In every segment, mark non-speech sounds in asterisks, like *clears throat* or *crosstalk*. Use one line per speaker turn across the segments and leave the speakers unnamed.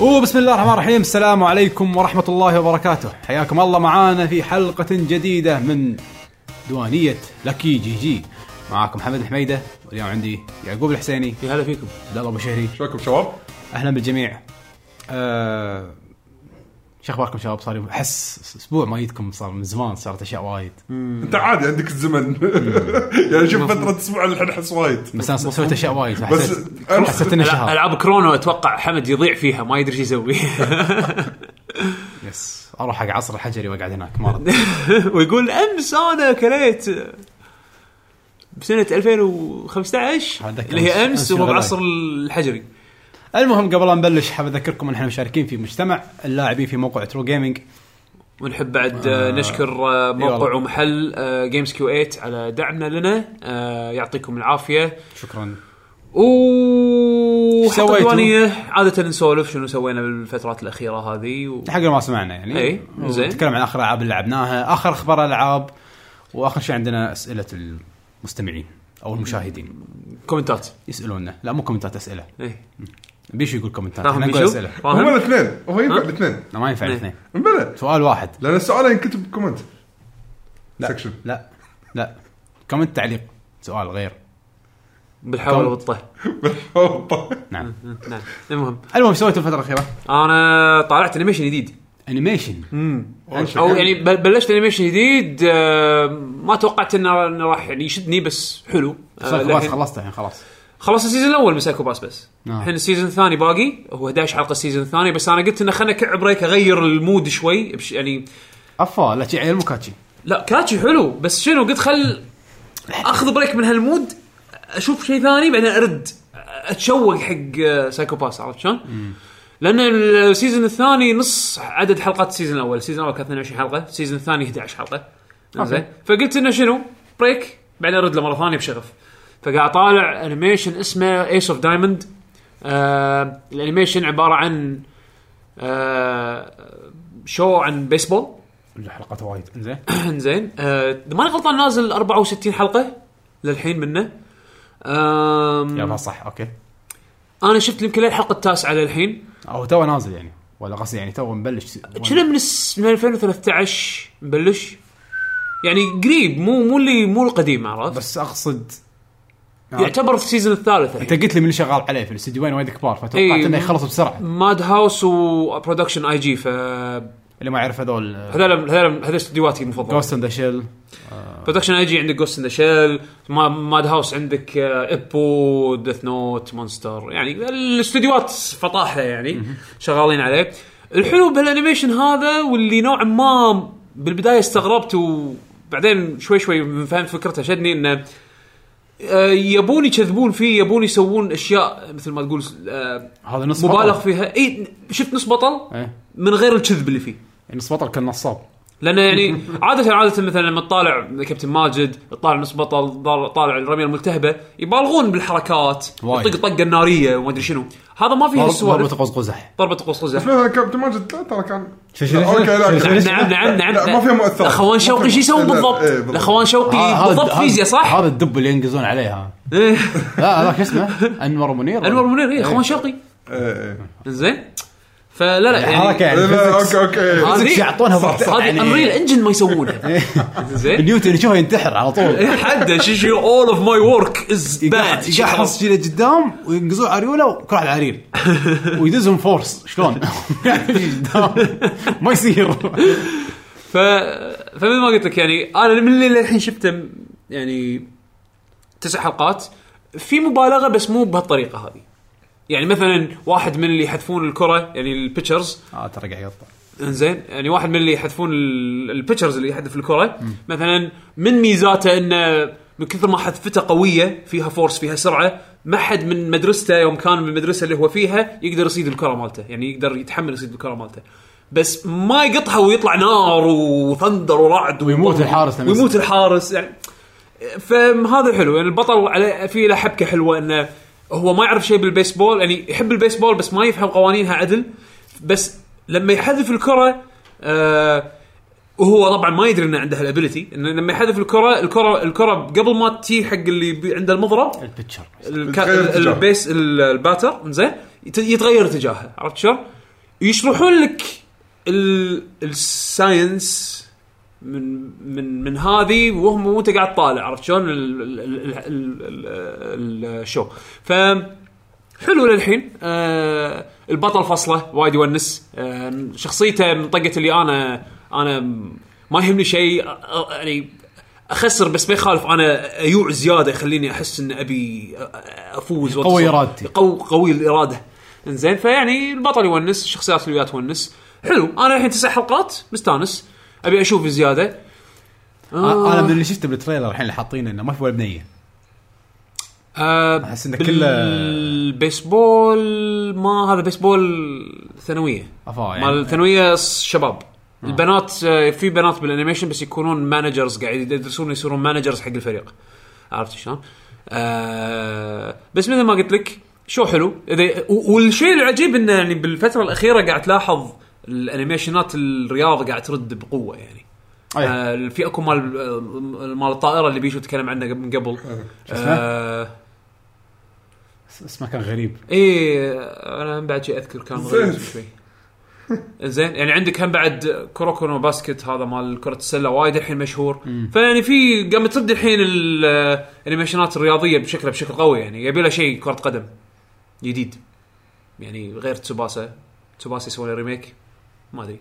وبسم الله الرحمن الرحيم السلام عليكم ورحمة الله وبركاته حياكم الله معانا في حلقة جديدة من دوانية لكي جي جي معاكم محمد الحميدة واليوم عندي يعقوب الحسيني
يا هلا فيكم
عبد الله ابو شهري
شلونكم شباب؟
اهلا بالجميع آه، شو اخباركم شباب صار احس اسبوع ما جيتكم صار من زمان صارت اشياء وايد
انت عادي عندك
*laughs*
الزمن يعني شوف
مفهوم.
فتره اسبوع الحين احس وايد
بس انا سويت اشياء وايد
بس
حسيت
أنا-
حسيت انه شهر
العاب كرونو اتوقع حمد يضيع فيها ما يدري شو يسوي *laughs*
يس اروح حق عصر الحجري واقعد هناك ما رد
ويقول امس انا كليت بسنه 2015
أتذكر
اللي هي
أمس-
امس
أمس
وهو
الغداء.
بعصر الحجري
المهم قبل لا نبلش حاب اذكركم ان احنا مشاركين في مجتمع اللاعبين في موقع ترو جيمنج
ونحب بعد آه، نشكر آه، موقع
والله.
ومحل آه، جيمز كيو 8 على دعمنا لنا آه، يعطيكم العافيه
شكرا
و
سويتوا؟
سويتوا عاده نسولف شنو سوينا بالفترات الاخيره هذه و...
حق اللي ما سمعنا يعني
إي، إيه، زين.
نتكلم عن اخر العاب اللي لعبناها اخر اخبار العاب واخر شيء عندنا اسئله المستمعين او المشاهدين
كومنتات
يسالوننا لا مو كومنتات اسئله
ايه
بيشو يقول كومنتات
فاهم
احنا نقول
بيشو؟
اسئله
هم
فاهم
الاثنين هو ينفع
ها؟
الاثنين
لا ما ينفع
إيه.
الاثنين
بلى
سؤال واحد
لان السؤال ينكتب كومنت
لا
Section. *laughs*
لا لا كومنت تعليق سؤال غير
بالحول والطه
نعم
نعم المهم
المهم سويت الفتره الاخيره
انا طالعت انيميشن جديد
انيميشن
او يعني بل- بلشت انيميشن جديد آه، ما توقعت انه إنه راح يعني يشدني بس حلو آه،
خلاص
لكن-
خلصت الحين خلاص
خلصت السيزون الاول من سايكو باس بس
نعم.
الحين السيزون الثاني باقي هو 11 حلقه السيزون الثاني بس انا قلت انه خلينا كعب بريك اغير المود شوي بش- يعني
افا لا شي عيل مكاتشي
لا كاتشي حلو بس شنو قلت خل اخذ بريك من هالمود اشوف شيء ثاني بعدين ارد اتشوق حق سايكو باس عرفت شلون؟ لان السيزون الثاني نص عدد حلقات السيزون الاول، السيزون الاول كان 22 حلقه، السيزون الثاني 11 حلقه. زين فقلت انه شنو؟ بريك بعدين ارد له مره ثانيه بشغف. فقاعد اطالع انيميشن اسمه ايس اوف دايموند. الانيميشن عباره آه، عن آه شو عن بيسبول
الحلقات وايد زين
*coughs* زين آه، اذا ماني غلطان نازل 64 حلقه للحين منه آم،
يا صح اوكي
انا شفت يمكن للحلقه التاسعه للحين
او تو نازل يعني ولا قصدي يعني تو مبلش
كنا من الس- من 2013 مبلش يعني قريب مو مو اللي مو القديم عرفت بس
بس اقصد
يعتبر في السيزون الثالث
انت
الحين
قلت لي من اللي شغال عليه في الاستديوين وايد كبار فتوقعت
إي.
انه يخلص بسرعه
ماد هاوس وبرودكشن اي جي ف هذول
اللي ما يعرف هذول
هذول هذول استديوهاتي المفضله
جوست ان ذا شيل
برودكشن اي جي عندك جوست ان ذا شيل ماد هاوس عندك آه، ابو ديث نوت مونستر يعني الاستديوهات فطاحه يعني شغالين عليه الحلو بهالانيميشن هذا واللي نوعا ما بالبدايه استغربت وبعدين شوي شوي من فهم فكرته شدني انه آه، يبون يكذبون فيه يبون يسوون اشياء مثل ما تقول آه،
هذا نص
مبالغ
بطل.
فيها اي شفت نص بطل
ايه
من غير الكذب اللي فيه
نص بطل كان نصاب
لانه يعني عاده عاده مثلا لما تطالع كابتن ماجد تطالع نص بطل طالع- طالع الرميه الملتهبه يبالغون بالحركات
وايد.
يطق الطقه الناريه وما ادري شنو هذا ما فيه
ضربة
السوالف
قوس قزح
ضربة قوس
*laughs*
قزح
لا كابتن ماجد لا، ترى كان
شو- شو-
لا،
شو-
اوكي
شو-
لا
شو-
نعم نعم نعم
لا، ما فيها مؤثرات.
اخوان شوقي شو يسوون
لا،
بالضبط؟
إيه، بالضبط.
اخوان شوقي
هذا-
بالضبط
هذا-
فيزياء صح؟
هذا الدب اللي ينقزون عليه ها
إيه.
لا هذاك شو اسمه انور منير ولا؟
انور منير اي اخوان شوقي
إيه، إيه.
زين فلا لا
الحركه
يعني
يعني
لا، لا،
physics-
اوكي اوكي
هذا-
physics يعطونها بط-
هذه
يعني- إيه.
انريل انجن ما يسوونها زين
نيوتن يشوفه ينتحر على
إيه.
طول
حد شو اول اوف ماي ورك از باد
يشحص شي لقدام وينقزون عريوله وكل واحد
*laughs*
عريل ويدزهم فورس شلون؟ يعني قدام. ما يصير
ف فمثل ما قلت لك يعني انا من اللي للحين شفته م- يعني تسع حلقات في مبالغه بس مو بهالطريقه هذه يعني مثلا واحد من اللي يحذفون الكره يعني البيتشرز
اه ترى قاعد يقطع
انزين يعني واحد من اللي يحذفون ال- البيتشرز اللي يحذف الكره مثلا من ميزاته انه من كثر ما حذفته قويه فيها فورس فيها سرعه ما حد من مدرسته يوم كان من المدرسه اللي هو فيها يقدر يصيد الكره مالته يعني يقدر يتحمل يصيد الكره مالته بس ما يقطها ويطلع نار وثندر ورعد
ويموت
وضرب.
الحارس لما
ويموت الحارس يعني فهذا حلو يعني البطل عليه في له حبكه حلوه انه هو ما يعرف شيء بالبيسبول يعني يحب البيسبول بس ما يفهم قوانينها عدل بس لما يحذف الكره آه وهو طبعا ما يدري انه عنده الابيلتي انه لما يحذف الكره الكره الكره قبل ما تجي حق اللي بي- عنده المضرب
البتشر
الك...
يتغير اتجاهه.
البيس ال- الباتر زين يت- يتغير اتجاهه عرفت شلون؟ يشرحون لك ال- الساينس من من من هذه وهم وانت قاعد طالع عرفت شلون ال- ال- ال- ال- ال- الشو ف حلو للحين آه البطل فصله وايد يونس آه شخصيته من طقه اللي انا انا ما يهمني شيء آه، آه، يعني اخسر بس ما يخالف انا ايوع زياده يخليني احس ان ابي آه، افوز
قوي
وأتصل.
إرادتي.
قو قوي الاراده انزين فيعني البطل يونس الشخصيات اللي وياه تونس حلو انا الحين تسع حلقات مستانس ابي اشوف زياده آه.
انا من اللي شفته بالتريلر الحين اللي حاطينه انه ما في ولا بنيه
آه
أحس إنه
بال-
كله-
البيسبول ما هذا بيسبول ثانويه
افا
مال
يعني
الثانويه س- شباب البنات آه، في بنات بالانيميشن بس يكونون مانجرز قاعد يدرسون يصيرون مانجرز حق الفريق عرفت شلون؟ آه بس مثل ما قلت لك شو حلو اذا و- والشيء العجيب انه يعني بالفتره الاخيره قاعد تلاحظ الانيميشنات الرياض قاعد ترد بقوه يعني
أي.
آه في اكو مال آه، مال الطائره اللي بيشو تكلم عنه من قبل
اسمه؟
آه
اسمه كان غريب
ايه انا هم بعد شيء اذكر كان غريب
زين.
شوي زين يعني عندك هم بعد كروكونو باسكت هذا مال كره السله وايد الحين مشهور فيعني في قام ترد الحين ال- الانيميشنات الرياضيه بشكل بشكل قوي يعني يبي لها شيء كره قدم جديد يعني غير تسوباسا تسوباسا يسوون له ريميك ما ادري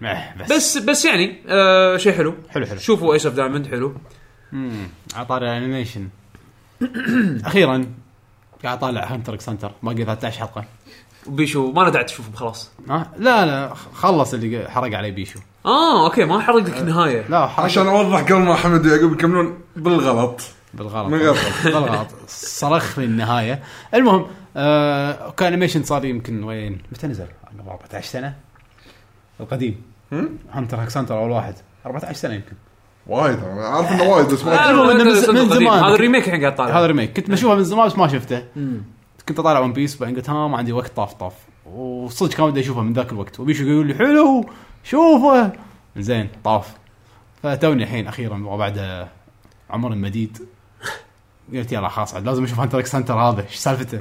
معه بس
بس بس يعني آه شيء حلو
حلو حلو
شوفوا ايس اوف دايموند حلو
امم عطاري *clears throat* الانيميشن اخيرا قاعد اطالع هانتر اكس هانتر باقي 13 حلقه
وبيشو ما له داعي تشوفهم خلاص
ها لا لا خلص اللي حرق علي بيشو
اه اوكي ما حرق لك النهايه
لا حرق
عشان اوضح قبل ما حمد ويعقوب يكملون بالغلط
بالغلط
من غير غلط.
بالغلط صرخ لي النهايه المهم آه كانيميشن صار لي يمكن وين متى نزل؟ قبل 14 سنه القديم
هم؟
هانتر اكس هانتر اول واحد 14 سنه يمكن
وايد انا عارف انه وايد بس
لا،
ما
لا،
المهم
لا،
إنه
لا،
من-
لا،
من
صدق قديم.
زمان.
هذا الريميك الحين قاعد طالع
هذا ريميك كنت بشوفه من زمان بس ما شفته كنت اطالع ون بيس بعدين قلت ها ما عندي وقت طاف طاف وصدق كان بدي اشوفه من ذاك الوقت وبيشو يقول لي حلو شوفه زين طاف فتوني الحين اخيرا وبعد عمر مديد قلت يلا خلاص عاد لازم اشوف هانتر اكس هانتر هذا ايش سالفته؟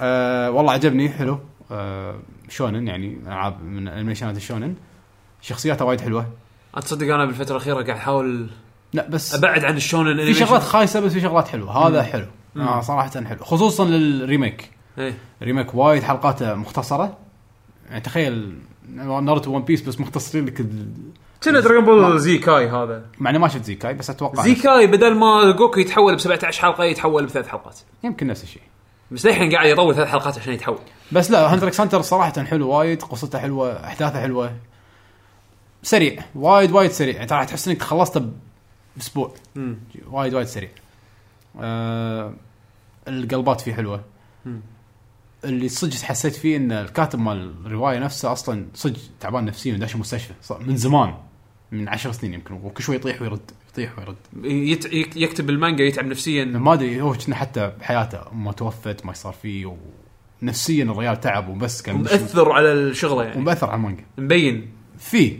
أه والله عجبني حلو أه شونن يعني العاب من انيميشنات الشونن شخصياته وايد حلوه
انت تصدق انا بالفتره الاخيره قاعد احاول
لا بس
ابعد عن الشونن
في
انيميشن.
شغلات خايسه بس في شغلات حلوه هذا حلو آه صراحه حلو خصوصا للريميك
إيه.
ريميك وايد حلقاته مختصره يعني تخيل ناروتو ون بيس بس مختصرين لك ال-
كنا دراجون بول زي كاي هذا
مع اني ما شفت زيكاي بس اتوقع
زي
نفس-
كاي بدل ما جوكو يتحول ب 17 حلقه يتحول بثلاث حلقات
يمكن نفس الشيء
بس للحين قاعد يطول ثلاث حلقات عشان يتحول
بس لا هندريك سانتر صراحه حلو وايد قصته حلوه احداثه حلوه سريع وايد وايد سريع يعني ترى تحس انك خلصته ب- باسبوع
مم.
وايد وايد سريع آه القلبات فيه حلوه
مم.
اللي صدق حسيت فيه ان الكاتب مال الروايه نفسه اصلا صدق تعبان نفسيا وداش المستشفى صار من زمان من عشر سنين يمكن وكل شوي يطيح ويرد يطيح ويرد
يت... يك- يكتب المانجا يتعب نفسيا
ما ادري هو كنا حتى بحياته ما توفت ما صار فيه ونفسيا الرجال تعب وبس كان
ومأثر على الشغله يعني
ومأثر على المانجا
مبين
في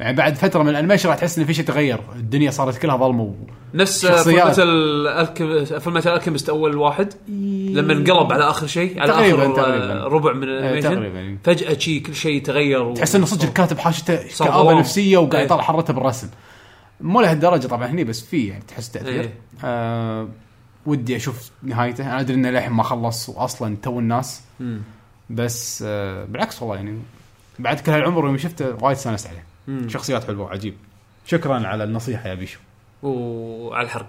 يعني بعد فتره من الانميشن راح تحس ان في شيء تغير الدنيا صارت كلها ظلمه و...
نفس
شخصيات.
فيلم مثل فيلم مثل الكيمست اول واحد لما انقلب على اخر شيء على
إيه. تقريباً-
اخر
تقريباً.
آه، ربع من
إيه،
الانيميشن
تقريبا يعني.
فجاه شي كل شيء تغير و...
تحس انه صدق الكاتب حاشته
صار
كآبه
ظلام.
نفسيه وقاعد
إيه.
يطلع حرته بالرسم مو لهالدرجه طبعا هني بس في يعني تحس تاثير
إيه.
آه ودي اشوف نهايته انا ادري انه للحين ما خلص واصلا تو الناس
مم.
بس آه بالعكس والله يعني بعد كل هالعمر يوم شفته وايد استانست عليه
مم.
شخصيات حلوه عجيب شكرا على النصيحه يا بيشو
وعلى الحرق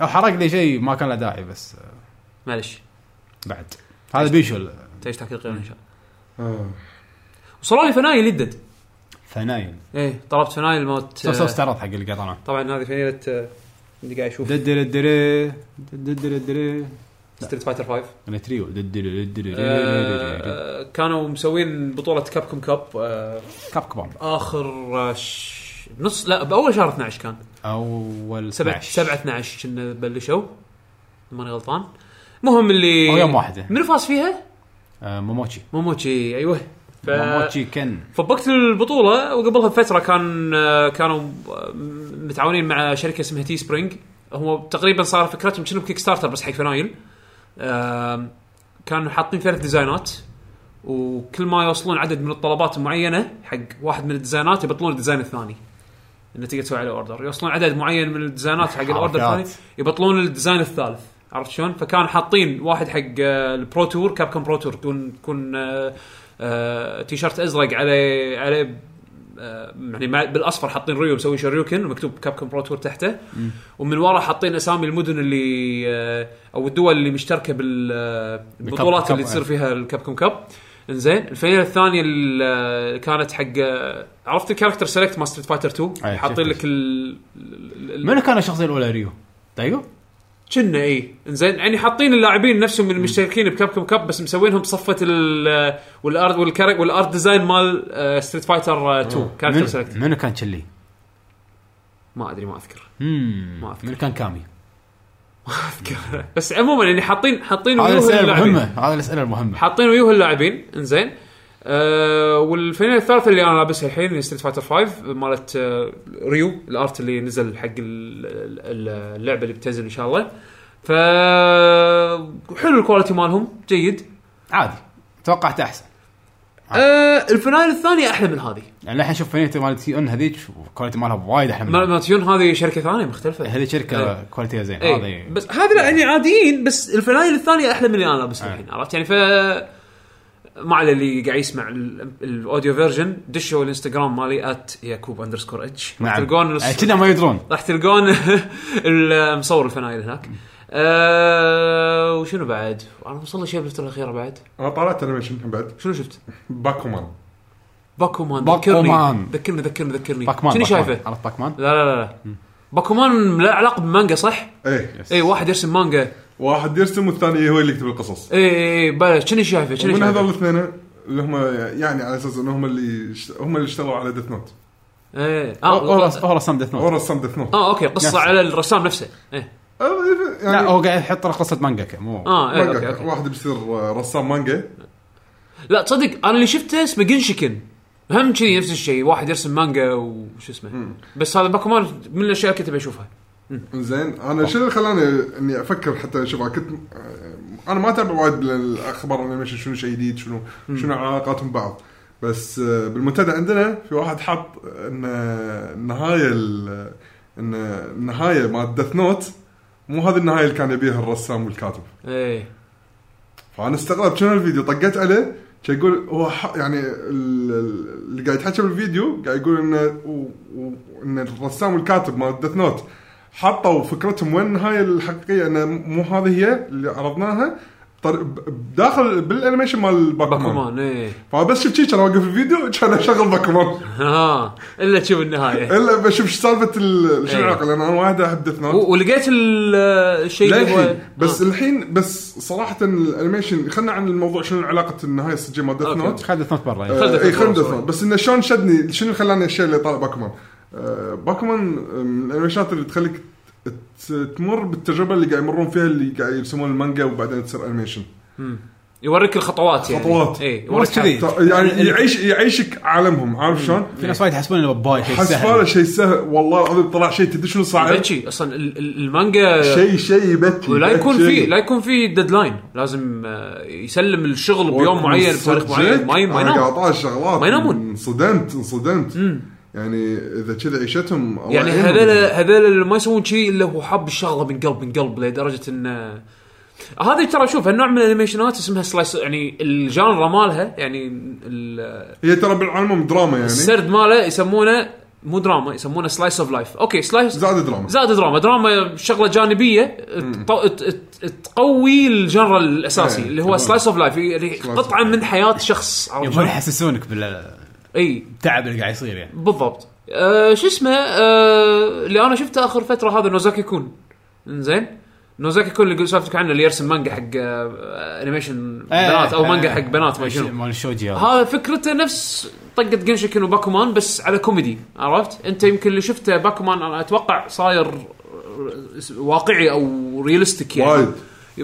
او حرق لي شيء ما كان له داعي بس آه
معلش
بعد هذا بيشو
تعيش تحكي غير ان يعني شاء الله
آه.
إيه.
وصلوا لي فنايل يدد
فنايل
ايه طلبت فنايل موت
سو سو استعرض حق اللي قاعد طالع
طبعا هذه فنيله آه، اللي قاعد يشوف
ددر دري ددر دري
ستريت فايتر 5
انا تريو ددر دري
آه، كانوا مسوين بطوله كاب كوم كاب آه،
كاب كوم
اخر آه، ش- نص لا باول شهر 12 كان
اول
7
12.
7 12 كنا بلشوا ماني غلطان المهم اللي
أو يوم واحدة.
منو فاز فيها؟
آه، موموتشي
موموتشي ايوه ف-
موموتشي كن
فبوقت البطوله وقبلها بفتره كان آه، كانوا متعاونين مع شركه اسمها تي سبرينج هم تقريبا صار فكرتهم شنو كيك ستارتر بس حق فنايل آم، كانوا حاطين ثلاث ديزاينات وكل ما يوصلون عدد من الطلبات معينه حق واحد من الديزاينات يبطلون الديزاين الثاني انه تقدر تسوي عليه اوردر يوصلون عدد معين من الديزاينات حق الاوردر
حركات.
الثاني يبطلون الديزاين الثالث عرفت شلون؟ فكان حاطين واحد حق آه، البرو تور كاب كوم برو تور تكون تكون آه، آه، تيشرت ازرق عليه عليه آه، يعني مع- بالاصفر حاطين ريو مسوي شريوكن ومكتوب كاب كوم برو تور تحته ومن ورا حاطين اسامي المدن اللي آه، او الدول اللي مشتركه بال- آه،
كاب
بالبطولات
كاب،
اللي تصير
آه.
فيها الكاب كوم كاب انزين الفينال الثانيه اللي كانت حق آه، عرفت الكاركتر سيلكت مال ستريت فايتر 2
أي،
حاطين
شفت.
لك ال ال- ال-
منو كان الشخصيه الاولى ريو؟ دايجو؟
كنا اي انزين يعني حاطين اللاعبين نفسهم من المشتركين بكاب كوم كاب بس مسوينهم بصفه ال والارت والكارك والارت ديزاين مال آه، ستريت فايتر آه، 2 كاركتر
منو
سيلكت
منو كان تشلي؟
ما ادري ما *laughs* اذكر
مم.
ما أذكر.
منو كان كامي؟
اذكر بس عموما يعني حاطين حاطين
هذه
وجوه
الاسئله
اللاعبين.
المهمه هذه الاسئله المهمه
حاطين ويوه اللاعبين انزين أه والفينال الثالثه اللي انا لابسها الحين ستريت فايتر 5 مالت آه، ريو الارت اللي نزل حق ال- ال- اللعبه اللي بتنزل ان شاء الله ف حلو الكواليتي مالهم جيد
عادي توقعت احسن
أه الفينال الثانيه احلى من هذه
يعني الحين شوف فنيته مالت سي ان هذيك الكواليتي مالها وايد احلى من
مال- مالت يون هذه شركه ثانيه مختلفه
هذه شركه
إيه.
كواليتيها زين
اي
هذه
بس هذه لا يعني عاديين بس الفنايل الثانيه احلى من اللي انا لابسها الحين عرفت يعني ف ما على اللي قاعد يسمع ال- الاوديو فيرجن دشوا الانستغرام مالي ات ياكوب اندرسكور اتش راح
نعم.
تلقون
يعني كنا ما يدرون
راح تلقون *laughs* ال- مصور الفنايل هناك أه وشنو بعد؟ انا وصل لي شيء بالفتره الاخيره بعد
انا طالعت انيميشن بعد
شنو شفت؟
باكومان
باكومان
باكومان.
ذكرني ذكرني ذكرني ذكرني
باكمان
شنو
باكمان.
شايفه؟
عرفت باكمان؟
لا لا لا لا باكومان له علاقه بمانجا صح؟
ايه
اي واحد يرسم مانجا
واحد يرسم والثاني هو اللي يكتب القصص
اي اي بلا شنو شايفه شنو
ومن
شايفه؟
هذول الاثنين اللي هم يعني على اساس انهم اللي اشت- هم اللي اشتغلوا على ديث نوت
ايه
اورا
اه
اورا سام ديث
هو
نوت
رسام ديث نوت
اه اوكي قصه
نفسه.
على الرسام نفسه ايه
لا
يعني
هو قاعد يحط قصه مانجا مو
اه ايه اوكي
مانجا
اوكي
واحد بيصير رسام مانجا
لا تصدق انا اللي شفته اسمه جنشكن هم كذي نفس الشيء واحد يرسم مانجا وش اسمه بس هذا باكومان من الاشياء اللي كنت بشوفها
زين انا شنو اللي خلاني اني افكر حتى اشوف كنت انا ما اتابع وايد الاخبار الانيميشن شنو شيء جديد شنو شنو علاقاتهم ببعض بس آه، بالمنتدى عندنا في واحد حط ان آه، النهايه ال- ان آه، النهايه مال ديث نوت مو هذه النهايه اللي كان يبيها الرسام والكاتب
ايه
فانا استغربت شنو الفيديو طقيت عليه كان يقول هو ح- يعني ال- ال- اللي قاعد يتحكى بالفيديو قاعد يقول انه و- و- ان الرسام والكاتب مال ديث نوت حطوا فكرتهم وين النهايه الحقيقيه انه مو هذه هي اللي عرضناها بطر- ب- داخل بالانيميشن مال باكومان
باكومان *laughs* ايه
فبس شفت شي كان اوقف الفيديو كان اشغل باكومان
ها الا تشوف النهايه
الا بشوف شو سالفه ال- شو
إيه.
العلاقه لان انا وايد احب ديث نوت
و- ولقيت ال- الشيء
لا
اللي هو
الحين بس
آه.
الحين بس صراحه الانيميشن خلنا عن الموضوع شنو علاقه النهايه السجيه مال ديث
أوكي.
نوت
خذ ديث نوت برا يعني.
خل دث
اي
نوت
خل دث
برا،
نوت آه، بس انه شلون شدني شنو خلاني الشيء اللي طالع باكمان آه، باكمان آه، من الانميشنات اللي تخليك ت- تمر بالتجربه اللي قاعد يمرون فيها اللي قاعد يرسمون المانجا وبعدين تصير انيميشن
يوريك الخطوات يعني
خطوات.
اي يوريك
بس كذي
ط- يعني يعيش يعيشك عالمهم عارف شلون؟
في ناس وايد يحسبون انه باي شيء
حسفاله
سهل
شيء سهل والله العظيم طلع شيء تدري شنو صعب؟
بكي اصلا ال- ال- المانجا
شيء شيء يبكي
ولا
يبكي.
يكون في لا يكون في ديدلاين لازم آه، يسلم الشغل بيوم معين بتاريخ معين ما ي- ما
انا قاعد
ينام
أطالع شغلات
ما ينامون.
انصدمت انصدمت يعني اذا كذا عيشتهم الله
يعني
يعينهم.
هذول هذول اللي ما يسوون شيء الا هو حاب الشغله من قلب من قلب لدرجه ان آه، هذه ترى شوف هالنوع من الانيميشنات اسمها سلايس يعني الجانرا مالها يعني ال-
هي ترى بالعموم دراما يعني
السرد ماله يسمونه مو دراما يسمونه سلايس اوف لايف اوكي سلايس
زاد دراما
زاد دراما دراما شغله جانبيه تط- ت- ت- تقوي الجنرال الاساسي
إيه،
اللي هو سلايس اوف لايف يعني
of
قطعه من حياه شخص عرفت
يبون
شلون؟
يعني يحسسونك بالتعب
اي
اللي قاعد يصير يعني
بالضبط أه شو اسمه أه اللي انا شفته اخر فتره هذا نوزاكي كون انزين نوزاكي كون اللي قلت سالفتك عنه اللي يرسم مانجا حق آه، انيميشن
إيه،
بنات او مانجا حق بنات ما شنو
مال الشوجي هذا.
هذا فكرته نفس طقه جنشكن وباكومان بس على كوميدي عرفت انت يمكن اللي شفته باكومان انا اتوقع صاير آه، واقعي او ريالستيك يعني
وايد.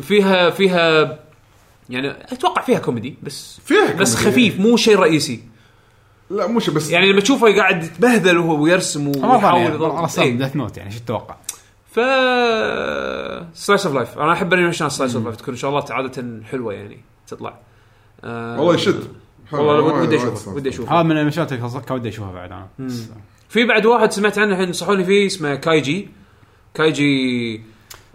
فيها فيها يعني اتوقع فيها كوميدي بس
فيها
بس
كوميدي. إيه.
خفيف مو شيء رئيسي
لا مش بس
يعني لما تشوفه قاعد يتبهذل وهو ويرسم
ما
ويحاول
ظن يعني.
يضبط.
رسام
إيه.
ديث نوت يعني شو تتوقع؟
ف سلايس اوف لايف انا احب انيميشن سلايس اوف لايف تكون ان شاء الله عاده حلوه يعني تطلع آه،
والله يشد حلو،
والله
وايد-
ودي
وايد
اشوفه
صار.
ودي اشوفه
هذا من المشاهد اللي كان ودي اشوفها بعد انا بس-
في بعد واحد سمعت عنه الحين نصحوني فيه اسمه كايجي كايجي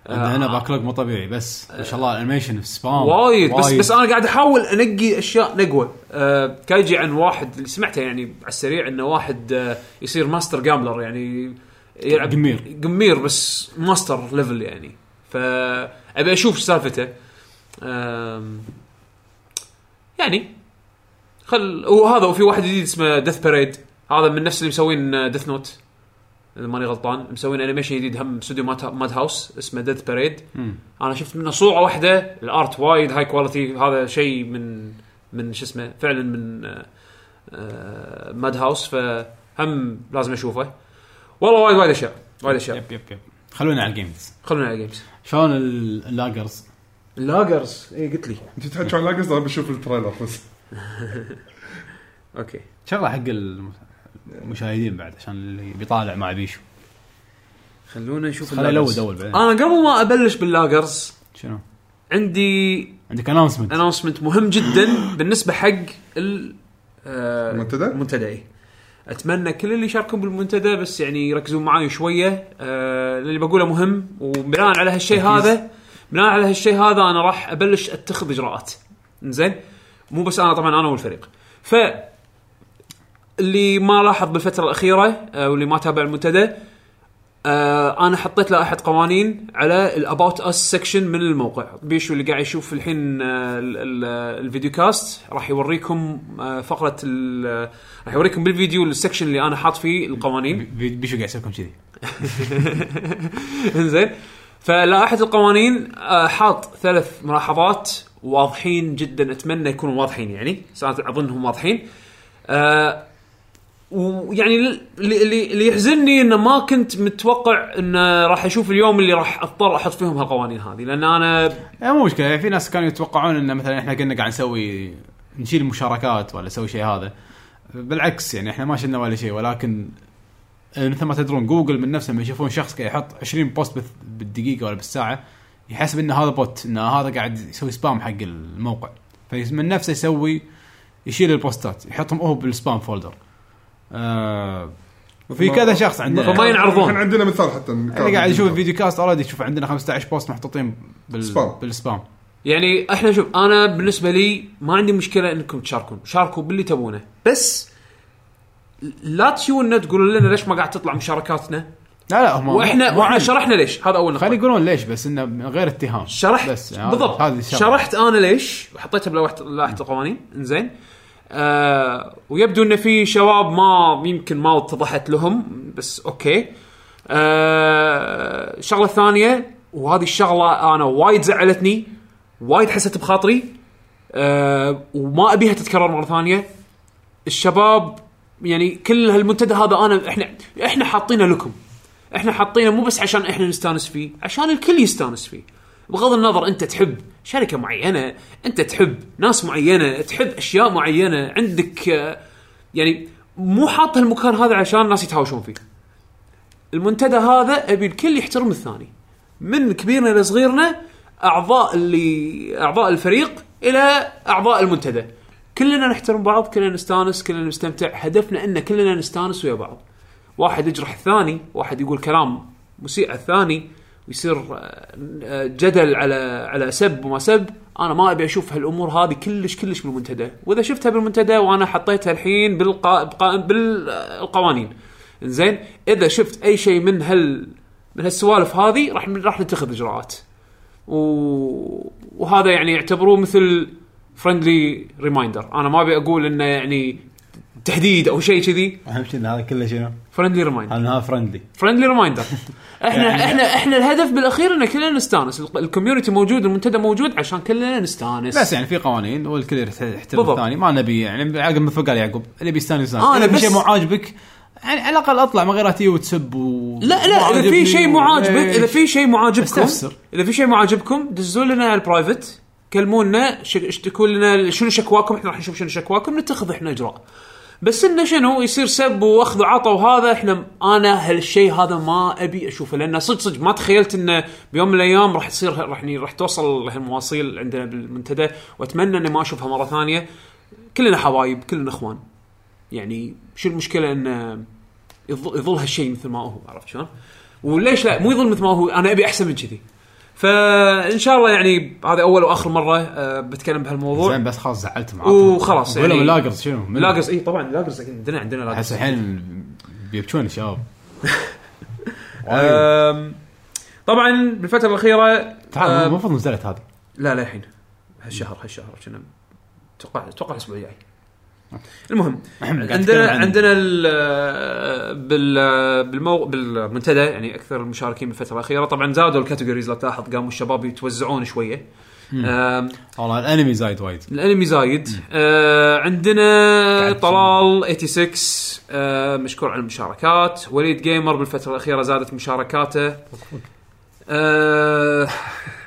عندنا هنا باكلوج مو طبيعي بس ما شاء الله الانيميشن في سبام
آه. وايد بس بس انا قاعد احاول انقي اشياء نقوى آه كايجي عن واحد اللي سمعته يعني على السريع انه واحد آه يصير ماستر جامبلر يعني يلعب
قمير.
قمير بس ماستر ليفل يعني فابي اشوف إيش سالفته آم، يعني خل وهذا وفي واحد جديد اسمه ديث باريد هذا من نفس اللي مسوين آه، ديث نوت اذا ماني غلطان مسوين انيميشن جديد هم استوديو ماد هاوس اسمه ديث باريد انا شفت منه صوره واحده الارت وايد هاي كواليتي هذا شيء من من شو اسمه فعلا من آه، ماد هاوس فهم لازم اشوفه والله وايد وايد اشياء وايد اشياء
يب يب يب خلونا على الجيمز
خلونا على جيمز
شلون ال- اللاجرز
اللاجرز اي إيه، قلت لي
انت تحكي عن لاجز انا بشوف التريلر بس
اوكي
شغله حق الم- المشاهدين بعد عشان اللي بيطالع ما بيشو
خلونا نشوف
خلينا
اللاجرز.
الاول اول بعدين
انا قبل ما ابلش باللاجرز
شنو
عندي
عندك اناونسمنت
اناونسمنت مهم جدا بالنسبه حق ال آه،
المنتدى؟
المنتدى إي. اتمنى كل اللي يشاركون بالمنتدى بس يعني يركزون معاي شويه آه، اللي بقوله مهم وبناء على هالشيء
تركيز.
هذا بناء على هالشيء هذا انا راح ابلش اتخذ اجراءات زين مو بس انا طبعا انا والفريق ف اللي ما لاحظ بالفتره الاخيره آه، واللي ما تابع المنتدى آه، انا حطيت له احد قوانين على الاباوت اس سكشن من الموقع بيشو اللي قاعد يشوف الحين آه، ال- ال- الفيديو كاست راح يوريكم آه، فقره ال- راح يوريكم بالفيديو السكشن اللي انا حاط فيه القوانين
بي- بيشو قاعد يسوي لكم كذي
*laughs* انزين فلا احد القوانين آه، حاط ثلاث ملاحظات واضحين جدا اتمنى يكونوا واضحين يعني ساعات اظنهم واضحين آه، ويعني ال- اللي اللي اللي يحزنني انه ما كنت متوقع انه راح اشوف اليوم اللي راح اضطر احط فيهم هالقوانين هذه لان انا
إيه، مو مشكله في ناس كانوا يتوقعون ان مثلا احنا كنا قاعد نسوي نشيل مشاركات ولا نسوي شيء هذا بالعكس يعني احنا ما شلنا ولا شيء ولكن آه، مثل ما تدرون جوجل من نفسه لما يشوفون شخص قاعد يحط 20 بوست بال- بالدقيقه ولا بالساعه يحسب ان هذا بوت ان هذا قاعد يسوي سبام حق الموقع فمن نفسه يسوي يشيل البوستات يحطهم هو بالسبام فولدر آه وفي كذا شخص عندنا
فما ينعرضون.
الحين عندنا مثال حتى
اللي قاعد يشوف الفيديو كاست اوريدي يشوف عندنا 15 بوست محطوطين بال...
سبام.
بالسبام
يعني احنا شوف انا بالنسبه لي ما عندي مشكله انكم تشاركون شاركوا باللي تبونه بس لا تشيونا تقولون لنا ليش ما قاعد تطلع مشاركاتنا
لا لا هم
واحنا
مو
واحنا
عيب.
شرحنا ليش هذا اول نقطه
خلي يقولون ليش بس انه من غير اتهام
شرحت
بس يعني
بالضبط
هذه الشرح.
شرحت انا ليش وحطيتها بلوحه لائحه القوانين انزين آه ويبدو ان في شباب ما يمكن ما اتضحت لهم بس اوكي آه شغله ثانيه وهذه الشغله انا وايد زعلتني وايد حسيت بخاطري آه وما ابيها تتكرر مره ثانيه الشباب يعني كل هالمنتدى هذا انا احنا احنا حاطينه لكم احنا حاطينه مو بس عشان احنا نستانس فيه عشان الكل يستانس فيه بغض النظر انت تحب شركه معينه انت تحب ناس معينه تحب اشياء معينه عندك آه، يعني مو حاط هالمكان هذا عشان الناس يتهاوشون فيه المنتدى هذا ابي الكل يحترم الثاني من كبيرنا الى صغيرنا اعضاء اللي اعضاء الفريق الى اعضاء المنتدى كلنا نحترم بعض كلنا نستانس كلنا نستمتع هدفنا ان كلنا نستانس ويا بعض واحد يجرح الثاني واحد يقول كلام مسيء على الثاني ويصير آه، آه، جدل على على سب وما سب انا ما ابي اشوف هالامور هذه كلش كلش بالمنتدى واذا شفتها بالمنتدى وانا حطيتها الحين بالقا... بقا... بالقوانين زين اذا شفت اي شيء من هال من هالسوالف هذه راح راح نتخذ اجراءات و... وهذا يعني يعتبروه مثل فرندلي ريمايندر انا ما ابي اقول انه يعني تهديد او شيء كذي
اهم شيء ان هذا كله شنو؟
فرندلي ريمايندر
ان هذا يعني فرندلي
فرندلي
*laughs*
ريمايندر احنا احنا احنا الهدف بالاخير ان كلنا نستانس ال- الكوميونتي موجود المنتدى موجود عشان كلنا نستانس
بس يعني في قوانين والكل يحت- يحترم
بالضبط.
الثاني ما نبي يعني عقب مثل ما قال يعقوب اللي بيستانس يستانس
أنا
انا في
بس-
شيء مو عاجبك يعني على الاقل اطلع من غير تي وتسب و...
لا لا اذا في شيء مو عاجبك
إيه.
اذا في شيء مو عاجبكم
استفسر.
اذا في شيء مو عاجبكم دزوا لنا على البرايفت كلمونا ش- اشتكوا لنا شنو شكواكم احنا راح نشوف شنو شكواكم نتخذ احنا اجراء بس انه شنو يصير سب واخذ وعطى وهذا احنا انا هالشيء هذا ما ابي اشوفه لانه صدق صدق ما تخيلت انه بيوم من الايام راح تصير راح يعني راح توصل لهالمواصيل عندنا بالمنتدى واتمنى اني ما اشوفها مره ثانيه كلنا حبايب كلنا اخوان يعني شو المشكله انه يظل يظل هالشيء مثل ما هو عرفت شلون؟ وليش لا مو يظل مثل ما هو انا ابي احسن من كذي فان شاء الله يعني هذه اول واخر مره أه بتكلم بهالموضوع
زين بس خلاص زعلت معاكم
وخلاص
يعني
يعني-
ولا من لاجرز شنو؟ من-
لاجرز اي طبعا لاجرز أكيد عندنا عندنا
احس
لاجرز
الحين بيبكون
*laughs*
الشباب وايد.
أم، طبعا بالفتره الاخيره
تعال
أم،
المفروض نزلت هذه *clears throat*
لا لا الحين هالشهر هالشهر كنا اتوقع اتوقع الاسبوع الجاي
آه.
المهم
قاعد
عندنا
نتكلم عن-
عندنا ال- بال بالمو بالمنتدى يعني اكثر المشاركين بالفتره الاخيره طبعا زادوا الكاتيجوريز لو تلاحظ قاموا الشباب يتوزعون شويه أم،
والله الانمي زايد وايد
الانمي زايد آه عندنا
قاعد
طلال 86 آه مشكور على المشاركات وليد جيمر بالفتره الاخيره زادت مشاركاته آه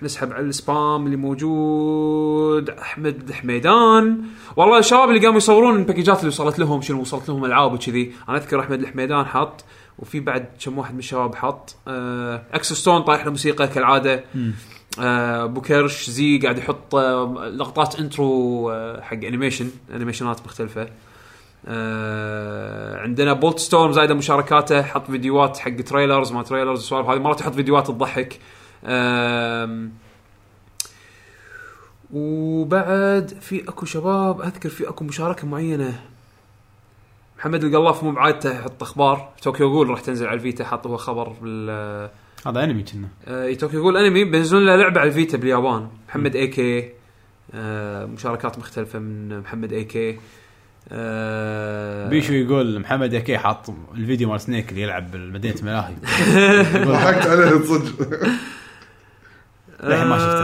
نسحب على السبام اللي موجود احمد حميدان والله الشباب اللي قاموا يصورون الباكجات اللي وصلت لهم شنو وصلت لهم العاب وكذي انا اذكر احمد الحميدان حط وفي بعد كم واحد من الشباب حط آه اكس ستون طايح له موسيقى كالعاده آه ابو كرش زي قاعد يحط آه لقطات انترو آه حق انيميشن انيميشنات مختلفه آه عندنا بولت ستورم زايده مشاركاته حط فيديوهات حق تريلرز ما تريلرز والسوالف هذه مرات يحط فيديوهات تضحك آم، وبعد في اكو شباب اذكر في اكو مشاركه معينه محمد القلاف مو بعادته يحط اخبار توكيو جول راح تنزل على الفيتا حط هو خبر بال
هذا انمي كنا
آه، توكيو يقول انمي بينزلون له لعبه على الفيتا باليابان محمد اي كي آه، مشاركات مختلفه من محمد اي كي آه،
بيشو يقول محمد اكي حاط الفيديو مال سنيك اللي يلعب بمدينه الملاهي يقول
ضحكت عليه صدق
للحين ما شفته.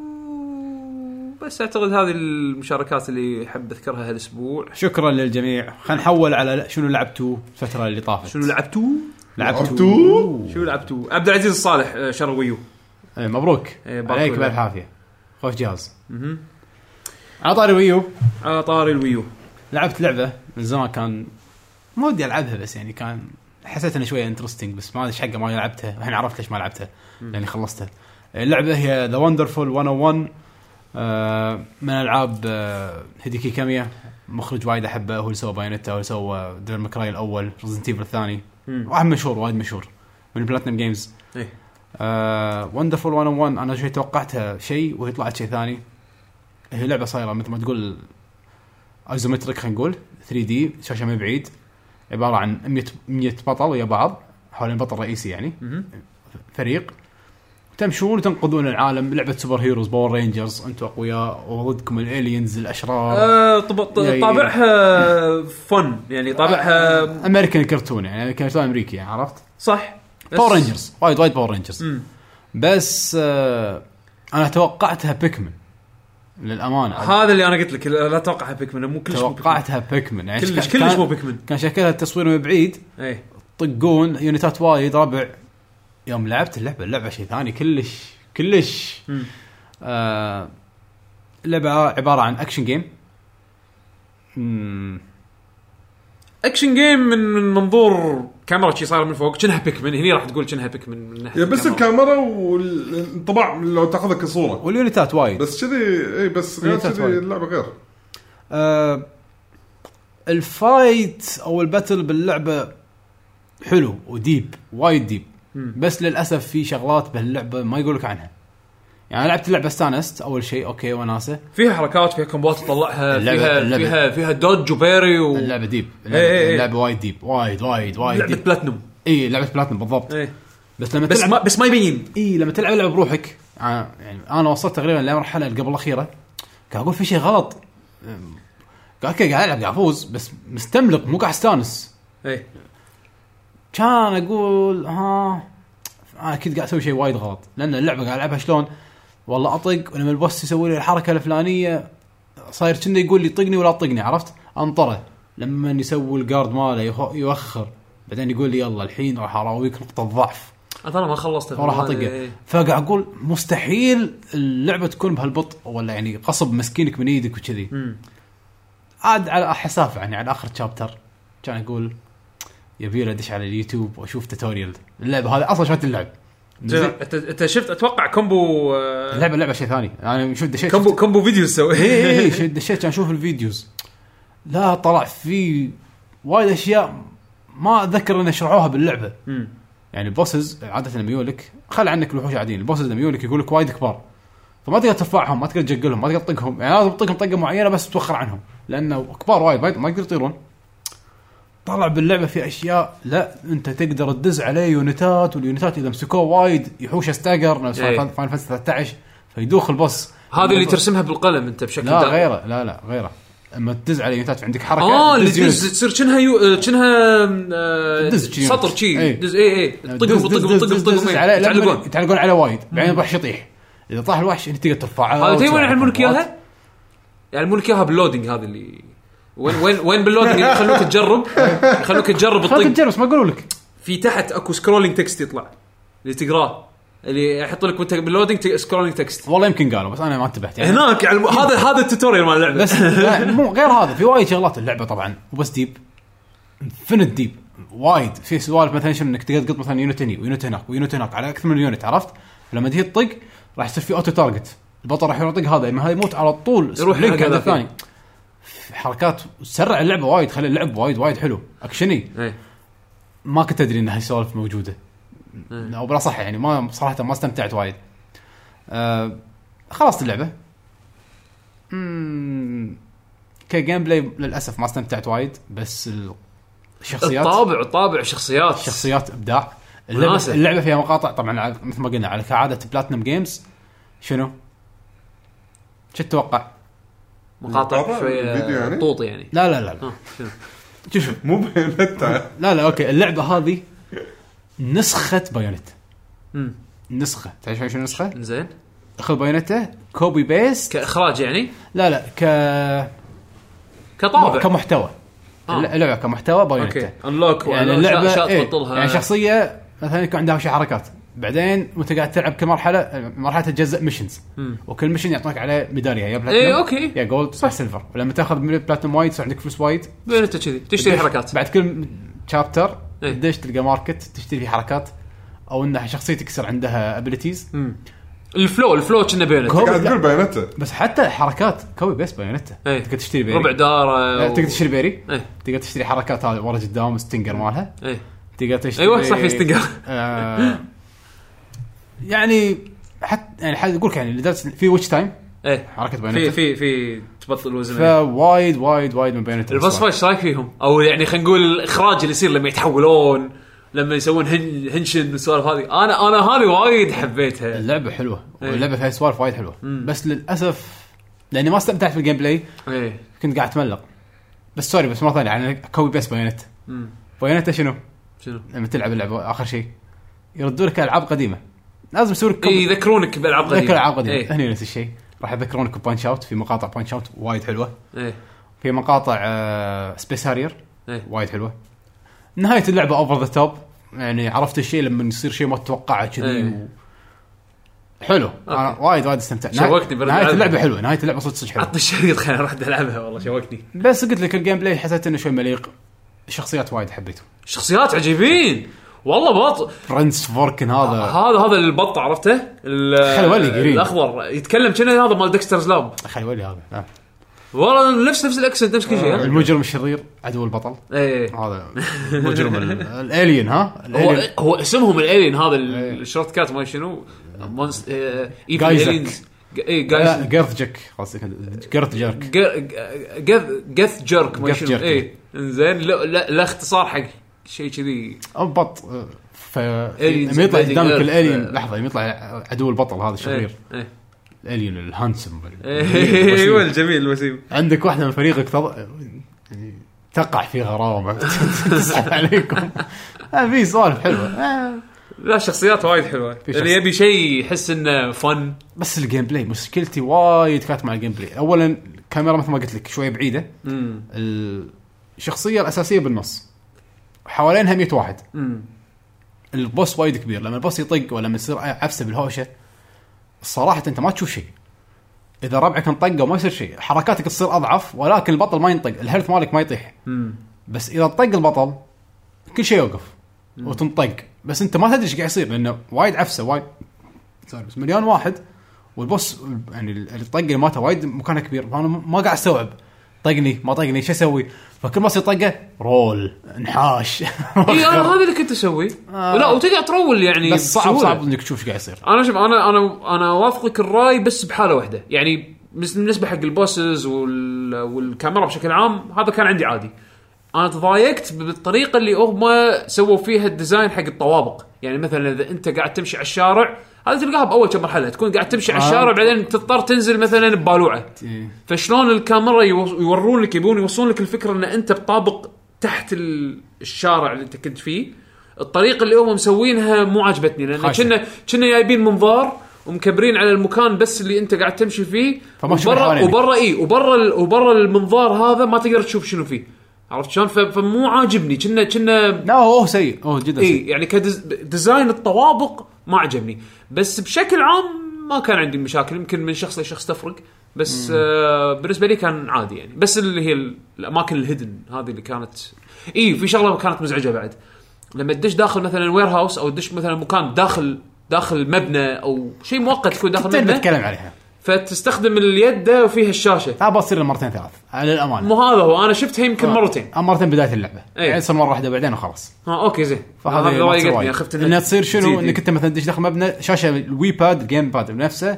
آه، بس اعتقد هذه المشاركات اللي احب اذكرها هالاسبوع
شكرا للجميع خلينا نحول على شنو لعبتوا الفتره اللي طافت
شنو لعبتوا؟
لعبتوا
شنو لعبتوا؟ عبد العزيز الصالح آه، شرى ويو
إيه، مبروك
إيه، بارك
عليك
الله.
بالف عافيه خوش جهاز على طاري ويو
على آه، طاري الويو
لعبت لعبه من زمان كان ما ودي العبها بس يعني كان حسيت انها شويه انترستنج بس ما ادري إيش حقه ما لعبتها الحين عرفت ليش ما لعبتها لاني خلصتها اللعبه هي ذا وندرفول 101 آه، من العاب آه، هيديكي كاميا مخرج وايد احبه هو اللي سوى بايونيتا هو اللي سوى دير مكراي الاول ريزنت ايفل الثاني
مم.
واحد مشهور وايد مشهور من آه، بلاتنم جيمز
إيه.
وندرفول 101 انا شيء توقعتها شيء وهي طلعت شيء ثاني هي لعبه صايره مثل ما تقول ايزومتريك خلينا نقول 3 دي شاشه من بعيد عباره عن 100 100 بطل ويا بعض حوالين بطل رئيسي يعني
مهم.
فريق تمشون وتنقذون العالم لعبه سوبر هيروز باور رينجرز انتم اقوياء وضدكم الالينز الاشرار
آه، طب-
يا- يا-
طابعها فن يعني طابعها
امريكان كرتون يعني كرتون امريكي يعني عرفت؟
صح بس-
باور رينجرز وايد وايد باور رينجرز
مم.
بس آه انا توقعتها بيكمن للامانه
هذا اللي انا قلت لك لا لا اتوقع بيكمن مو كلش مو بيكمن.
توقعتها بيكمن يعني
كلش
كان-
كلش مو إيه. بيكمن
كان شكلها التصوير من بعيد
اي
طقون يونتات وايد ربع يوم لعبت اللعبه اللعبه شيء ثاني كلش كلش
مم.
آه اللعبه عباره عن اكشن جيم مم،
اكشن جيم من من منظور كاميرا شي صاير من فوق كأنها بيكمن هني راح تقول كأنها بيكمن من ناحيه
يا بس الكاميرا والانطباع لو تاخذه كصوره
واليونتات وايد
بس كذي اي بس غير
يونتات
كذي
إيه، وايد.
اللعبه غير
آه الفايت او الباتل باللعبه حلو وديب وايد ديب
مم.
بس للاسف في شغلات بهاللعبه ما يقولك عنها يعني أنا لعبت اللعبه استانست اول شيء اوكي وناسه
فيها حركات فيها كومبات تطلعها
اللعبة-
فيها
اللعبة.
فيها فيها دوج وبيري و
اللعبه ديب
إيه إيه إيه.
اللعبه وايد ديب وايد وايد وايد
لعبه
ديب
بلاتنوم
اي لعبه بلاتنم بالضبط
إيه.
بس لما
بس
تلعب
ما بس ما يبين
اي لما تلعب لعبه بروحك آه، يعني انا وصلت تقريبا للمرحله اللي قبل الاخيره قاعد اقول في شيء غلط أم، قاعد اوكي قاعد العب قاعد افوز بس مستملق مو قاعد استانس
اي
إيه. كان اقول ها انا كنت قاعد اسوي شيء وايد غلط لان اللعبه قاعد العبها شلون والله اطق ولما البوس يسوي لي الحركه الفلانيه صاير كأنه يقول لي طقني ولا طقني عرفت انطره لما يسوي الجارد ماله يخ- يوخر بعدين يقول لي يلا الحين راح اراويك نقطه ضعف
انا ترى ما خلصت
وراح
إيه.
اطقه فقاعد اقول مستحيل اللعبه تكون بهالبطء ولا يعني قصب مسكينك من ايدك وكذي
مم.
عاد على حساب يعني على اخر شابتر كان اقول يبي لي ادش على اليوتيوب واشوف توتوريال اللعبه هذه اصلا شلون تلعب نزل-
انت انت شفت اتوقع كومبو آه،
اللعبه اللعبه شيء ثاني انا شو دشيت
كومبو كومبو فيديو *laughs* سوي
اي اي اي شد- دشيت عشان اشوف الفيديوز لا طلع في وايد اشياء ما اتذكر ان شرحوها باللعبه
مم.
يعني البوسز عاده لما يولك خل عنك الوحوش عاديين البوسز لما يولك يقول لك وايد كبار فما تقدر ترفعهم ما تقدر تجقلهم ما تقدر تطقهم يعني لازم تطقهم طقه معينه بس توخر عنهم لانه كبار وايد وايد ما يقدروا يطيرون طلع باللعبه في اشياء لا انت تقدر تدز عليه يونتات واليونتات اذا مسكوه وايد يحوش استاجر نفس
إيه.
فاينل فانتسي 13 فيدوخ البوس
هذه اللي ترسمها بالقلم انت بشكل
لا
دائري.
غيره لا لا غيره اما تدز على يونتات عندك حركه
اه اللي
تدز يونت.
تدز تصير شنها يو... شنها آه،
تدز شي.
سطر شي
إي.
دز اي اي طقم
إيه. آه، دز- دز-
طقم
دز-
طقم إيه.
دز- دز
طقم
عليه لما
تعلقون
يتعلقون عليه وايد بعدين الوحش يطيح اذا طاح الوحش انت تقدر ترفعه
هذا تدري وين
وتسوي
يعلمونك
حركات.
اياها؟ يعلمونك اياها باللودنج هذا اللي وين وين وين
*laughs*
باللودنج اللي يخلوك تجرب يخلوك تجرب
خليك
الطق
تجرب بس ما اقول لك
في تحت اكو سكرولينج تكست يطلع اللي تقراه اللي يحط لك وانت باللودنج سكرولينج تكست
والله يمكن قالوا بس انا ما انتبهت يعني
هناك على الم- هذا هذا التوتوريال مال
*laughs*
اللعبه
بس لا مو غير هذا في وايد شغلات اللعبه طبعا وبس ديب انفنت ديب وايد في سوالف مثلا شنو انك تقدر تقط مثلا يونت هني ويونت هناك ويونت هناك على اكثر من يونت عرفت؟ لما تجي تطق راح يصير في اوتو تارجت البطل راح يروح يطق هذا اما هذا يموت على طول
يروح
لينك
حق
هذا
هذا
الثاني حركات سرع اللعبه وايد خلي اللعب وايد وايد حلو اكشني
إيه.
ما كنت ادري ان هالسوالف موجوده
إيه.
او بلا صح يعني ما صراحه ما استمتعت وايد آه خلصت اللعبه مم، كجيم بلاي للاسف ما استمتعت وايد بس ال- الشخصيات
الطابع الطابع الشخصيات
الشخصيات ابداع
وناسة.
اللعبه, اللعبة فيها مقاطع طبعا على- مثل ما قلنا على كعاده بلاتنم جيمز شنو؟ شو تتوقع؟
مقاطع
مقاطع بالفيديو
شويه
يعني؟
طوطي يعني
لا لا لا, لا.
ها، شنو؟
شوف شوف
مو *laughs* بينتا
لا لا اوكي اللعبه هذه نسخه بايونت
مم.
نسخه تعرف شنو نسخه؟
زين
خذ بايونته كوبي بيست
كاخراج يعني
لا لا ك
كطابع
كمحتوى
آه.
اللعبه كمحتوى بايونتا
اوكي انلوك
يعني اللعبه
اشياء
إيه.
تبطلها
يعني شخصيه مثلا يكون عندها شي حركات بعدين وانت قاعد تلعب كل مرحله مرحله تجزء ميشنز
مم.
وكل ميشن يعطونك عليه ميداليه يا
إيه،
بلاتنم
أوكي.
يا جولد صح سيلفر ولما تاخذ من بلاتنم وايد يصير عندك فلوس وايد
بينته كذي تشتري
تدش-
حركات
بعد كل شابتر
إيه.
تدش تلقى ماركت تشتري فيه حركات او ان شخصيتك يصير عندها ابيلتيز
مم. الفلو الفلو كنا بينته
قاعد تقول بينتا
بس حتى حركات كوبي بيس بايونتا
إيه.
تقدر تشتري بيري
ربع داره
لا،
و-
تقدر تشتري بيري
ايه
تقدر تشتري حركات هذه ورا قدام ستنجر مالها
ايه
تقدر تشتري
أيوة، صح، في ستنجر.
آه، *laughs* يعني حتى يعني حد يقول يعني لدرجه في ويتش تايم
ايه
حركه
في
بايونتا
في في تبطل وزن إيه.
فوايد وايد وايد من بايونتا
البوس فايت ايش رايك فيهم؟ او يعني خلينا نقول الاخراج اللي يصير لما يتحولون لما يسوون هن هنشن والسوالف هذه انا انا هذه وايد حبيتها
اللعبه حلوه
إيه.
واللعبه فيها سوالف وايد حلوه بس للاسف لاني ما استمتعت في الجيم بلاي
ايه
كنت قاعد اتملق بس سوري بس مره ثانيه يعني كوبي بيس بايونتا
مم.
بايونتا شنو؟
شنو؟
لما تلعب اللعبه اخر شيء يردوا لك العاب قديمه لازم يسوي لك
اي إيه، يذكرونك بالعاب قديمه
ذكر العاب قديمه
ايه
هني نفس الشيء راح يذكرونك ببانش اوت في مقاطع بانش اوت وايد حلوه
ايه
في مقاطع آه سبيس هارير
ايه
وايد حلوه نهايه اللعبه اوفر ذا توب يعني عرفت الشيء لما يصير شيء ما تتوقعه كذي
إيه.
و... حلو انا
أوكي.
وايد وايد استمتعت
شوقتني برد
نهايه
ألعبها.
اللعبه حلوه نهايه اللعبه صدق صدق حلوه
*laughs* عطني الشريط خليني اروح العبها والله شوقتني
بس قلت لك الجيم بلاي حسيت انه شوي مليق الشخصيات وايد حبيته
شخصيات عجيبين والله بط
برنس فوركن هذا
هذا هذا البط عرفته ال-
خلولي طيب. قريب.
الاخضر يتكلم كنا هذا مال ديكسترز لاب
خلولي هذا آه.
والله نفس نفس الاكسنت نفس كل شيء
المجرم الشرير عدو البطل
ايه
هذا المجرم ال-
*laughs*
الالين ها
هو
الالين
هو اسمهم الالين هذا ال-
إيه.
الشورت كات ما شنو آه، مونست
جايزك.
اي
لا
جايز
جيرث جك قصدك جيرث جرك
جث جيرك ما
Geth
شنو
jerk.
اي انزين لا- لا لا اختصار حق شيء كذي
او بط أه، ف
Aliens أه.
لما يطلع
invading
قدامك
Earth.
الالين لحظه لما يطلع عدو البطل هذا الشرير
إيه، إيه.
الالين الهانسم *laughs*
إيه، *laughs* ايوه
الوسيم.
الجميل الوسيم
عندك واحده من فريقك تض... يعني تقع في غرامه *laughs* تسحب عليكم آه، في سوالف حلوه آه،
لا شخصيات وايد حلوه
في
اللي
شخص-
يبي شيء يحس انه فن
بس الجيم بلاي مشكلتي وايد كانت مع الجيم بلاي اولا الكاميرا مثل ما قلت لك شويه بعيده الشخصيه الاساسيه بالنص حوالينها 100 واحد البوس وايد كبير لما البوس يطق ولما يصير عفسه بالهوشه صراحه انت ما تشوف شيء اذا ربعك انطقوا ما يصير شيء حركاتك تصير اضعف ولكن البطل ما ينطق الهيلث مالك ما يطيح بس اذا طق البطل كل شيء يوقف وتنطق بس انت ما تدري ايش قاعد يصير لانه وايد عفسه وايد سوري، بس مليون واحد والبوس يعني الطق اللي ماته وايد مكانه كبير فانا ما قاعد استوعب طقني ما طقني شو اسوي؟ فكل ما يصير طقه رول انحاش *laughs*
اي انا هذا اللي كنت اسوي
آه.
لا وتقعد ترول يعني
بس صعب
بسهولة.
صعب انك تشوف ايش قاعد يصير
انا شوف انا انا انا اوافقك الراي بس بحاله واحده يعني بس بالنسبه حق البوسز وال والكاميرا بشكل عام هذا كان عندي عادي انا تضايقت بالطريقه اللي هم سووا فيها الديزاين حق الطوابق يعني مثلا اذا انت قاعد تمشي على الشارع هذا تلقاها باول كم مرحله تكون قاعد تمشي على
آه.
الشارع بعدين تضطر تنزل مثلا ببالوعه
إيه.
فشلون الكاميرا يو- يورون لك يبون يوصلون لك الفكره ان انت بطابق تحت ال- الشارع اللي انت كنت فيه الطريقه اللي هم مسوينها مو عاجبتني لان
خايسة.
كنا كنا جايبين منظار ومكبرين على المكان بس اللي انت قاعد تمشي فيه
فما تشوف اللي
وبرا
حوالينك.
وبرا اي وبرا ال- وبرا المنظار هذا ما تقدر تشوف شنو فيه عرفت شلون ف- فمو عاجبني كنا كنا
لا هو سيء إيه، هو جدا سيء
اي يعني كديزاين الطوابق ما عجبني بس بشكل عام ما كان عندي مشاكل يمكن من شخص لشخص تفرق بس آه بالنسبه لي كان عادي يعني بس اللي هي ال- الاماكن الهدن هذه اللي كانت اي في شغله كانت مزعجه بعد لما تدش داخل مثلا وير هاوس او تدش مثلا مكان داخل داخل مبنى او شيء مؤقت يكون
كنت
داخل مبنى
بتكلم عليها
فتستخدم اليد وفيها الشاشه
لا بصير مرتين ثلاث على الامانه
مو هذا هو انا شفتها يمكن مرتين
آه، مرتين بدايه اللعبه
إيه.
يعني تصير مره واحده بعدين وخلاص
اه اوكي زين
فهذا
هذا
ما تصير
ضايقتني
وايد.
خفت
انها تصير
تزيد.
شنو انك انت مثلا تدش داخل مبنى شاشه الوي باد الجيم باد بنفسه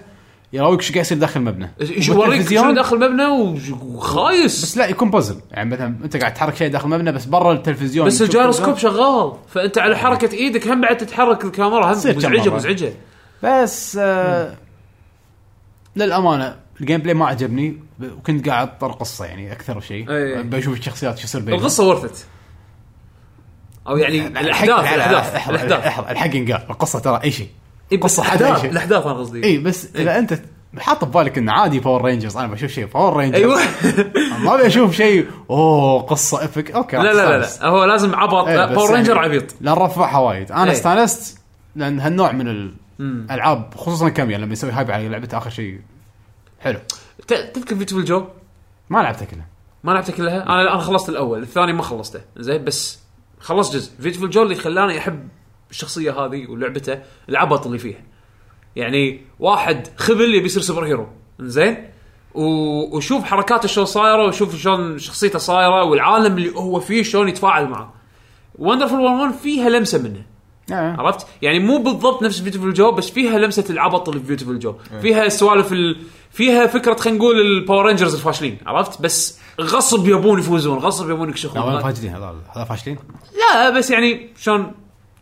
يراويك ايش قاعد يصير داخل المبنى
يوريك
والتلفزيون-
شنو داخل مبنى و- وخايس
بس لا يكون بازل يعني مثلا انت قاعد تحرك شيء داخل المبنى بس برا التلفزيون
بس
تشوف
الجايروسكوب
كذا.
شغال فانت على حركه ايدك هم بعد تتحرك الكاميرا هم
تصير كم
مزعجه
مرة.
مزعجه
بس آه للامانه الجيم بلاي ما عجبني ب- وكنت قاعد اضطر قصه يعني اكثر شيء
إيه.
بشوف الشخصيات شو يصير بينهم
القصه ورثت او يعني الاحداث
لا، لا، لا،
الاحداث
احرق-
الاحداث
احرق- الحق ينقال القصه ترى اي شيء
إي إيه، بس
قصة إيه. حتى
الاحداث
شيء.
الاحداث انا قصدي
اي بس اذا انت حاط ببالك انه عادي باور رينجرز انا بشوف شيء باور رينجرز
ايوه
ما بشوف شيء اوه قصه افك اوكي راح
لا لا لا,
أستانس.
لا هو لازم عبط
إيه،
لا،
بس
باور رينجر
يعني
عبيط
لا نرفعها وايد انا
إيه.
استانست لان هالنوع من الالعاب خصوصا كاميا يعني لما يسوي هايب على لعبته اخر شيء حلو
ت- تذكر بيوتفل جو
ما لعبتها كلها
ما لعبتها كلها انا انا خلصت الاول الثاني ما خلصته زين بس خلصت جزء فيتفول جو اللي خلاني احب الشخصيه هذه ولعبته العبط اللي فيها يعني واحد خبل يبي يصير سوبر هيرو زين و- وشوف حركاته شلون صايره وشوف شلون شخصيته صايره والعالم اللي هو فيه شلون يتفاعل معه وندرفول 1 فيها لمسه منه
آه.
عرفت؟ يعني مو بالضبط نفس بيوتيفل جو بس فيها لمسه العبط اللي في بيوتيفل جو،
إيه.
فيها سوالف ال... فيها فكره خلينا نقول الباور رينجرز الفاشلين، عرفت؟ بس غصب يبون يفوزون، غصب يبون
لا وين
يكشخون.
فاشلين هذول هذول فاشلين
لا بس يعني شلون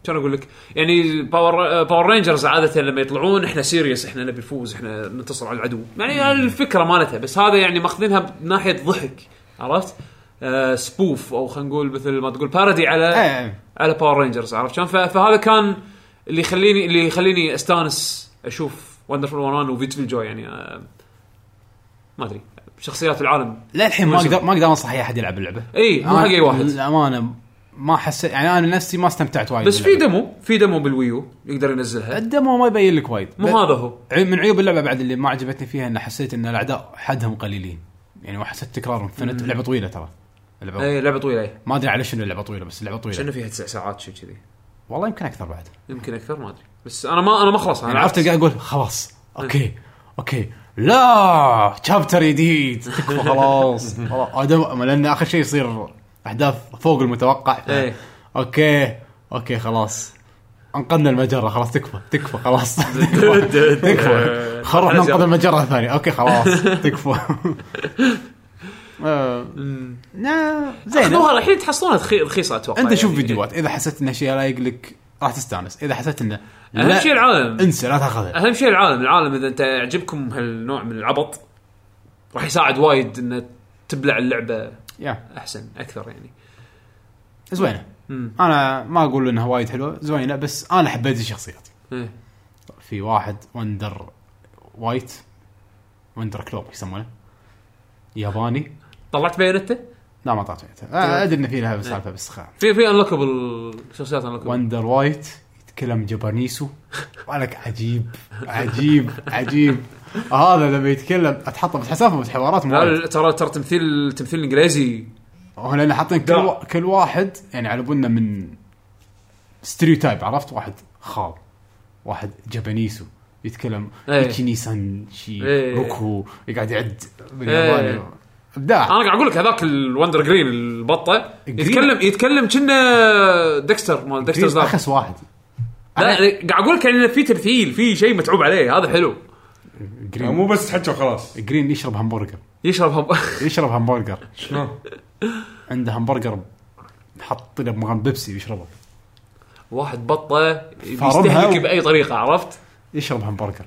شلون اقول لك؟ يعني باور باور رينجرز عاده لما يطلعون احنا سيريس احنا نبي نفوز احنا ننتصر على العدو، يعني الفكره مالتها بس هذا يعني ماخذينها من ناحيه ضحك، عرفت؟ آه سبوف او خلينا نقول مثل ما تقول بارودي على
إيه.
على باور رينجرز عرفت شلون؟ ف- فهذا كان اللي يخليني اللي يخليني استانس اشوف وندرفول 101 وفيتفل جو يعني آه، ما ادري شخصيات العالم
للحين ما
ماشي.
اقدر ما اقدر انصح اي احد يلعب اللعبه
اي مو حق اي واحد
للامانه ما حسيت يعني انا نفسي ما استمتعت وايد
بس في
باللعبة.
دمو في دمو بالويو يقدر ينزلها
الدمو ما يبين لك وايد
مو
بس-
هذا هو
عيب- من عيوب اللعبه بعد اللي ما عجبتني فيها ان حسيت ان الاعداء حدهم قليلين يعني وحسيت تكرارهم ثنت لعبه طويله ترى اللعبه
اي لعبه طويله إي.
ما ادري على شنو اللعبه طويله بس اللعبه طويله
كأنه فيها تسع ساعات شيء كذي
والله يمكن اكثر بعد
يمكن اكثر ما ادري بس انا ما انا ما خلاص انا
يعني عرفت إيه. قاعد اقول خلاص اوكي اوكي لا شابتر جديد تكفى خلاص *laughs* والله أدم- لان اخر شيء يصير احداث فوق المتوقع
إيه.
اوكي اوكي خلاص انقذنا المجره خلاص تكفى *laughs* تكفى خلاص تكفى خل نروح ننقذ المجره الثانيه اوكي خلاص *laughs* تكفى آه، لا زين
خذوها الحين تحصلونها تخي- رخيصه اتوقع
انت شوف
يعني.
فيديوهات اذا حسيت ان شيء لايق لك راح تستانس اذا حسيت انه
اهم
لا،
شيء العالم
انسى لا تاخذها
اهم شيء العالم العالم اذا انت يعجبكم هالنوع من العبط راح يساعد وايد انه تبلع اللعبه
يا
احسن اكثر يعني
زوينه
مم.
انا ما اقول انها وايد حلوه زوينه بس انا حبيت الشخصيات
إيه.
في واحد وندر وايت وندر كلوب يسمونه ياباني
طلعت بيانته
لا ما
طيب. إيه.
طلعت وقتها. آه، ادري ان في لها سالفه بس خلاص
في في انلوكبل شخصيات انلوكبل
وندر وايت يتكلم جابانيسو ولك عجيب عجيب عجيب هذا لما يتكلم اتحط بحسافه بحوارات
لا،
وايد
لا، ترى ترى تمثيل التمثيل الانجليزي
هو لان حاطين كل,
لا.
وا- كل واحد يعني على بالنا من ستريوتايب عرفت واحد خال واحد جابانيسو يتكلم
إيه.
ايتشي سان شي
إيه.
روكو يقعد يعد
إيه. آه،
بالياباني ابداع
انا قاعد اقول لك هذاك الوندر جرين البطه
جرين.
يتكلم يتكلم كنا ديكستر مال ديكستر
تريد
لاب
اخس واحد
لا قاعد اقول لك يعني في تمثيل في شيء متعوب عليه هذا حلو
يعني
جرين
مو بس تحكي وخلاص
جرين يشرب همبرجر
يشرب هب... *laughs*
يشرب همبرجر
شلون؟
عنده همبرجر حط له بمغام بيبسي يشربه
واحد بطه
فارمها
بيستهلك
و-
باي طريقه عرفت؟
يشرب همبرجر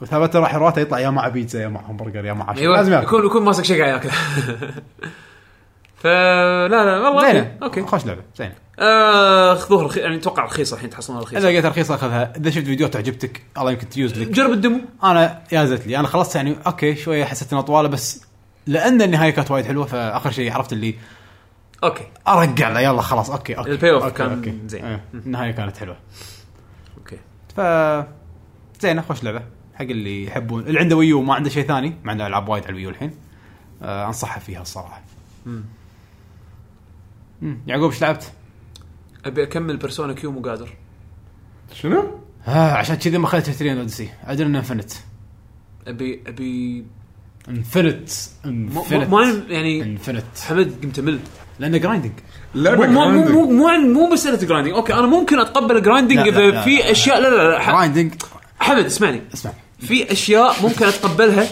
وثابت راح رواته يطلع يا مع بيتزا يا مع همبرجر يا مع عشاء
ايوه
لازم ياكل
يكون يكون ماسك شيء قاعد *laughs* ياكله فلا لا والله
زينه
اوكي اوكي
خوش لعبه زينه
آه، خذوه رخي... يعني اتوقع رخيص الحين تحصلونها رخيص
اذا لقيت رخيص اخذها اذا شفت فيديوهات تعجبتك الله يمكن تيوز لك
جرب الدمو
انا يازت لي انا خلصت يعني اوكي شويه حسيت انها طواله بس لان النهايه كانت وايد حلوه فاخر شيء عرفت اللي
اوكي
ارجع له يلا خلاص اوكي اوكي
البي اوف
أوكي،
كان
أوكي.
زين.
إيه، النهايه كانت حلوه
اوكي
ف زينه خوش لعبه حق اللي يحبون اللي عنده ويو وما عنده شيء ثاني مع انه العاب وايد على الويو الحين آه انصحه فيها الصراحه مم. يعقوب ايش لعبت؟
ابي اكمل بيرسونا كيو مو قادر
شنو؟
آه عشان كذي ما اخذت ترين اوديسي ادري انه انفنت
ابي ابي
انفنت
مو- مو مو
انفنت
عن- يعني
انفنت
حمد قمت مل
لانه جرايندنج
مو
اللعبه
مو
grinding.
مو مو, عن- مو مساله جرايندنج اوكي انا ممكن اتقبل جرايندنج
لا، لا،
اذا
لا،
في
لا.
اشياء لا لا لا ح-
جرايندنج
حمد اسمعني
اسمع
في اشياء ممكن
*laughs*
اتقبلها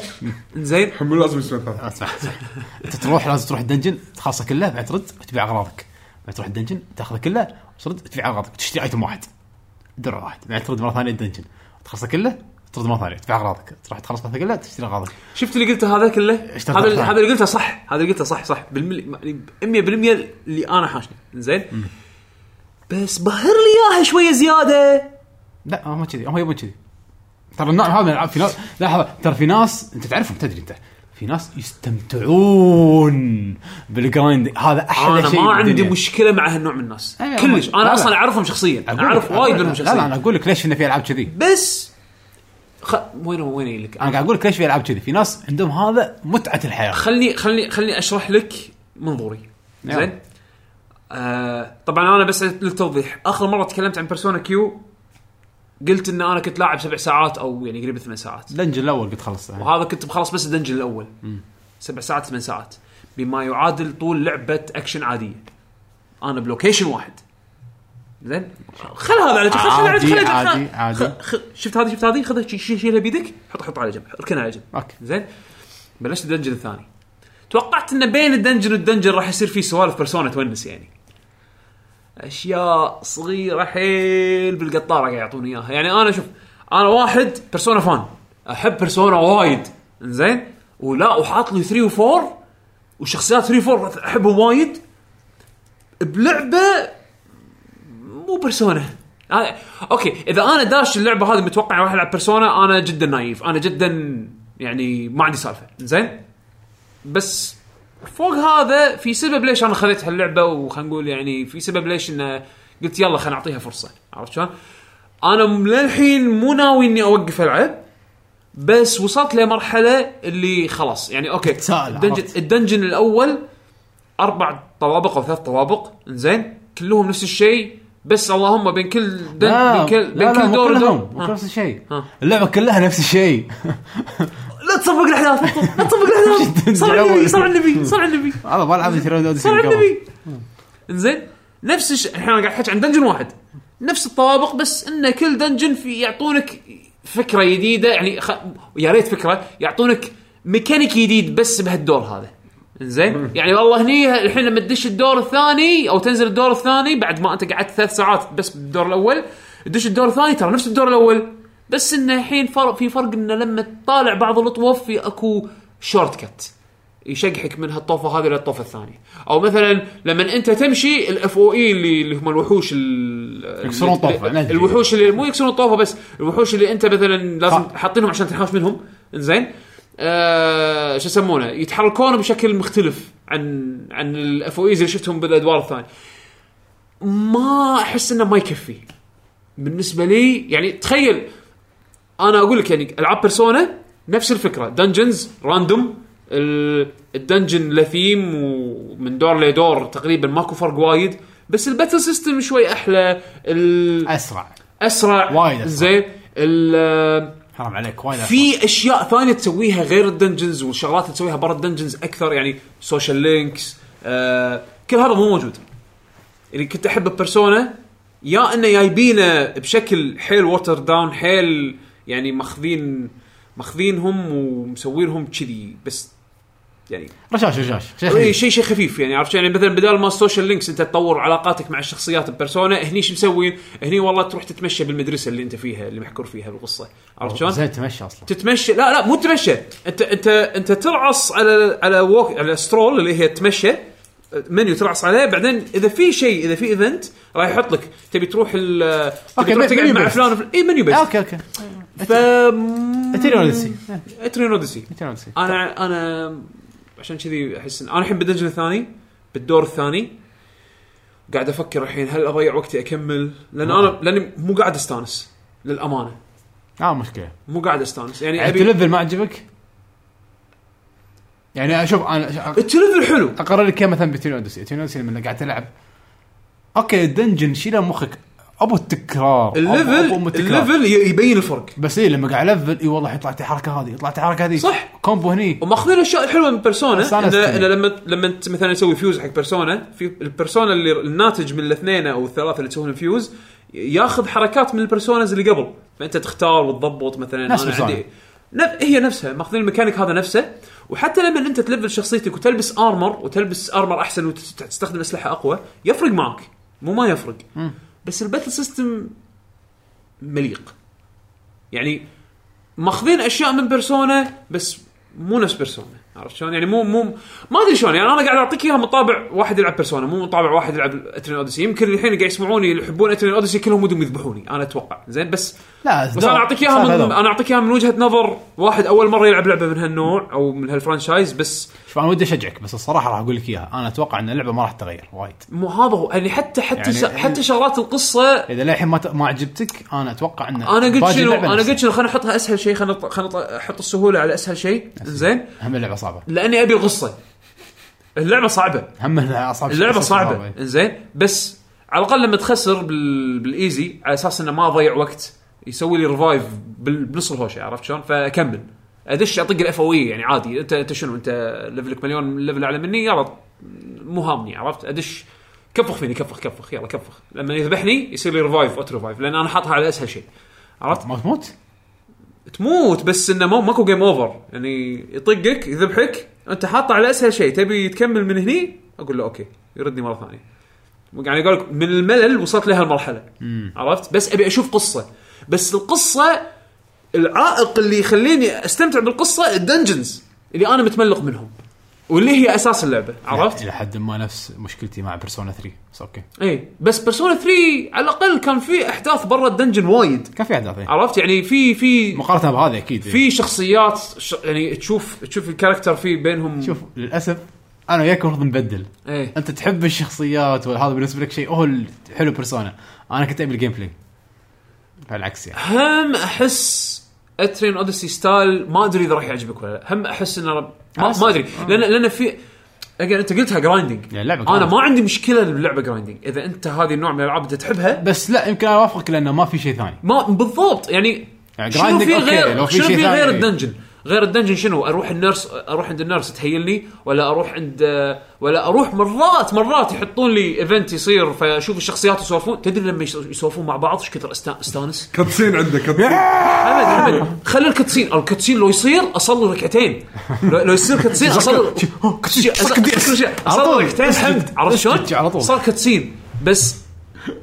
زين
حمود لازم يسمع هذا.
اسمع *laughs* انت تروح لازم تروح الدنجن تخلصه كله بعد ترد وتبيع اغراضك بعد تروح الدنجن تاخذه كله وترد وتبيع اغراضك تشتري ايتم واحد درع واحد بعد ترد مره ثانيه الدنجن تخلصه كله ترد مره ثانيه تبيع اغراضك تروح تخلص مثلا كله تشتري اغراضك
شفت اللي قلته هذا كله
اشتغل
هذا
أفلام.
هذا اللي قلته صح هذا اللي قلته صح صح بالملي يعني 100% اللي انا حاشني زين بس بهر لي اياها شويه زياده
لا هم كذي هم يبون كذي ترى النوع هذا من الألعاب في ناس لحظه ترى في ناس انت تعرفهم تدري انت في ناس يستمتعون بالجرايند هذا احلى
انا
شيء
ما عندي
بالدنيا.
مشكله مع هالنوع من الناس
أيوة،
كلش
ما- لا،
انا
لا.
اصلا اعرفهم شخصيا
أقول لك-
اعرف وايد منهم
لا لا انا
شخصيا
اقول لك ليش انه في العاب كذي
بس خ... وين وين أجي لك
انا قاعد اقول لك ليش في العاب كذي في ناس عندهم هذا متعه الحياه
خلني خلني خلني اشرح لك منظوري
يلا.
زين آه طبعا انا بس للتوضيح اخر مره تكلمت عن بيرسونا كيو قلت ان انا كنت لاعب سبع ساعات او يعني قريب ثمان ساعات
الدنجن الاول قد خلصته
وهذا كنت مخلص بس الدنجن الاول سبع ساعات ثمان ساعات بما يعادل طول لعبه اكشن عاديه انا بلوكيشن واحد زين خل هذا على جنب خل خل على
عادي،
جنب، خل على
عادي،
جنب، خل-
عادي.
خ- خ- شفت هذه شفت هذه خذها شي- شي- شيلها بيدك حط حطها على جنب اركنها على جنب
اوكي
زين بلشت الدنجن الثاني توقعت انه بين الدنجن والدنجن راح يصير في سوالف بيرسونا تونس يعني اشياء صغيره حيل بالقطاره قاعد يعطوني اياها يعني انا شوف انا واحد بيرسونا فان احب بيرسونا وايد زين ولا وحاط لي 3 و4 وشخصيات 3 و4 احبهم وايد بلعبه مو بيرسونا هذا- اوكي اذا انا داش اللعبه هذه متوقع راح العب بيرسونا انا جدا نايف انا جدا يعني ما عندي سالفه زين بس فوق هذا في سبب ليش انا خذيت هاللعبه وخلينا نقول يعني في سبب ليش انه قلت يلا خلينا نعطيها فرصه عرفت شلون؟ انا م- للحين مو ناوي اني اوقف العب بس وصلت لمرحله اللي خلاص يعني اوكي
تتساءل،
الدنجن,
عرفت.
الدنجن الاول اربع طوابق او ثلاث طوابق زين كلهم نفس الشيء بس اللهم بين كل دن... بين كل بين كل دور ودور آه.
مو
ها.
نفس الشيء
ها.
اللعبه كلها نفس الشيء
لا تصفق الاحداث لا تصفق *laughs* الاحداث صل على النبي صل على *laughs* النبي صل على النبي
انا ما لعبت تيران اوديسي
صار النبي انزين نفس الش... الحين انا قاعد احكي عن دنجن واحد نفس الطوابق بس ان كل دنجن في يعطونك فكره جديده يعني خ... يا ريت فكره يعطونك ميكانيك جديد بس بهالدور هذا زين يعني والله هني الحين لما تدش الدور الثاني او تنزل الدور الثاني بعد ما انت قعدت ثلاث ساعات بس بالدور الاول تدش الدور الثاني ترى نفس الدور الاول بس انه الحين فرق في فرق انه لما تطالع بعض الاطواف في اكو شورت كت يشقحك من هالطوفه هذه للطوفه الثانيه او مثلا لما انت تمشي الاف او اي اللي اللي هم الوحوش ال-
يكسرون طوفة،
ال-
ندري.
الوحوش اللي مو يكسرون طوفه بس الوحوش اللي انت مثلا لازم
خ-
حاطينهم عشان تنحاش منهم انزين آه شو يسمونه يتحركون بشكل مختلف عن عن الاف او ايز اللي شفتهم بالادوار الثانيه ما احس انه ما يكفي بالنسبه لي يعني تخيل انا اقول لك يعني العاب بيرسونا نفس الفكره دنجنز راندوم ال- الدنجن لثيم ومن دور لدور تقريبا ماكو فرق وايد بس الباتل سيستم شوي احلى ال-
اسرع
اسرع
وايد أسرع.
زين ال-
حرام عليك وايد أسرع.
في اشياء ثانيه تسويها غير الدنجنز والشغلات اللي تسويها برا الدنجنز اكثر يعني سوشيال لينكس آه كل هذا مو موجود اللي كنت احبه بيرسونا يا انه جايبينه بشكل حيل ووتر داون حيل يعني ماخذين ماخذينهم ومسوينهم كذي بس يعني
رشاش رشاش شيء
اي
خفيف.
شيء شيء خفيف يعني عرفت شو؟ يعني مثلا بدال ما السوشيال لينكس انت تطور علاقاتك مع الشخصيات ببيرسونا هني شو مسوين؟ هني والله تروح تتمشى بالمدرسه اللي انت فيها اللي محكور فيها بالقصه عرفت شلون؟
زين تمشى اصلا
تتمشى لا لا مو تتمشى انت انت انت ترعص على على ووك على سترول اللي هي تمشى منيو ترعص عليه بعدين اذا في شيء اذا في ايفنت راح يحط لك تبي تروح ال
اوكي،
تبي تروح تقعد
منيو
مع
بس.
فلان وفلان- اي منيو بس
اوكي اوكي
ف
اتري اوديسي
اتريون اوديسي
اتري اوديسي
انا انا عشان كذي احس إن- انا الحين بالدنجن الثاني بالدور الثاني قاعد افكر الحين هل اضيع وقتي اكمل لان انا لاني مو قاعد استانس للامانه
اه مشكله
مو قاعد استانس يعني
يعني
ابي
تلفل ما عجبك؟ يعني اشوف انا
التلفل حلو
اقرر لك إياه مثلا بتيون اوديسي تيون اوديسي لما قاعد تلعب اوكي الدنجن شيله مخك ابو التكرار أبو- أبو أم
الليفل
التكرار.
الليفل ي- يبين الفرق
بس ايه لما قاعد الفل اي والله طلعت الحركه هذه طلعت الحركه هذه
صح.
كومبو هني
وماخذين الاشياء الحلوه من
بس
بيرسونا
أنا
انه
أستمتع.
إنه لما لما انت مثلا يسوي فيوز حق بيرسونا في البيرسونا اللي الناتج من الاثنين او الثلاثه اللي تسوون فيوز ياخذ حركات من البيرسونز اللي قبل فانت تختار وتضبط مثلا
نفس
انا
Persona.
عندي نف... هي نفسها ماخذين الميكانيك هذا نفسه وحتى لما انت تلفل شخصيتك وتلبس ارمر وتلبس ارمر احسن وتستخدم اسلحه اقوى يفرق معك مو ما يفرق بس الباتل سيستم مليق يعني ماخذين اشياء من بيرسونا بس مو نفس بيرسونا عرفت شلون؟ يعني مو مو ما ادري شلون يعني انا قاعد اعطيك اياها من طابع واحد يلعب بيرسونا مو من طابع واحد يلعب اترين اوديسي يمكن الحين اللي قاعد يسمعوني اللي يحبون اترين اوديسي كلهم ودهم يذبحوني انا اتوقع زين بس
لا
بس انا اعطيك اياها من
انا
انا اعطيك اياها من وجهه نظر واحد اول مره يلعب لعبه من هالنوع او من هالفرانشايز بس
شوف انا ودي اشجعك بس الصراحه راح اقول لك اياها انا اتوقع ان اللعبه ما راح تتغير وايد
مو هذا هو يعني حتى حتى
يعني-
يعني حتى شغلات القصه
اذا للحين ما ت- ما عجبتك انا اتوقع ان
انا قلت
باقي
شنو
اللعبة
انا
نفسها.
قلت شنو خلينا نحطها اسهل شيء خلينا نط- خلينا نط- احط السهوله على اسهل شيء زين
هم اللعبه صعبه
لاني ابي القصه اللعبه صعبه
هم اللعبه صعبه
اللعبه
إيه.
صعبه زين بس على الاقل لما تخسر بال... بالايزي على اساس انه ما اضيع وقت يسوي لي ريفايف بال... بنص الهوشه عرفت شلون فاكمل ادش اطق الافويه يعني عادي انت انت شنو انت ليفلك مليون ليفل اعلى مني يلا مو هامني عرفت ادش كفخ فيني كفخ كفخ يلا كفخ لما يذبحني يصير لي ريفايف اوت ريفايف لان انا حاطها على اسهل شيء عرفت
ما تموت
تموت بس انه مو ماكو جيم اوفر يعني يطقك يذبحك انت حاطه على اسهل شيء تبي تكمل من هني اقول له اوكي يردني مره ثانيه يعني اقول لك من الملل وصلت لهالمرحله عرفت بس ابي اشوف قصه بس القصه العائق اللي يخليني استمتع بالقصه الدنجنز اللي انا متملق منهم واللي هي اساس اللعبه عرفت
الى حد ما نفس مشكلتي مع بيرسونا 3 بس اوكي
اي إيه. بس بيرسونا 3 على الاقل كان في احداث برا الدنجن وايد
كان في احداث إيه.
عرفت يعني في في
مقارنه بهذا اكيد إيه.
في شخصيات ش... يعني تشوف تشوف الكاركتر في بينهم
شوف للاسف انا وياك المفروض نبدل
ايه
انت تحب الشخصيات وهذا بالنسبه لك شيء هو حلو بيرسونا انا كنت ابي الجيم بلاي فالعكس يعني
هم احس اترين اوديسي ستايل ما ادري اذا راح يعجبك ولا لا هم احس انه رب... ما,
أحس- آه.
ما ادري لان لان في أجل انت قلتها جرايندنج
يعني اللعبة
انا
grind.
ما عندي مشكله باللعبه جرايندنج اذا انت هذه النوع من الالعاب انت تحبها
بس لا يمكن انا اوافقك لانه ما في شيء ثاني
ما بالضبط يعني
يعني
شنو
grinding
في
أوكي،
غير
لو في
شنو
شيء
في غير
ثاني.
الدنجن غير الدنجن شنو اروح النيرس اروح عند النيرس تهيلني ولا اروح عند ولا اروح مرات مرات يحطون لي ايفنت يصير فاشوف الشخصيات يسولفون تدري لما يس- يسولفون مع بعض ايش كثر أست- استانس
كاتسين عندك كاتسين
حمد حمد خلي الكتسين الكتسين لو يصير اصلي ركعتين لو لو يصير كتسين اصلي
كتسين،
اصلي
على طول.
اصلي ركعتين حمد عرفت شلون؟
على طول.
صار كتسين بس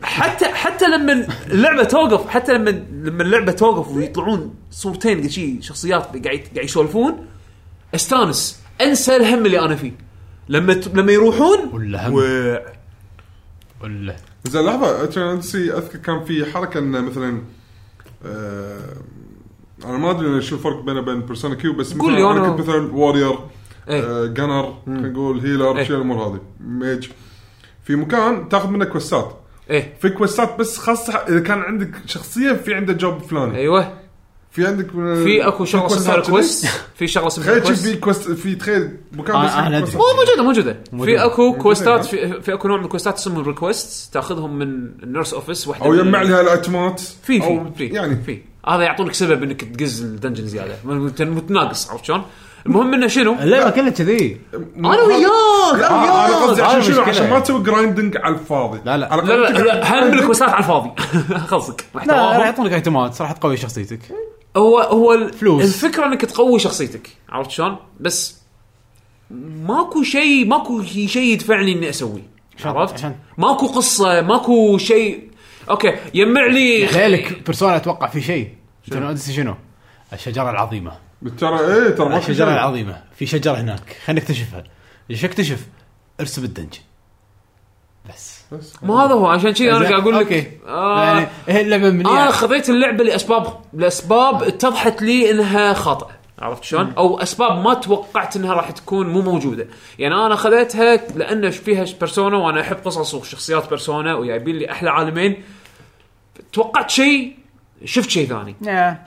حتى حتى لما اللعبه توقف حتى لما لما اللعبه توقف ويطلعون صورتين شي شخصيات قاعد قاعد يسولفون استانس انسى الهم اللي انا فيه لما ت... لما يروحون
ولا هم
و...
ولا
زين لحظه اترن اوديسي اذكر كان في حركه انه مثلا آه انا ما ادري شو الفرق بينه وبين بيرسونا كيو بس
قول
مثلا
لي
انا
أنا-
كنت مثلا وارير
إيه.
آه جنر خلينا نقول هيلر
إيه.
شيء الامور هذه ميج في مكان تاخذ منه كوستات
ايه
في كويستات بس خاصه اذا كان عندك شخصيه في عنده جوب فلاني
ايوه
في عندك آه، من-
في اكو شغله اسمها
كويستات
ريكوست في شغله اسمها
تخيل شوف
ريكوست
في كوست في تخيل مكان
آه،
بس في
أنا
كويست.
مو موجوده موجوده في
موجودة.
اكو
موجودة،
كوستات
نعم.
في, في اكو نوع من الكوستات اسمهم ريكوست تاخذهم من النيرس اوفيس واحده
او
من-
يجمع لها الايتمات
في في
أو
في
يعني
يعني في هذا يعطونك سبب انك تقز الدنجن زياده مت- متناقص عرفت شلون؟ المهم انه شنو؟
اللعبه كلها كذي
انا وياك
لا
انا
انا قصدي
وياك
عشان
هاي
شنو
مشكلة.
عشان ما تسوي جرايندنج على الفاضي
لا، لا.
على
لا
الأقل
لا
تقعد-
لا هم الكوستات على الفاضي *laughs* خلصك
لا راح
محتواهم
يعطونك ايتمات صراحه تقوي شخصيتك
هو هو ال-
فلوس.
الفكره انك تقوي شخصيتك عرفت شلون؟ بس ماكو شيء ماكو شيء يدفعني اني اسويه
عشان-
عرفت؟
عشان.
ماكو قصه ماكو شيء اوكي يجمع لي
ليلك بيرسونا اتوقع في شيء شنو اوديسي شنو؟ الشجره العظيمه
ترى ايه ترى ما في
الشجره
شيء.
العظيمه في شجره هناك خلينا نكتشفها ايش اكتشف؟ ارسم الدنجن بس
ما هذا هو عشان كذي انا قاعد اقول لك
اوكي
آه،
يعني هي اللعبه من
انا خذيت اللعبه لاسباب لاسباب اتضحت لي انها خاطئه عرفت شلون؟ او اسباب ما توقعت انها راح تكون مو موجوده، يعني انا خذيتها لان فيها بيرسونا وانا احب قصص وشخصيات بيرسونا وجايبين لي احلى عالمين توقعت شيء شفت شيء ثاني.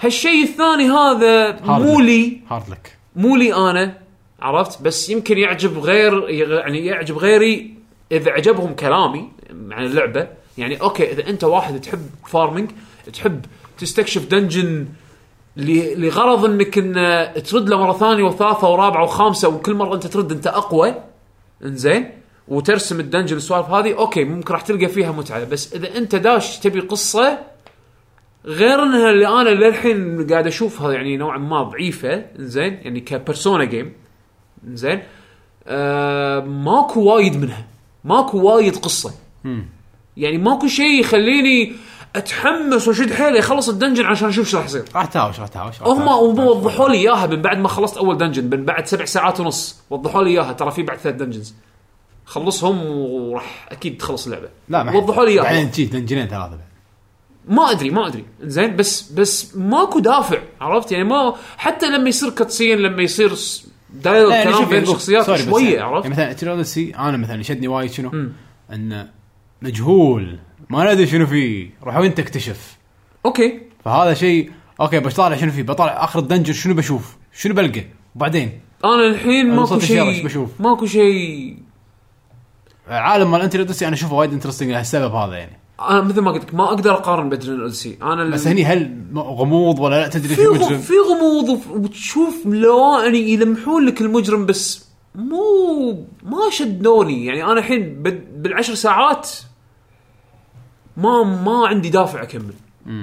هالشيء الثاني هذا مو
هارد.
لي
هارد لك
مو لي انا عرفت بس يمكن يعجب غير يعني يعجب غيري اذا عجبهم كلامي عن اللعبه يعني اوكي اذا انت واحد تحب فارمنج تحب تستكشف دنجن ل- لغرض انك ان ترد له مره ثانيه وثالثه ورابعه وخامسه وكل مره انت ترد انت اقوى انزين وترسم الدنجن السوالف هذه اوكي ممكن راح تلقى فيها متعه بس اذا انت داش تبي قصه غير انها اللي انا للحين قاعد اشوفها يعني نوعا ما ضعيفه زين يعني كبرسونا جيم زين آه ماكو وايد منها ماكو وايد قصه يعني ماكو شيء يخليني اتحمس واشد حيلي اخلص الدنجن عشان اشوف شو راح يصير
راح تهاوش راح تهاوش راح
هم
تهاوش.
هم وضحوا لي اياها من بعد ما خلصت اول دنجن من بعد سبع ساعات ونص وضحوا لي اياها ترى في بعد ثلاث دنجنز خلصهم وراح اكيد تخلص اللعبه
لا ما
وضحوا لي اياها
بعدين تجي دنجنين ثلاثه بعد.
ما ادري ما ادري زين بس بس ماكو دافع عرفت يعني ما حتى لما يصير كاتسين لما يصير س- دايلوج
لا، يعني
كلام
شوف
بين
يعني شوف،
الشخصيات
سوري بس
شويه
يعني.
عرفت
يعني مثلا تيرودسي انا مثلا شدني وايد شنو؟ انه مجهول ما ندري شنو فيه روح وانت اكتشف
اوكي
فهذا شيء اوكي بطالع شنو فيه بطالع اخر الدنجن شنو بشوف؟ شنو بلقى؟ وبعدين
انا الحين
أنا
ماكو
وصلت الشارع، إيش
شيء
بشوف؟
ماكو شيء
عالم مال انترودسي انا اشوفه وايد انترستنج لهالسبب هذا يعني
انا مثل ما قلت لك ما اقدر اقارن بدرين الاوديسي انا ال-
بس هني هل م- غموض ولا لا تدري
في
في
غ-
مجرم؟
في غموض وف- وتشوف لواني يلمحون لك المجرم بس مو ما شدوني يعني انا الحين بد- بالعشر ساعات ما ما عندي دافع اكمل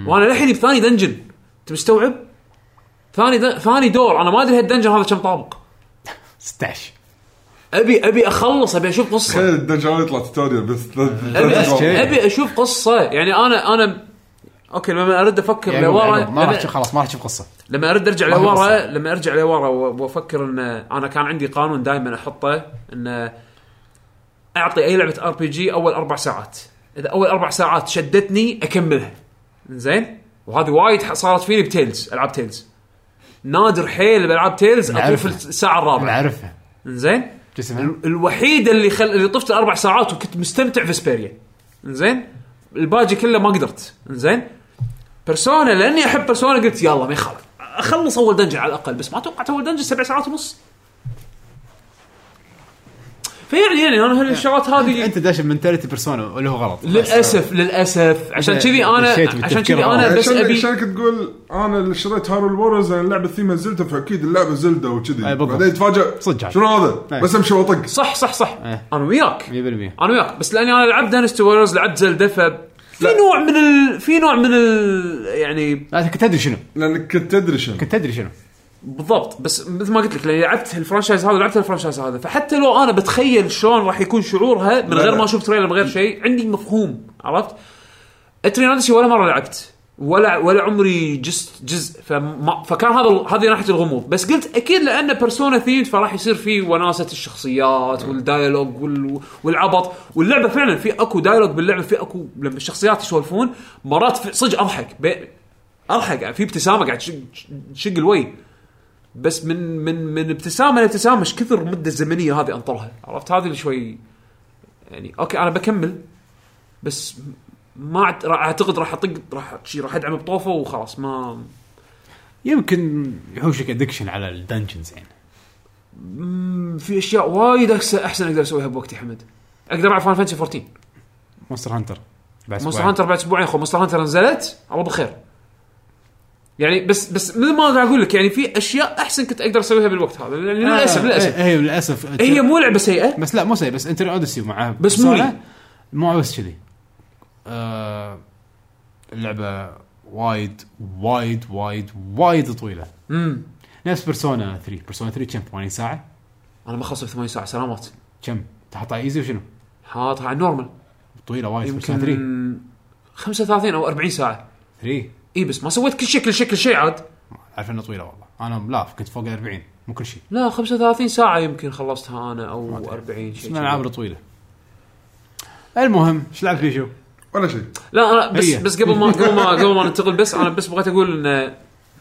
وانا للحين بثاني دنجن انت مستوعب؟ ثاني د... ثاني دور انا ما ادري هالدنجن هذا كم طابق
16
ابي ابي اخلص ابي اشوف قصه
تخيل الدنجان يطلع توتوريال بس
ابي
بس
أشوف,
كذي.
ابي اشوف قصه يعني انا انا اوكي لما ارد افكر
يعني
لورا
ما راح
لما-
تشوف خلاص ما راح تشوف قصه
لما ارد ارجع
ما في
لورا
قصة.
لما ارجع لورا و- وافكر ان انا كان عندي قانون دائما احطه ان اعطي اي لعبه ار بي جي اول اربع ساعات اذا اول اربع ساعات شدتني اكملها زين وهذه وايد ح- صارت فيني بتيلز العاب تيلز نادر حيل بالعاب تيلز اطوف
نعرفها.
الساعه
انا
الرابعه
اعرفها
زين
جسمها
الوحيده اللي خل... اللي طفت الاربع ساعات وكنت مستمتع في سبيريا زين الباقي كله ما قدرت زين بيرسونا لاني احب بيرسونا قلت يلا ما يخالف اخلص اول دنجن على الاقل بس ما توقعت اول دنجن سبع ساعات ونص فيعني يعني انا هالشغلات هذه
انت داش بمنتاليتي بيرسونا اللي هو غلط
للاسف للاسف عشان
أنت
كذي انا
دشيت
عشان
بالتفكير
كذي انا
الغلط.
بس
عشان
ابي
عشان إيه، كنت تقول انا اللي شريت هارو الورز انا اللعبه ثيمها زلده فاكيد اللعبه زلده وكذي
أي إيه، بالضبط.
بعدين تفاجئ
صدق عاد. إيه.
شنو هذا
أي.
بس امشي واطق
صح صح صح
إيه.
انا وياك
100%
انا وياك بس لاني انا لعبت دانستي وورز لعبت زلده ف في نوع من ال... في نوع من ال... يعني
لا كنت تدري شنو
لانك كنت تدري شنو
كنت تدري شنو
بالضبط بس مثل ما قلت لك لأني لعبت الفرانشايز هذا لعبت الفرانشايز هذا فحتى لو انا بتخيل شلون راح يكون شعورها من
لا،
غير
لا.
ما اشوف تريلر من غير شيء عندي مفهوم عرفت؟ اترينادسي ولا مره لعبت ولا ولا عمري جزء جزء فما فكان هذا ال- هذه ناحيه الغموض بس قلت اكيد لان بيرسونا ثيمد فراح يصير في وناسه الشخصيات
نعم.
والدايلوج وال والعبط واللعبه فعلا في اكو دايلوج باللعبه في اكو لما الشخصيات يسولفون مرات في- صدق اضحك بي- اضحك يعني في ابتسامه قاعد تشق- تشق الوجه بس من من من ابتسامه لابتسامه ايش كثر المده الزمنيه هذه انطرها عرفت هذه اللي شوي يعني اوكي انا بكمل بس ما أعت- راح- اعتقد راح اطق راح شي راح ادعم بطوفه وخلاص ما
يمكن يحوشك ادكشن على الدنجنز يعني
مم، في اشياء وايد أحس- احسن اقدر اسويها بوقتي حمد اقدر العب فان فانتسي 14
مونستر هانتر بعد
مونستر
أسبوعين.
هانتر بعد اسبوعين خو مونستر هانتر نزلت الله بالخير يعني بس بس مثل ما قاعد اقول لك يعني في اشياء احسن كنت اقدر اسويها بالوقت هذا لأن للاسف
آه،
للاسف
إيه، إيه، للاسف
هي مو لعبه سيئه
بس لا مو سيء بس انتر اوديسي مع
بس مو
سولا،
لي.
مو بس كذي آه اللعبه وايد وايد وايد وايد طويله
امم
نفس بيرسونا 3 بيرسونا 3 كم 80 ساعه
انا بخلص بثمان ساعه سلامات
كم تحطها ايزي وشنو
حاطها على النورمال
طويله وايد بيرسونا 3
يمكن 35 او 40 ساعه
3
اي بس ما سويت كل شيء كل شيء كل شيء عاد
عارف انها طويله والله انا لا كنت فوق ال 40 مو كل شيء
لا 35 ساعه يمكن خلصتها انا او
أدري.
40
بس
شيء
من الالعاب الطويله المهم ايش لعبت بيشو؟
ولا شيء
لا لا بس
هي.
بس قبل
*laughs*
ما قبل ما قبل ما ننتقل بس انا بس بغيت اقول ان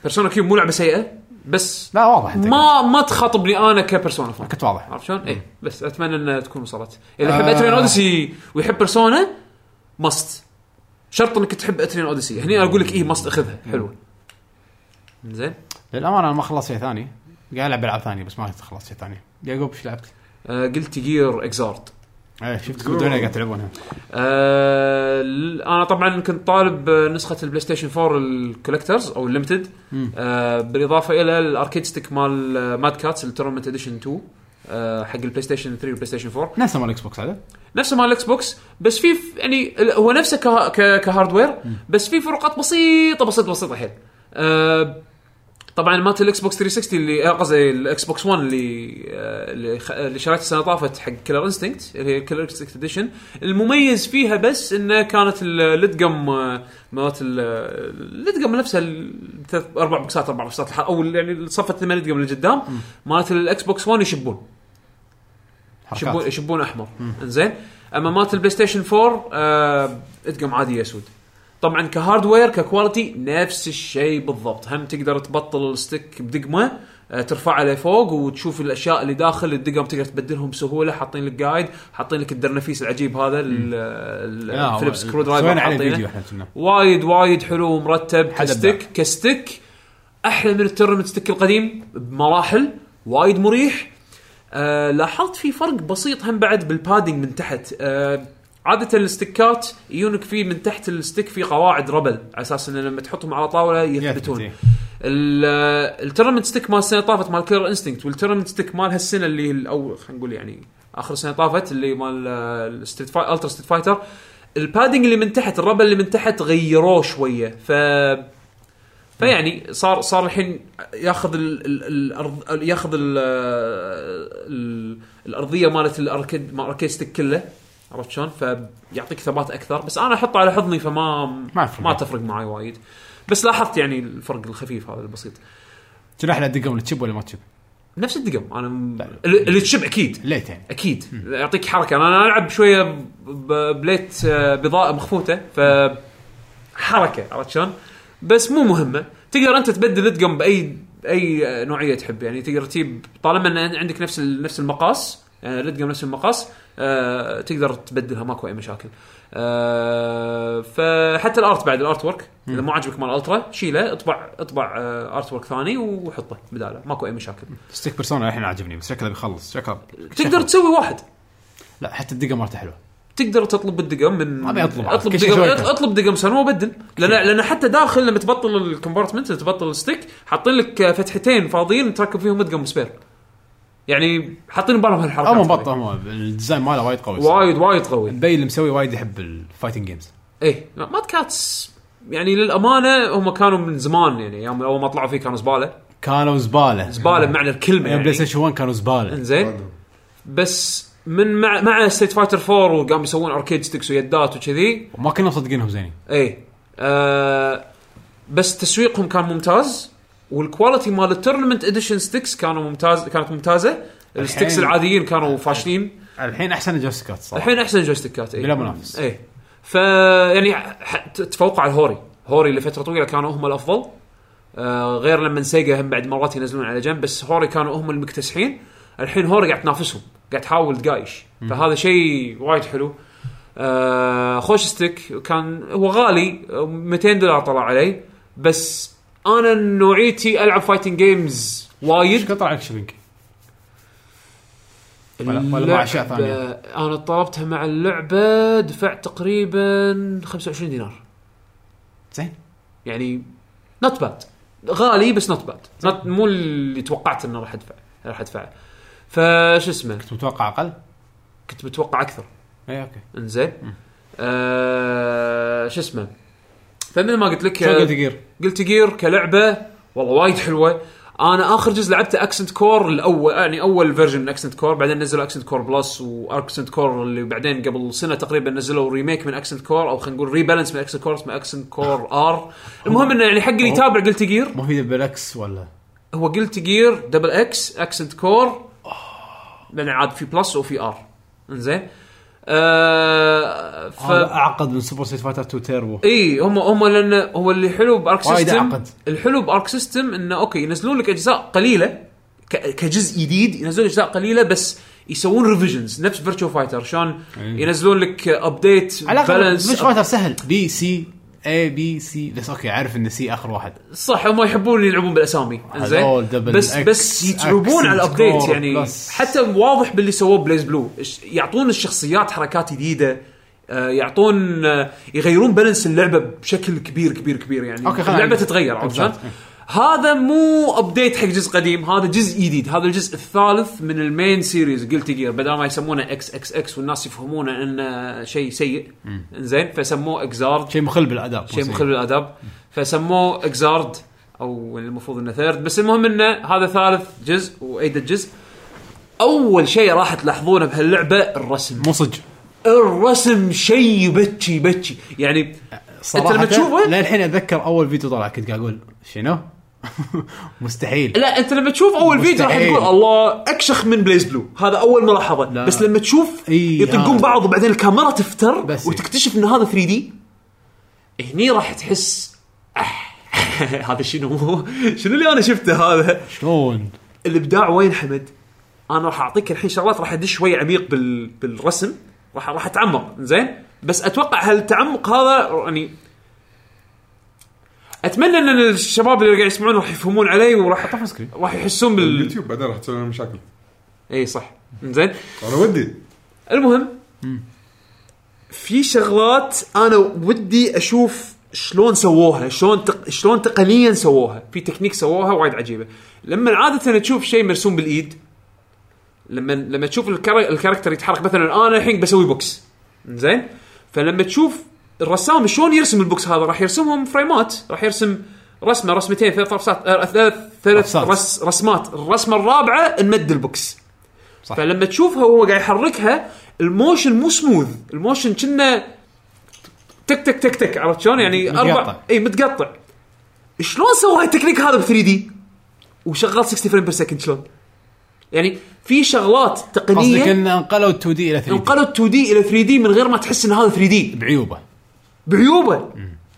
بيرسونا كيوب مو لعبه سيئه بس
لا واضح انت
ما ما تخاطبني انا كبيرسونا فان
كنت واضح
عرفت شلون؟ اي بس اتمنى انها تكون وصلت اذا يحب
آه.
اترين اوديسي ويحب بيرسونا مست شرط انك تحب اترين اوديسي هني اقول لك اي مست اخذها حلوه زين
للامانه انا ما خلصت شيء ثاني قاعد العب العاب ثانيه بس ما خلصت شيء ثاني يعقوب ايش لعبت؟
آه قلت جير اكزارد
ايه شفتكم الدنيا قاعد تلعبونها
آه ال- انا طبعا كنت طالب آه، نسخه البلاي ستيشن 4 الكولكترز او الليمتد
مم.
آه بالاضافه الى الاركيد ستيك مال آه، ماد كاتس التورنمنت اديشن 2 آه حق البلاي ستيشن 3 والبلاي ستيشن 4
نفس مال الاكس بوكس هذا
نفسه مال الاكس بوكس بس في ف- يعني ال- هو نفسه كه ك- كهاردوير بس في فروقات بسيطه بسيطه بسيطه حيل آه، طبعا مالت الاكس بوكس 360 اللي آه، قصدي الاكس بوكس 1 اللي آه، اللي خ- اللي شريته السنه طافت حق كلر انستنكت اللي هي كلر انستنكت اديشن المميز فيها بس انه كانت اللدقم آه، مالت ال- اللدقم نفسها ال- ثلاث- اربع بوكسات اربع بوكسات الح- او يعني صفت ثمان لدقم اللي قدام مالت الاكس بوكس 1 يشبون
حركات
شبون شبون احمر انزين اما مالت البلاي ستيشن 4 آه ادقم عادي اسود طبعا كهاردوير ككواليتي نفس الشيء بالضبط هم تقدر تبطل الستيك بدقمه آه، ترفعه لفوق وتشوف الاشياء اللي داخل الدقم تقدر تبدلهم بسهوله حاطين لك جايد حاطين لك الدرنفيس العجيب هذا ال- ال-
آه،
الفيليبس سكرو درايفر
سوينا عليه
حاطينه.
فيديو احنا كنا
وايد وايد حلو ومرتب
حد
كستيك كستيك احلى من التورنمنت ستيك القديم بمراحل وايد مريح آه لاحظت في فرق بسيط هم بعد بالبادنج من تحت آه عادة الستيكات يونك فيه من تحت الستيك في قواعد ربل على اساس انه لما تحطهم على طاوله
يثبت،
يثبتون
إيه.
ال- آه، التورنمنت ستيك مال السنه اللي طافت مال كيلر انستنكت والتورنمنت ستيك مال هالسنه اللي ال- او خلينا نقول يعني اخر سنه طافت اللي مال آه، الستريت فا... الترا ستريت فايتر البادنج اللي من تحت الربل اللي من تحت غيروه شويه ف فيعني صار صار الحين ياخذ ال ال الأرض ياخذ ال ال الارضيه مالت الاركيد مال الاركيد ستيك كله عرفت شلون؟ فيعطيك ثبات اكثر بس انا احطه على حضني فما
ما يفرق.
ما تفرق معي وايد بس لاحظت يعني الفرق الخفيف هذا البسيط
شنو احلى دقم التشب ولا ما تشب؟
نفس الدقم انا
طيب.
ال- اللي تشب اكيد
ليت يعني
اكيد يعطيك حركه انا العب شويه ب- بليت آه، بضاءه مخفوته ف حركه عرفت شلون؟ بس مو مهمه تقدر انت تبدل الادقم باي اي آه، نوعيه تحب يعني تقدر تجيب طالما ان عندك نفس ال- نفس المقاس يعني الادقم نفس المقاس آه تقدر تبدلها ماكو اي مشاكل. آه فحتى الارت بعد الارت ورك اذا مو عاجبك مال الترا شيله اطبع اطبع آه ارت ورك ثاني وحطه بداله ماكو اي مشاكل.
ستيك بيرسونا الحين عاجبني بس شكله بيخلص شكله
تقدر تسوي واحد
لا حتى الدقم مالته حلوه
تقدر تطلب الدقم من
ما أبي أطلب.
اطلب
كل شيء
دقم
شوي.
اطلب دقم سنو وبدل لان لان حتى داخل لما تبطل الكومبارتمنت لما تبطل الستيك حاطين لك فتحتين فاضيين تركب فيهم دقم سبير يعني حاطين بالهم هالحركات
هم
هذي.
مبطل هم الديزاين ماله وايد قوي
وايد وايد قوي
مبين اللي مسوي وايد يحب الفايتنج جيمز
ايه لا، ماد كاتس يعني للامانه هم كانوا من زمان يعني يوم اول ما طلعوا فيه كانوا زباله
كانوا زباله
زباله بمعنى الكلمه
يعني
يعني
بلاي ستيشن 1 كانوا زباله
انزين بس من مع مع ستيت فايتر 4 وقام يسوون اركيد ستكس ويدات وكذي
وما كنا مصدقينهم زينين
اي إيه. آه بس تسويقهم كان ممتاز والكواليتي مال التورنمنت اديشن ستكس كانوا ممتاز كانت ممتازه الستكس العاديين كانوا فاشلين
الحين احسن الجوستيكات صح
الحين احسن جويستيكات اي
بلا منافس.
اي إيه. ف يعني ح- ت- تفوقوا على الهوري هوري لفتره طويله كانوا هم الافضل آه غير لما سيجا هم بعد مرات ينزلون على جنب بس هوري كانوا هم المكتسحين الحين هوري قاعد تنافسهم قاعد تحاول تقايش فهذا شيء وايد حلو آه خوش ستيك كان هو غالي آه، 200 دولار طلع علي بس انا نوعيتي العب فايتنج جيمز وايد
ايش قطع عليك شبنك؟ ولا- ولا مع أشياء ثانية؟
اللعبة- انا طلبتها مع اللعبه دفعت تقريبا 25 دينار
زين
يعني نوت باد غالي بس نوت باد not مو اللي توقعت انه راح ادفع راح ادفعه فش اسمه
كنت متوقع إيه، اقل؟
كنت متوقع اكثر
اي اوكي
انزين آه شو اسمه فمثل ما قلت لك
شو قلت
آه،
جير؟
قلت جير كلعبه والله وايد حلوه انا اخر جزء لعبته اكسنت كور الاول يعني اول فيرجن من اكسنت كور بعدين نزلوا اكسنت كور بلس واكسنت كور اللي بعدين قبل سنه تقريبا نزلوا ريميك من اكسنت كور او خلينا نقول ريبالانس من اكسنت كور اسمه اكسنت كور ار المهم انه يعني حق اللي يتابع قلت جير
ما في بالعكس ولا
هو قلت جير دبل اكس اكسنت كور بعدين عاد في بلس وفي ار انزين آه ف...
هذا اعقد من سوبر سيت فايتر 2 تيربو
اي هم هم لان هو اللي حلو بارك
وايد
سيستم
أعقد.
الحلو بارك سيستم انه اوكي ينزلون لك اجزاء قليله ك- كجزء جديد ينزلون اجزاء قليله بس يسوون ريفيجنز نفس فيرتشو فايتر شلون
أي.
ينزلون لك ابديت
على الاقل
بالانس
مش فايتر سهل بي سي اي بي سي بس اوكي عارف ان سي اخر واحد
صح هم يحبون يلعبون بالاسامي
هذول
انزين
دبل
بس
إكس،
بس يتعبون
أكسنت
على الابديت
كور
يعني
بلس.
حتى واضح باللي سووه بليز بلو إش- يعطون الشخصيات حركات جديده آه، يعطون آه، يغيرون بالانس اللعبه بشكل كبير كبير كبير يعني
أوكي، خلينا
اللعبه
نعمل.
تتغير عرفت شلون؟
بالضبط.
هذا مو ابديت حق جزء قديم هذا جزء جديد هذا الجزء الثالث من المين سيريز قلت جير بدل ما يسمونه اكس اكس اكس والناس يفهمونه انه شيء سيء زين فسموه اكزارد
شيء مخل بالاداء
شيء مخل بالادب فسموه اكزارد او المفروض انه ثيرد بس المهم انه هذا ثالث جزء وايد الجزء اول شيء راح تلاحظونه بهاللعبه الرسم
مو صدق
الرسم شيء بتشي بتشي يعني
صراحة
لما تشوفه-
للحين اتذكر اول فيديو طلع كنت قاعد اقول شنو؟ *laughs* مستحيل
لا انت لما تشوف اول فيديو راح
مستحيل.
تقول الله اكشخ من بليز بلو هذا اول ملاحظه
لا.
بس لما تشوف
إي،
يطقون
هذا.
بعض وبعدين الكاميرا تفتر
بس إي.
وتكتشف ان هذا 3 دي هني راح تحس آه، *laughs* هذا شنو شنو اللي انا شفته هذا
شلون؟
الابداع وين حمد؟ انا راح اعطيك الحين شغلات راح ادش شوي عميق بال... بالرسم راح راح اتعمق زين بس اتوقع هالتعمق هذا يعني اتمنى ان الشباب اللي قاعد يسمعون راح يفهمون علي وراح
طفى سكرين
راح يحسون بال
اليوتيوب بعدين راح تسوي لنا مشاكل
اي صح زين
انا ودي
المهم في شغلات انا ودي اشوف شلون سووها شلون تق... شلون تقنيا سووها في تكنيك سووها وايد عجيبه لما عاده تشوف شيء مرسوم بالايد لما لما تشوف الكار... الكاركتر يتحرك مثلا انا الحين بسوي بوكس زين فلما تشوف الرسام شلون يرسم البوكس هذا راح يرسمهم فريمات راح يرسم رسمه رسمتين ثلاث رسمات آه، ثلاث ثلاث
رسمات.
رس... رسمات الرسمه الرابعه نمد البوكس
صح.
فلما تشوفها وهو قاعد يحركها الموشن مو سموث الموشن كنا تك تك تك تك عرفت شلون يعني
متقطع.
اربع اي متقطع شلون سوى التكنيك هذا ب 3 دي وشغال 60 فريم بير سكند شلون يعني في شغلات
قصدك
تقنيه
ان انقلوا 2 دي الى 3 دي
انقلوا 2 دي الى 3 دي من غير ما تحس ان هذا 3 دي
بعيوبه
بعيوبه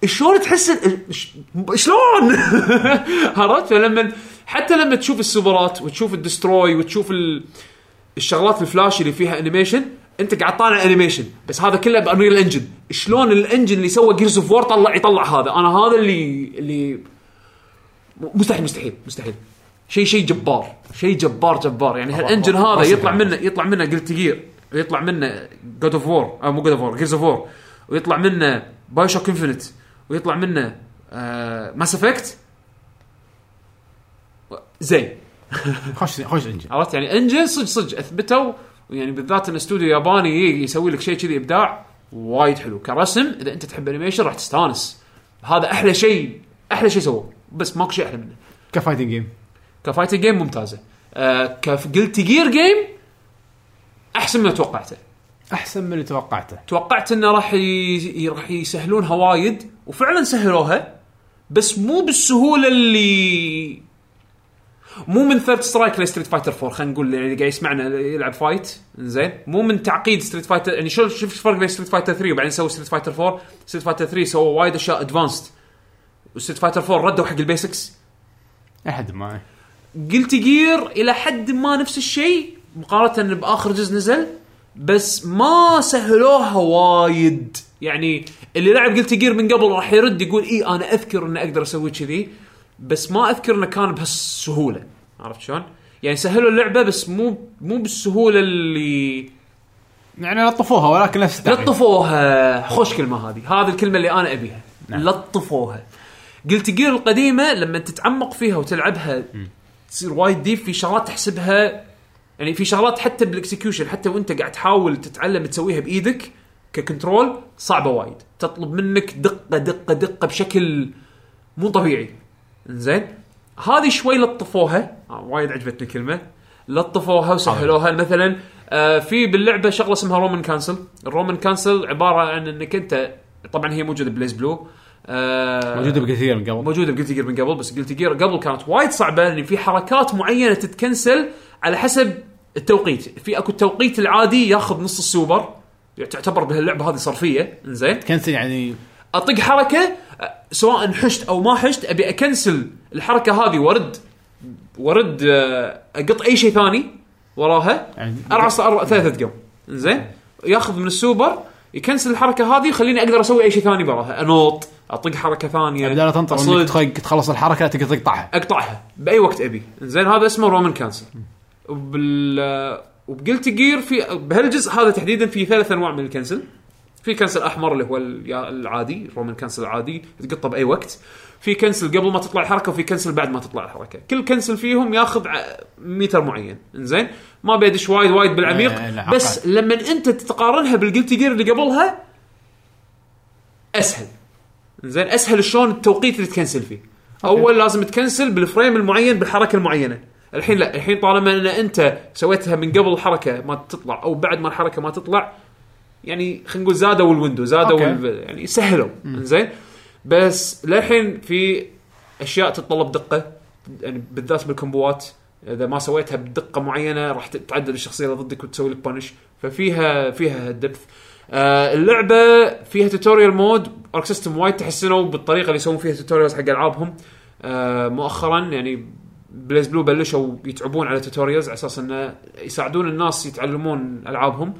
شلون تحس إن- ش- شلون *laughs* عرفت فلما حتى لما تشوف السوبرات وتشوف الدستروي وتشوف ال... الشغلات الفلاش اللي فيها انيميشن انت قاعد طالع انيميشن بس هذا كله بانريل انجن شلون الانجن اللي سوى جيرز اوف وور طلع يطلع هذا انا هذا اللي اللي مستحيل مستحيل مستحيل شيء شيء جبار شيء جبار جبار يعني هالانجن
الله.
هذا
بس
يطلع
يعني.
منه يطلع منه قلت جير ويطلع منه جود اوف وور او آه، مو جود اوف وور جيرز اوف وور ويطلع منه باي شوك انفنت ويطلع منه آه، ماس افكت زين
خوش خوش انجن
عرفت يعني انجن صدق صدق اثبتوا يعني بالذات ان استوديو ياباني يجي يسوي لك شيء كذي ابداع وايد حلو كرسم اذا انت تحب انيميشن راح تستانس هذا احلى شيء احلى شيء سووه بس ماكو شيء احلى منه
كفايتنج جيم
كفايتنج جيم ممتازه آه كجلتي جير جيم احسن ما توقعته
احسن من اللي توقعته
توقعت انه راح ي... راح يسهلونها وايد وفعلا سهلوها بس مو بالسهوله اللي مو من ثيرد سترايك لستريت فايتر 4 خلينا نقول يعني اللي قاعد يسمعنا يلعب فايت زين مو من تعقيد ستريت فايتر يعني شو شوف الفرق بين ستريت فايتر 3 وبعدين سووا ستريت فايتر 4 ستريت فايتر 3 سووا وايد اشياء ادفانسد وستريت فايتر 4 ردوا حق البيسكس
احد ما
قلت جير الى حد ما نفس الشيء مقارنه باخر جزء نزل بس ما سهلوها وايد يعني اللي لعب قلت جير من قبل راح يرد يقول إيه، اي انا اذكر اني اقدر اسوي كذي بس ما اذكر انه كان بهالسهوله عرفت شلون؟ يعني سهلوا اللعبه بس مو مو بالسهوله اللي
يعني لطفوها ولكن نفس التعريف.
لطفوها خوش كلمه هذه هذه الكلمه اللي انا ابيها نعم. لطفوها قلت جير القديمه لما تتعمق فيها وتلعبها تصير وايد ديب في شغلات تحسبها يعني في شغلات حتى بالاكسكيوشن حتى وانت قاعد تحاول تتعلم تسويها بايدك ككنترول صعبه وايد تطلب منك دقه دقه دقه بشكل مو طبيعي زين هذه شوي لطفوها آه وايد عجبتني الكلمه لطفوها وسهلوها مثلا آه في باللعبه شغله اسمها رومان كانسل الرومان كانسل عباره عن انك انت طبعا هي موجوده بليز بلو آه
موجوده بكثير من قبل
موجوده بجلتي جير من قبل بس جلتي جير قبل كانت وايد صعبه لان في حركات معينه تتكنسل على حسب التوقيت في اكو التوقيت العادي ياخذ نص السوبر تعتبر بهاللعبه هذه صرفيه انزين
كنسل يعني
اطق حركه أ- سواء حشت او ما حشت ابي اكنسل الحركه هذه وارد وارد آه، اقط اي شيء ثاني وراها
يعني-
ارعص أربع ثلاثة دقم زين ياخذ من السوبر يكنسل الحركه هذه يخليني اقدر اسوي اي شيء ثاني براها انوط اطق حركه ثانيه
بدل لا تنطر
أصد.
انك تخ- تخلص الحركه تقدر تقطعها
اقطعها باي وقت ابي زين هذا اسمه رومان كانسل وبال وبقلت جير في بهالجزء هذا تحديدا في ثلاث انواع من الكنسل في كنسل احمر اللي هو ال- العادي رومان كنسل العادي تقطه باي وقت في كنسل قبل ما تطلع الحركه وفي كنسل بعد ما تطلع الحركه كل كنسل فيهم ياخذ ع- متر معين زين ما بيدش وايد وايد بالعميق
لا، لا،
بس لما انت تتقارنها بالجلتي جير اللي قبلها اسهل زين اسهل شلون التوقيت اللي تكنسل فيه اول لازم تكنسل بالفريم المعين بالحركه المعينه الحين لا الحين طالما ان انت سويتها من قبل الحركه ما تطلع او بعد ما الحركه ما تطلع يعني خلينا نقول زادوا الويندو زادوا
أوكي.
ال- يعني سهلوا زين بس للحين في اشياء تتطلب دقه يعني بالذات بالكومبوات اذا ما سويتها بدقه معينه راح تعدل الشخصيه اللي ضدك وتسوي لك بانش ففيها فيها دبث آه اللعبه فيها توتوريال مود ارك سيستم وايد تحسنوا بالطريقه اللي يسوون فيها توتوريالز حق العابهم آه مؤخرا يعني بليز بلو بلشوا يتعبون على توتوريالز على اساس انه يساعدون الناس يتعلمون العابهم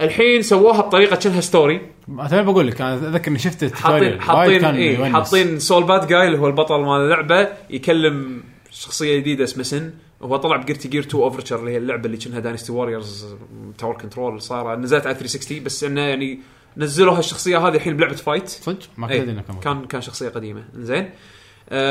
الحين سووها بطريقه كانها ستوري
انا بقول لك انا اذكر اني شفت
حاطين
التوتوريال وايد
حاطين
كان
إيه
يونس.
حاطين سول باد جاي اللي هو البطل مال اللعبه يكلم شخصيه جديده اسمه سن هو طلع بجيرتي جير 2 اوفرتشر اللي هي اللعبه اللي كانها داينستي واريورز تاور كنترول صار نزلت على 360 بس انه يعني نزلوا هالشخصيه هذه الحين بلعبه فايت
صدق ما
إيه،
كنت انه كان
كان كان شخصيه قديمه زين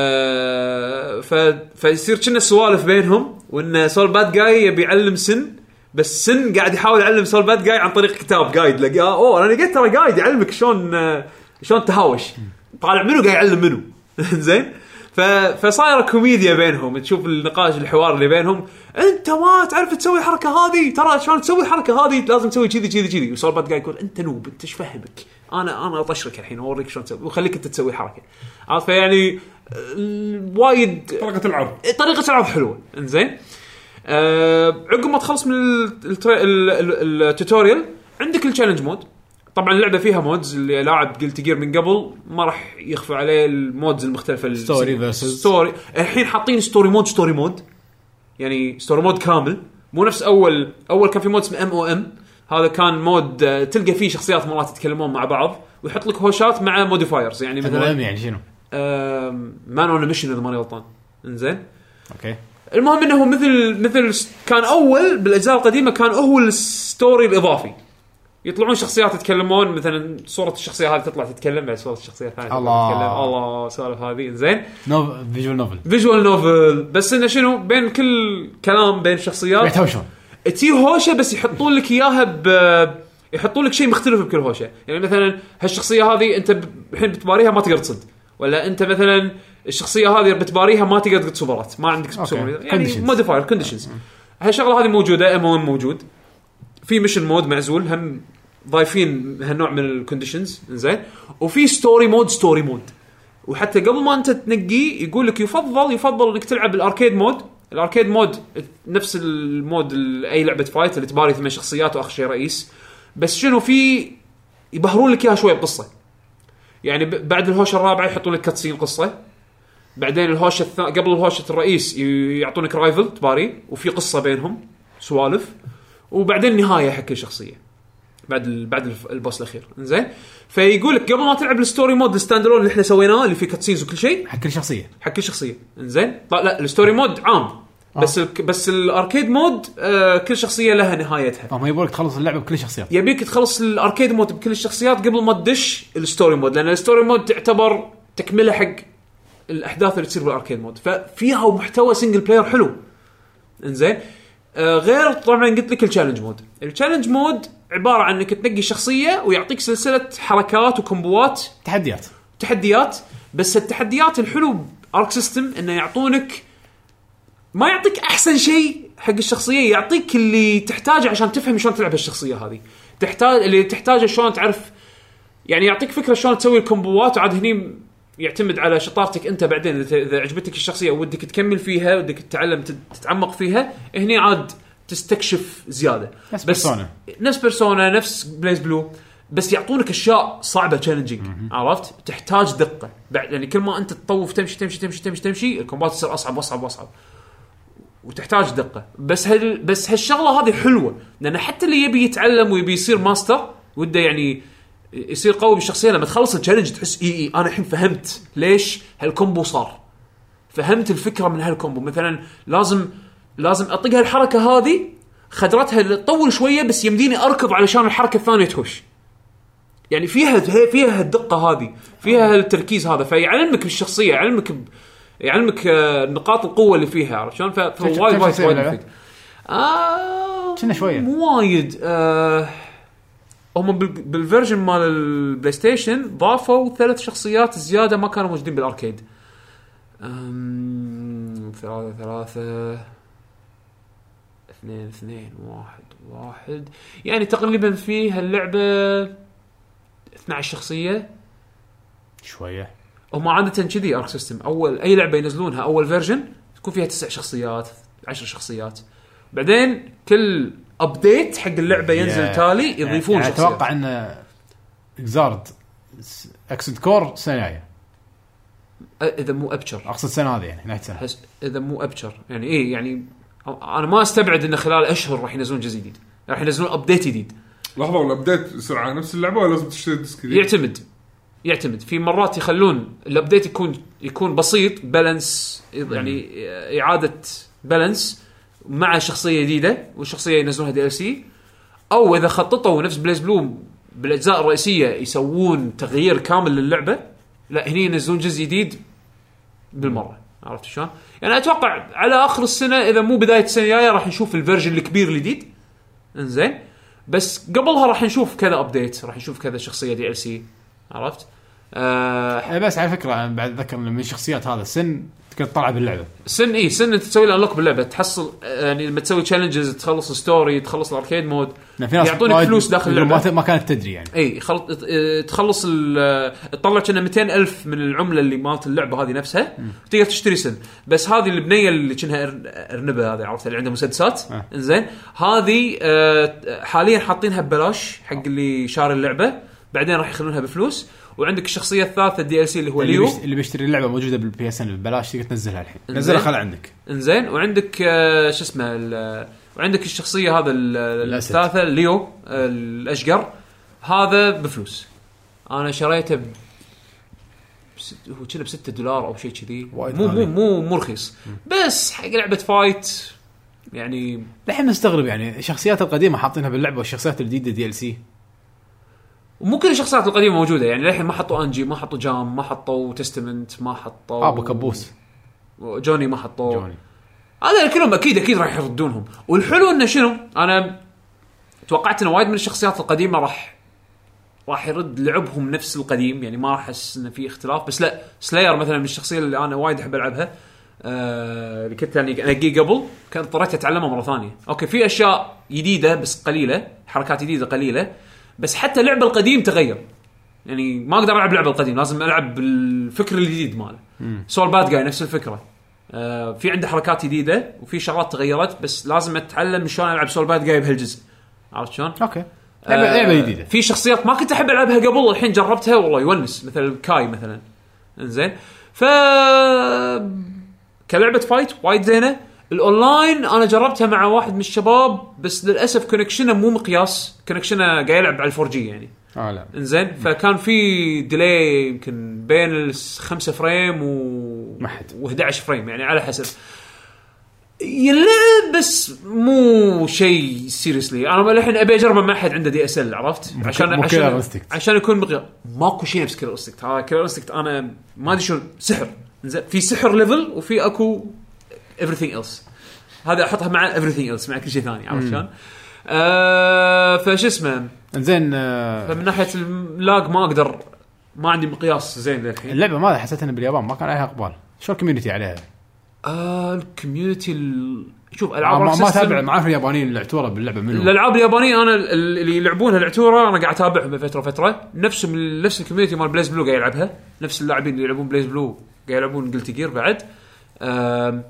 آه ف... فيصير كنا سوالف بينهم وان سول باد جاي يبي يعلم سن بس سن قاعد يحاول يعلم سول باد جاي عن طريق كتاب جايد لقاه اوه انا لقيت ترى جايد يعلمك شلون آه، شلون تهاوش طالع منو قاعد يعلم منو *laughs* زين ف... فصايره كوميديا بينهم تشوف النقاش الحوار اللي بينهم انت ما تعرف تسوي الحركه هذه ترى شلون تسوي الحركه هذه لازم تسوي كذي كذي كذي وسول باد جاي يقول انت نوب انت ايش فهمك انا انا اطشرك الحين اوريك شلون تسوي وخليك انت تسوي حركه عرفت فيعني آه، وايد
طريقه العرض
طريقه العرض حلوه انزين آه عقب ما تخلص من ال- الترا- ال- ال- التوتوريال عندك التشالنج مود طبعا اللعبه فيها مودز اللي لاعب قلت جير من قبل ما راح يخفى عليه المودز المختلفه
Story versus.
ستوري الحين حاطين ستوري مود ستوري مود يعني ستوري مود كامل مو نفس اول اول كان في مود اسمه ام او ام هذا كان مود آه، تلقى فيه شخصيات مرات يتكلمون مع بعض ويحط لك هوشات مع موديفايرز يعني
هذا
مثلا
يعني شنو؟
مان اون ميشن اذا ماني غلطان انزين
اوكي
المهم انه مثل مثل كان اول بالاجزاء القديمه كان هو الستوري الاضافي يطلعون شخصيات يتكلمون مثلا صوره الشخصيه هذه تطلع تتكلم بعد صوره الشخصيه الثانيه تطلع
الله.
تتكلم الله سوالف هذه زين
نوف فيجوال نوفل
فيجوال نوفل بس انه شنو بين كل كلام بين شخصيات
يتهاوشون
تصير هوشه بس يحطون لك اياها ب يحطون لك شيء مختلف بكل هوشه، يعني مثلا هالشخصيه هذه انت ب- الحين بتباريها ما تقدر تصد، ولا انت مثلا الشخصيه هذه بتباريها ما تقدر تقط سوبرات، ما عندك سوبرات، يعني
Conditions.
موديفاير كونديشنز. هالشغله هذه موجوده ام موجود. في ميشن مود معزول هم ضايفين هالنوع من الكونديشنز زين وفي ستوري مود ستوري مود وحتى قبل ما انت تنقيه يقول لك يفضل يفضل انك تلعب الاركيد مود الاركيد مود نفس المود ال- اي لعبه فايت اللي تباري ثمان شخصيات واخر شيء رئيس بس شنو في يبهرون لك اياها شوي بقصه يعني ب- بعد الهوشه الرابعه يحطون لك كاتسين قصه بعدين الهوشه الثا... قبل الهوشه الرئيس ي- يعطونك رايفل تباري وفي قصه بينهم سوالف وبعدين نهايه حق كل شخصيه بعد ال... بعد الف- البوس الاخير زين فيقول لك قبل ما تلعب الستوري مود الستاند الون اللي احنا سويناه اللي فيه كاتسينز وكل شيء
حق كل شخصيه
حق كل شخصيه انزين طيب لا الستوري مود عام بس الك... بس الاركيد مود آه كل شخصيه لها نهايتها
اه ما يبغالك تخلص اللعبه بكل الشخصيات
يبيك تخلص الاركيد مود بكل الشخصيات قبل ما تدش الستوري مود لان الستوري مود تعتبر تكمله حق الاحداث اللي تصير بالاركيد مود ففيها محتوى سنجل بلاير حلو انزين آه غير طبعا قلت لك التشالنج مود التشالنج مود عباره عن انك تنقي شخصيه ويعطيك سلسله حركات وكومبوات
تحديات
تحديات بس التحديات الحلو بارك سيستم انه يعطونك ما يعطيك احسن شيء حق الشخصيه يعطيك اللي تحتاجه عشان تفهم شلون تلعب الشخصيه هذه تحتاج اللي تحتاجه شلون تعرف يعني يعطيك فكره شلون تسوي الكومبوات وعاد هني يعتمد على شطارتك انت بعدين إذا- اذا عجبتك الشخصيه ودك تكمل فيها ودك تتعلم تت- تتعمق فيها هني عاد تستكشف زياده
نفس
بس
Persona.
نفس بيرسونا نفس بليز بلو بس يعطونك اشياء صعبه تشالنجينج عرفت تحتاج دقه بعد يعني كل ما انت تطوف تمشي تمشي تمشي تمشي تمشي الكومبات تصير اصعب واصعب واصعب وتحتاج دقه بس هال بس هالشغله هذه حلوه لان حتى اللي يبي يتعلم ويبي يصير ماستر وده يعني يصير قوي بالشخصيه لما تخلص التشالنج تحس اي اي انا الحين فهمت ليش هالكومبو صار فهمت الفكره من هالكومبو مثلا لازم لازم اطق هالحركه هذه خدرتها اللي تطول شويه بس يمديني اركض علشان الحركه الثانيه تحوش يعني فيها فيها الدقه هذه فيها التركيز هذا فيعلمك بالشخصيه يعلمك ب... يعلمك آه، نقاط القوه اللي فيها عرفت شلون؟ ف- فوايد وايد
كم شخصية
وايد
باللعبة؟
مفيد. آه
كنا شوية.
مو وايد آه هم بال- بالفيرجن مال البلاي ستيشن ضافوا ثلاث شخصيات زياده ما كانوا موجودين بالاركيد أم، ثلاثة ثلاثة اثنين اثنين واحد واحد يعني تقريبا في هاللعبة 12 شخصية
شويه
هم عادة كذي ارك سيستم اول اي لعبة ينزلونها اول فيرجن تكون فيها تسع شخصيات عشر شخصيات بعدين كل ابديت حق اللعبة ينزل
Yeah.
تالي يضيفون
يعني
شخصيات
اتوقع ان اكزارد اكسد كور السنه الجايه
أ- اذا مو ابشر
اقصد السنه هذه يعني نهايه السنه
احس اذا مو ابشر يعني ايه يعني انا ما استبعد انه خلال اشهر راح ينزلون جزء جديد راح ينزلون ابديت جديد
لحظه والابديت يصير على نفس اللعبه ولا لازم تشتري ديسك جديد؟
يعتمد يعتمد في مرات يخلون الابديت يكون يكون بسيط بالانس يعني اعاده بالانس مع شخصيه جديده والشخصيه ينزلونها دي ال سي او اذا خططوا نفس بليز بلوم بالاجزاء الرئيسيه يسوون تغيير كامل للعبه لا هني ينزلون جزء جديد بالمره عرفت شلون؟ يعني اتوقع على اخر السنه اذا مو بدايه السنه الجايه راح نشوف الفيرجن الكبير الجديد انزين بس قبلها راح نشوف كذا ابديت راح نشوف كذا شخصيه دي ال سي عرفت؟ آه
آه، بس على فكره أنا بعد اتذكر إن من الشخصيات هذا السن تقدر تطلع باللعبه
سن اي سن انت تسوي الانلوك باللعبه تحصل آه، يعني لما تسوي تشالنجز تخلص ستوري تخلص الاركيد مود
لأن في ناس
يعطونك
وايد
فلوس داخل
يقولون
اللعبة.
ما ت- ما كانت تدري يعني
اي خلط اه، تخلص ال- اه، تطلع كنا 200 الف من العمله اللي مالت اللعبه هذه نفسها تقدر تشتري سن بس هذه البنيه اللي كنا ارنبه هذه عرفت اللي عندها مسدسات
اه.
انزين هذه اه، حاليا حاطينها ببلاش حق اللي شاري اللعبه بعدين راح يخلونها بفلوس وعندك الشخصيه الثالثه الدي ال سي اللي هو
اللي,
ليو
بيشت... اللي بيشتري اللعبه موجوده بالبي اس ان ببلاش تقدر تنزلها الحين
إنزين.
نزلها خلها عندك
انزين وعندك آه، شو اسمه ال- وعندك الشخصيه هذا ال-
الأسد.
الثالثه ليو آه، الاشقر هذا بفلوس انا شريته ب بست- هو كنا ب 6 دولار او شيء كذي
وايد
مو مو
غالي.
مو مو رخيص بس حق لعبه فايت يعني
الحين مستغرب يعني الشخصيات القديمه حاطينها باللعبه والشخصيات الجديده دي ال سي
مو كل الشخصيات القديمه موجوده يعني للحين ما حطوا انجي ما حطوا جام ما حطوا تستمنت ما حطوا
ابو كبوس
جوني ما حطوا
جوني
هذا كلهم اكيد اكيد راح يردونهم والحلو انه شنو انا توقعت انه وايد من الشخصيات القديمه راح راح يرد لعبهم نفس القديم يعني ما راح احس انه في اختلاف بس لا سلاير مثلا من الشخصيه اللي انا وايد احب العبها آه، اللي كنت يعني انقيه قبل كان اضطريت اتعلمها مره ثانيه اوكي في اشياء جديده بس قليله حركات جديده قليله بس حتى اللعب القديم تغير يعني ما اقدر العب لعبه القديم لازم العب بالفكر الجديد ماله سول باد جاي نفس الفكره آه في عنده حركات جديده وفي شغلات تغيرت بس لازم اتعلم شلون العب سول باد جاي بهالجزء عرفت شلون؟
اوكي لعبه لعبه جديده
آه، في شخصيات ما كنت احب العبها قبل الحين جربتها والله يونس مثل كاي مثلا انزين ف كلعبه فايت وايد زينه الاونلاين انا جربتها مع واحد من الشباب بس للاسف كونكشنه مو مقياس كونكشنه قاعد يلعب على 4 جي يعني
اه لا
انزين فكان في ديلي يمكن بين الخمسة فريم و
ما حد.
و11 فريم يعني على حسب يلعب بس مو شيء سيريسلي انا الحين ابي اجربه مع احد عنده دي اس ال عرفت عشان
مو
عشان
كيرالستيك.
عشان يكون مقياس ماكو شيء نفس كيرل ستيك ترى كيرل ستيك انا ما ادري شلون سحر زين في سحر ليفل وفي اكو everything else هذا احطها مع everything else مع كل شيء ثاني عرفت شلون؟ آه فش اسمه
انزين آه،
فمن ناحيه اللاج ما اقدر ما عندي مقياس زين للحين
اللعبه ما حسيت انها باليابان ما كان عليها اقبال شو الكوميونتي عليها؟
آه الكوميونتي ال... شوف
ما
العاب
ما
Arc
ما
System-
تابع ما اعرف اليابانيين اللي اعتبروا باللعبه منو
الالعاب اليابانيه انا ال- اللي يلعبونها العتوره انا قاعد اتابعهم من فتره فتره نفس ال- نفس الكوميونتي مال بليز بلو قاعد يلعبها نفس اللاعبين اللي يلعبون بليز بلو قاعد يلعبون قلت جير بعد آم،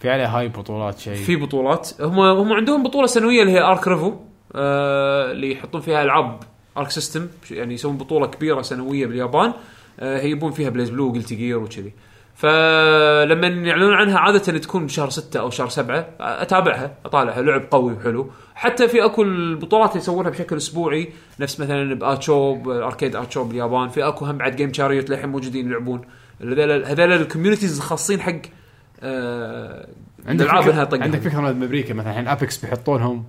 في عليها هاي بطولات شيء
في بطولات هم هم عندهم بطوله سنويه اللي هي ارك ريفو آه اللي يحطون فيها العاب ارك سيستم يعني يسوون بطوله كبيره سنويه باليابان آه هي يبون فيها بليز بلو وجلتي جير وكذي فلما يعلنون عنها عاده تكون بشهر ستة او شهر سبعة اتابعها اطالعها لعب قوي وحلو حتى في اكو البطولات اللي يسوونها بشكل اسبوعي نفس مثلا باتشوب اركيد اتشوب باليابان في اكو هم بعد جيم شاريوت للحين موجودين يلعبون هذول هذول الكوميونيتيز الخاصين حق آه
عندك
الألعاب إنها
فكره
طقها.
عندك فكره من امريكا مثلا الحين ابيكس بيحطوا لهم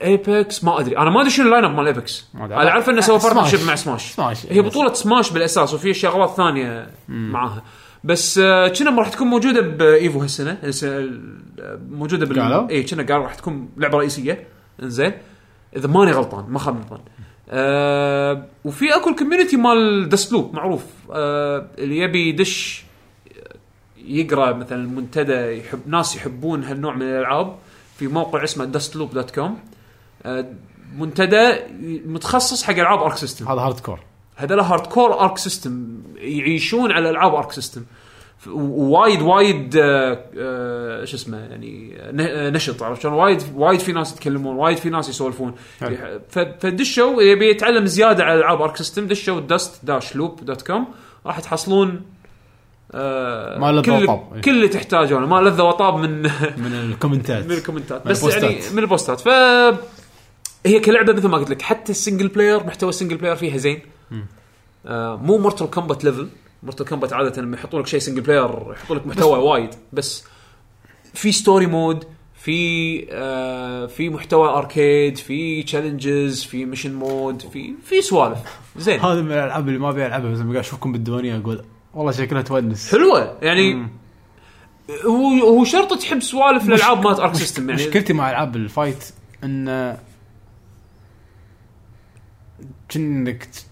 بايبكس ما ادري انا ما ادري شنو اللاين اب مال ايبكس
ما أدري.
انا اعرف انه سوى
سماش.
بارتنرشيب مع سماش
سماش.
هي بطوله سماش بالاساس وفي شغلات ثانيه معاها بس آه، كنا ما راح تكون موجوده بايفو هالسنه هالسنة، آه، موجوده بال
قالوا؟
اي كنا قالوا راح تكون لعبه رئيسيه انزين اذا ماني غلطان ما خاب غلطان آه وفي اكو الكوميونتي مال دسلوب معروف آه اللي يبي يدش يقرا مثلا المنتدى يحب ناس يحبون هالنوع من الالعاب في موقع اسمه dustloop.com دوت كوم آه، منتدى متخصص حق العاب ارك سيستم
هذا هارد كور
هذول هارد كور ارك سيستم يعيشون على العاب ارك سيستم وايد وايد آه، آه، شو اسمه يعني آه، ن- آه، نشط عرفت شلون وايد وايد في ناس يتكلمون وايد في ناس يسولفون
حلو.
ف- فدشوا يبي يتعلم زياده على العاب ارك سيستم دشوا دست داش لوب دوت كوم راح تحصلون آه
ما لذة
كل
وطاب. إيه.
كل اللي تحتاجونه ما لذه وطاب من *laughs*
من الكومنتات
من الكومنتات
من
بس
البوستات.
يعني من البوستات ف هي كلعبه مثل ما قلت لك حتى السنجل بلاير محتوى السنجل بلاير فيها زين آه مو مورتال كومبات ليفل مورتال كومبات عاده لما يحطون لك شيء سنجل بلاير يحطون لك محتوى وايد بس في ستوري مود في آه في محتوى اركيد في تشالنجز في ميشن مود في في سوالف زين
هذا من الالعاب اللي ما ابي العبها بس لما قاعد اشوفكم بالديوانيه اقول والله شكلها تونس
حلوه يعني هو هو شرط تحب سوالف الالعاب مالت ارك سيستم يعني
مشكلتي مع العاب الفايت ان كأنك ت-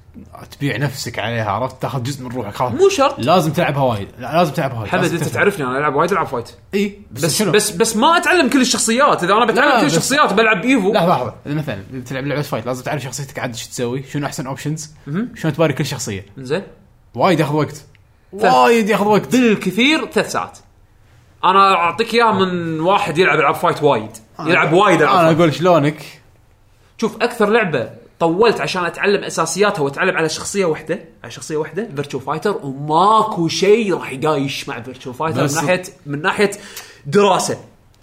تبيع نفسك عليها عرفت تاخذ جزء من روحك خلاص
مو شرط
لازم تلعبها وايد لا لازم تلعبها وايد
حمد
لازم
انت
تفهم.
تعرفني انا العب وايد العب فايت
اي
بس
شنو؟
بس بس ما اتعلم كل الشخصيات اذا انا
لا،
بتعلم كل
بس-
الشخصيات بلعب ايفو
لحظه لحظه إذا مثلا اذا بتلعب لعبه فايت لازم تعرف شخصيتك عاد شو تسوي شنو احسن اوبشنز شلون تباري كل شخصيه
زين
وايد ياخذ وقت وايد ياخذ وقت
بالكثير ثلاث ساعات انا اعطيك اياه من واحد يلعب العاب فايت وايد
آه.
يلعب وايد
انا
العاب فايت.
اقول شلونك
شوف اكثر لعبه طولت عشان اتعلم اساسياتها واتعلم على شخصيه واحده على شخصيه واحده فيرتشو فايتر وماكو شيء راح يقايش مع فيرتشو فايتر من
بس-
ناحيه من ناحيه دراسه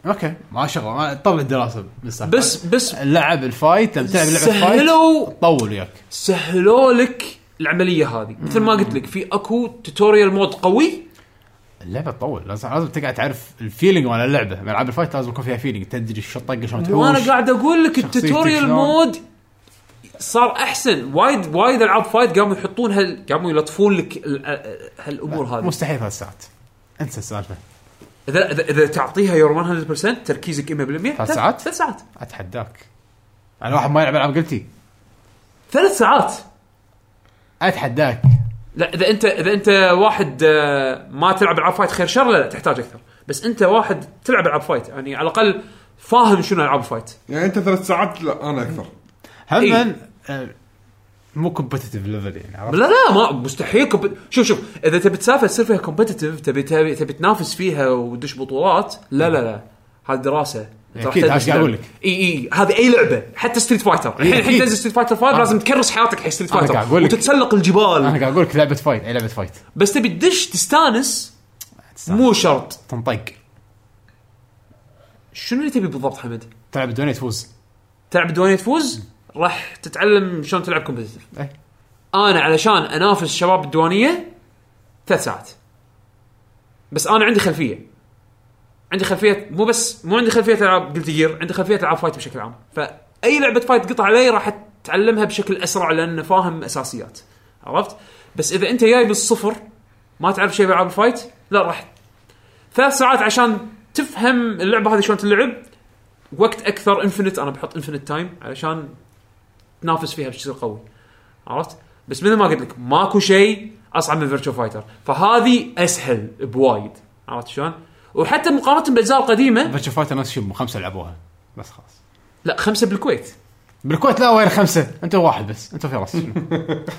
اوكي ما شغله ما تطلع الدراسه بس
بس بس
اللعب الفايت لما تلعب لعبه فايت
سهلوا
تطول وياك
سهلوا لك العمليه هذه مثل ما قلت لك في اكو توتوريال مود قوي
اللعبه تطول لازم لازم تقعد تعرف الفيلينج مال اللعبه من العاب الفايت لازم يكون فيها فيلينج تدري شو الطقه شلون تحوش
وانا قاعد اقول لك
شخصيتك
التوتوريال
شلون؟
مود صار احسن وايد وايد العاب فايت قاموا يحطون هال قاموا يلطفون لك ال- ال- هالامور هذه
مستحيل ثلاث ساعات انسى السالفه
اذا اذا, إذا تعطيها يور 100% تركيزك 100%
ثلاث ساعات؟
ثلاث ساعات
اتحداك انا واحد ما يلعب العاب قلتي
ثلاث ساعات
اتحداك
لا اذا انت اذا انت واحد آه، ما تلعب العاب فايت خير شر لا, لا تحتاج اكثر بس انت واحد تلعب العاب فايت يعني على الاقل فاهم شنو العاب فايت
يعني انت ثلاث ساعات لا انا اكثر
هم
إيه.
آه، مو كومبتتف ليفل يعني عرفت؟
لا لا ما مستحيل كومب... شوف شوف اذا تبي تسافر تصير فيها كومبتتف تبي تبي تبي تنافس فيها وتدش بطولات لا لا لا هذه دراسه أنت راح
أكيد،
تدش
هذا إيش قاعد أقول لك.
اي اي هذه اي لعبه حتى ستريت فايتر الحين الحين
أكيد. آه.
تنزل ستريت فايتر 5 لازم تكرس حياتك حق ستريت
أنا قاعد
فايتر
أقول لك.
وتتسلق الجبال
انا قاعد اقول لك لعبه فايت اي لعبه فايت
بس تبي تدش تستانس
تستانس.
مو شرط
تنطق
شنو اللي تبي بالضبط حمد؟
تلعب الدنيا تفوز
تلعب دوانية تفوز راح تتعلم شلون تلعب كومبتيتف
أي.
انا علشان انافس شباب الديوانيه ثلاث ساعات بس انا عندي خلفيه عندي خلفيه مو بس مو عندي خلفيه العاب قلت جير عندي خلفيه العاب فايت بشكل عام فاي لعبه فايت قطع علي راح اتعلمها بشكل اسرع لان فاهم اساسيات عرفت بس اذا انت جاي بالصفر ما تعرف شيء بالعاب الفايت لا راح ثلاث ساعات عشان تفهم اللعبه هذه شلون تلعب وقت اكثر انفنت انا بحط انفنت تايم علشان تنافس فيها بشكل قوي عرفت بس مثل ما قلت لك ماكو شيء اصعب من فيرتشو فايتر فهذه اسهل بوايد عرفت شلون وحتى مقارنه بالاجزاء القديمه
فيرتشو فايتر نفس الشيء خمسه لعبوها بس خلاص
لا خمسه بالكويت
بالكويت لا وين خمسه انت واحد بس انت في راس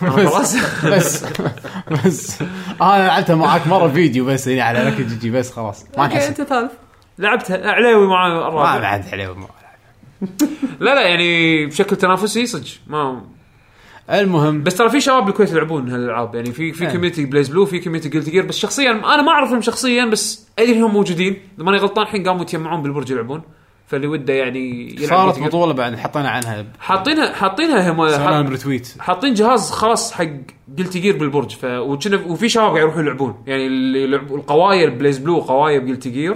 خلاص *laughs*
بس بس انا لعبتها معك مره فيديو بس يعني على لك جي جي بس خلاص ما
اوكي
نحسب
انت ثالث لعبتها علاوي مع
ما
الرابع
بعد حلو ما بعد.
لا لا يعني بشكل تنافسي صدق ما
المهم
بس ترى في شباب بالكويت يلعبون هالالعاب يعني في في
إيه.
كوميونتي بلايز بلو في كوميونتي جلد جير بس شخصيا انا ما اعرفهم شخصيا بس ادري انهم موجودين اذا ماني غلطان الحين قاموا يتجمعون بالبرج يلعبون فاللي وده يعني يلعب
صارت
Guilty Gear.
بطوله بعد حطينا عنها
حاطينها حاطينها هم
سوينا
حاط-
لهم ريتويت
حاطين جهاز خاص حق قلت جير بالبرج ف وكنا وفي شباب قاعد يروحون يلعبون يعني اللي يلعب- القوايا بلايز بلو قوايا قلت جير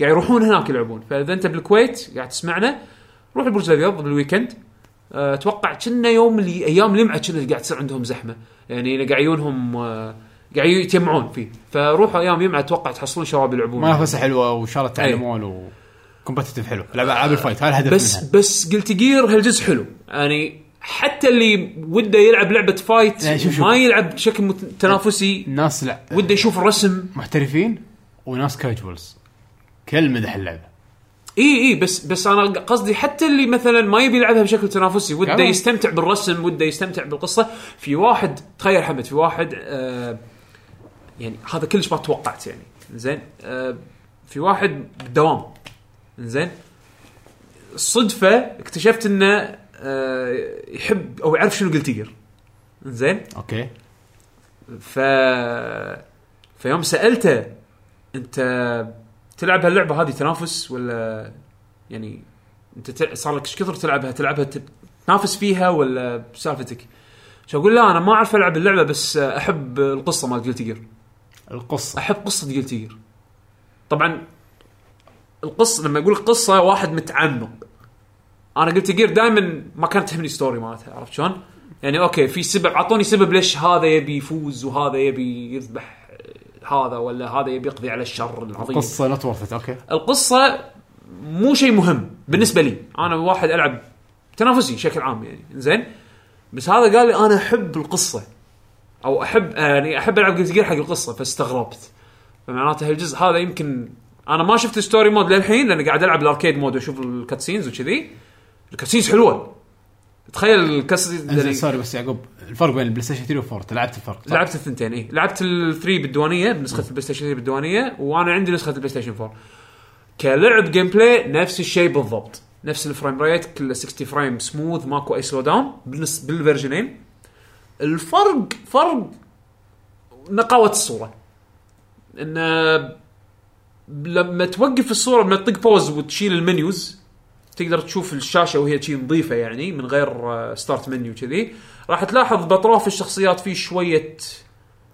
قاعد يروحون هناك يلعبون فاذا انت بالكويت قاعد تسمعنا روح البرج الابيض بالويكند أه، اتوقع كنا يوم اللي ايام لمعه كنا قاعد تصير عندهم زحمه يعني قاعد يجونهم أه، قاعد يتجمعون فيه فروحوا ايام لمعه اتوقع تحصلون شباب يلعبون
منافسه حلوه وشارة تعلمون و كومبتتف حلو لعبه العاب الفايت هذا الهدف
بس
منها
بس قلت جير هالجزء حلو يعني حتى اللي وده يلعب لعبه فايت
يعني شوف- شوف.
ما يلعب بشكل مت- تنافسي
الناس لا
وده يشوف الرسم
محترفين وناس كاجوالز كل مدح اللعبه
اي اي بس بس انا قصدي حتى اللي مثلا ما يبي يلعبها بشكل تنافسي وده
يعني-
يستمتع بالرسم وده يستمتع بالقصه في واحد تخيل حمد في واحد آه يعني هذا كلش ما توقعت يعني زين آه في واحد بالدوام زين صدفه اكتشفت انه آه يحب او يعرف شنو قلت يقر زين
اوكي
ف فيوم سالته انت تلعب هاللعبه هذه تنافس ولا يعني انت تل... صار لك ايش كثر تلعبها تلعبها ت- تنافس فيها ولا سالفتك؟ شو اقول لا انا ما اعرف العب اللعبه بس احب القصه مال جلتي جير
القصه
احب قصه جلتي جير طبعا القصه لما اقول قصه واحد متعنق انا قلت جير دائما ما كانت تهمني ستوري مالتها عرفت شلون؟ يعني اوكي في سبب اعطوني سبب ليش هذا يبي يفوز وهذا يبي يذبح هذا ولا هذا يبي يقضي على الشر العظيم
قصه نوت ورثت اوكي
القصه مو شيء مهم بالنسبه لي انا واحد العب تنافسي بشكل عام يعني زين بس هذا قال لي انا احب القصه او احب يعني احب العب جيمز حق القصه فاستغربت فمعناته هالجزء هذا يمكن انا ما شفت ستوري مود للحين لان قاعد العب الاركيد مود واشوف الكاتسينز وكذي الكاتسينز حلوه تخيل يعني
انزين
الكاتسينز
سوري بس يعقوب الفرق بين البلاي ستيشن 3 و 4 لعبت الفرق صح؟
لعبت الثنتين اي لعبت الثري بالديوانيه بنسخه البلاي ستيشن 3 بالديوانيه وانا عندي نسخه البلاي ستيشن 4 كلعب جيم بلاي نفس الشيء بالضبط نفس الفريم ريت كله 60 فريم سموث ماكو اي سلو داون بالنس- بالفيرجنين الفرق فرق نقاوه الصوره انه لما توقف الصوره لما تطق بوز وتشيل المنيوز تقدر تشوف الشاشه وهي شي نظيفه يعني من غير ستارت منيو كذي راح تلاحظ باطراف الشخصيات في شويه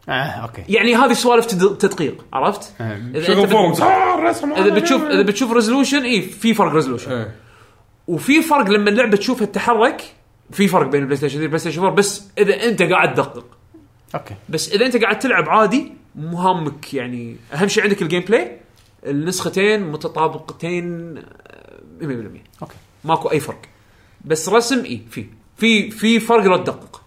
اه اوكي
يعني هذه سوالف تد- تدقيق عرفت؟
آه،
اذا
شغل
أنت بت-
فورمز آه، الرسم
اذا بتشوف اذا بتشوف ريزولوشن اي في فرق ريزولوشن
إيه.
وفي فرق لما اللعبه تشوفها تتحرك في فرق بين البلاي ستيشن 3 والبلاي ستيشن 4 بس اذا انت قاعد تدقق
اوكي
بس اذا انت قاعد تلعب عادي مو هامك يعني اهم شيء عندك الجيم بلاي النسختين متطابقتين آه، 100%
اوكي
ماكو اي فرق بس رسم اي في في في فرق لو تدقق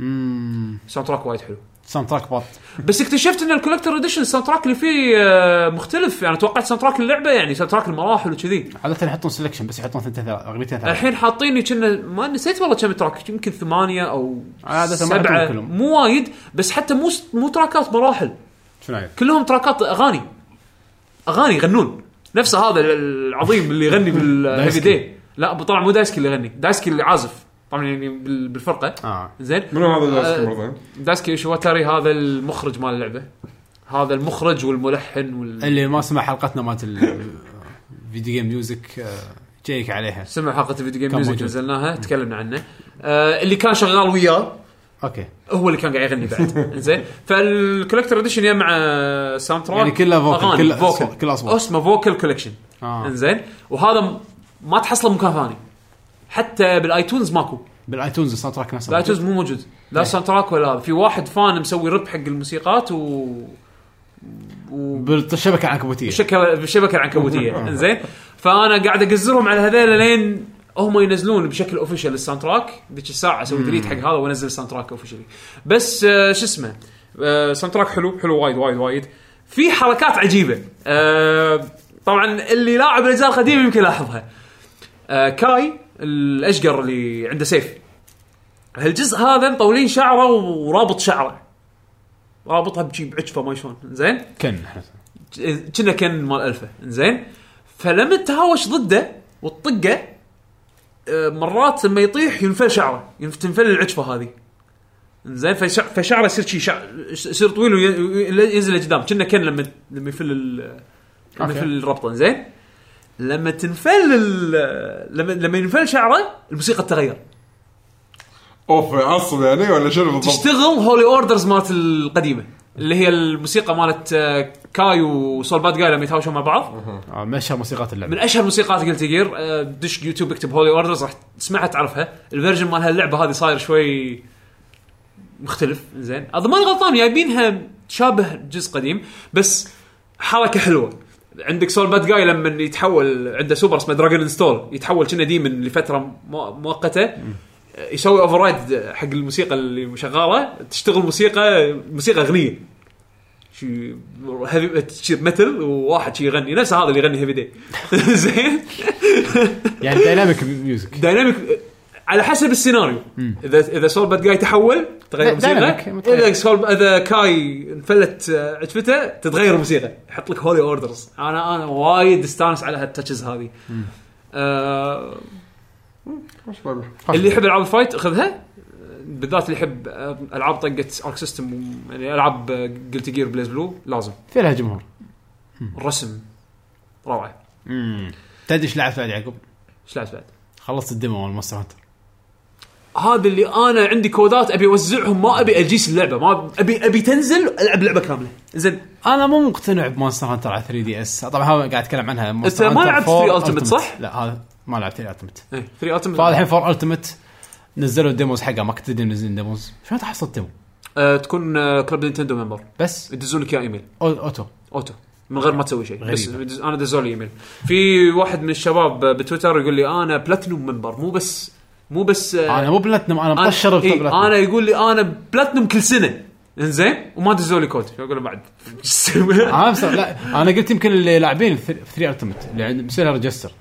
اممم
ساوند تراك وايد حلو
ساوند تراك بط
بس اكتشفت ان الكولكتر اديشن الساوند تراك اللي فيه آه، مختلف يعني توقعت ساوند تراك اللعبه يعني ساوند تراك المراحل وكذي
عاده يحطون سلكشن بس يحطون ثنتين ثلاث اغلبيتين ثلاث
الحين حاطين لي كنا ما نسيت والله كم تراك يمكن ثمانيه او
عادة ما
سبعه
يحطون كلهم.
مو وايد بس حتى مو مو تراكات مراحل
شنو عيب؟
كلهم تراكات اغاني اغاني يغنون نفس هذا العظيم اللي يغني
*laughs* دايسكي.
بالهيفي داي لا طبعا مو دايسكي اللي يغني دايسكي اللي عازف طبعا يعني بال- بالفرقه
اه
زين
منو هذا اللي أذكر
آه،
مرة؟
دايسكي شواتاري هذا المخرج مال اللعبه هذا المخرج والملحن وال...
اللي ما سمع حلقتنا مالت ال- فيديو جيم ميوزك آه، جيك عليها
سمع حلقه الفيديو جيم
كان
ميوزك
موجود.
نزلناها تكلمنا عنه آه اللي كان شغال وياه
اوكي
هو اللي كان قاعد يغني
*laughs*
بعد زين فالكولكتر اديشن يا مع ساوند تراك
يعني كله vocal،
أغاني،
كله
vocal.
أصوات، كله أصوات.
اسمه فوكل كولكشن
آه.
انزين وهذا م- ما تحصله مكان ثاني حتى بالايتونز ماكو
بالايتونز الساوند تراك نفسه
الايتونز مو موجود لا ساوند تراك ولا هذا في واحد فان مسوي رب حق الموسيقات و
بالشبكه العنكبوتيه
شبكه بالشبكه العنكبوتيه انزين فانا قاعد اقزرهم على هذيل لين هم ينزلون بشكل اوفيشال الساوند تراك ذيك الساعه اسوي ديليت حق هذا وانزل الساوند تراك اوفيشلي بس آه، شو اسمه آه، ساوند تراك حلو حلو وايد وايد وايد في حركات عجيبه آه، طبعا اللي لاعب الاجزاء القديمه يمكن لاحظها آه، كاي الاشقر اللي عنده سيف هالجزء هذا مطولين شعره ورابط شعره رابطها بشي بعجفه ما شلون زين
كن إحنا.
كنا كان مال الفه زين فلما تهاوش ضده وتطقه آه، مرات لما يطيح ينفل شعره ينف- تنفل العجفه هذه زين فشع... فشعره يصير شي شع... يصير طويل وي- وي- ينزل لقدام كنا كان لما لما يفل ال... لما
أوكي.
يفل الربطه زين لما تنفل ال... لما لما ينفل شعره الموسيقى تتغير
اوف عصب يعني ولا شنو بالضبط؟
تشتغل هولي اوردرز مالت القديمه اللي هي الموسيقى مالت آه، كاي وسول باد جاي لما يتهاوشون مع بعض
آه، من اشهر موسيقات اللعبه
من اشهر موسيقات قلت جير دش يوتيوب اكتب هولي اوردرز راح تسمعها تعرفها الفيرجن مال هاللعبه هذه صاير شوي مختلف زين اذا ماني غلطان جايبينها تشابه جزء قديم بس حركه حلوه عندك سول باد جاي لما يتحول عنده سوبر اسمه دراجون انستول يتحول كنا ديمن لفتره مو- مؤقته آه، يسوي اوفر رايد حق الموسيقى اللي شغاله تشتغل موسيقى موسيقى اغنيه شي هيفي شي متل وواحد شي يغني نفس هذا اللي يغني هيفي داي *laughs* زين
يعني دايناميك ميوزك
دايناميك على حسب السيناريو اذا اذا سول باد جاي تحول تغير
لا،
الموسيقى
دايناميك، متغير.
اذا سول اذا كاي انفلت آه، عجفته تتغير الموسيقى يحط لك هولي اوردرز انا انا وايد استانس على هالتاتشز هذه آه
طيب.
اللي يحب العاب الفايت خذها بالذات اللي يحب آه، العاب طقه ارك سيستم يعني العاب قلت جير بليز بلو لازم
في لها جمهور
الرسم روعه
تدري ايش لعبت بعد يعقوب؟
ايش لعبت بعد؟
خلصت الديمو مال مونستر هانتر
هذا اللي انا عندي كودات ابي اوزعهم ما ابي اجيس اللعبه ما ابي ابي تنزل العب لعبه كامله زين
انا مو مقتنع بمونستر هانتر على 3 دي اس طبعا هذا قاعد اتكلم عنها Monster
ما
Hunter
لعبت
4
3 Ultimate، صح؟
لا هذا ما لعبت 3 التمت
إيه، 3
فهذا
اتم
الحين 4 التمت نزلوا الديموز حقها ما كنت تدري منزلين ديموز شلون تحصل ديمو
آه تكون آه كلب نينتندو ممبر
بس
يدزون لك اياه ايميل
أو- اوتو
اوتو من غير ما تسوي شيء بس
غريبة.
يدز- انا دزوا لي ايميل في واحد من الشباب بتويتر يقول لي انا بلاتينوم ممبر مو بس مو بس آه،
انا مو بلاتنم انا
انا
مطشر
إيه،
بلاتنم.
انا يقول لي انا بلاتنوم كل سنه انزين وما دزوا لي كود اقول له
*laughs*
بعد
انا بس- لا انا قلت يمكن اللي لاعبين 3 التمت اللي عند مسوي ريجستر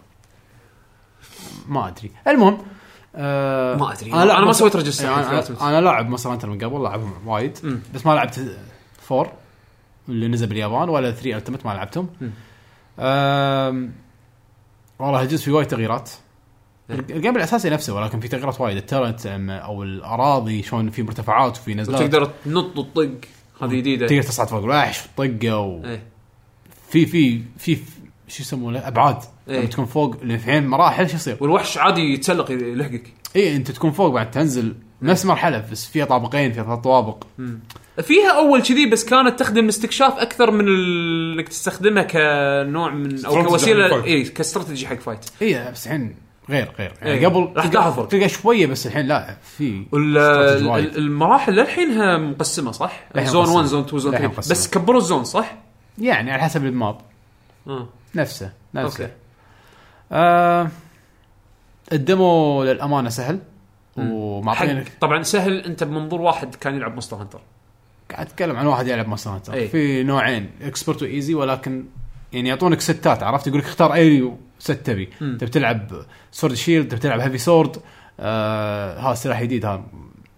ما ادري المهم آه
ما أدري. أنا ما
Monster-
سويت register
يعني
في
أنا-
Ultimate.
انا لاعب مونستر هانتر من قبل لاعبهم وايد بس ما لعبت 4 اللي نزل باليابان ولا 3 التمت ما لعبتهم آم، والله الجزء فيه وايد تغييرات
إيه.
الجيم الاساسي نفسه ولكن في تغييرات وايد الترنت أم- او الاراضي شلون في مرتفعات وفي نزلات
تقدر تنط وتطق هذه جديده
تقدر تصعد فوق الوحش وتطقه و...
إيه.
في في في شو يسمونه ابعاد
إيه.
لما تكون فوق لفعين مراحل شو يصير؟
والوحش عادي يتسلق يلحقك
اي انت تكون فوق بعد تنزل نفس
إيه.
مرحله بس فيها طابقين فيها ثلاث طوابق
فيها اول كذي بس كانت تخدم استكشاف اكثر من ال- انك تستخدمها كنوع من او
استراتيجي حق
كوسيله
فايت.
اي كاستراتيجي حق فايت
اي إيه، بس الحين غير غير يعني
إيه.
قبل
راح
تلقى-
تلاحظ فرق.
تلقى شويه بس الحين لا في
وال-
استراتيجي
ال-
وايد.
المراحل للحينها مقسمه صح؟
للحين
زون
مقسمة.
1 زون 2 زون
للحين
3
مقسمة.
بس كبروا الزون صح؟
يعني على حسب الماب
اه
نفسه نفسه
اوكي
آه الدمو للامانه سهل ومعطينك
حق طبعا سهل انت بمنظور واحد كان يلعب مونستر هانتر
قاعد اتكلم عن واحد يلعب مونستر هانتر
أي.
في نوعين اكسبرت وايزي ولكن يعني يعطونك ستات عرفت يقول لك اختار اي ست تبي انت بتلعب سورد شيلد انت بتلعب هيفي سورد آه ها سلاح جديد ها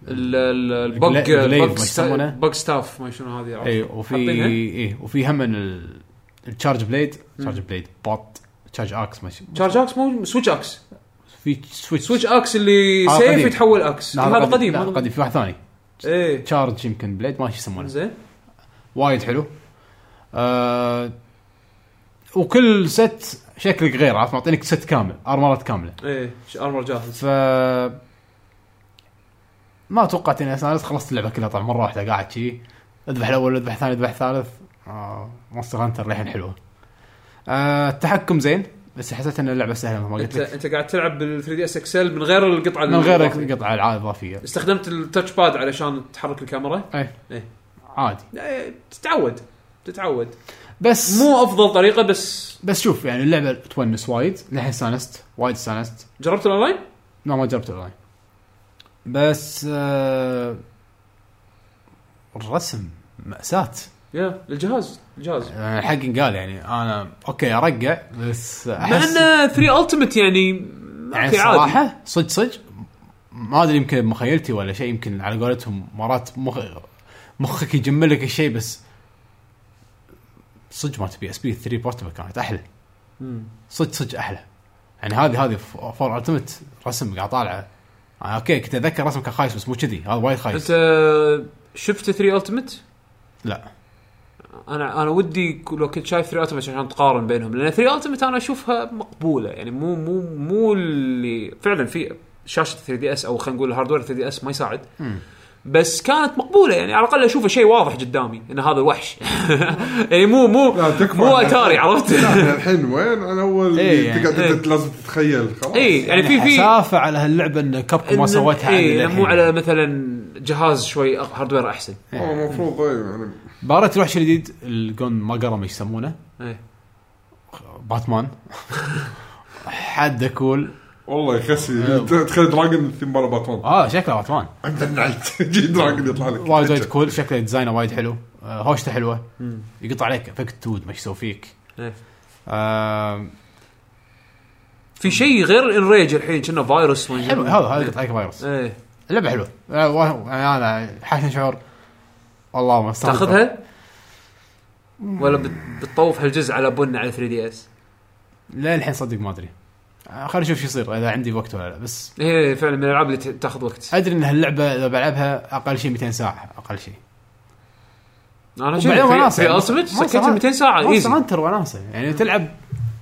ال- ال- البق
الجليف ما
البق
يسمونه. أيوه.
ستا- بق ستاف ما شنو هذه
اي
عرفت؟
إيه، وفي
حاطينها؟
اي وفي هم ال- التشارج بليد تشارج بليد بوت تشارج اكس ماشي
شارج اكس مو سويتش اكس
في سويتش
سويتش اكس اللي
هذا
سيف
آه، قديم.
يتحول اكس
لا،
هذا قديم
لا،
هذا
قديم في واحد ثاني
ايه
تشارج يمكن بليد ما شو يسمونه
زين
وايد حلو آه وكل ست شكلك غير عرفت معطينك ست كامل ارمرات كامله
ايه ش- ارمر جاهز
ف ما توقعت اني استانست خلصت اللعبه كلها طبعا مره واحده قاعد شي اذبح الاول اذبح ثاني اذبح ثالث آه مونستر هانتر للحين حلوه آه التحكم زين بس حسيت ان اللعبه سهله مثل ما قلت
انت
لك
انت قاعد تلعب بال 3 دي اس اكسل من غير القطعه
من غير
الإضافية.
قطع العاب اضافيه
استخدمت التاتش باد علشان تحرك الكاميرا
اي
إيه.
عادي
إيه، تتعود تتعود
بس
مو افضل طريقه بس
بس شوف يعني اللعبه تونس وايد للحين استانست وايد استانست
جربت الاونلاين؟
لا ما جربت الاونلاين بس آه الرسم مأساة
يا الجهاز الجهاز
يعني الحق قال يعني انا اوكي ارقع بس
مع
احس
ان 3 التمت يعني
يعني
أوكي، عادي.
صراحة صدق صدق ما ادري يمكن مخيلتي ولا شيء يمكن على قولتهم مرات مخ مخك يجمل لك الشيء بس صدق مالت بي اس بي 3 بورتبل كانت احلى
مم.
صدق صدق احلى يعني هذه هذه فور التمت رسم قاعد طالعه آه اوكي كنت اتذكر رسم كان خايس بس مو كذي هذا وايد خايس
انت شفت 3 التمت؟
لا
انا انا ودي ك- لو كنت شايف 3 التمت عشان تقارن بينهم لان 3 التمت انا اشوفها مقبوله يعني مو مو مو اللي فعلا في شاشه 3 دي اس او خلينا نقول الهاردوير 3 دي اس ما يساعد بس كانت مقبوله يعني على الاقل اشوفه شيء واضح قدامي ان هذا الوحش *laughs* يعني مو مو
لا، تكفى.
مو اتاري عرفت؟
*laughs*
*laughs*
لا، الحين وين انا اول
إيه، يعني.
تقعد انت
إيه.
لازم تتخيل خلاص
اي يعني في في
حسافه على هاللعبه ان كابكو ما
إن-
سوتها
إيه،
عندنا
يعني مو
الحين.
على مثلا جهاز شوي أق- هاردوير احسن
والله المفروض إيه، يعني
بارت الوحش الجديد الجون ما قرم ايش يسمونه
إيه.
باتمان حد كول
والله
إيه.
يخسي تخيل دراجون الثيم مال باتمان
اه شكله باتمان
عند النعت *laughs* جي دراجون يطلع لك
وايد وايد كول شكله ديزاينه وايد حلو آه، هوشته حلوه يقطع عليك افكت تود ما يسوي فيك
إيه.
آه،
في شيء غير انريج الحين كنا فيروس ما
حلو هذا هذا يقطع عليك فايروس
ايه
اللعبه حلوه آه، و- يعني انا حاشني شعور والله ما استغرب.
تاخذها ولا بت- بتطوف هالجزء على بن على 3 دي اس
لا الحين صدق ما ادري آه، خلينا نشوف شو يصير اذا عندي وقت ولا لا بس
ايه فعلا من الالعاب اللي ت- تاخذ وقت
ادري ان هاللعبه اذا بلعبها اقل شيء 200 ساعه اقل شيء
انا
وبعدين وناسه
في
يعني.
التمت
ما
سكت
صار-
200 ساعه
مونستر
ايزي
هانتر وناسه يعني تلعب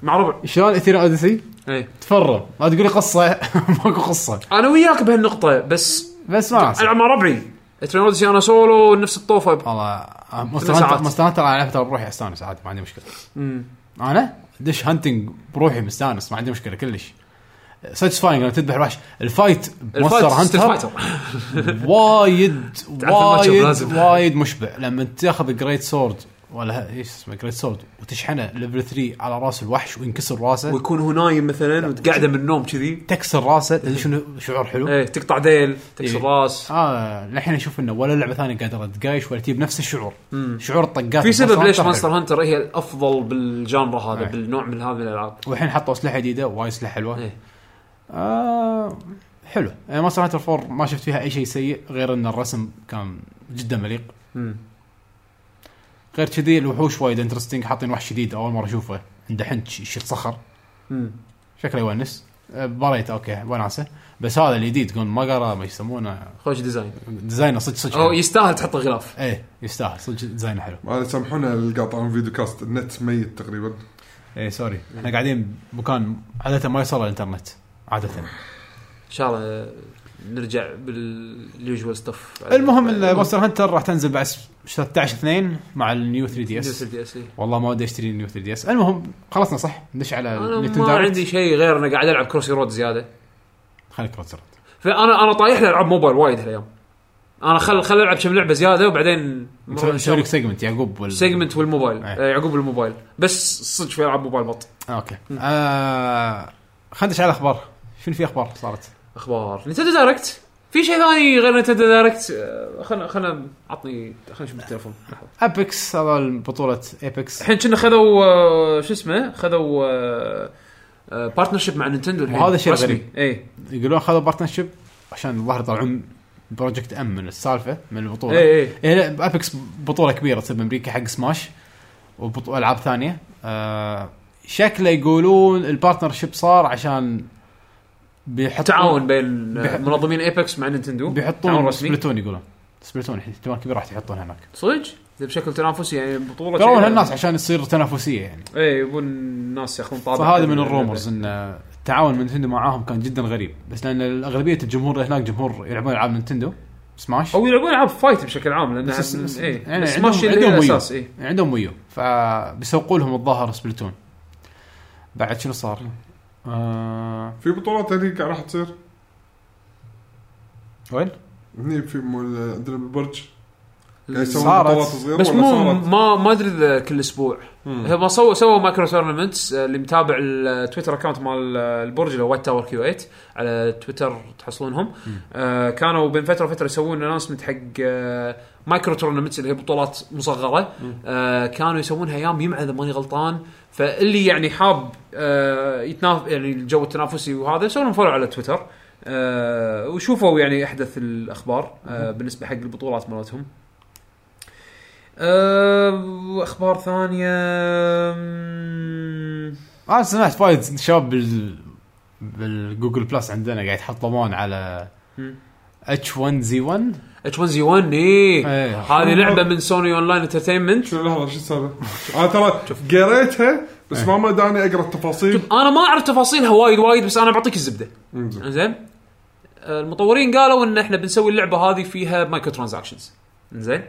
مع ربع
شلون اثير اوديسي
ايه
تفرم ما تقولي قصه *laughs* ماكو قصه
انا وياك بهالنقطه بس
بس وناسه
العب مع ربعي ترينودسي انا سولو نفس الطوفه
والله آه، مونستر
ثلاث
هانتر
ساعات.
مونستر هانتر انا لعبت بروحي استانس عادي ما عندي مشكله
مم.
انا دش هانتنج بروحي مستانس ما عندي مشكله كلش ساتيسفاينج لما تذبح الوحش الفايت مونستر
الفايت ستريت
هانتر
فايتر *laughs*
وايد
ما تشوف
وايد
لازم.
وايد مشبع لما تاخذ جريت سورد ولا ه- ايش اسمه جريت سورد وتشحنه ليفل 3 على راس الوحش وينكسر راسه
ويكون هو نايم مثلا وتقعده من النوم كذي
تكسر راسه تدري
*laughs*
شنو شعور حلو؟
ايه تقطع ديل تكسر
إيه.
راس
اه الحين اشوف انه ولا لعبه ثانيه قادره تقايش ولا تجيب نفس الشعور شعور الطقات
في سبب
بمونستر
ليش
هانتر
مونستر
حلو.
هانتر هي الافضل بالجانرا هذا
إيه.
بالنوع من هذه الالعاب
والحين حطوا اسلحه جديده وايد اسلحه حلوه
إيه.
آه حلو يعني مونستر هانتر 4 ما شفت فيها اي شيء سيء غير ان الرسم كان جدا مليق
مم.
غير كذي الوحوش وايد انترستنج حاطين وحش جديد اول مره اشوفه عنده حنش يشيل صخر
مم.
شكله يونس أه، بريت اوكي وناسه بس هذا الجديد جون مقرة ما يسمونه
خوش ديزاين
ديزاينه صدق صدق
او
حلو.
يستاهل تحط غلاف
ايه يستاهل صدق ديزاينه حلو
ما سامحونا القاطع من فيديو كاست النت ميت تقريبا
ايه سوري احنا قاعدين بمكان عاده ما يوصل الانترنت عاده
ان شاء الله نرجع آه، باليوجوال ستاف
المهم ان مونستر هانتر راح تنزل بعد 16 2 مع النيو 3 دي اس والله ما ودي اشتري النيو 3 دي اس المهم خلصنا صح ندش على
انا
نينتندو
ما
دايركت.
عندي شيء غير انا قاعد العب كروسي رود زياده
خليك روتر
فانا انا طايح لي العاب موبايل وايد هالايام انا خل خل العب كم لعبه زياده وبعدين
نسوي لك سيجمنت يعقوب وال-
سيجمنت والموبايل
إيه.
آه، يعقوب الموبايل بس صدق في العاب موبايل بط
اوكي آه... خلينا ندش على اخبار شنو في اخبار صارت؟
اخبار نتندو دايركت في شيء ثاني غير نتندو دايركت آه، خلنا خلنا عطني خلنا نشوف التليفون لحظة.
ابيكس هذا بطوله ابيكس
الحين كنا خذوا آه، شو اسمه خذوا بارتنرشيب مع نينتندو الحين إيه.
وهذا شيء
رسمي.
غريب.
اي
يقولون خذوا بارتنرشيب عشان الظاهر يطلعون بروجكت ام من السالفه من البطوله
اي اي
إيه لا ابيكس بطوله كبيره تصير بامريكا حق سماش وبطو- والعاب ثانيه آه شكله يقولون البارتنرشيب صار عشان بيحطون
تعاون بين آه،
بح-
منظمين ايبكس مع نينتندو تعاون
بيحطون
رسمي
سبلتون يقولون سبلتون احتمال كبير راح يحطون هناك
صدق بشكل تنافسي يعني بطوله
يبون
شيء-
هالناس عشان يصير تنافسيه يعني
اي يبون الناس ياخذون طابع
فهذا من الرومرز ان التعاون من نتندو معاهم كان جدا غريب بس لان اغلبيه الجمهور هناك جمهور يلعبون العاب نينتندو سماش
او يلعبون العاب فايت بشكل عام لان
بس- بس-
اي
يعني
بس
عندهم-
ماشي إيه. اللي
عندهم
هي
ويو.
الاساس اي
عندهم ويو فبيسوقوا لهم الظاهر سبلتون بعد شنو صار؟ آه...
في بطولات هذيك راح تصير
وين؟
هني في مول- عندنا بالبرج قاعد يعني يسوون
صارت.
بطولات صغيره
بس
ولا
مو
صارت؟
ما ما ادري اذا كل اسبوع هم سووا سووا مايكرو تورنمنتس اللي متابع التويتر اكونت مال آه، البرج اللي هو وايت تاور كيو 8 على تويتر تحصلونهم آه كانوا بين فتره وفتره يسوون اناونسمنت حق آه مايكرو تورنمنتس اللي هي بطولات مصغره آه كانوا يسوونها ايام يمعه اذا ماني غلطان فاللي يعني حاب آه يتناف يعني الجو التنافسي وهذا يسوون لهم فولو على تويتر آه وشوفوا يعني احدث الاخبار آه بالنسبه حق البطولات مالتهم آه، اخبار ثانيه مم،
انا آه، سمعت وايد شباب بال بالجوجل بلس عندنا قاعد يتحطمون على
مم.
H1Z1
H1Z1 ايه
إيه.
هذه لعبه من سوني اون لاين انترتينمنت
شنو لحظه شو السالفه؟ انا ترى قريتها
إيه.
بس ما ما داني اقرا التفاصيل
انا ما اعرف تفاصيلها وايد وايد بس انا بعطيك الزبده
انزين.
زين المطورين قالوا ان احنا بنسوي اللعبه هذه فيها مايكرو ترانزاكشنز زين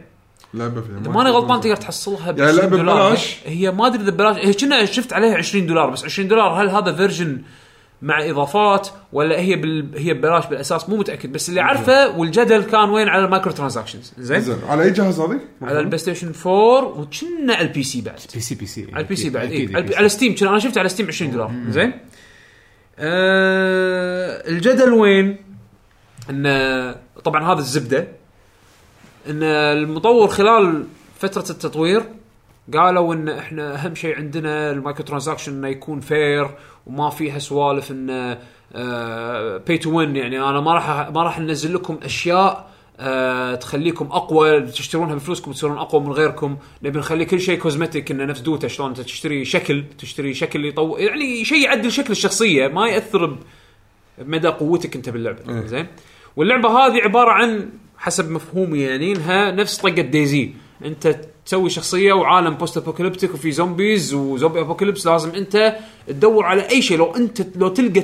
لعبه فيها
اذا ماني غلطان تقدر تحصلها ب
يعني
20
لعبة
دولار
ببلاش؟
هي ما ادري اذا ببلاش هي كنا شفت عليها 20 دولار بس 20 دولار هل هذا فيرجن مع اضافات ولا هي بال... هي ببلاش بالاساس مو متاكد بس اللي عارفه والجدل كان وين على المايكرو ترانزاكشنز زين
زين على اي جهاز هذه؟
على البلاي ستيشن 4 وكنا على البي سي بعد
بي سي بي سي
على البي سي بعد
اكيد
إيه. على- على ستيم كنا انا شفت على ستيم 20 دولار زين آه الجدل وين؟ ان طبعا هذا الزبده ان المطور خلال فتره التطوير قالوا ان احنا اهم شيء عندنا المايكرو ترانزاكشن انه يكون فير وما فيها سوالف ان باي تو وين يعني انا ما راح ما راح انزل لكم اشياء آه، تخليكم اقوى تشترونها بفلوسكم تصيرون اقوى من غيركم نبي نخلي كل شيء كوزمتيك انه نفس دوتا شلون انت تشتري شكل تشتري شكل يطو يعني شيء يعدل شكل الشخصيه ما ياثر ب- بمدى قوتك انت
إيه.
باللعبه زين واللعبه هذه عباره عن حسب مفهومي يعني انها نفس طقه ديزي انت تسوي شخصيه وعالم بوست ابوكاليبتيك وفي زومبيز وزومبي ابوكاليبس لازم انت تدور على اي شيء لو انت لو تلقى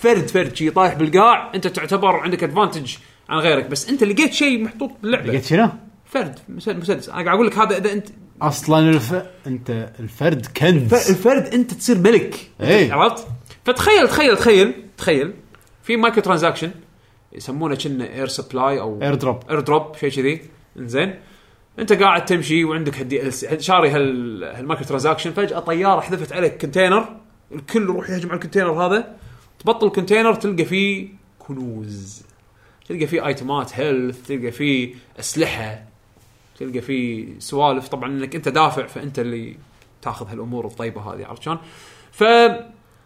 فرد فرد شي طايح بالقاع انت تعتبر عندك ادفانتج عن غيرك بس انت لقيت شيء محطوط باللعبه
لقيت شنو؟
فرد مسد- مسدس انا قاعد اقول لك هذا اذا انت
اصلا الف... انت الفرد كنز
ف- الفرد انت تصير ملك
إيه.
عرفت؟ فتخيل تخيل تخيل تخيل في مايكرو ترانزاكشن يسمونه كنا اير سبلاي او
اير دروب
اير دروب شيء كذي انزين انت قاعد تمشي وعندك هدي هل- شاري هال هالمايكرو ترانزاكشن فجاه طياره حذفت عليك كونتينر الكل يروح يهجم على الكونتينر هذا تبطل الكونتينر تلقى فيه كنوز تلقى فيه ايتمات هيلث تلقى فيه اسلحه تلقى فيه سوالف طبعا انك انت دافع فانت اللي تاخذ هالامور الطيبه هذه عرفت شلون؟ ف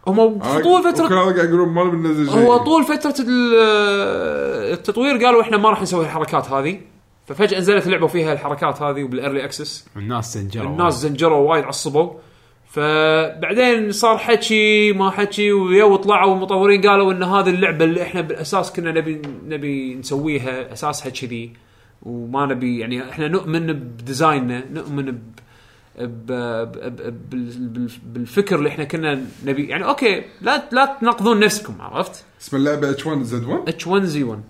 هم
آه،
طول فتره
كل هذا قاعد يقولون ما نبي ننزل شيء
هو طول فتره ال- التطوير قالوا احنا ما راح نسوي الحركات هذه ففجاه نزلت اللعبه وفيها الحركات هذه وبالارلي اكسس
الناس سنجروا
الناس زنجروا وايد عصبوا فبعدين صار حكي ما حكي ويو طلعوا المطورين قالوا ان هذه اللعبه اللي احنا بالاساس كنا نبي نبي نسويها اساسها كذي وما نبي يعني احنا نؤمن بديزايننا نؤمن ب ب- ب- ب- بال- بال- بالفكر اللي احنا كنا نبي يعني اوكي لا لا تنقضون نفسكم عرفت؟
اسم اللعبه اتش 1 زد 1
اتش 1 زي 1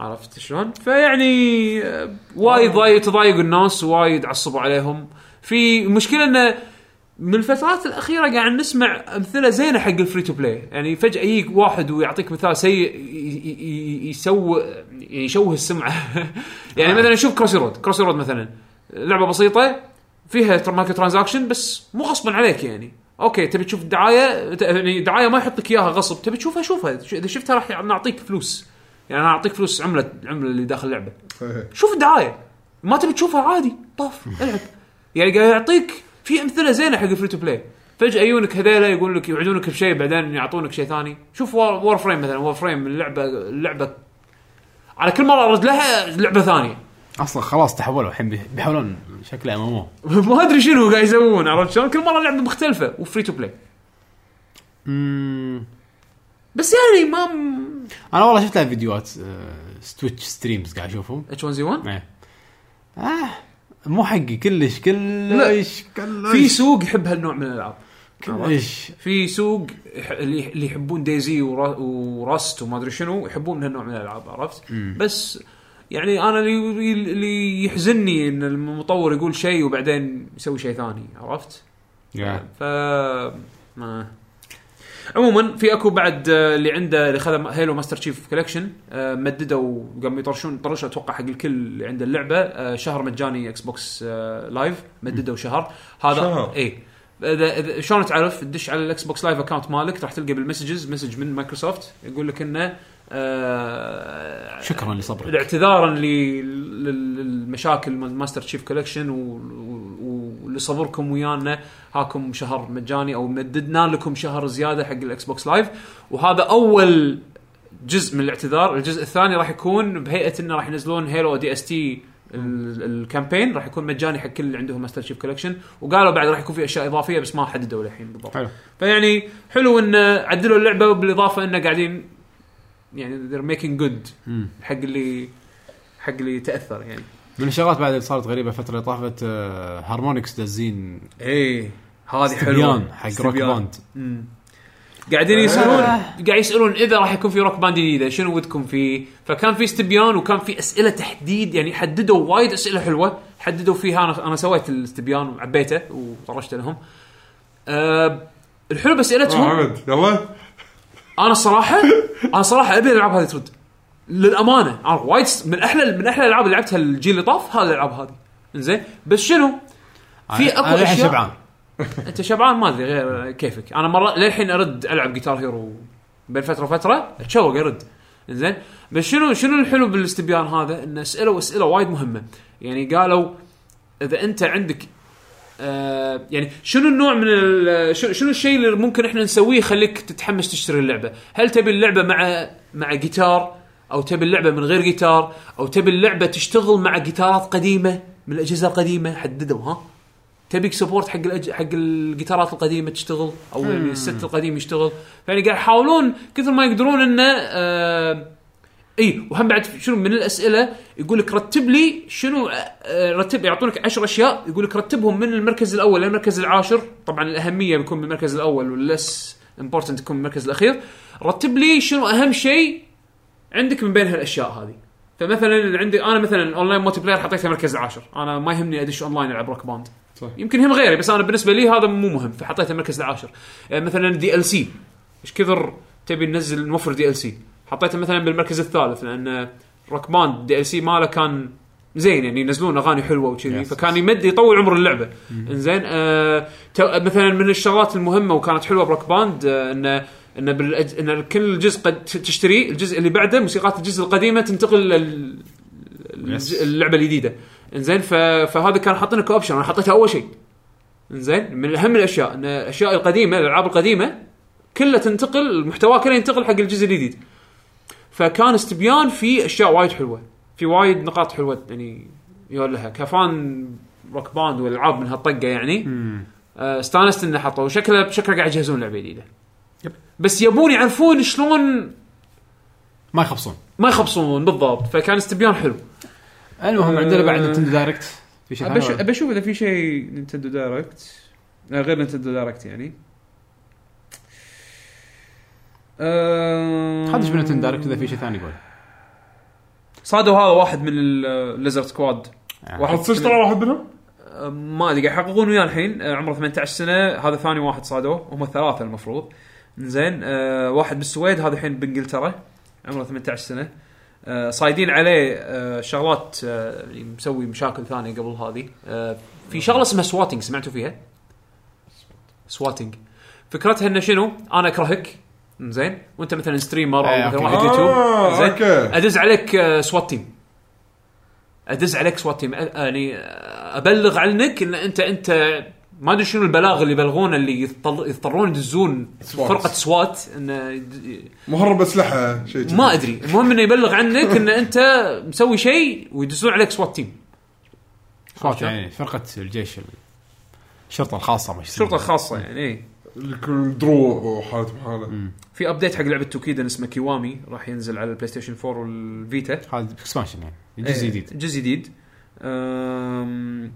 عرفت شلون؟ فيعني آه، وايد ضايق تضايق الناس وايد عصبوا عليهم في مشكله انه من الفترات الاخيره قاعد نسمع امثله زينه حق الفري تو بلاي يعني فجاه يجيك واحد ويعطيك مثال سيء يسوي يشوه السمعه *laughs* يعني مثلا شوف كروسي رود كروسي رود مثلا لعبه بسيطه فيها تر- مايكرو ترانزاكشن بس مو غصبا عليك يعني اوكي تبي تشوف دعايه ت- يعني دعايه ما يحط لك اياها غصب تبي تشوفها شوفها ش- اذا شفتها راح نعطيك فلوس يعني انا اعطيك فلوس عمله العمله اللي داخل اللعبه
إيه.
شوف الدعايه ما تبي تشوفها عادي طاف العب يعني قاعد يعطيك في امثله زينه حق الفري تو بلاي فجاه يجونك هذيلا يقول لك يوعدونك بشيء بعدين يعطونك شيء ثاني شوف وار, وار فريم مثلا وار فريم اللعبه اللعبه على كل مره ارد لها لعبه ثانيه
اصلا خلاص تحولوا الحين بي- بيحولون شكله ام ام
*laughs* ما ادري شنو قاعد يسوون عرفت شلون كل مره لعبه مختلفه وفري تو بلاي
امم
بس يعني ما م-
انا والله شفت لها فيديوهات تويتش ستريمز قاعد اشوفهم
اتش 1 زي 1
إيه. اه مو حقي كلش كلش كلش
في سوق يحب هالنوع من الالعاب
كلش
في سوق يح- اللي اللي يحبون ديزي ورا- وراست وما ادري شنو يحبون هالنوع من الالعاب عرفت؟ بس يعني انا اللي اللي يحزني ان المطور يقول شيء وبعدين يسوي شيء ثاني عرفت؟
يا.
ف ما عموما في اكو بعد آه، اللي عنده اللي خذ هيلو ماستر تشيف كولكشن آه، مددوا قاموا يطرشون طرش اتوقع حق الكل اللي عنده اللعبه آه، شهر مجاني اكس بوكس آه، لايف مددوا شهر هذا
شهر.
اي اذا إذا- شلون تعرف تدش على الاكس بوكس لايف اكونت مالك راح تلقى بالمسجز مسج من مايكروسوفت يقول لك انه آه،
شكرا لصبرك
اعتذارا ل- لل- للمشاكل مال ماستر تشيف كولكشن و- و- ولصبركم ويانا هاكم شهر مجاني او مددنا لكم شهر زياده حق الاكس بوكس لايف وهذا اول جزء من الاعتذار، الجزء الثاني راح يكون بهيئه انه راح ينزلون هيلو دي اس تي الكامبين راح يكون مجاني حق كل اللي عندهم ماستر تشيف كولكشن وقالوا بعد راح يكون في اشياء اضافيه بس ما حددوا للحين بالضبط.
حلو
فيعني حلو ان عدلوا اللعبه بالاضافه انه قاعدين يعني they're making good
مم.
حق اللي حق اللي تاثر يعني
من الشغلات بعد اللي صارت غريبه الفتره اللي طافت آه، هارمونكس دازين
اي هذه
بيان حق روك
استبيان.
باند
مم. قاعدين يسالون
آه.
قاعد يسالون اذا راح يكون في روك باند جديده شنو ودكم فيه؟ فكان في استبيان وكان في اسئله تحديد يعني حددوا وايد اسئله حلوه حددوا فيها انا انا سويت الاستبيان وعبيته وطرشته لهم. أه الحلو باسئلتهم
آه، عمد يلا
انا الصراحه انا الصراحه ابي الالعاب هذه ترد للامانه انا وايد س- من احلى من احلى الالعاب اللي لعبتها الجيل اللي طاف هذه الالعاب هذه انزين بس شنو؟ في
أنا-
اكو
أنا الحين
اشياء
شبعان
*laughs* انت شبعان ما ادري غير كيفك انا مره للحين ارد العب جيتار هيرو بين فتره وفتره اتشوق ارد زين بس شنو شنو الحلو بالاستبيان هذا ان اسئله اسئله وايد مهمه يعني قالوا اذا انت عندك آه يعني شنو النوع من ال- شنو- شنو الشيء اللي ممكن احنا نسويه يخليك تتحمس تشتري اللعبه؟ هل تبي اللعبه مع مع جيتار او تبي اللعبه من غير جيتار او تبي اللعبه تشتغل مع جيتارات قديمه من الاجهزه القديمه حددوا ها تبيك سبورت حق الأج... حق الجيتارات القديمه تشتغل او الست القديم يشتغل يعني قاعد يحاولون كثر ما يقدرون انه آه... اي وهم بعد شنو من الاسئله يقول لك رتب لي شنو آه، رتب يعطونك 10 اشياء يقول لك رتبهم من المركز الاول للمركز العاشر طبعا الاهميه بيكون من المركز الاول واللس امبورتنت يكون من المركز الاخير رتب لي شنو اهم شيء عندك من بين هالاشياء هذه فمثلا عندي انا مثلا اونلاين مولتي بلاير حطيته المركز العاشر انا ما يهمني ادش اونلاين العب روك باند
صح.
يمكن يهم غيري بس انا بالنسبه لي هذا مو مهم فحطيته المركز العاشر آه، مثلا دي ال سي ايش كثر تبي ننزل نوفر دي ال سي حطيته مثلا بالمركز الثالث لان روك باند دي ال سي ماله كان زين يعني ينزلون اغاني حلوه وكذي
Yes.
فكان يمد يطول عمر اللعبه انزين آه تو- مثلا من الشغلات المهمه وكانت حلوه بروك باند آه انه انه بالأج... ان كل جزء قد ت- تشتريه الجزء اللي بعده موسيقات الجزء القديمه تنتقل لل
Yes.
الج- اللعبه الجديده انزين ف... فهذا كان حاطينه كاوبشن انا حطيته اول شيء انزين من اهم الاشياء ان الاشياء القديمه الالعاب القديمه كلها تنتقل محتواها كله ينتقل حق الجزء الجديد فكان استبيان في اشياء وايد حلوه في وايد نقاط حلوه يعني يقول لها كفان روك باند والالعاب من هالطقه يعني آه، استانست انه حطوا شكله شكله قاعد يجهزون لعبه جديده
يب.
بس يبون يعرفون شلون
ما يخبصون
ما يخبصون بالضبط فكان استبيان حلو
المهم
أه.
عندنا بعد نتندو دايركت في شيء
ابي
ثاني
أشو-
ولا؟
أبي اشوف اذا في شيء نينتندو دايركت لا، غير نينتندو دايركت يعني أه...
خلنا نشوف نتندو دايركت اذا في شيء ثاني قول
صادوا هذا واحد من الليزرد سكواد
آه.
واحد
حط طلع واحد منهم
أه، ما ادري قاعد يحققون وياه الحين أه، عمره 18 سنه هذا ثاني واحد صادوه هم ثلاثه المفروض زين أه، واحد بالسويد هذا الحين بانجلترا عمره 18 سنه أه، صايدين عليه أه، شغلات أه، يعني مسوي مشاكل ثانيه قبل هذه أه، في شغله اسمها سواتنج سمعتوا فيها؟ سواتنج فكرتها انه شنو؟ انا اكرهك زين وانت مثلا ستريمر
إيه،
او مثلا
أوكي.
واحد
يوتيوب.
آه،
زين.
اوكي
ادز عليك آه، سوات تيم ادز عليك سوات تيم أ- يعني آه، ابلغ عنك ان انت انت ما ادري شنو البلاغ اللي يبلغونه اللي يضطر- يضطرون يدزون
SWAT.
فرقه سوات انه يد-
مهرب اسلحه شيء كذي.
ما ادري المهم انه يبلغ عنك ان انت مسوي شيء ويدزون عليك سوات تيم
فرقة- يعني فرقه الجيش ال- الشرطه الخاصه ما
شرطه خاصه يعني اي
اللي يكون دروع وحالته بحاله
في ابديت حق لعبه توكيدن اسمه كيوامي راح ينزل على البلاي ستيشن 4 والفيتا
هذا اكسبانشن يعني جزء
إيه،
جديد
جزء جديد أم،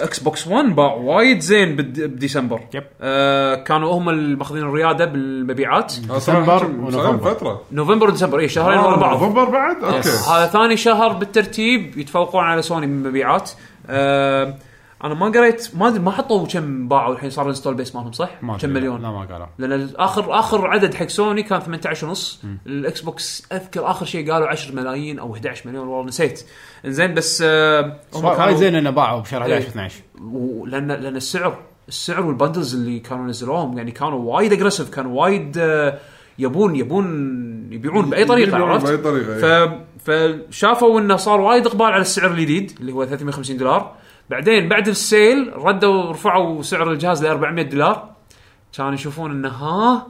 اكس بوكس 1 باع وايد زين بد- بديسمبر
يب.
أه كانوا هم اللي ماخذين الرياده بالمبيعات
Mm. ديسمبر
آه، صراحة شو- صار
ونوفمبر.
فتره
نوفمبر وديسمبر اي شهرين ورا
آه،
بعض
نوفمبر بعد اوكي
هذا ثاني شهر بالترتيب يتفوقون على سوني من مبيعات أه انا ما قريت ما أدري- ما حطوا كم باعوا الحين صار الانستول بيس مالهم صح؟
ما
كم
أدري.
مليون؟
لا ما قالوا
لان اخر اخر عدد حق سوني كان 18 ونص الاكس بوكس اذكر اخر شيء قالوا 10 ملايين او 11 مليون والله نسيت زين بس آه، هم
وايد
كانوا
زين انه باعوا بشهر 11
إيه.
12
و- لان لان السعر السعر والبندلز اللي كانوا نزلوهم يعني كانوا وايد اجريسيف كانوا وايد آه، يبون يبون يبيعون باي طريقه
يبيعون
عرفت؟
بأي طريقة، إيه.
ف فشافوا انه صار وايد اقبال على السعر الجديد اللي هو 350 دولار بعدين بعد السيل ردوا رفعوا سعر الجهاز ل 400 دولار كانوا يشوفون انه ها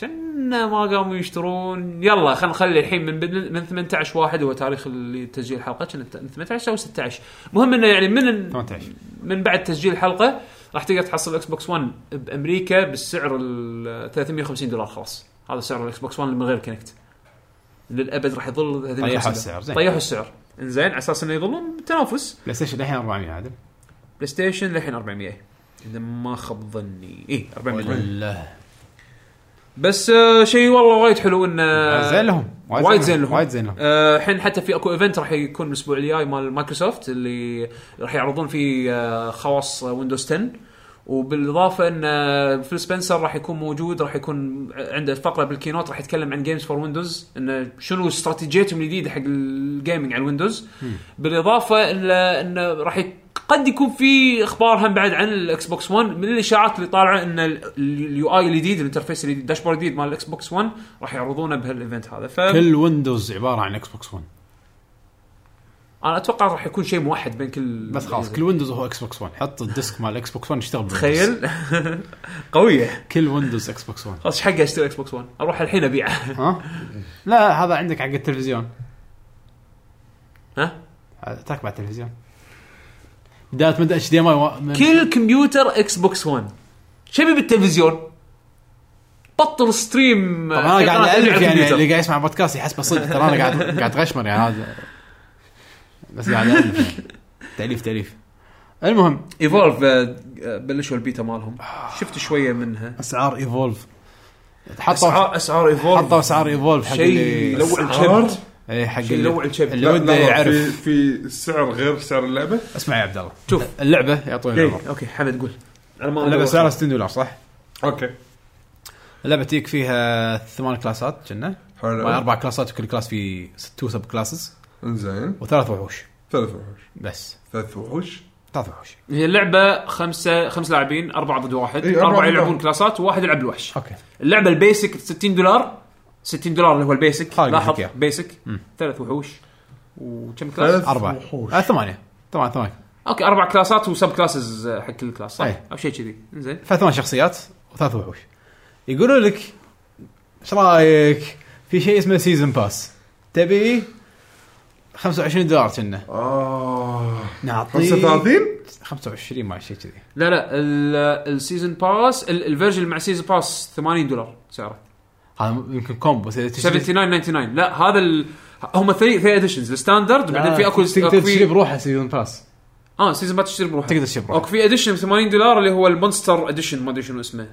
كنا ما قاموا يشترون يلا خلينا نخلي الحين من بدل- من 18 واحد هو تاريخ اللي تسجيل الحلقه كنا من 18 او 16 المهم انه يعني من
18
من بعد تسجيل الحلقه راح تقدر تحصل الاكس بوكس 1 بامريكا بالسعر ال 350 دولار خلاص هذا سعر الاكس بوكس 1 من غير كونكت للابد راح يظل 350
طيحوا
دولار.
السعر، زين.
طيحوا السعر انزين على اساس انه يظلون بالتنافس
بلاي ستيشن الحين 400 عادل
بلاي ستيشن للحين 400 اذا ما خاب ظني اي 400
والله
بس آه شيء والله وايد حلو انه
زين لهم
آه، وايد زين لهم
وايد زين لهم
آه، الحين حتى في اكو ايفنت راح يكون الاسبوع الجاي مال مايكروسوفت اللي راح يعرضون فيه آه، خواص ويندوز 10 وبالاضافه ان آه، فيل سبنسر راح يكون موجود راح يكون عنده فقره بالكينوت راح يتكلم عن جيمز فور ويندوز انه شنو استراتيجيتهم الجديده حق الجيمنج على الويندوز بالاضافه الى انه راح ي- قد يكون في اخبار هم بعد عن الاكس بوكس 1 من الاشاعات اللي طالعه ان اليو اي الجديد الانترفيس الجديد الداشبورد الجديد مال الاكس بوكس 1 راح يعرضونه بهالايفنت هذا ف...
كل ويندوز عباره عن اكس بوكس 1
انا اتوقع راح يكون شيء موحد بين كل
بس خلاص كل ويندوز هو اكس بوكس 1 حط الديسك مال اكس بوكس 1 يشتغل بويندوز.
إيه. تخيل *laughs* قويه
كل ويندوز اكس بوكس 1
خلاص ايش حقي اشتري اكس بوكس 1 اروح الحين ابيعه
ها لا هذا عندك حق التلفزيون
*laughs* ها
هذا تركب على التلفزيون بدايه مدى اتش دي ام اي
كل كمبيوتر اكس بوكس 1 شبي بالتلفزيون بطل ستريم
طبعا
*laughs*
انا قاعد الف يعني
كمبيوتر.
اللي قاعد يسمع بودكاست يحسبه صدق ترى انا قاعد قاعد غشمر يعني هذا بس قاعد الف يعني. تاليف تاليف المهم
ايفولف آه، آه، بلشوا البيتا مالهم
آه.
شفت شويه منها
اسعار ايفولف حطوا
اسعار اسعار
حطوا
ايفولف
اسعار ايفولف حق
شيء
اللي
يلوع
أسعار؟
الكبد
اي حق
شيء يلوع الكبد.
اللي
لا،
وده
لا،
يعرف
في في سعر غير سعر اللعبه
اسمع يا عبد الله
شوف.
اللعبه يعطوني العمر
إيه، اوكي حمد قول انا ما
اللعبه
أدور.
سعرها 60 دولار صح؟
اوكي
اللعبه تجيك فيها ثمان كلاسات كنا
حلو
اربع كلاسات وكل كلاس فيه تو سب كلاسز
انزين
وثلاث وحوش
ثلاث وحوش
بس
ثلاث وحوش
ثلاث وحوش
هي اللعبه خمسه خمس لاعبين اربعه ضد واحد
إيه، أربعة
اربعه
ضد
يلعبون
واحد.
كلاسات وواحد يلعب الوحش
اوكي
اللعبه البيسك ب 60 دولار 60 دولار اللي هو البيسك
خارج
لاحظ
الحكاية.
بيسك ثلاث وحوش وكم كلاس؟
ثلاث
اربعه
وحوش
آه ثمانيه طبعا ثمانيه
اوكي اربع كلاسات وسب كلاسز آه، حق كل كلاس صح؟
أي.
او شيء كذي زين
فثمان شخصيات وثلاث وحوش يقولوا لك ايش رايك في شيء اسمه سيزون باس تبي 25 دولار كنا
اه
طيب. نعطيك
35
25 ما شيء كذي
لا لا ال- السيزون باس ال- الفيرجن اللي مع السيزون باس 80 دولار سعره
هذا يمكن كومبو إذا تشتري-
79.99 لا هذا ال... هم ثري ثري اديشنز الستاندرد بعدين
آه،
في اكو
تقدر
أكو في-
تشتري بروحه سيزون باس
اه سيزون باس تشتري بروحه
تقدر تشتري بروحه.
اوكي في اديشن ب 80 دولار اللي هو المونستر اديشن ما ادري شنو اسمه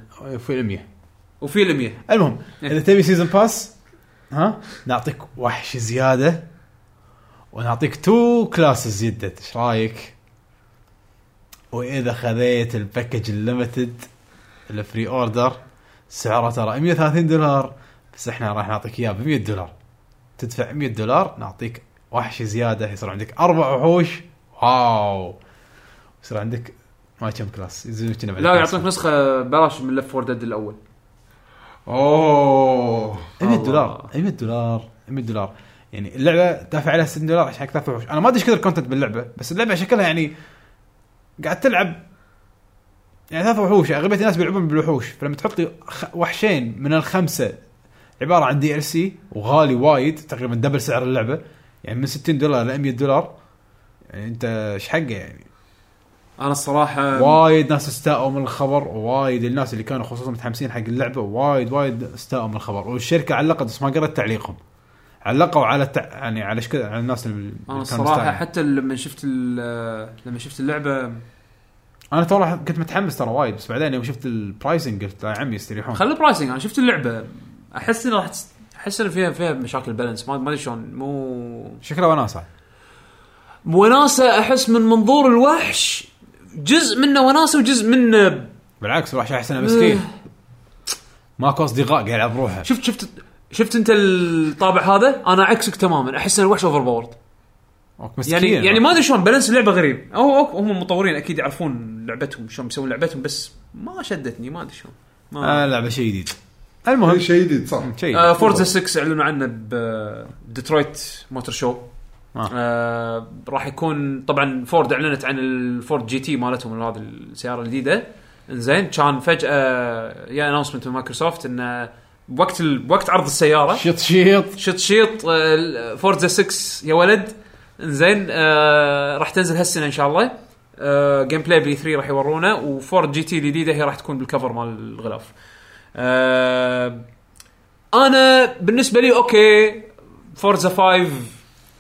في المية
وفي ال 100
المهم
إيه.
اذا تبي سيزون باس ها نعطيك وحش زياده ونعطيك تو كلاسز جدد ايش رايك؟ واذا خذيت الباكج الليمتد الفري اوردر سعره ترى 130 دولار بس احنا راح نعطيك اياه ب 100 دولار تدفع 100 دولار نعطيك وحش زياده يصير عندك اربع وحوش واو يصير عندك ما كم كلاس يزيدون كنا بعد
لا
كلاس.
يعطونك نسخه ببلاش من لف فور ديد الاول
اوه
100
الله.
دولار 100 دولار 100 دولار يعني اللعبه دافع عليها 60 دولار عشان ثلاث وحوش انا ما ادري ايش كثر كونتنت باللعبه بس اللعبه شكلها يعني قاعد تلعب يعني ثلاث وحوش يعني اغلبيه الناس بيلعبون بالوحوش فلما تحط لي خ- وحشين من الخمسه عباره عن دي ال سي وغالي وايد تقريبا دبل سعر اللعبه يعني من 60 دولار ل 100 دولار يعني انت ايش حقه يعني
انا الصراحه
وايد ناس استاءوا من الخبر وايد الناس اللي كانوا خصوصا متحمسين حق اللعبه وايد وايد استاءوا من الخبر والشركه علقت بس ما قرأت تعليقهم علقوا على التع... يعني على شكل على الناس اللي اللي
انا
كانوا
الصراحه
مستاءين.
حتى لما شفت ال- لما شفت اللعبه
انا ترى كنت متحمس ترى وايد بس بعدين يوم شفت البرايسنج قلت يا عمي يستريحون
خلي البرايسنج انا شفت اللعبه احس ان راح تس- احس ان فيها فيها مشاكل بالانس ما ما ادري شلون مو
شكلها وناسه
وناسه احس من منظور الوحش جزء منه وناسه وجزء منه
بالعكس راح احسن مسكين
أه.
ماكو اصدقاء قاعد يلعب بروحه
شفت شفت شفت انت الطابع هذا انا عكسك تماما احس ان الوحش اوفر باورد
أوك، مسكين
يعني يعني ما ادري شلون بالانس اللعبه غريب او أو- هم مطورين اكيد يعرفون لعبتهم شلون بيسوون لعبتهم بس ما شدتني ما ادري شلون ما
آه لعبه شيء جديد المهم
شيء جديد صح
شيء
آه فورزا 6 اعلنوا عنه ب- بديترويت موتور شو
آه.
آه. راح يكون طبعا فورد اعلنت عن الفورد جي تي مالتهم هذه السياره الجديده انزين كان فجاه يا اناونسمنت من مايكروسوفت انه بوقت ال... بوقت عرض السياره
شيط شيط
شط شيط آه، فورزا 6 يا ولد انزين آه، راح تنزل هالسنه ان شاء الله آه، جيم بلاي بي 3 راح يورونا وفورد جي تي الجديده هي راح تكون بالكفر مال الغلاف آه، انا بالنسبه لي اوكي فورزا 5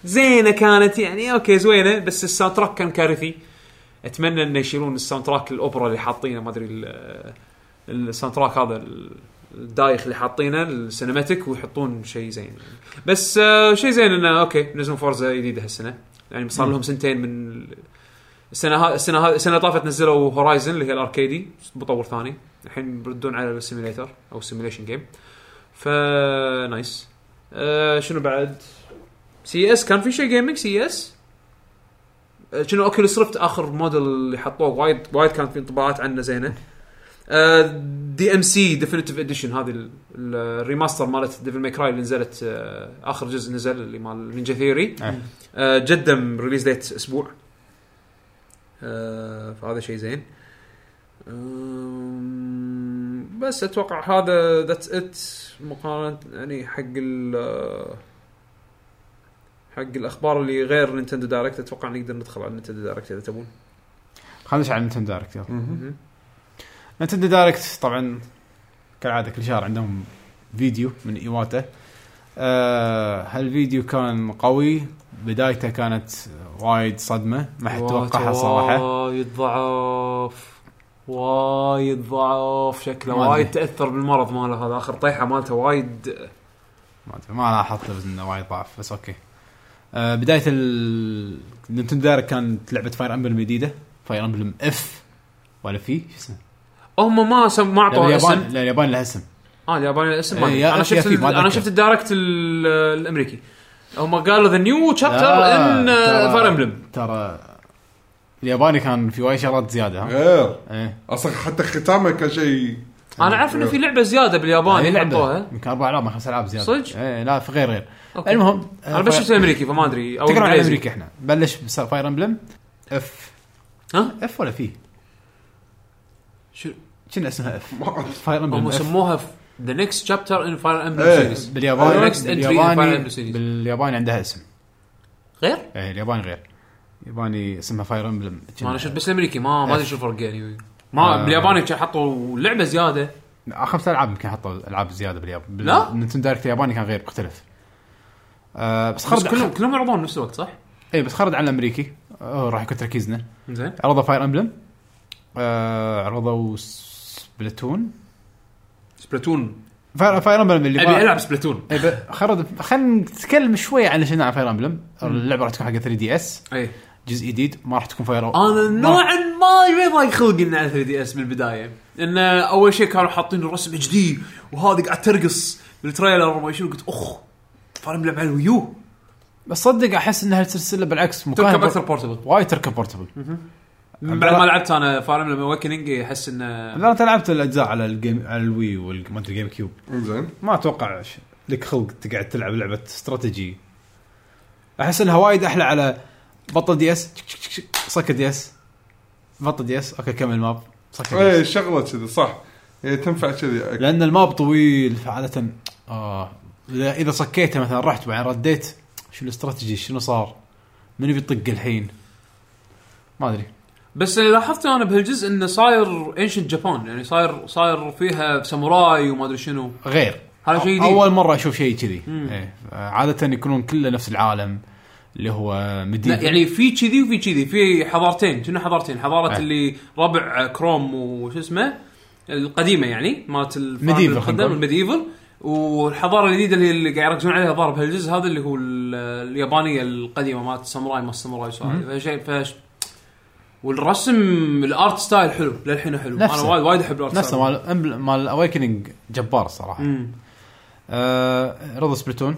زينه كانت يعني اوكي زوينه بس الساوند تراك كان كارثي اتمنى انه يشيلون الساوند تراك الاوبرا اللي حاطينه ما ادري ال- الساوند تراك هذا ال- الدايخ اللي حاطينه السينماتيك ويحطون شيء زين يعني. بس آه شيء زين انه اوكي نزلوا فورزا جديده هالسنه يعني صار لهم سنتين من ال- السنه ها السنه ها السنه اللي طافت نزلوا هورايزن اللي هي الاركيدي مطور ثاني الحين بيردون على السيميليتر او السيميليشن جيم فنايس آه شنو بعد سي اس كان في شيء جيمنج سي اس آه، شنو اوكيوليس ريفت اخر موديل اللي حطوه وايد وايد كانت في انطباعات عنه آه، زينه دي ام سي ديفينيتيف اديشن هذه ال- ال- الريماستر مالت ديفل ماي كراي اللي نزلت آه، اخر جزء نزل اللي مال نينجا ثيوري
آه.
آه، جدم ريليز ديت اسبوع آه، فهذا شيء زين أم، بس اتوقع هذا ذاتس ات مقارنه يعني حق ال آه، حق الاخبار اللي غير نينتندو دايركت اتوقع نقدر ندخل على نينتندو دايركت اذا تبون
خلينا ندش على نتندو دايركت يلا
مهم.
نتندو دايركت طبعا كالعاده كل شهر عندهم فيديو من ايواتا آه هالفيديو كان قوي بدايته كانت وايد صدمه ما حد توقعها صراحه
وايد ضعاف وايد ضعاف شكله
ما
وايد
أدري.
تاثر بالمرض ماله هذا اخر طيحه مالته وايد
ما ادري ما لاحظت بس انه وايد ضعف بس اوكي آه بدايه ال نينتندو دايركت كانت لعبه فاير امبلم جديده فاير امبلم اف ولا في شو اسمه؟
هم ما سم... ما
لا
اعطوها اسم
يعني اليابان لا اليابان لها اسم
اه الياباني الاسم
إيه،
ما أدري.
يا
انا
أخي، يا
شفت
أخي،
ال-
ما
انا
أتذكر.
شفت الدايركت ال- الامريكي هم قالوا ذا نيو شابتر
لا،
ان
آه، ترى-
فاير امبلم
ترى الياباني كان في وايد شغلات زياده
أيوه.
ها؟
غير
ايه
اصلا حتى ختامه كان شيء
آه،
انا اعرف انه في لعبه زياده
هذه
بالياباني حطوها
يمكن اربع العاب خمس العاب زياده
صدق؟
ايه لا في غير غير
أوكي.
المهم
انا بس شفت الامريكي فما ادري او
تقرا عن
الإنجليزي.
امريكا احنا بلش بفاير امبلم اف
ها؟
اف ولا في؟
شو
شنو اسمها اف؟
ما أعرف.
فاير
هم
امبلم اف
سموها ذا نكست شابتر ان فاير امبلم
إيه.
سيريز
بالياباني
Next entry in Fire
بالياباني
Emblem series.
بالياباني عندها اسم
غير؟
ايه الياباني غير الياباني اسمها فاير امبلم
ما انا شفت بس الامريكي ما ما ادري شو الفرق يعني ما
آه.
بالياباني كان حطوا لعبه زياده
خمس العاب يمكن حطوا العاب زياده باليابان
لا؟
نتندو دايركت الياباني كان غير مختلف آه بس
بس
خرج
كلهم كلهم يعرضون نفس الوقت صح؟
اي بس خرج عن الامريكي آه راح يكون تركيزنا
زين
عرضوا فاير امبلم آه عرضوا سبلاتون
سبلاتون
فاير, فاير امبلم اللي
ابي العب سبلاتون
إي ب- خرج خلينا نتكلم شوي عن شنو عن فاير امبلم اللعبه راح تكون حق 3 دي اس
اي
جزء جديد ما راح تكون فاير
انا
إيه. ما-
نوعا ما يبي ضايق خلقي انه على 3 دي اس بالبدايه انه اول شيء كانوا حاطين الرسم اتش دي وهذه قاعد ترقص بالتريلر وما شنو قلت اخ فانا بلعب على الويو
بس صدق احس انها السلسله بالعكس مكانها
تركب
بر-
اكثر بورتبل
وايد تركب بورتبل
بعد ما لعبت انا فاير امبلم اوكننج احس انه
لا انت لعبت الاجزاء على الجيم على الوي وما ادري جيم كيوب
انزين
ما اتوقع ش- لك خلق تقعد تلعب لعبه استراتيجي احس انها وايد احلى على بطل دي اس شك- شك- شك- صك دي اس بطل دي اس اوكي كمل ماب صك دي
اي
اس
شغله كذي صح هي تنفع
إيه.
كذي
لان الماب طويل فعاده اه إذا- اذا صكيته مثلا رحت بعدين رديت شو الاستراتيجي شنو صار؟ من بيطق الحين؟ ما ادري
بس اللي لاحظته انا بهالجزء انه صاير انشنت جابان يعني صاير صاير فيها ساموراي وما ادري شنو
غير
هذا شيء جديد.
اول مره اشوف شيء كذي إيه. عاده يكونون كله نفس العالم اللي هو
لا
مدينه
يعني في كذي وفي كذي في حضارتين كنا حضارتين حضاره
أي.
اللي ربع كروم وش اسمه القديمه يعني مالت الفراعنة
Medieval خلينا
القدم
نقول.
الميديفل والحضاره الجديده اللي, اللي قاعد يركزون عليها ضارب هالجزء هذا اللي هو ال- اليابانيه القديمه مالت الساموراي ما الساموراي سؤال فشيء فش والرسم الارت ستايل حلو للحين حلو انا
نفسه.
وايد وايد احب الارت
نفسه
ستايل
مال أمبل- مال اويكننج جبار صراحه
مم.
آه رضا سبلتون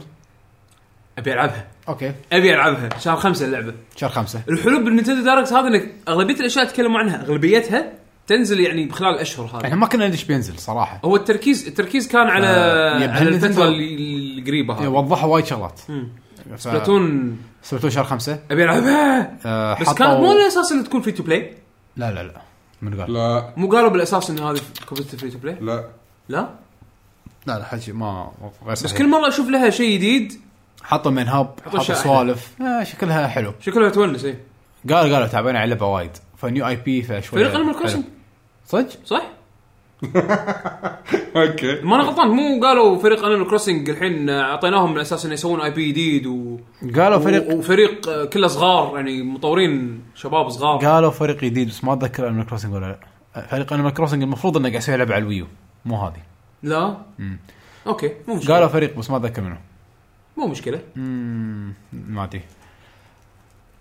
ابي العبها
اوكي
ابي العبها شهر خمسة اللعبه
شهر خمسه
الحلو بالنينتندو دايركت هذا انك اغلبيه الاشياء تكلموا عنها اغلبيتها تنزل يعني خلال الاشهر هذه
احنا ما كنا ليش بينزل صراحه
هو التركيز التركيز كان على
آه، يبهل
على
الفترة.
الفتره اللي- القريبه
إيه،
هذه
وضحوا وايد شغلات
طيب. مم.
ف-
سبلاتون
سبلاتون شهر خمسه
ابي العبها
آه
بس
حطوا-
كانت مو على اساس انها تكون فري تو بلاي
لا لا لا من قال
لا
مو قالوا بالاساس ان هذه كومبتيتيف فري تو بلاي
لا
لا
لا لا حكي ما غير
بس
صحيح.
كل مره اشوف لها شيء جديد
حطوا من هاب حطوا
شيء
سوالف آه شكلها حلو
شكلها تونس إيه. اي
قال قالوا تعبانين على لعبه وايد فنيو اي بي فشوي
فريق انيمال كروسنج
صدق؟
صح؟
اوكي
ما انا غلطان مو قالوا فريق انيمال كروسنج الحين اعطيناهم من اساس انه يسوون اي بي جديد و...
قالوا
فريق
فريق
وفريق آه، كله صغار يعني مطورين شباب صغار
قالوا فريق جديد بس ما اتذكر انيمال كروسنج ولا لا آه، فريق انيمال كروسنج المفروض انه قاعد يسوي لعبه على الويو مو هذه
لا اوكي مو مشكله
قالوا فريق بس ما اتذكر منه
مو مشكله
مم، ما ادري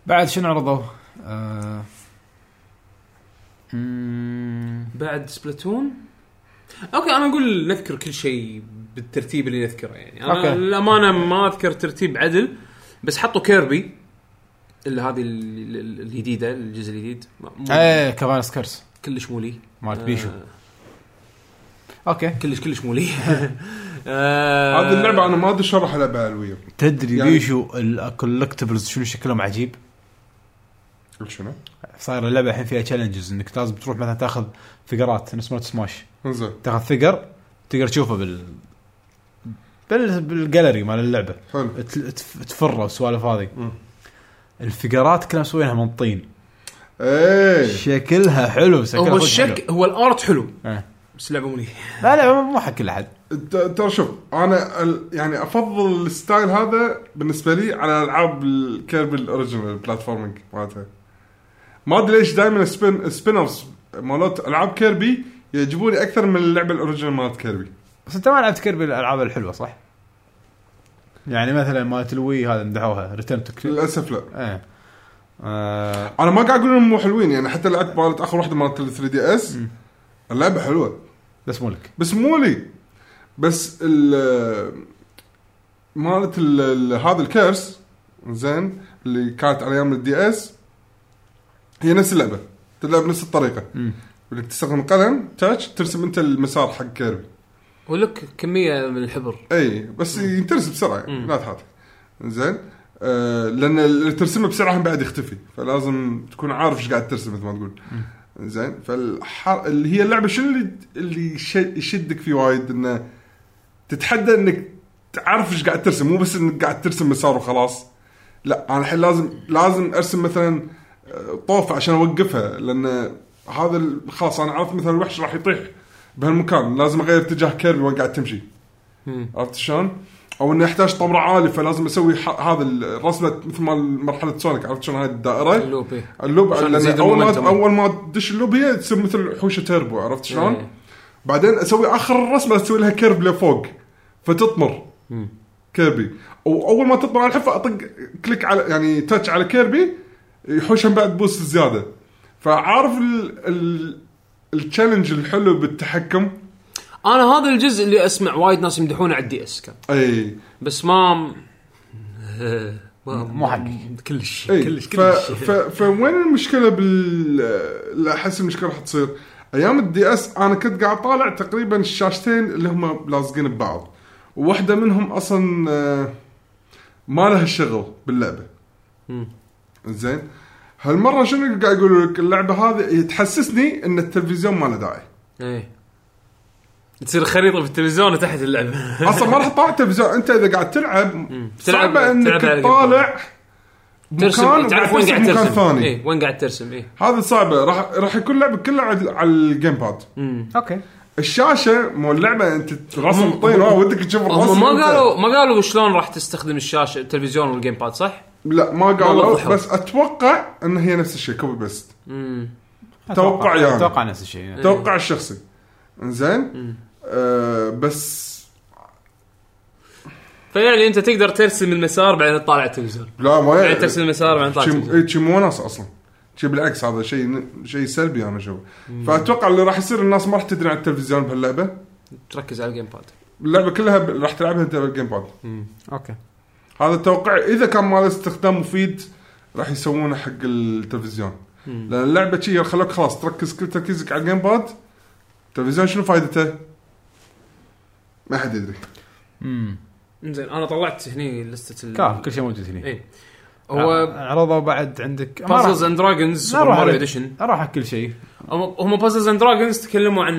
بعد شنو عرضوا؟ آه... مم،
بعد سبلاتون اوكي انا اقول نذكر كل شيء بالترتيب اللي نذكره يعني انا
أوكي.
الامانه ما اذكر ترتيب عدل بس حطوا كيربي اللي هذه ال- ال- ال- الجديده الجزء الجديد ما- مو
ايه كفانس كيرس
كلش مو لي
مالت
آه،
بيشو اوكي
كلش كلش مو لي *laughs* آه،
هذه اللعبه انا ما ادري شلون راح العبها على الويو
تدري
يعني-
بيشو الكولكتبلز شنو شكلهم عجيب؟
شنو؟
صاير اللعبه الحين فيها تشالنجز انك لازم تروح مثلا تاخذ فقرات نفس مالت سماش
زين
تاخذ فقر تقدر تشوفه بال بال بالجاليري مال اللعبه
حلو
تل- تف- تفره والسوالف هذه
مم.
الفقرات كلها مسوينها من طين
ايه
إيه. شكلها حلو شكلها
هو
صدق
الشك هو الارت حلو
آه.
بس اللعبه مو لي
حلو. لا لا مو حق كل احد
ت- ترى شوف انا ال- يعني افضل الستايل هذا بالنسبه لي على العاب الكيرب الاوريجنال البلاتفورمينج مالتها ما ادري ليش دائما سبين سبين اوفز مالت العاب كيربي يعجبوني اكثر من اللعبه الاوريجنال مالت كيربي
بس انت ما لعبت كيربي الالعاب الحلوه صح؟ يعني مثلا مالت الوي هذا مدحوها ريتيرن تو
للاسف لا
ايه آه،
انا ما قاعد اقول انهم مو حلوين يعني حتى لعبت مالت اخر واحده مالت ال 3 دي اس اللعبه حلوه
بس مو لك
بس مو لي بس ال مالت ال- ال- هذا الكيرس زين اللي كانت على ايام الدي اس هي نفس اللعبه تلعب نفس الطريقه
مم.
انك تستخدم قلم تاتش ترسم انت المسار حق كيربي
ولك كميه من الحبر
اي بس ينترس بسرعه يعني
مم.
لا تحاتي زين آه لان اللي ترسمه بسرعه هم بعد يختفي فلازم تكون عارف ايش قاعد ترسم مثل ما تقول زين فالحر اللي هي اللعبه شنو اللي اللي يش- يشدك فيه وايد انه تتحدى انك تعرف ايش قاعد ترسم مو بس انك قاعد ترسم مسار وخلاص لا انا الحين لازم لازم ارسم مثلا آه، طوفه عشان اوقفها لان هذا ال- خلاص انا عرفت مثلا الوحش راح يطيح بهالمكان لازم اغير اتجاه كيربي وين قاعد تمشي
مم.
عرفت شلون؟ او انه يحتاج طمره عالي فلازم اسوي ح- هذا الرسمه مثل ما مرحله سونيك عرفت شلون هاي الدائره
اللوب إيه.
اللوب
عشان
لان
يزيد
اول ما
المومنتم.
اول ما تدش اللوب هي تصير مثل حوشه تيربو عرفت شلون؟
إيه.
بعدين اسوي اخر رسمه اسوي لها كيرب لفوق فتطمر كيربي واول ما تطمر على الحفه اطق كليك على يعني تاتش على كيربي يحوشها من بعد بوست زياده فعارف ال- ال- التشالنج الحلو بالتحكم
انا هذا الجزء اللي اسمع وايد ناس يمدحونه على الدي اس كان
اي
بس ما ما-
مو حقك.
كلش
اي
كلش
إيه، ف... ف...
كلش
فوين المشكله بال لا، احس المشكله راح تصير ايام الدي اس انا كنت قاعد طالع تقريبا الشاشتين اللي هم لازقين ببعض وواحده منهم اصلا آه، ما لها شغل باللعبه
مم.
زين هالمره شنو قاعد يقول لك اللعبه هذه تحسسني ان التلفزيون ما له
*laughs*
داعي
إيه. تصير خريطه في التلفزيون تحت اللعبه
اصلا ما راح تطالع تلفزيون انت اذا قاعد تلعب
مم. تلعب-
صعبه
تلعب على
انك
الجيم.
تطالع
ترسم
مكان
تعرف
وقاعد
وين
ترسم مكان
قاعد ترسم إيه.
ثاني.
اي وين قاعد ترسم إيه. اي
هذا صعبه راح راح يكون لعبه كلها على على الجيم باد
اوكي
الشاشه مو اللعبه انت ترسم طين آه، ودك تشوف الرسم
هم
أنت.
ما قالوا ما قالوا شلون راح تستخدم الشاشه التلفزيون والجيم باد صح؟
لا ما
ما
قالوا
وضحوا.
بس اتوقع ان هي نفس الشيء كوبي بيست توقع يعني.
اتوقع نفس الشيء
إيه.
يعني.
توقع الشخصي انزين آه بس
فيعني انت تقدر ترسم المسار بعدين تطالع التلفزيون
لا ما
بعدين ترسم المسار يعني بعدين تطالع
شي-
التلفزيون
إيه، شي مو وناس اصلا شي بالعكس هذا شيء شيء سلبي انا اشوفه فاتوقع اللي راح يصير الناس ما راح تدري عن التلفزيون بهاللعبه
تركز على الجيم باد
اللعبه كلها ب- راح تلعبها انت بالجيم باد
اوكي
هذا التوقع اذا كان مال استخدام مفيد راح يسوونه حق التلفزيون لان اللعبه شي خلوك خلاص تركز كل تركيزك على الجيم باد التلفزيون شنو فائدته؟ ما حد يدري
امم
زين انا طلعت هني لستة ال
كاف كل شيء موجود هنا
اي إيه. هو
عرضوا آه، بعد عندك ما راح-
بازلز اند دراجونز
ما
سوبر
راح
ماريو
على-
اديشن
اروح على كل شيء
هم بازلز اند دراجونز تكلموا عن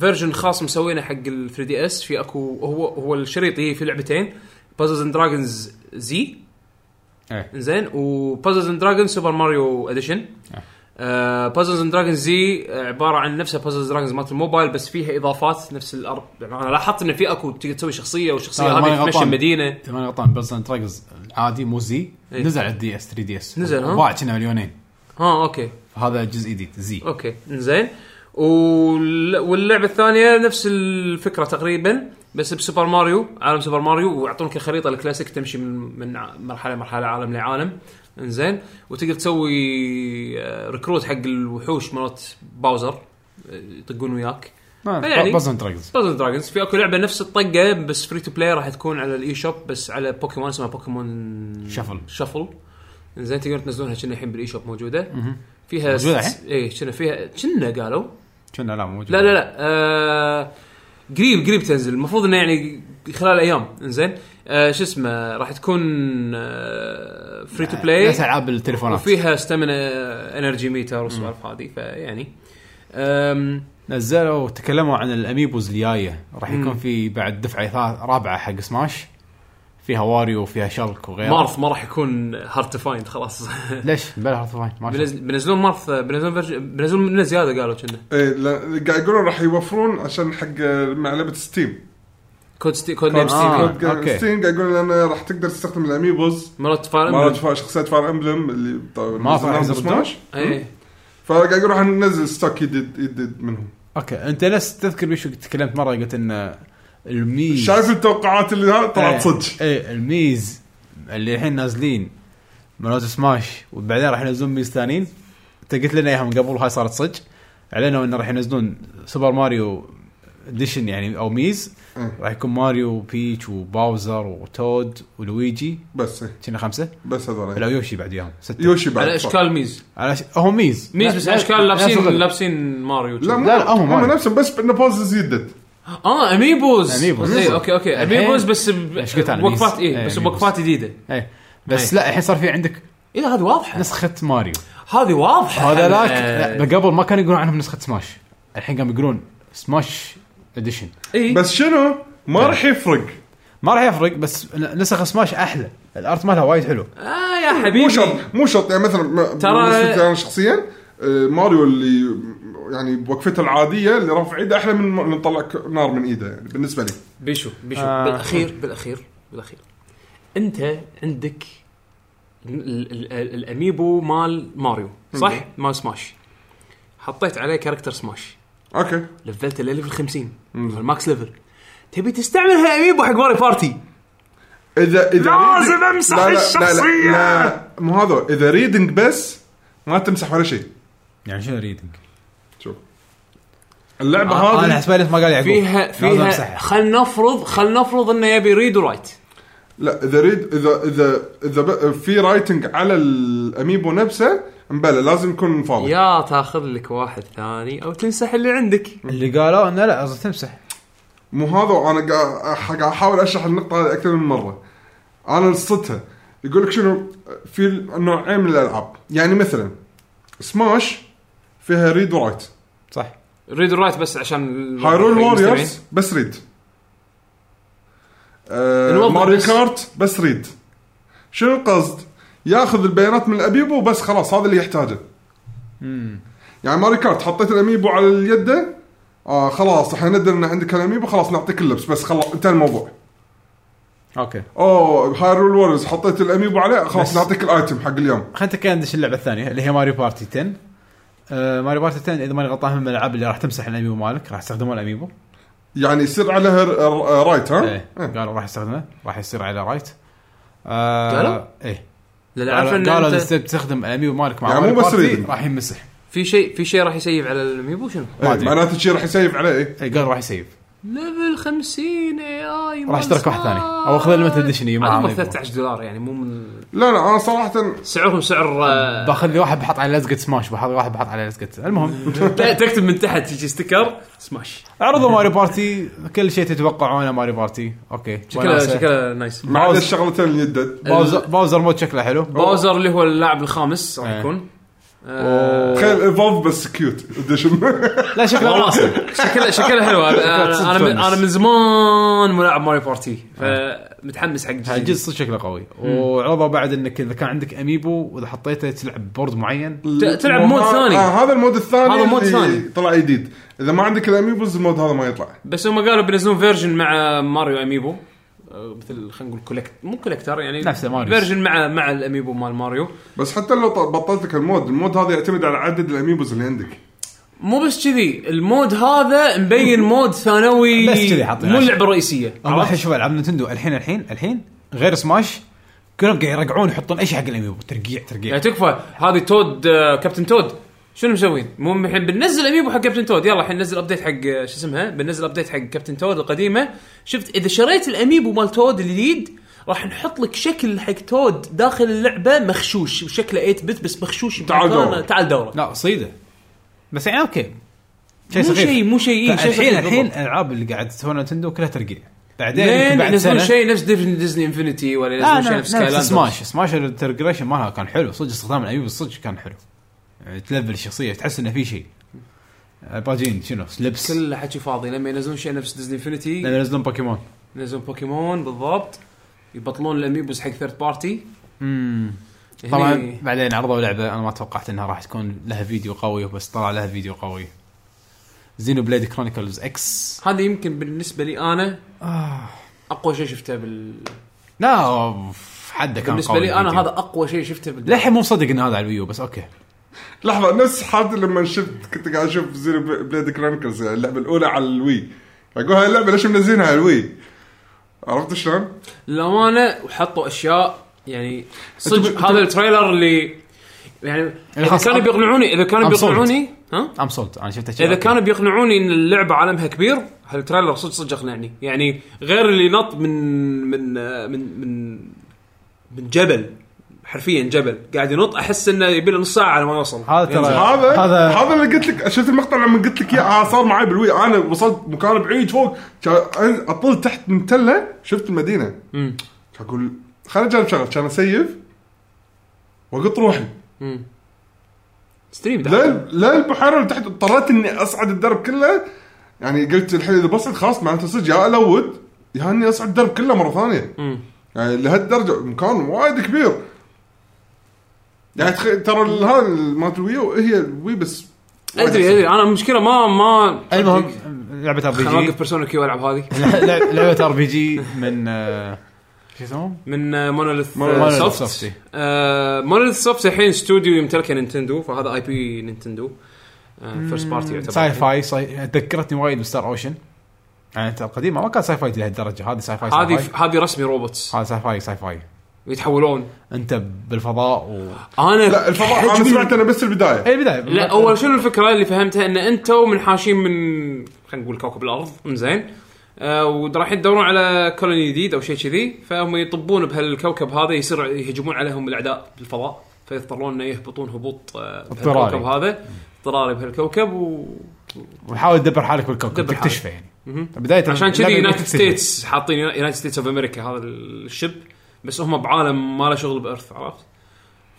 فيرجن خاص مسوينه حق ال 3 دي اس في اكو هو هو الشريط يجي في لعبتين بازلز اند دراجونز زي
ايه
زين وبازلز اند دراجونز سوبر ماريو اديشن بازلز اند دراجونز زي آه، عباره عن نفسها بازلز دراجونز مالت الموبايل بس فيها اضافات نفس الأرض انا لاحظت ان في اكو تقدر تسوي شخصيه والشخصيه
لا، ماني
هذه تمشي
غلطان.
المدينه
اذا ماني غلطان بس اند دراجونز عادي مو زي
إيه.
نزل على الدي اس 3 دي اس
نزل، ها؟
باع كنا مليونين
ها اوكي
فهذا جزء جديد زي
اوكي زين وال- واللعبه الثانيه نفس الفكره تقريبا بس بسوبر ماريو عالم سوبر ماريو ويعطونك الخريطه الكلاسيك تمشي من من ع- مرحله مرحله عالم لعالم انزين وتقدر تسوي آه، ريكروت حق الوحوش مرات باوزر آه، يطقون وياك يعني-
بس اند دراجونز
بازل دراجونز في اكو لعبه نفس الطقه بس فري تو بلاي راح تكون على الاي شوب بس على بوكيمون اسمها بوكيمون
شفل.
شفل زين تقدر تنزلونها كنا الحين بالاي شوب موجوده
مهم.
فيها
موجودة
اي كنا فيها كنا قالوا
كنا لا مو موجود
لا لا لا آه قريب قريب تنزل المفروض انه يعني خلال ايام انزين آه شو اسمه راح تكون آه فري تو بلاي
نفس العاب التليفونات
وفيها ستامنا انرجي ميتر والسوالف هذه فيعني أم،
نزلوا وتكلموا عن الاميبوز الجايه راح يكون في بعد دفعه ثا- رابعه حق سماش فيها واريو وفيها شلك وغيره
مارث ما راح يكون هارد تو فايند خلاص
ليش؟ بلا هارت فاين ما شاء
بينزل- بينزلون مارث بينزلون فيرج- بينزلون منه زياده قالوا كنا
ايه لا- قاعد يقولون راح يوفرون عشان حق مع لعبه ستيم
كود ستي كود نيم
كود- آه.
ستيفي
قاعد-
أوكي.
ستيم قاعد يقولون انه راح تقدر تستخدم الاميبوز
مرات فاير
مالت
إمبلم.
فا- شخصيات فاير امبلم اللي طبعاً
ما
نزلناهم
فاير إمبلم.
بسماش.
إيه.
فقاعد يقولون راح ننزل ستوك جديد جديد منهم
اوكي انت نفس تذكر بيشو تكلمت مره قلت ان الميز
شايف التوقعات اللي ها طلعت
إيه،
صدق
ايه الميز اللي الحين نازلين مالت سماش وبعدين راح ينزلون ميز ثانيين انت قلت لنا اياها من قبل وهاي صارت صدق اعلنوا انه راح ينزلون سوبر ماريو اديشن يعني او ميز
إيه.
راح يكون ماريو وبيتش وباوزر وتود ولويجي
بس إيه،
كنا خمسه
بس هذول
لو يوشي بعد وياهم سته
يوشي بعد
على
صح.
اشكال ميز
على ش... هم ميز
ميز
لا-
بس
لا-
اشكال
لا-
لابسين
صغير.
لابسين ماريو
لا
لا
مو-
لا، لا، هم
هم
ماريو.
نفسهم بس ان بوزز يدد
اه اميبوز
أميبوز.
إيه، اوكي اوكي
الحين-
اميبوز بس ب-
إيش قلت أنا؟ ميز.
بوقفات اي
إيه،
بس
أميبوز.
بوقفات جديده
ايه بس
إيه.
لا الحين صار في عندك
اي إيه، هذه واضحه
نسخه ماريو
هذه واضحه
هذا لاك
آه،
لا، قبل ما كانوا يقولون عنهم نسخه سماش الحين قاموا يقولون سماش اديشن
إيه.
بس شنو ما راح يفرق
ما راح يفرق بس نسخ سماش احلى الارت مالها وايد حلو
اه يا حبيبي
مو شرط مو شرط يعني مثلا ما-
ترى-
بالنسبه لي انا شخصيا آه، ماريو اللي يعني بوقفته العاديه اللي رافع ايده احلى من من مطلع ك- نار من ايده يعني بالنسبه لي
بيشو بيشو
آه.
آه. بالاخير بالاخير بالاخير انت عندك ال- ال- ال- الاميبو مال ماريو صح؟ مال سماش حطيت عليه كاركتر سماش
اوكي
لفلته لليفل 50 الماكس ليفل تبي تستعمل هالاميبو حق ماري بارتي
اذا اذا
لازم
ريدنج-
أمسح
لا، لا، لا، لا،
الشخصية.
لا، مو هذا اذا ريدنج بس ما تمسح ولا شيء
يعني شنو ريدنج؟
شوف اللعبه
آه،
انا
هذه
حسبها نفس ما قال يعقوب
فيها
لازم
فيها
أمسحها.
خلينا نفرض خلينا نفرض انه يبي ريد ورايت
لا اذا ريد اذا اذا اذا ب- في رايتنج على الاميبو نفسه مبلى لازم يكون فاضي
يا تاخذ لك واحد ثاني او تمسح اللي عندك
اللي قالوا انه لا لازم تمسح
مو هذا انا قاعد احاول اشرح النقطه هذه اكثر من مره انا لصتها يقول لك شنو في نوعين من الالعاب يعني مثلا سماش فيها ريد ورايت
صح
ريد ورايت بس عشان
هايرول
المستمعين.
ووريرز بس ريد آه
الوضع
ماريو
بس.
آه، كارت بس ريد شنو القصد؟ ياخذ البيانات من الاميبو بس خلاص هذا اللي يحتاجه يعني ماري كارت حطيت الاميبو على اليده آه خلاص احنا ندري ان عندك الاميبو خلاص نعطيك اللبس بس خلاص انتهى الموضوع
اوكي
اوه هايرول وورز حطيت الاميبو عليه
بس.
خلاص نعطيك الايتم حق اليوم
خلينا نتكلم ندش اللعبه الثانيه اللي هي ماريو بارتي 10 آه ماريو بارتي 10 اذا ماني غلطان من الالعاب اللي راح تمسح الاميبو مالك راح يستخدمون الاميبو
يعني يصير عليها ر- ر- رايت ها؟
إيه.
ايه قالوا راح يستخدمه راح يصير على رايت آه،
قالوا؟
ايه
لان عارف ان
قالوا قالوا
أنت
اذا بتستخدم الاميبو مالك مع
يعني
ماريو
مو بس
بارتي
ريدن.
راح يمسح
في شيء في شيء راح يسيب على الميبو شنو؟
ما
إيه،
أدري.
معناته شي راح يسيف عليه إيه.
اي قالوا راح يسيف
ليفل 50 اي اي
راح اشترك واحد ثاني او اخذ الليمتد اديشن يجي معاه
مع
أميبو.
13 دولار يعني مو من
لا لا انا صراحه
سعرهم سعر آه،
باخذ لي واحد بحط على لزقه سماش باخذ لي واحد بحط على لزقه المهم
لا، *laughs* تكتب من تحت يجي ستيكر سماش
*laughs* عرضوا ماريو بارتي كل شيء تتوقعونه ماريو بارتي اوكي
شكلها شكلها نايس
ما عدا
معوز.
الشغلتين اليدد
باوزر باوزر مود شكله حلو
باوزر اللي هو اللاعب الخامس راح
إيه.
يكون
أوه.
تخيل ايفولف بس كيوت اديشن
لا شكله
والله
راسم
شكلها شكلها
*laughs*
حلوه انا انا من,
تونس.
أنا من زمان ملاعب ماري بارتي فمتحمس حق
الجزء
جديد
صدق شكله قوي وعرضوا بعد انك اذا كان عندك اميبو واذا حطيته تلعب بورد معين
ت- *laughs* تلعب مود
وه-
ثاني.
آه هذا المود الثاني
هذا مود
اللي
ثاني.
طلع جديد اذا ما عندك الاميبوز المود هذا ما يطلع
بس هم قالوا بينزلون فيرجن مع ماريو اميبو آه، مثل خلينا نقول كولكت مو كولكتر يعني
نفس ماريو.
فيرجن مع مع الاميبو مال ماريو
بس حتى لو ط- بطلت لك المود المود هذا يعتمد على عدد الاميبوز اللي عندك
مو بس كذي المود هذا مبين مود ثانوي
بس كذي حاطين
مو
عشان.
اللعبه الرئيسيه
هم راح يشوف العاب نتندو الحين الحين الحين غير سماش كلهم قاعد يرقعون يحطون اي شيء حق الاميبو ترقيع ترقيع
يعني تكفى هذه تود آه، كابتن تود شنو مسوين؟ مو الحين بننزل اميبو حق كابتن تود يلا الحين ننزل ابديت حق آه، شو اسمها؟ بننزل ابديت حق كابتن تود القديمه شفت اذا شريت الاميبو مال تود الجديد راح نحط لك شكل حق تود داخل اللعبه مخشوش وشكله 8 بت بس مخشوش
تعال
بمكانه.
دوره.
تعال دوره
لا صيده بس يعني اوكي شيء
مو
صغير
شيء مو شيء إيه، شيء
الحين
صغير
الحين
بالضبط.
الالعاب اللي قاعد تسوونها نتندو كلها ترقيع بعدين يمكن
لين
بعد
ينزلون
سنه
شيء آه، نعم، نفس ديفن- ديزني انفنتي ولا
لا
ينزلون شيء
لا
نفس سكاي
نفس
لاندرز.
سماش سماش الترقريشن مالها كان حلو صدق استخدام الاميبو صدق كان حلو يعني تلفل الشخصيه تحس انه في شيء الباجين شنو لبس
كله حكي فاضي لما ينزلون شيء نفس ديزني انفنتي
لما ينزلون بوكيمون
ينزلون بوكيمون بالضبط يبطلون الاميبوز حق يعني ثيرد بارتي إيه.
طبعا بعدين عرضوا لعبه انا ما توقعت انها راح تكون لها فيديو قوي بس طلع لها فيديو قوي زينو بليد كرونيكلز اكس
هذا يمكن بالنسبه لي انا
آه.
اقوى شيء شفته بال
لا أوف، حده كان
بالنسبه
قوي
لي انا
الفيديو.
هذا اقوى شيء شفته بال
للحين مو مصدق ان هذا على الويو بس اوكي
لحظه نفس حالتي لما شفت كنت قاعد اشوف زيرو بل- بليد كرونيكلز اللعبه الاولى على الوي اقول هاي اللعبه ليش منزلينها على الوي عرفت شلون؟
للامانه وحطوا اشياء يعني
أنت
صدق
ب-
هذا التريلر اللي يعني اذا
خلاص،
كانوا
أنا-
بيقنعوني اذا كانوا
I'm sold.
بيقنعوني ها
ام سولت انا شفت اشياء
اذا
أوكي.
كانوا بيقنعوني ان اللعبه عالمها كبير هالتريلر صدق صدق اقنعني يعني غير اللي نط من من من من من جبل حرفيا جبل قاعد ينط احس انه يبي له نص ساعه على ما يوصل
هذا ترى-
ينزل.
هذا
هذا-
هذا هذا اللي قلت لك شفت المقطع لما قلت لك اياه آه، صار معي بالوي انا وصلت مكان بعيد فوق كان اطل تحت من تله شفت المدينه
مم.
اقول خليني اجرب شغله كان اسيف واقط روحي
مم. ستريم ده.
لا لا البحيره اللي تحت اضطريت اني اصعد الدرب كله يعني قلت الحين اذا بصعد خلاص معناته صدق يا الود يا اني اصعد الدرب كله مره ثانيه
مم.
يعني لهالدرجه مكان وايد كبير يعني تخ... ترى ال- هذا مالت الويو هي الوي بس وايد
ادري
أحسن.
ادري انا المشكله ما ما
المهم لعبه ار بي
خليني
جي
اوقف بيرسونا كيو العب هذه
لعبه ار بي جي من آه، شو يسمون؟
من آه، مونوليث آه،
مونوليث
سوفت،
سوفت
إيه.
آه، مونوليث سوفت الحين استوديو يمتلكه نينتندو فهذا اي بي نينتندو فيرست بارتي يعتبر
ساي فاي ساي... ذكرتني وايد بستار اوشن يعني انت القديمه ما كان ساي فاي لهالدرجه هذه ساي فاي ساي
هذه
فاي
هذه رسمي روبوتس
هذا ساي فاي ساي فاي
يتحولون
انت بالفضاء و إيه،
انا
لا الفضاء انا
حجمي-
سمعت انا بس البدايه
اي البدايه
لا اول شنو الفكره اللي فهمتها ان انتم منحاشين من خلينا نقول كوكب الارض زين آه وراح يدورون على كولوني جديد او شيء كذي فهم يطبون بهالكوكب هذا يصير يهجمون عليهم الاعداء بالفضاء فيضطرون انه يهبطون هبوط آه
اضطراري.
بهالكوكب هذا اضطراري بهالكوكب و...
وحاول تدبر حالك بالكوكب
دبر
تكتشفه يعني بدايه
عشان كذي
اللعبة
يونايتد
تكتشفه.
ستيتس حاطين يونايتد ستيتس اوف امريكا هذا الشب بس هم بعالم ما له شغل بارث عرفت؟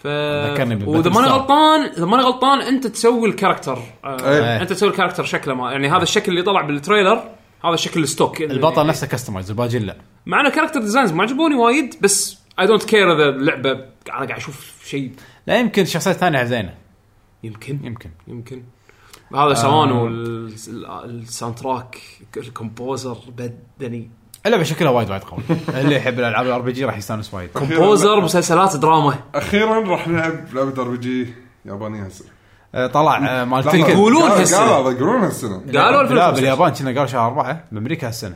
ف
ذكرني بباتل
واذا ماني
ستار.
غلطان اذا ماني غلطان انت تسوي الكاركتر آه
إيه.
انت تسوي الكاركتر شكله ما يعني هذا الشكل اللي طلع بالتريلر هذا شكل الستوك
البطل نفسه كستمايز الباجين لا
مع انه كاركتر ديزاينز ما عجبوني وايد بس اي دونت كير اذا اللعبه انا قاعد اشوف شيء
لا يمكن شخصيات ثانيه زينه
يمكن
يمكن
يمكن هذا سوانو ال- ال- الساوند تراك الكومبوزر بدني
اللعبه شكلها وايد وايد قوي اللي يحب الالعاب الار بي جي راح يستانس وايد
طيب.
كومبوزر مسلسلات دراما
اخيرا راح نلعب لعبه ار بي جي يابانيه هالسنه
آه، طلع آه، مال
لا،
تلك
قولوا. يقولون
قالوا-
هالسنة.
قالوا يقولون هالسنه
قالوا
لا
2015.
باليابان كنا قالوا شهر اربعه بامريكا هالسنه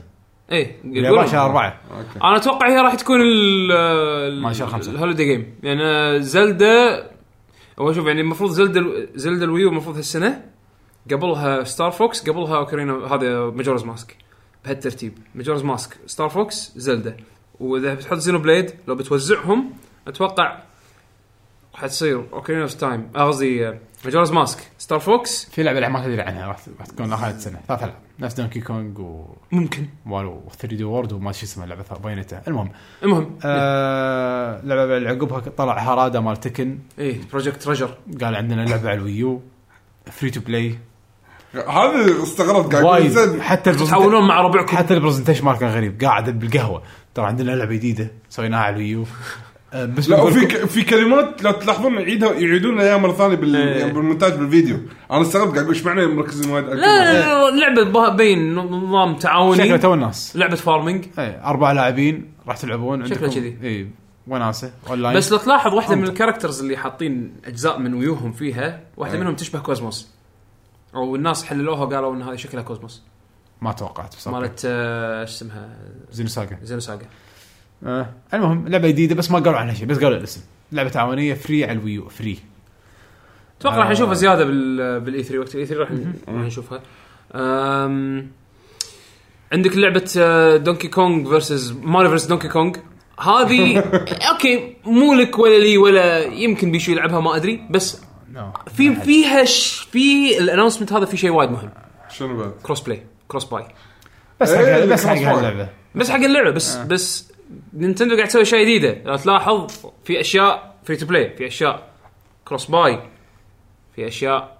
ايه
باليابان شهر اربعه
اوكي
انا اتوقع هي راح تكون ال ال-
ما شاء خمسة.
الهوليدي جيم لان يعني زلدا هو شوف يعني المفروض زلدا زلدا الويو المفروض هالسنه قبلها ستار فوكس قبلها اوكرينا هذا ماجورز ماسك بهالترتيب ماجورز ماسك ستار فوكس زلدا واذا بتحط زينو بليد لو بتوزعهم اتوقع راح تصير اوكرينا اوف تايم آه، قصدي ماجورز ماسك ستار فوكس
في لعبه ما تدري عنها راح راح تكون اخر سنه ثلاث العاب نفس دونكي كونج و
ممكن
مالو 3 دي وورد وما شو اسمه اللعبه باينته المهم
المهم
آه لعبه اللي عقبها طلع هارادا مال تكن
ايه بروجكت تريجر
قال عندنا لعبه على الويو فري تو بلاي
هذا استغربت قاعد يقول
وايد
زين
حتى البرزنت-
تحاولون مع ربعكم
حتى البرزنتيشن مال كان غريب قاعد بالقهوه ترى عندنا لعبه جديده سويناها على الويو آه بس
لا
بنقول
وفي
لكم-
ك- في كلمات لو تلاحظون يعيدها يعيدون اياها مره ثانيه بال... يعني بالمونتاج بالفيديو انا استغربت قاعد اقول ايش معنى مركزين وايد على
لا،
الكلمات؟
لا لا، لعبه بها- بين نظام
شكله
تعاوني
تو الناس
لعبه فارمنج
ايه اربع لاعبين راح تلعبون
شكله
عندكم-
كذي.
ايه وناسه اونلاين
بس لو تلاحظ واحده من
أنت.
الكاركترز اللي حاطين اجزاء من ويوهم فيها واحده
أي.
طيب.
منهم تشبه كوزموس او الناس حللوها وقالوا ان هذه شكلها كوزموس
ما توقعت بس مالت
مالت آه، ايش اسمها
زينو ساجا
زينو ساجا
آه. المهم لعبه جديده بس ما قالوا عنها شيء بس قالوا الاسم لعبه تعاونيه فري على الويو فري
اتوقع
آه.
راح نشوفها زياده بال بالاي 3 وقت الاي 3 راح راح نشوفها أم... عندك لعبه آه، دونكي كونغ فيرسز ماري فيرس دونكي كونغ
*laughs*
هذه اوكي مو لك ولا لي ولا يمكن بيشو يلعبها ما ادري بس
لا
في فيها ش... في الانونسمنت هذا في شيء وايد مهم
شنو بعد؟
كروس بلاي كروس باي
بس
إيه،
حق
اللي
بس حق
كان مصور.
هاللعبه
بس حق اللعبه بس آه. بس نينتندو قاعد تسوي اشياء جديده لو تلاحظ في اشياء فري تو بلاي في اشياء كروس باي في اشياء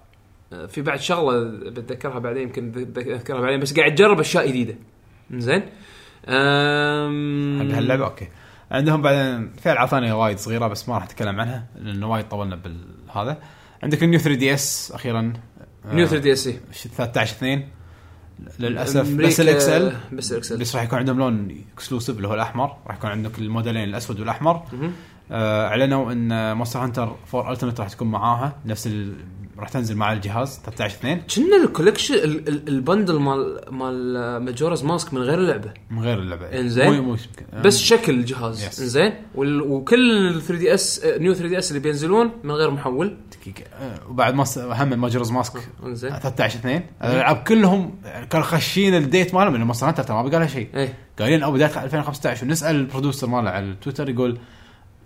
آه، في بعد شغله بتذكرها بعدين يمكن بتذكرها بعدين بس قاعد تجرب اشياء جديده زين
حق
أم...
هاللعبه اوكي عندهم بعدين في العاب ثانيه وايد صغيره بس ما راح اتكلم عنها لانه وايد طولنا بالهذا عندك النيو 3 دي اس اخيرا
نيو 3 دي اس
آه،
اي
13 2 للاسف بس الاكس ال
بس الاكسل
بس راح يكون عندهم لون اكسلوسيف اللي هو الاحمر راح يكون عندك الموديلين الاسود والاحمر آه، اعلنوا ان مونستر هانتر 4 التمت راح تكون معاها نفس ال... راح تنزل مع الجهاز 13 2
كنا الكولكشن ال- ال- البندل مال مال ماجورز ماسك من غير اللعبه
من غير اللعبه
إنزين.
مو- آه، مو يمكن.
بس شكل الجهاز
Yes.
زين وكل ال 3 دي اس نيو 3 دي اس اللي بينزلون من غير محول
دقيقه آه، وبعد ماس... هم ماجرز ماسك
انزين
13 2 الالعاب كلهم كانوا خاشين الديت مالهم لانه مونستر هانتر ترى ما بقى لها شيء
ايه
قايلين او بدايه 2015 ونسال البرودوسر ماله على التويتر يقول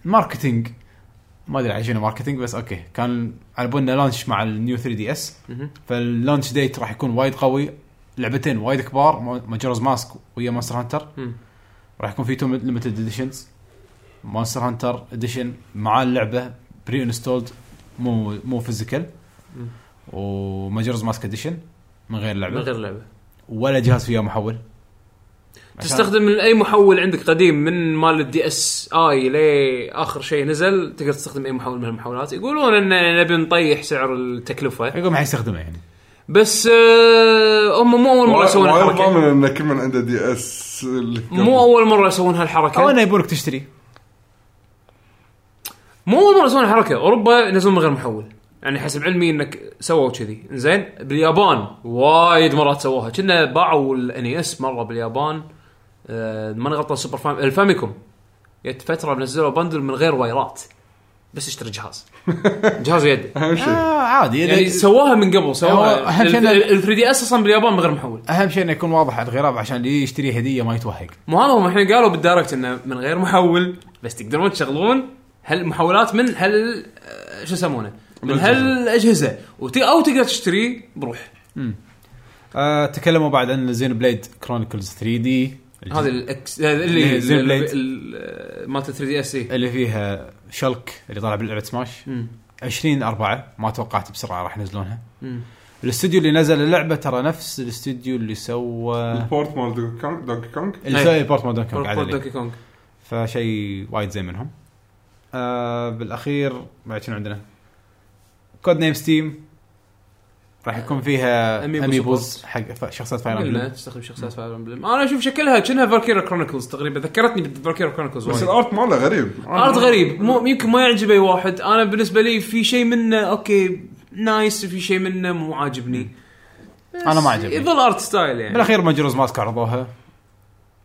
ماركتينج ما ادري على شنو ماركتينج بس اوكي كان على بالنا لانش مع النيو 3 دي اس
مهم.
فاللانش ديت راح يكون وايد قوي لعبتين وايد كبار ماجرز ماسك ويا مونستر هانتر
مم.
راح يكون في تو ليمتد اديشنز مونستر هانتر اديشن مع اللعبه بري انستولد مو مو فيزيكال
مم.
وماجرز ماسك اديشن من غير
من
لعبه
غير لعبه
ولا جهاز فيها محول عشان-
تستخدم اي محول عندك قديم من مال الدي اس اي لاخر شيء نزل تقدر تستخدم اي محول من المحولات يقولون ان نبي نطيح سعر التكلفه
يقول ما حيستخدمه يعني
بس آه، هم مو اول مره يسوون
وايد
الحركه
ضامن ان كل من عنده دي اس اللي قبل.
مو اول مره يسوون
او
هالحركه
انه يبونك تشتري
مو اول مره يسوون الحركه اوروبا ينزلون من غير محول يعني حسب علمي انك سووا كذي زين باليابان وايد مرات سووها كنا باعوا الاني اس مره باليابان آه ماني غلطان سوبر فام الفاميكوم جت فتره نزلوا بندل من غير وايرات بس اشتري جهاز جهاز يد
اهم شيء
آه عادي إذا-
يعني سووها من قبل
هو
سووها
أهم شيء إن-
ال 3 دي اس اصلا باليابان من غير محول
اهم شيء انه يكون واضح على الغراب عشان اللي يشتري هديه ما يتوهق
مو هذا هم الحين قالوا بالدايركت انه من غير محول بس تقدرون تشغلون هالمحولات من هال آه، شو يسمونه؟ من
الأجهزة.
هالاجهزه وت... او تقدر تشتريه بروح
آه تكلموا بعد عن زين بليد كرونيكلز 3 دي
هذا الاكس هذا آه، اللي
زي البليد.
ال- ال- مالت 3 دي اس اي
اللي فيها شلك اللي طلع بلعبه سماش 20 4 ما توقعت بسرعه راح ينزلونها الاستوديو اللي نزل اللعبه ترى نفس الاستوديو اللي سوى
البورت مال دوكي كونج- دوكي كونج
اللي
أي.
سوى إيه. بورت مودرن كونج عدلي.
دونكي كونج
فشيء وايد زين منهم آه بالاخير بعد شنو عندنا كود نيم ستيم راح يكون فيها
أميبو
اميبوز
support.
حق ف- شخصيات فاير
قلنا
امبلم
تستخدم شخصيات فاير امبلم انا اشوف شكلها كأنها فالكيرا كرونيكلز تقريبا ذكرتني بالفالكيرا كرونيكلز
بس
وايد
الارت ماله غريب
ارت غريب مو يمكن ما يعجب اي واحد انا بالنسبه لي في شيء منه اوكي نايس في شيء منه مو عاجبني
أنا ما عجبني.
يظل ارت ستايل يعني
بالاخير ماجرز ماسك عرضوها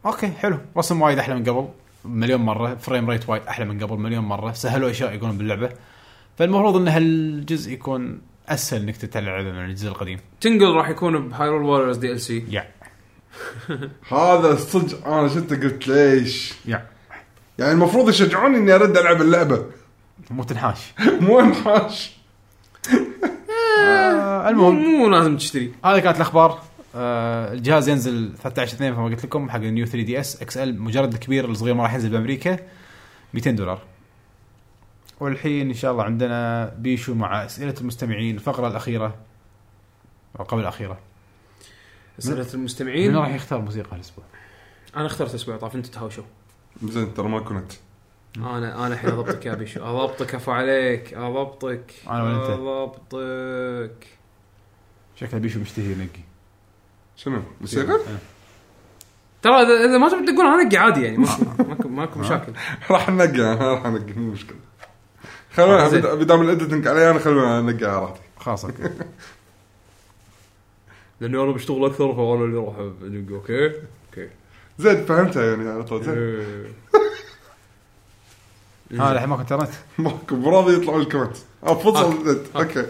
اوكي حلو رسم وايد احلى من قبل مليون مره فريم ريت وايد احلى من قبل مليون مره سهلوا اشياء يقولون باللعبه فالمفروض ان هالجزء يكون اسهل انك تلعبه من الجزء القديم
تنقل راح يكون بهايرول ووريرز دي ال سي
يا
هذا صدق انا شفته قلت ليش
يا
يعني المفروض يشجعوني اني ارد العب اللعبه
مو تنحاش
*laughs* مو انحاش
آه المهم
مو لازم تشتري
هذه كانت الاخبار آه الجهاز ينزل 13 2 فما قلت لكم حق النيو 3 دي اس اكس ال مجرد الكبير الصغير ما راح ينزل بامريكا 200 دولار والحين ان شاء الله عندنا بيشو مع اسئله المستمعين الفقره الاخيره او قبل الاخيره
اسئله
مين
المستمعين
راح يختار موسيقى الاسبوع؟
انا اخترت اسبوع طاف انت تهاوشوا
زين ترى ما كنت
انا انا الحين اضبطك يا بيشو اضبطك افو عليك اضبطك
أنا ولا أنت؟
اضبطك
شكله بيشو مشتهي ينقي
شنو موسيقى؟
آه.
ترى اذا إذا ما تبي تقول انا أنقي عادي
*laughs*
يعني ماكو ماكو- ماكو مشاكل
راح نقع راح نقع مو مشكله خلونا
زين.
بد- بدام الاديتنج علي انا خلونا نقع على راحتي
خلاص اوكي
لاني انا بشتغل اكثر فانا اللي راح انقي اوكي اوكي
زين فهمتها يعني على طول
آه.
زين
إيه.
ها الحين ماكو انترنت
ماكو مو راضي يطلعوا الكومنت افصل زين. اوكي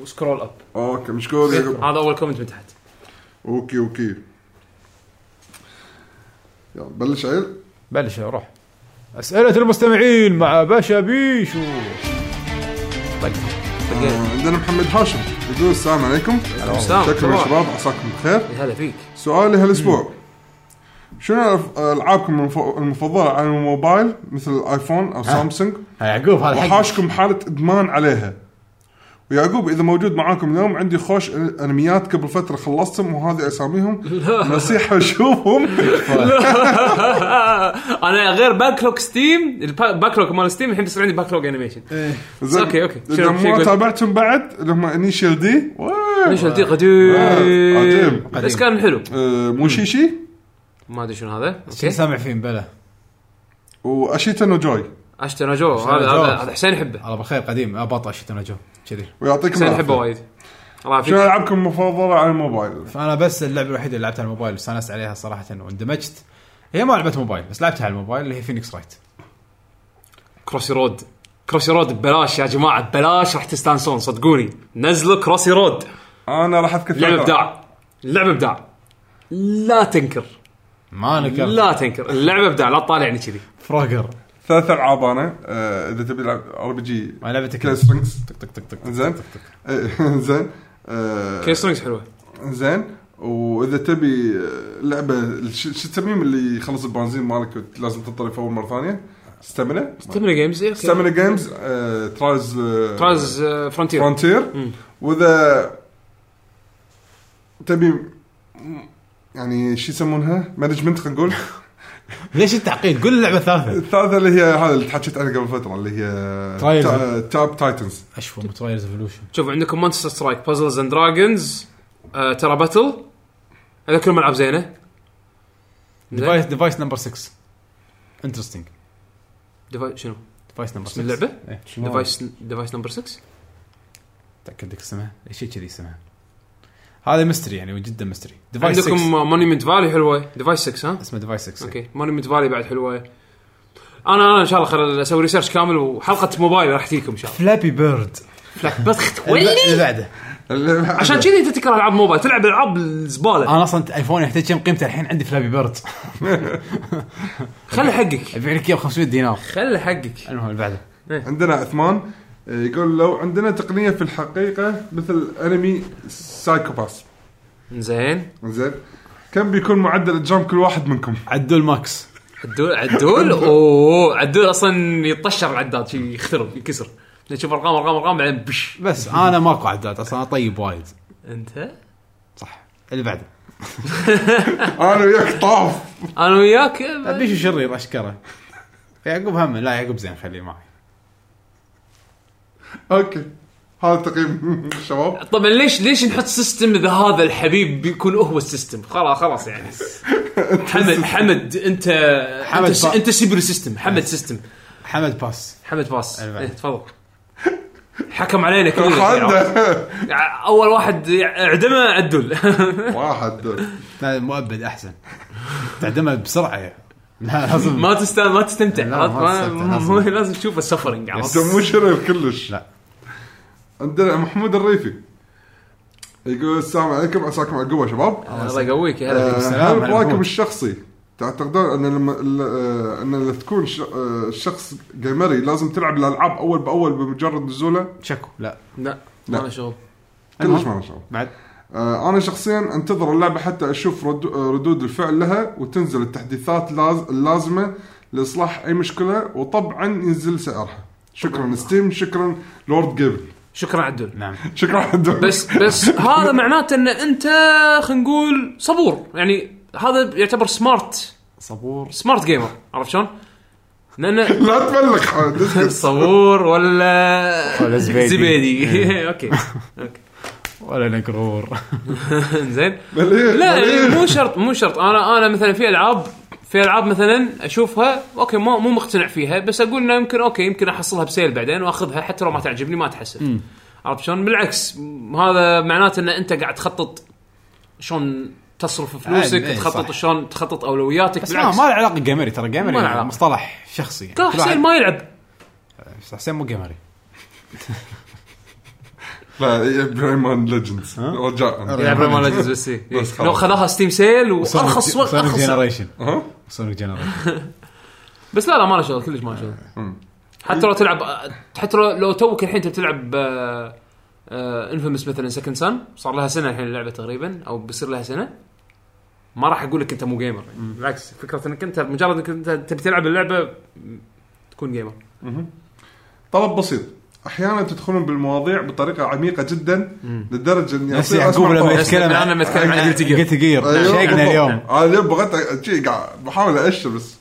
وسكرول اب
اوكي مشكور يعقوب
إيه. هذا اول كومنت من تحت
اوكي اوكي يلا بلش عيل
بلش روح اسئله المستمعين مع باشا بيشو طيب.
آه، عندنا محمد هاشم يقول السلام عليكم
السلام.
شكرا يا
طبعا.
شباب عساكم بخير
هلا فيك
سؤالي هالاسبوع شنو ألف- العابكم المف- المفضله على الموبايل مثل الايفون او سامسونج
ها يعقوب هذا حق
وحاشكم حاله ادمان عليها ويعقوب اذا موجود معاكم اليوم عندي خوش انميات قبل فتره خلصتهم وهذه
*laughs*
اساميهم نصيحه شوفهم
*laughs* انا غير باكلوج ستيم الباكلوج مال ستيم الحين بيصير عندي باكلوج انيميشن
زين،
أوكي، أوكي.
اذا
شنو- شنو
ما
يقول؟
تابعتهم بعد اللي هم انيشيال
*laughs*
دي
ليش هالتي قديم
آه، قديم.
بس كان حلو
آه، موشيشي
ما ادري شنو هذا
شي
اوكي
سامع فيه بلا
واشيتا نو جوي
اشتنا جو
أشتنا
هذا
جو.
هذا- هذا حسين يحبه
الله بالخير قديم آه، بطل شتي نجوم كذي
ويعطيكم
حسين
العافيه
يحبه وايد الله
شنو
يعافيك
العابكم المفضله على الموبايل؟
فانا بس اللعبه الوحيده اللي لعبتها على الموبايل واستانست عليها صراحه واندمجت هي ما لعبه موبايل بس لعبتها على الموبايل اللي هي فينيكس رايت
كروسي رود كروسي رود ببلاش يا جماعه ببلاش راح تستانسون صدقوني نزلوا كروسي رود
انا راح اذكر
لعبه
فترة.
ابداع لعبه ابداع لا تنكر
ما نكر
لا تنكر اللعبه ابداع لا تطالعني كذي
إيه. فروجر
ثلاث العاب انا آه، اذا تبي العب ار بي جي *laughs*
ما لعبتك
كلا سترينجز
طق طق طق طق
زين إيه، زين آه،
كيس رينجز حلوه
زين واذا تبي آه، لعبه الش- شو التميم اللي يخلص البنزين مالك لازم تنطر يفول مره ثانيه ستامنا
تمنى جيمز
ستامنا جيمز ترايز
تراز فرونتير
فرونتير واذا تبي م- يعني شو يسمونها مانجمنت خلينا نقول
ليش التعقيد قول اللعبه الثالثه
الثالثه اللي هي هذا اللي تحكيت عنها قبل فتره اللي هي
Trials.
تا- آه، تاب *laughs* تايتنز
اشوى مترايرز ايفولوشن
شوف عندكم مانستر سترايك بازلز اند دراجونز آه، ترى باتل هذا كلهم العاب زينه
ديفايس ديفايس نمبر 6 انترستنج
ديفايس شنو؟
ديفايس نمبر 6
اسم اللعبة؟
إيه.
ديفايس ديفايس نمبر 6
تاكد لك اسمها شيء كذي اسمها هذا ميستري يعني جدا ميستري ديفايس 6
عندكم آه، مونيمنت فالي حلوه ديفايس 6 ها؟
اسمه ديفايس 6
اوكي مونيمنت فالي بعد حلوه انا انا ان شاء الله خل اسوي ريسيرش كامل وحلقه موبايل راح تجيكم ان شاء الله
فلابي بيرد
فلاك بس
اللي بعده
عشان كذي انت تكره العاب موبايل تلعب العاب الزباله
انا اصلا ايفوني يحتاج كم قيمته الحين عندي فلابي بيرد
خلي حقك
ابيع لك اياه ب 500 دينار
خلي حقك
المهم اللي بعده
عندنا عثمان آه، يقول لو عندنا تقنيه في الحقيقه مثل انمي سايكوباس
زين
زين كم بيكون معدل الجام كل واحد منكم؟
عدول ماكس
عدول
*laughs*
عدول اوه عدول اصلا يطشر العداد شي يخترب ينكسر نشوف ارقام ارقام ارقام بعدين بش
*laughs* بس انا ماكو عداد اصلا أنا طيب وايد
انت
صح اللي بعده
انا وياك طاف
انا وياك
لا، بيشو شرير اشكره يعقوب هم لا يعقوب زين خليه معي
اوكي هذا تقييم *laughs* الشباب
طبعا ليش ليش نحط سيستم اذا هذا الحبيب بيكون هو السيستم خلاص خلاص يعني حمد حمد انت
حمد
انت, س-
با-
انت سيبر سيستم حمد سيستم
حمد باس
حمد باس
أيوة.
ايه تفضل حكم علينا كلنا
عنده
اول واحد اعدمه عدل
*laughs* واحد
لا مؤبد *laughs* احسن تعدمها بسرعه لا لازم
*laughs* ما تست ما تستمتع
لا، ما
ما-
تستمتع،
ما-
لازم.
ما- لازم تشوف السفرنج عرفت؟
دم مو شرير كلش
لا.
عندنا محمود الريفي يقول السلام عليكم عساكم على القوه شباب
الله يقويك يا هلا فيك.
آه،
السلام
هل رايكم
عليكم.
الشخصي تعتقدون ان لما ال- آه، ان اللي تكون ش- آه، الشخص جيمري لازم تلعب الالعاب اول باول بمجرد نزوله
شكو لا
لا
لا.
ما له شغل
كلش ما له شغل
بعد
آه، انا شخصيا انتظر اللعبه حتى اشوف رد- آه، ردود الفعل لها وتنزل التحديثات لاز- اللازمه لاصلاح اي مشكله وطبعا ينزل سعرها شكرا ستيم شكرا لورد جيبل
شكرا عدل
نعم
شكرا عدول
بس بس هذا معناته ان انت خلينا نقول صبور يعني هذا يعتبر سمارت
صبور
سمارت جيمر عرفت شلون؟ لان
لا تبلغ آه، حمد،
*laughs*
اسكت.
صبور ولا *laughs*
ولا زبيدي.
زبيدي اوكي اوكي
ولا نقرور
*laughs* زين
مليح،
*laughs*
لا
مليح.
يعني مو شرط مو شرط انا انا مثلا في العاب في العاب مثلا اشوفها اوكي مو مو مقتنع فيها بس اقول انه يمكن اوكي يمكن احصلها بسيل بعدين واخذها حتى لو ما تعجبني ما اتحسف عرفت شلون؟ بالعكس م- هذا معناته ان انت قاعد تخطط شلون تصرف فلوسك
عاد، إيه،
تخطط
صح.
شلون تخطط اولوياتك
بس ما
بالعكس
ما له علاقه جيمري ترى جيمري
ما له علاقة.
مصطلح شخصي يعني.
لا
كل واحد-
حسين ما يلعب
حسين مو جيمري
لا إيه، بريمان ليجندز رجاء
يلعب ريمان ليجندز بس إيه.
بس خلاص.
لو خذاها ستيم سيل وارخص وقت
سونيك
ارخص وقت.
جنريشن
ها؟
سونيك جنريشن
بس لا لا ما له شغل كلش ما له شغل حتى لو تلعب حتى لو- لو توك الحين تبي تلعب آه، انفيمس مثلا سكند سان صار لها سنه الحين اللعبه تقريبا او بيصير لها سنه ما راح اقول لك انت مو جيمر يعني بالعكس فكره انك انت مجرد انك انت تبي تلعب اللعبه م، تكون جيمر
طلب بسيط احيانا تدخلون بالمواضيع بطريقه عميقه جدا لدرجه اني
نفس
أصير
يعقوب
أسمع
لما
طلب.
يتكلم
أنا لما أتكلم عن Guilty Gear.
قلت جير
أيوه،
شيقنا
بالضبط.
اليوم
انا اليوم بغيت أ- شي قاعد بحاول ااشر بس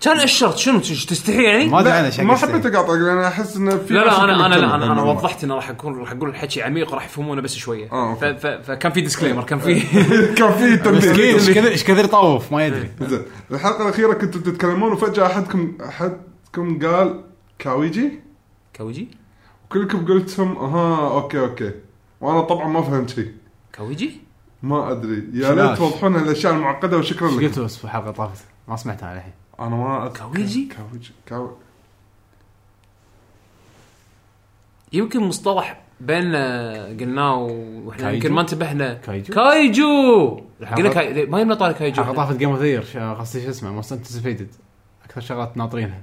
كان الشرط شنو تش- تستحي يعني؟
ما ادري
لا،
انا شيق
ما حبيت اقاطعك لان احس انه في
لا
ناس
لا انا انا
بتتكلم
لا انا, أنا
بالموضوع.
وضحت انه راح اكون راح اقول الحكي عميق راح يفهمونه بس شويه
آه،
ف-
أوكي. آه.
ف- فكان في ديسكليمر كان في
*laughs* كان في
مسكين
تنبيه
ايش كثر ايش كثر يطوف ما يدري
زين، الحلقه الاخيره كنتوا تتكلمون وفجاه احدكم احدكم قال كاويجي
كاويجي
وكلكم قلتم اها اوكي اوكي وانا طبعا ما فهمت شيء
كاويجي
ما ادري يا
شناش.
ليت توضحون الاشياء المعقده وشكرا
ايش
لكم
قلت بس في الحلقه طافت ما سمعتها الحين
انا ما أذكر.
كاويجي؟
كاويجي كاو...
يمكن مصطلح بيننا قلناه واحنا
كايجو؟
يمكن ما انتبهنا
كايجو؟
كايجو قلنا
حلقة-
كاي... ما يمنا طالع كايجو
حلقه طافت جيم اوف ذير قصدي شو اسمه موست انتسفيتد اكثر شغلات ناطرينها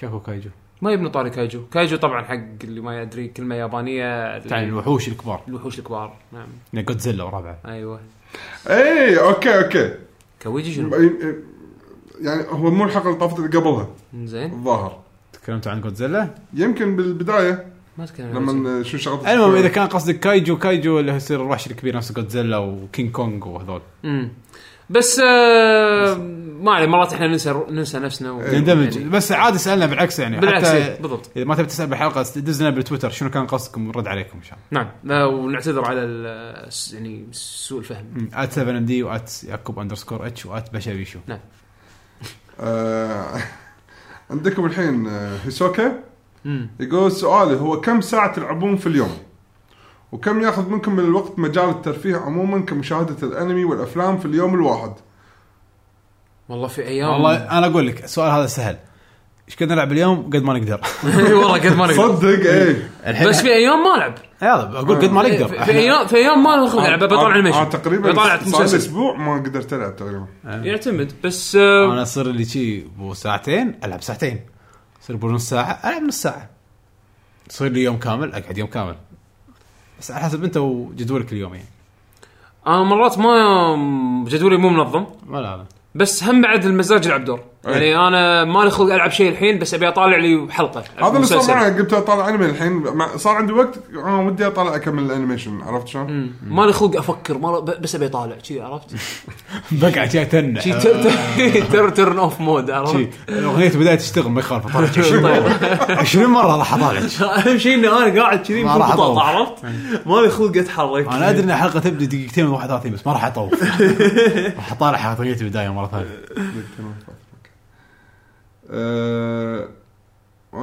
شكو كايجو
ما يبنى طاري كايجو كايجو طبعا حق اللي ما يدري كلمه يابانيه
تاع الوحوش الكبار
الوحوش الكبار نعم
جودزيلا وربعه
ايوه
اي اوكي اوكي
كاويجي شنو
إيه، يعني هو مو الحلقه اللي طافت اللي قبلها
زين
الظاهر
تكلمتوا عن جودزيلا يمكن
يمكن بالبدايه
ما تكلم عن
لما شو شغلت
المهم اذا كان قصدك كايجو كايجو اللي هو يصير الوحش الكبير نفس جودزيلا وكينج كونج وهذول
مم. بس آه ما عليه مرات احنا ننسى ننسى نفسنا و...
نندمج
يعني
بس عادي سالنا بالعكس يعني
بالعكس إيه،
إيه، حتى
بالضبط
اذا ما تبي تسال بالحلقه دزنا بالتويتر شنو كان قصدكم نرد عليكم ان شاء الله
نعم لا ونعتذر على ال- يعني سوء الفهم
ات 7 ام دي وات يعقوب اندرسكور اتش وات بشابيشو
آه، *laughs* عندكم الحين آه، هيسوكا
مم.
يقول سؤالي هو كم ساعة تلعبون في اليوم؟ وكم ياخذ منكم من الوقت مجال الترفيه عموما كمشاهدة الانمي والافلام في اليوم الواحد؟
والله في
نعم.
ايام
والله انا اقول لك السؤال هذا سهل ايش كنا نلعب اليوم قد ما نقدر
*laughs* والله قد ما نقدر
صدق ايه
الحين
بس في ايام ما العب
*laughs* يلا اقول قد ما
في
نقدر
في
إحنا-
ايام في ايام ما العب العب طيب، بطلع
آه،
انيميشن
تقريبا
بطلع
صار لي
مسلسل
اسبوع ما قدرت العب تقريبا
يعتمد بس آه،
انا صار لي شي بو ساعتين العب ساعتين يصير بنص ساعه العب نص ساعه يصير لي يوم كامل اقعد يوم كامل بس على حسب انت وجدولك اليومي يعني
انا مرات ما جدولي مو منظم
ما لا
بس هم بعد المزاج يلعب دور
إيه.
يعني انا مالي خلق العب شيء الحين بس ابي اطالع لي حلقه
هذا اللي صار
مسلسل.
معي قلت اطالع انمي الحين مع- صار عندي وقت انا ودي اطالع اكمل الانيميشن عرفت شلون؟
مالي خلق افكر مالي ب- بس ابي اطالع شي عرفت؟
بقعد جاي تنح
شي تر- تر- *laughs* تر ترن اوف مود *laughs* عرفت؟
اغنيه بدايه تشتغل ما يخالف أطالع 20 *laughs* مره 20 مره راح اطالع
اهم شيء اني انا قاعد كذي
ما راح
مخبطط،
أطول.
عرفت؟
إيه.
مالي خلق اتحرك
انا ادري ان الحلقه تبدا دقيقتين و31 بس ما راح *laughs* اطوف راح اطالع حلقه البدايه مره ثانيه
طيب، أه،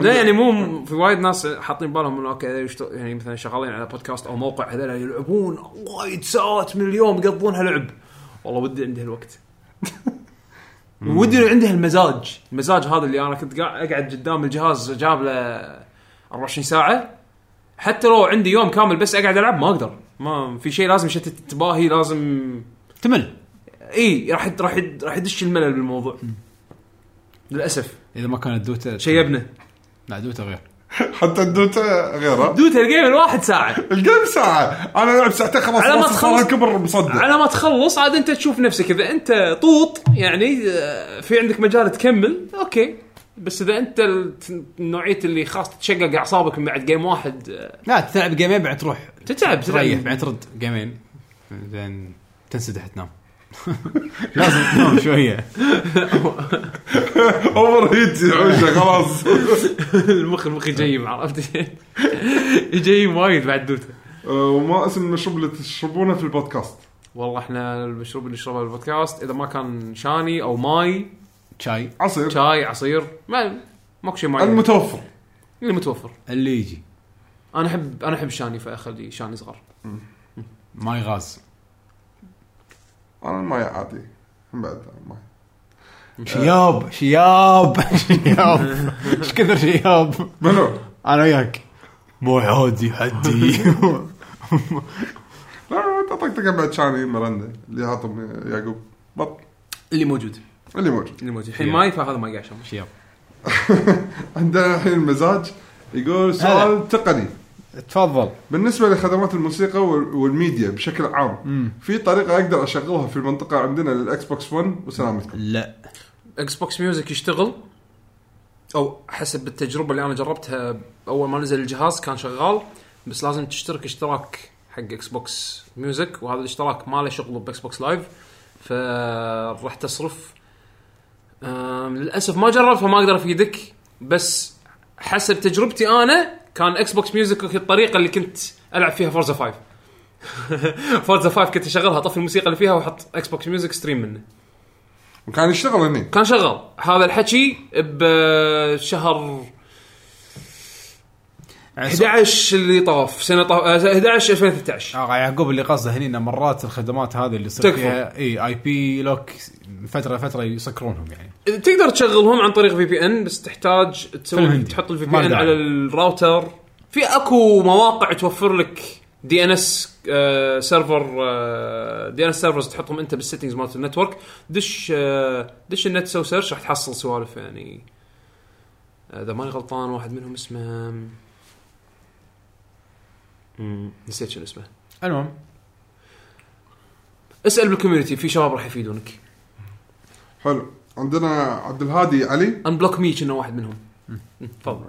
لا يعني مو في وايد ناس حاطين بالهم انه اوكي هذول يشتغل- يعني مثلا شغالين على بودكاست او موقع هذول يلعبون وايد ساعات من اليوم يقضونها لعب والله ودي عندي هالوقت ودي لو عندي هالمزاج المزاج هذا اللي انا كنت قاعد اقعد قدام الجهاز جاب له 24 ساعه حتى لو عندي يوم كامل بس اقعد العب ما اقدر ما في شيء لازم يشتت انتباهي لازم
تمل
اي راح راح راح يدش الملل بالموضوع للاسف
اذا ما كانت دوتا
شيبنا
لا دوتا غير
حتى الدوتا غيره
دوتا الجيم الواحد ساعه
الجيم ساعه انا العب ساعتين خلاص
على ما
خلاص صار
تخلص-
كبر مصدق
على ما تخلص عاد انت تشوف نفسك اذا انت طوط يعني آه، في عندك مجال تكمل اوكي بس اذا انت ال- نوعيه اللي خاص تتشقق اعصابك من بعد جيم واحد آه،
لا تلعب جيمين بعد تروح
*laughs* تتعب
تريح
تريح
بعد ترد جيمين بعدين تنسدح *laughs* تنام لازم تنام شويه
اوفر هيت يا عوشة، خلاص *laughs*
المخ المخ يجيم عرفت *laughs* يجيم وايد بعد دوتا
أه، وما اسم المشروب اللي تشربونه في البودكاست
والله احنا المشروب اللي نشربه بالبودكاست اذا ما كان شاني او ماي
شاي
عصير
شاي عصير ما ماكو شيء معين
المتوفر
اللي متوفر
اللي يجي
انا احب انا احب شاني فاخلي شاني صغار
ماي غاز
انا الماي عادي من بعد الماي
*laughs* شياب شياب شياب ايش كثر شياب
منو؟
انا وياك مو عادي حدي
لا طقطقه بعد شاني مرندا اللي حاطم يعقوب بط
اللي موجود
اللي موجود
اللي موجود الحين ماي فهذا ما قاعد يشرب
*laughs* شياب
عندنا الحين مزاج يقول سؤال تقني
تفضل
بالنسبه لخدمات الموسيقى وال- والميديا بشكل عام في طريقه اقدر اشغلها في المنطقه عندنا للاكس بوكس 1 وسلامتكم
لا
اكس بوكس ميوزك يشتغل او حسب التجربه اللي انا جربتها اول ما نزل الجهاز كان شغال بس لازم تشترك اشتراك حق اكس بوكس ميوزك وهذا الاشتراك ما له شغل باكس بوكس لايف فراح تصرف أم، للاسف ما جرب فما اقدر افيدك بس حسب تجربتي انا كان اكس بوكس ميوزك هي الطريقه اللي كنت العب فيها فورزا *laughs* 5 فورزا 5 كنت اشغلها اطفي الموسيقى اللي فيها واحط اكس بوكس ميوزك ستريم منه
وكان يشتغل هني
كان شغال هذا الحكي بشهر 11 اللي طاف سنه طاف آه، 11 2013
آه، يعقوب اللي قصده هني انه مرات الخدمات هذه اللي يصير
تكفى.
فيها اي اي بي لوك من فتره لفتره يسكرونهم يعني
تقدر تشغلهم عن طريق في بي ان بس تحتاج تسوي
فالهندي.
تحط الفي
ما
بي
له
ان
داعي.
على الراوتر في اكو مواقع توفر لك دي ان اس آه، سيرفر آه، دي ان اس سيرفرز تحطهم انت بالسيتنجز مالت النتورك دش آه، دش النت سو سيرش راح تحصل سوالف يعني آه، اذا ماني غلطان واحد منهم اسمه مم، نسيت شنو اسمه
المهم
اسال بالكوميونتي في شباب راح يفيدونك
حلو عندنا عبد الهادي علي
انبلوك مي كنا واحد منهم مم، تفضل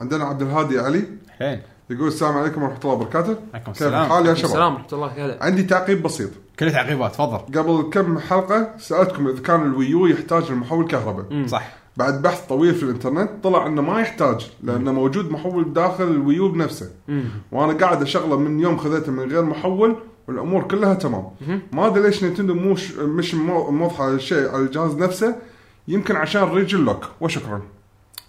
عندنا عبد الهادي علي
الحين
يقول السلام عليكم ورحمه الله وبركاته
عليكم
كيف
السلام.
الحال يا شباب؟
السلام ورحمه الله يا هلا
عندي تعقيب بسيط
كل تعقيبات تفضل
قبل كم حلقه سالتكم اذا كان الويو يحتاج لمحول كهرباء
صح
بعد بحث طويل في الانترنت طلع انه ما يحتاج لانه موجود محول داخل الويو بنفسه وانا قاعد اشغله من يوم خذيته من غير محول والامور كلها تمام ما ادري ليش نتندو مش مش مو- موضحه الشيء على الجهاز نفسه يمكن عشان ريجن لوك وشكرا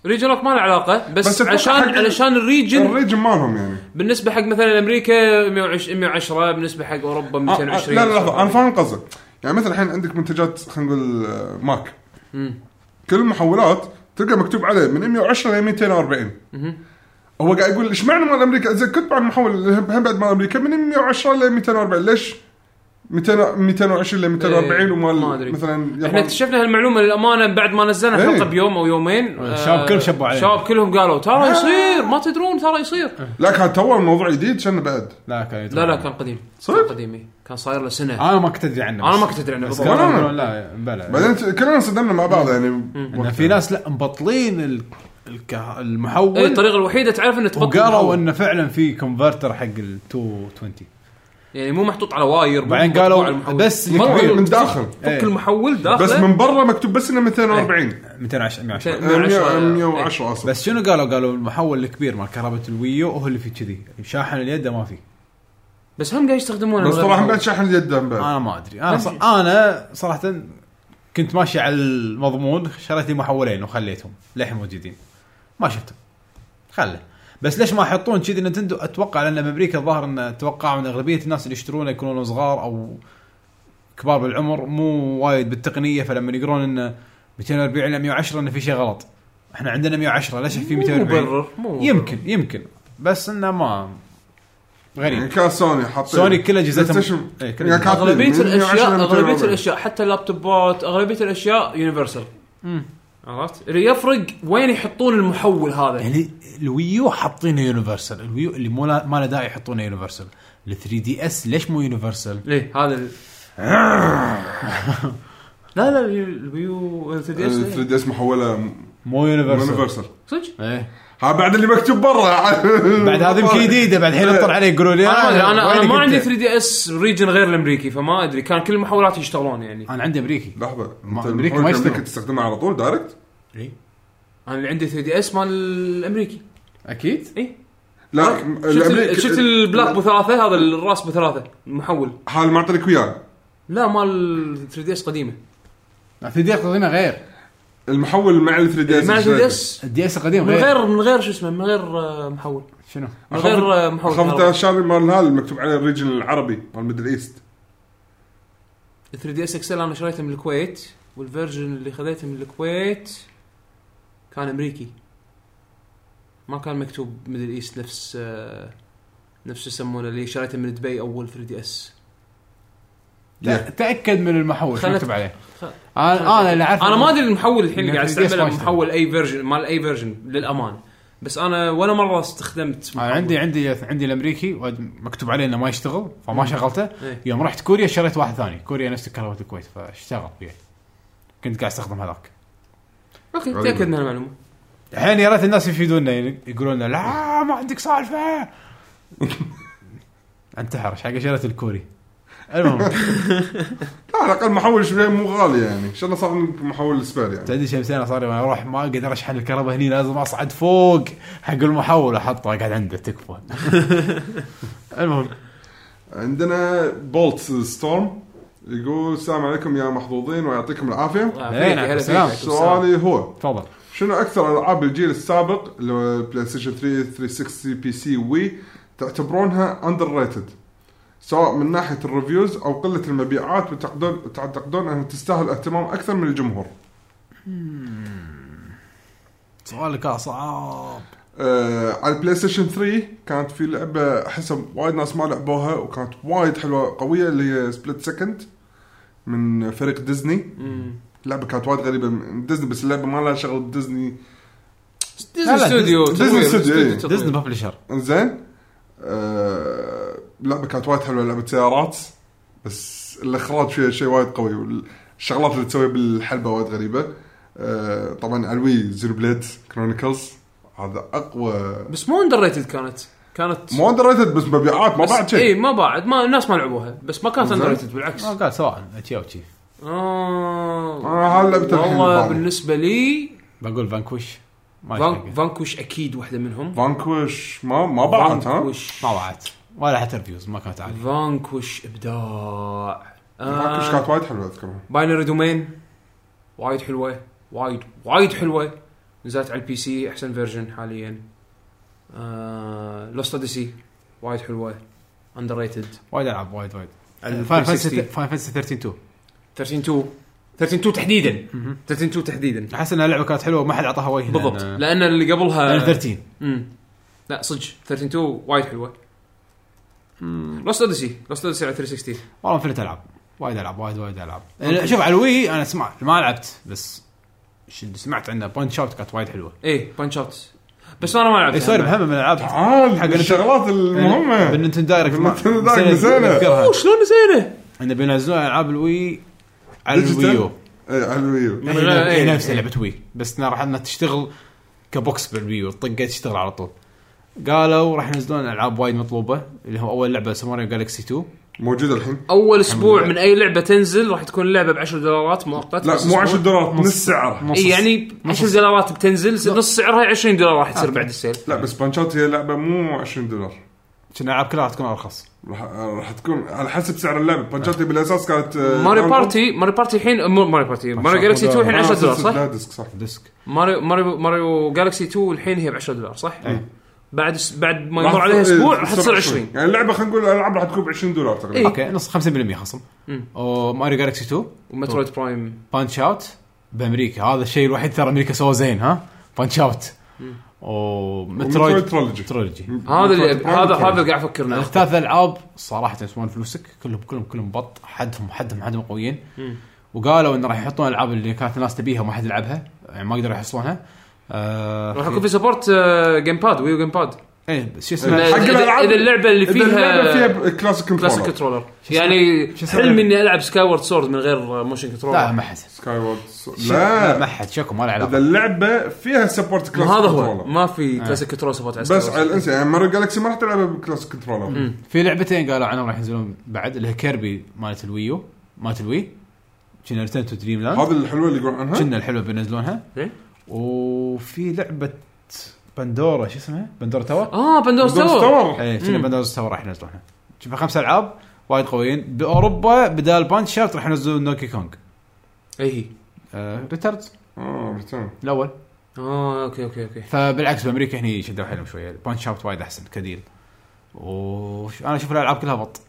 ريجن لوك ما له علاقه
بس
بس, بس
أتوقع
عشان
حق-
علشان الريجن
الريجن مالهم يعني
بالنسبه حق مثلا امريكا 120 110 بالنسبه حق اوروبا
آه، آه،
220
لا لا لحظه انا فاهم قصدك يعني مثلا الحين عندك منتجات خلينا نقول آه، ماك كل المحولات تلقى مكتوب عليه من 110 ل 240 هو قاعد يقول ايش معنى مال امريكا اذا كنت بعد محول هم بعد مال امريكا من 110 ل 240 ليش 200 220 ل 240
إيه،
ومال
ما أدري.
مثلا
احنا
يابان
اكتشفنا هالمعلومه للامانه بعد ما نزلنا
إيه.
حلقه بيوم او يومين آه،
الشباب كلهم شبوا علينا. آه.
الشباب كلهم قالوا
آه.
ترى يصير ما تدرون ترى يصير
لا كان تو الموضوع جديد كان بعد
إيه.
لا كان
لا لا كان قديم
صدق؟
كان قديم إيه. كان صاير له سنه
انا ما كنت ادري عنه
أنا
بس-
ما كنت أدري عنه إيه،
بس
بالضبط.
كانوا
ولا أنا.
يقولون لا بلى
بعدين ت- كلنا صدمنا مع بعض يعني
إن
وقتها.
في ناس لا مبطلين ال- الك- المحول
إيه، الطريقه الوحيده تعرف انه تبطل
وقالوا
الهواء.
انه فعلا في كونفرتر حق ال 220
يعني مو محطوط على واير مو
بعدين
محطوط
قالوا
على المحول.
بس
مرة
يكبر-
من داخل
إيه.
فك المحول
بس
داخله إيه،
من برا مكتوب بس انه 240
210 110
110
110
110 اصلا
بس شنو قالوا؟ قالوا المحول الكبير مال كهرباء الويو هو اللي فيه كذي شاحن اليد ما فيه
بس هم قاعد يستخدمونه
بس
من غير
طبعا
محول.
بعد شحن اليد هم
آه،
بعد
انا ما ادري انا ص... انا صراحه كنت ماشي على المضمون شريت لي محولين وخليتهم للحين موجودين ما شفتهم خله بس ليش ما يحطون كذي نتندو اتوقع لان بامريكا الظاهر ان اتوقع ان اغلبيه الناس اللي يشترونه يكونون صغار او كبار بالعمر مو وايد بالتقنيه فلما يقرون انه 240 الى 110 انه في شيء غلط احنا عندنا 110 ليش في
مو
240
مبرر مو مبرر.
يمكن يمكن بس انه ما
يعني
غريب
كان سوني حاطين
سوني كل أجهزتهم-
PlayStation.
إيه، كل
يعني
أجهزتهم.
كان
اغلبيه
حاطين 110
الاشياء
ل
اغلبيه
240.
الاشياء حتى اللابتوبات اغلبيه الاشياء يونيفرسال عرفت؟ اللي يفرق وين يحطون المحول هذا
يعني الويو حاطينه يونيفرسال الويو اللي مو لا- ما له داعي يحطونه يونيفرسال ال 3 دي اس ليش مو يونيفرسال
ليه هذا ال- *laughs* لا لا الويو 3
ال 3
دي
دي اس محوله
مو يونيفرسال
يونيفرسال
إيه. صدق؟
ايه
ها بعد اللي مكتوب برا
*laughs* بعد هذا يمكن جديده بعد الحين يطلع علي يقولوا لي
انا ما أدري، انا انا
وينك
ما
أنت؟
عندي 3 دي اس ريجن غير الامريكي فما ادري كان كل المحولات يشتغلون يعني
انا عندي امريكي
لحظه
ما-
انت
أمريكا ما
المحول
يشتغل.
أمريكا تستخدمها على طول دايركت؟
إيه؟ انا اللي عندي 3 دي اس مال الامريكي
اكيد
اي
لا
شفت
الأمريكي-
ال- شفت البلاك بثلاثه هذا الراس بثلاثه المحول
هذا اللي معطيك اياه
لا مال 3 دي اس قديمه
3 دي اس قديمه غير
المحول مع ال 3 دي اس
مع 3 دي اس
الدي اس قديم
من
غير
غير من غير شو اسمه من غير آه، محول
شنو؟
من غير آه، محول
خفت
كهرباء.
الشاري مال هذا المكتوب عليه الريجن العربي مال ميدل ايست
3 دي اس اكسل انا شريته من الكويت والفيرجن اللي خذيته من الكويت كان امريكي ما كان مكتوب ميدل ايست نفس آه، نفس يسمونه اللي شريته من دبي اول 3 دي اس
لا، تاكد من المحول شو
خلت-
مكتوب عليه
خل- آه،
انا انا اللي اعرف
انا ما ادري المحول الحين اللي
إن
قاعد
3DS ما
استعمله
يشتغل.
محول اي فيرجن مال اي فيرجن للامانه بس انا ولا مره استخدمت
أنا
محول.
آه، عندي عندي عندي الامريكي واد- مكتوب عليه انه ما يشتغل فما
مم.
شغلته
إيه.
يوم رحت كوريا شريت واحد ثاني كوريا نفس كهرباء الكويت فاشتغل فيه كنت قاعد استخدم هذاك
اوكي
غريبة.
تاكد من المعلومه
الحين يا ريت الناس يفيدونا يعني يقولون لنا، لا ما عندك سالفه انت حرش حق شريت الكوري المهم
لا على الاقل محول شوي مو غالي يعني ان شاء الله صار عندك محول سبير يعني
تدري شمس انا صار وانا اروح ما اقدر اشحن الكهرباء هني لازم اصعد فوق حق المحول احطه اقعد عنده تكفى المهم
عندنا بولت ستورم يقول السلام عليكم يا محظوظين ويعطيكم العافيه
آه،
إيه،
فيك،
نعم،
هلا فيك.
سلام.
سؤالي هو
تفضل
شنو اكثر العاب الجيل السابق اللي هو بلاي ستيشن 3 360 بي سي وي تعتبرونها اندر ريتد سواء من ناحيه الريفيوز او قله المبيعات وتعتقدون تعتقدون انها تستاهل اهتمام اكثر من الجمهور
سؤالك صعب
آه على البلاي ستيشن 3 كانت في لعبه احسها وايد ناس ما لعبوها وكانت وايد حلوه قويه اللي هي سبليت سكند من فريق ديزني
أمم.
اللعبه كانت وايد غريبه من ديزني بس اللعبه ما لها شغل بديزني
ديزني
لا،
ستوديو
ديزني
تطوير،
ستوديو، إيه.
تطوير.
ديزني ببلشر
انزين آه... لعبه كانت وايد حلوه لعبه سيارات بس الاخراج فيها شيء وايد قوي والشغلات اللي تسويها بالحلبه وايد غريبه آه... طبعا على الوي زيرو بليد كرونيكلز هذا اقوى
بس مو اندر ريتد كانت كانت
مو اندر ريتد بس مبيعات ما بعد
اي
شيء
ما بعد ما الناس ما لعبوها بس ما كانت
زين.
اندر ريتد بالعكس
ما قال سواء تشي او تشي
اه
آه، هلا بتلحين
والله
البعض.
بالنسبه لي
بقول فانكوش ما
فان-
يشتاق.
فانكوش اكيد واحده منهم
فانكوش ما ما بعد ها
فانكوش
ما وعدت ولا حتى ريفيوز ما كانت عاليه
فانكوش آه، ابداع
فانكوش كانت وايد حلوه اذكرها
باينري دومين وايد حلوه وايد وايد حلوه نزلت على البي سي احسن فيرجن حاليا لوست اوديسي آه، وايد حلوه اندر ريتد
وايد العاب وايد وايد فاين
ال-
فانسي
360.
فاين فانسي 13 2
13 2 13 2 تحديدا 13 2 تحديدا
احس انها لعبه كانت حلوه وما حد اعطاها وجه
بالضبط
لأن-
لان اللي
لان
قبلها
13
امم لا صدق 13 2 وايد حلوه لوست اوديسي لوست اوديسي على 360
والله انفنت العاب وايد العاب وايد وايد العاب أنا- شوف على الوي انا اسمع ما لعبت بس ش- اللي سمعت عنه بانش اوت كانت وايد حلوه
اي بانش اوت إيه، بس انا ما لعبت
اي سوري مهمه من الالعاب
تعال
حق
آه،
إيه.
الشغلات المهمه
بالنينتندو دايركت ما-
بالنينتندو
بس أنا
دايركت نسينا.
أذكرها.
اوه شلون نسينا
انه بينزلون العاب الوي على
Digital؟ إيه،
الويو
اي على الويو
هي
لا،
هي
إيه،
نفس
إيه.
لعبه وي بس انها راح انها تشتغل كبوكس بالويو طقه تشتغل على طول قالوا راح ينزلون العاب وايد مطلوبه اللي هو اول لعبه سماريو جالكسي 2
موجوده الحين
اول اسبوع من اي لعبه تنزل راح تكون اللعبه ب 10 دولارات مؤقت
لا
بس
مو
أسبوع.
10 دولارات نص سعرها
اي يعني 10 دولارات بتنزل نص سعرها 20 دولار راح
آه.
تصير بعد السيل
لا بس بانشات هي لعبه مو 20 دولار
كنا العاب كلها راح تكون ارخص
راح راح تكون على حسب سعر اللعبه بانشات هي بالاساس كانت آه،
ماريو
أنا-
بارتي ماريو بارتي الحين مو ماريو بارتي ماريو جالكسي 2 الحين
آه،
10 دولار صح؟
لا ديسك صح
ديسك
ماريو ماريو ماريو جالكسي 2 الحين هي ب 10 دولار صح؟
إيه.
بعد بعد ما يمر عليها اسبوع راح تصير 20
يعني اللعبه خلينا نقول الالعاب راح تكون ب 20 دولار تقريبا
إيه.
اوكي نص 50% خصم وماريو جالكسي 2
ومترويد برايم
بانش اوت بامريكا هذا الشيء الوحيد ترى امريكا سوى زين ها بانش اوت ومترويد
ومترويد ترولوجي.
ترولوجي
هذا اللي
برايم
هذا
وترويد.
هذا اللي قاعد افكر انه أخذه.
الثلاث العاب صراحه يسوون فلوسك كلهم كلهم كلهم بط حدهم حدهم حدهم قويين وقالوا انه راح يحطون العاب اللي كانت الناس تبيها وما حد يلعبها يعني ما يقدروا يحصلونها آه
راح يكون في سبورت جيم باد ويو جيم باد
ايه بس شو
حق
اسمه
إذا-
الألعاب-
اذا اللعبه اللي
إذا اللعبه
فيها
فيها كلاسيك
كلاسيك
كنترولر
كنترولر يعني
شو اسمه؟
حلمي اني العب سكاي وورد سورد من غير موشن
لا
كنترولر
ما حد
سكاي وورد
لا ما
لا
حد شكو ما له
اذا
علاقه
اللعبه فيها سبورت
ما
كلاسيك
هذا
كنترولر.
هو ما في
آه.
كلاسيك كنترولر سبورت على سكاي
بس
وورد.
على الانسى يعني ماريو جالكسي ما راح تلعبها بكلاسيك كنترولر
في لعبتين قالوا عنهم راح ينزلون بعد اللي هي كيربي مالت الويو مالت الوي كنا ريتيرن تو دريم لاند
هذه الحلوه اللي يقولون عنها
كنا الحلوه بينزلونها
إيه؟
وفي لعبه بندورا شو اسمها؟ بندورا تاور؟
اه بندور ستور
ستور
ايه كنا بندورا تاور راح ينزلونها شوف خمس العاب وايد قويين باوروبا بدال بانش اوت راح ينزلون نوكي كونغ
اي
آه ريتيرنز
اه ريتيرن
الاول
اه اوكي اوكي اوكي
فبالعكس بامريكا هني شدوا حيلهم شويه بانش اوت وايد احسن كديل وش انا اشوف الالعاب كلها بط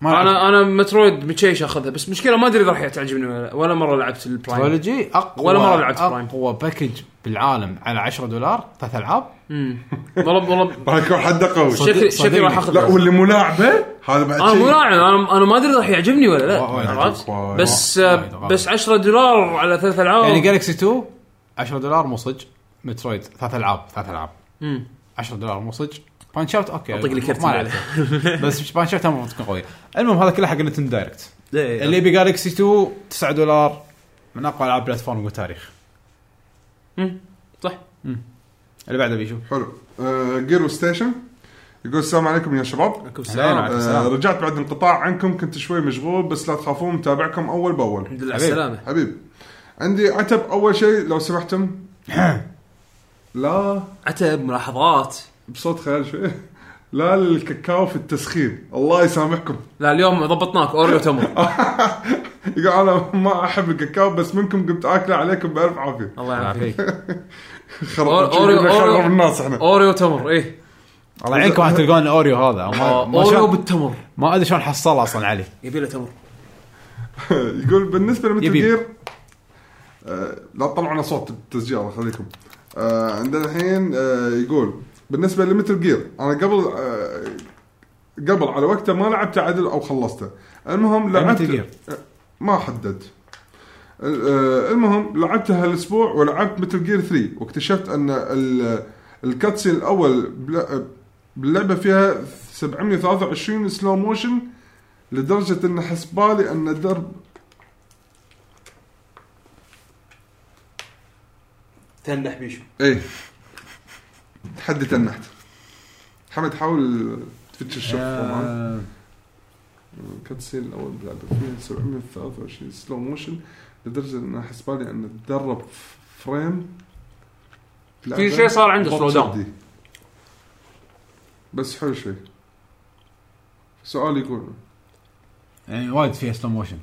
ما لعبت.
انا انا مترويد متشيش اخذها بس مشكله ما ادري اذا راح تعجبني ولا ولا مره لعبت البرايم
ترولوجي اقوى
ولا مرة لعبت برايم.
اقوى باكج بالعالم على 10 دولار ثلاث العاب
مم. والله والله
راح يكون حده قوي
صدق.
شكلي شكلي راح
لا
اخذها
واللي ملاعبه هذا بعد شيء
انا آه، مو لاعب انا انا ما ادري راح يعجبني ولا لا
وايد
عرفت
وايد.
بس آه،
وايد وايد.
بس 10 دولار على ثلاث العاب
يعني جالكسي 2 10 دولار مصج مترويد ثلاث العاب ثلاث العاب
مم.
10 دولار مصج بانش اوت اوكي
أعطيك لي كرت
ما لعبته. بس بانش اوت المفروض تكون قويه المهم هذا كله حق نتن دايركت
إيه.
اللي يبي جالكسي 2 9 دولار من اقوى العاب بلاتفورم بالتاريخ
مم. صح
اللي بعده
*laughs*
بيشوف
حلو آه، جيرو ستيشن يقول السلام عليكم يا شباب
عليكم
علينا.
السلام
عليكم
آه
السلام.
رجعت بعد انقطاع عنكم كنت شوي مشغول بس لا تخافون متابعكم اول باول
الحمد لله على
حبيبي.
السلامه
حبيب عندي عتب اول شيء لو سمحتم لا
عتب ملاحظات
بصوت خيال شوي لا الكاكاو في التسخين الله يسامحكم *laughs*
لا اليوم ضبطناك اوريو تمر
يقول انا ما احب الكاكاو بس منكم قمت اكله عليكم بالف عافيه
الله
الله
يعافيك
يعافيك
خرب
أوريو- أوريو-
خرب الناس احنا
اوريو تمر ايه
الله يعينكم راح تلقون الاوريو هذا ما, ما,
اوريو
شلون-
بالتمر
ما ادري شلون حصله اصلا علي
يبي له تمر
*laughs* يقول بالنسبه لمثل
يبي.
جير آه، لا تطلعون صوت التسجيل الله يخليكم آه، عندنا الحين آه، يقول بالنسبه لمثل جير انا قبل آه، قبل على وقته ما لعبت عدل او خلصته المهم لعبت
Metal Gear.
ما حدد آه، المهم لعبتها هالاسبوع ولعبت مثل جير 3 واكتشفت ان ال- الكاتسين الاول بلا- باللعبه فيها 723 سلو موشن لدرجه ان حسبالي ان الدرب
تنح بيشو
ايه تحدي تنحت حمد حاول تفتش الشوف طبعاً.
آه،
كاتسين الاول بلعبه فيه 723 سلو موشن لدرجه ان احس بالي ان اتدرب فريم
في شيء صار عنده
بط
slow down.
جدي. بس حلو شوي سؤال يقول
يعني وايد فيها سلو موشن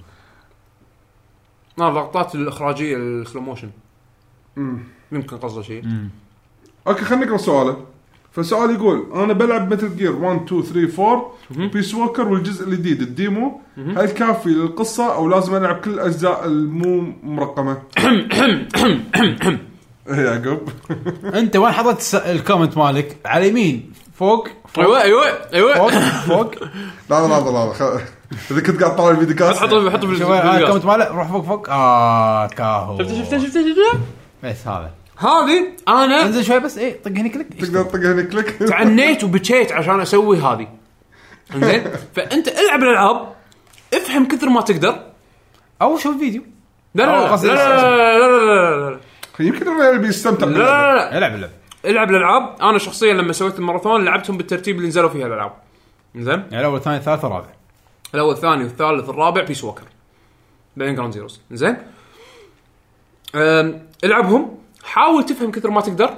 ما ضغطات الاخراجيه السلو موشن
مم.
يمكن قصده شيء
اوكي خلينا نقرا سؤاله فسؤال يقول انا بلعب مثل جير 1 2 3 4
مهم.
بيس ووكر والجزء الجديد الديمو
مهم.
هل كافي للقصه او لازم العب كل الاجزاء المو مرقمه؟ يا يعقوب إيه، *laughs*
انت وين حطيت الس- الكومنت مالك على يمين فوق فوق
ايوه ايوه
فوق
ايوه *laughs*
فوق
لحظه لحظه لحظه خ- اذا كنت قاعد تطالع الفيديو كاست
حطه حطه
شوف هاي الكومنت
بالكاست
ماله روح فوق فوق اه كاهو
شفت شفت شفت شفت
بس هذا
هذه انا
انزل شوي بس ايه طق هنا كليك
تقدر تطق هنا كليك
تعنيت وبكيت عشان اسوي هذه زين فانت العب الالعاب افهم كثر ما تقدر
او شوف فيديو
لا لا لا لا لا لا لا
يمكن الريال بيستمتع
لا
باللعبة.
لا لا
العب اللعبه
العب الالعاب انا شخصيا لما سويت الماراثون لعبتهم بالترتيب اللي نزلوا فيها الالعاب زين
يعني الاول الثاني الثالث الرابع
الاول الثاني والثالث الرابع بيس ووكر بعدين جراوند زيروز زين أم، العبهم حاول تفهم كثر ما تقدر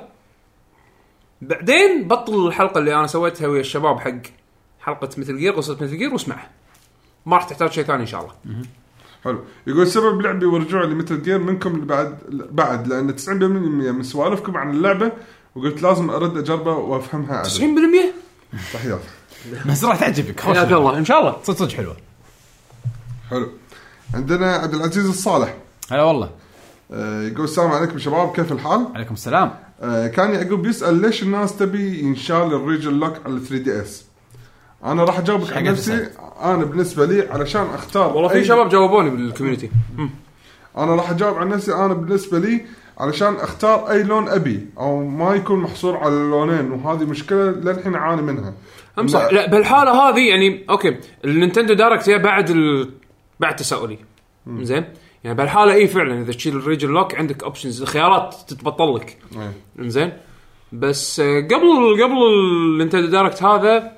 بعدين بطل الحلقه اللي انا سويتها ويا الشباب حق حلقه مثل جير قصه مثل جير واسمعها ما راح تحتاج شيء ثاني ان شاء الله
حلو يقول سبب لعبي ورجوعي لمتل جير منكم بعد بعد لان 90% من سوالفكم عن اللعبه وقلت لازم ارد اجربها وافهمها عدل
90%
تحيات
بس راح تعجبك خوش
حياك الله ان شاء الله
صدق صدق حلوه
حلو عندنا عبد العزيز الصالح
هلا والله
آه، يقول السلام عليكم شباب كيف الحال؟
عليكم السلام
آه، كان يعقوب يسال ليش الناس تبي ينشال الريجن لوك على 3 دي اس؟ انا راح اجاوبك عن
حق
نفسي انا بالنسبه لي علشان اختار
والله في
أي-
شباب جاوبوني بالكوميونتي
انا راح اجاوب عن نفسي انا بالنسبه لي علشان اختار اي لون ابي او ما يكون محصور على لونين وهذه مشكله للحين اعاني منها
هم صح
لا.
لا بالحاله هذه يعني اوكي النينتندو دايركت هي بعد ال... بعد تساؤلي زين يعني بالحاله اي فعلا اذا تشيل الريجن لوك عندك اوبشنز خيارات تتبطل لك
إيه.
زين بس آه، قبل قبل النينتندو دايركت هذا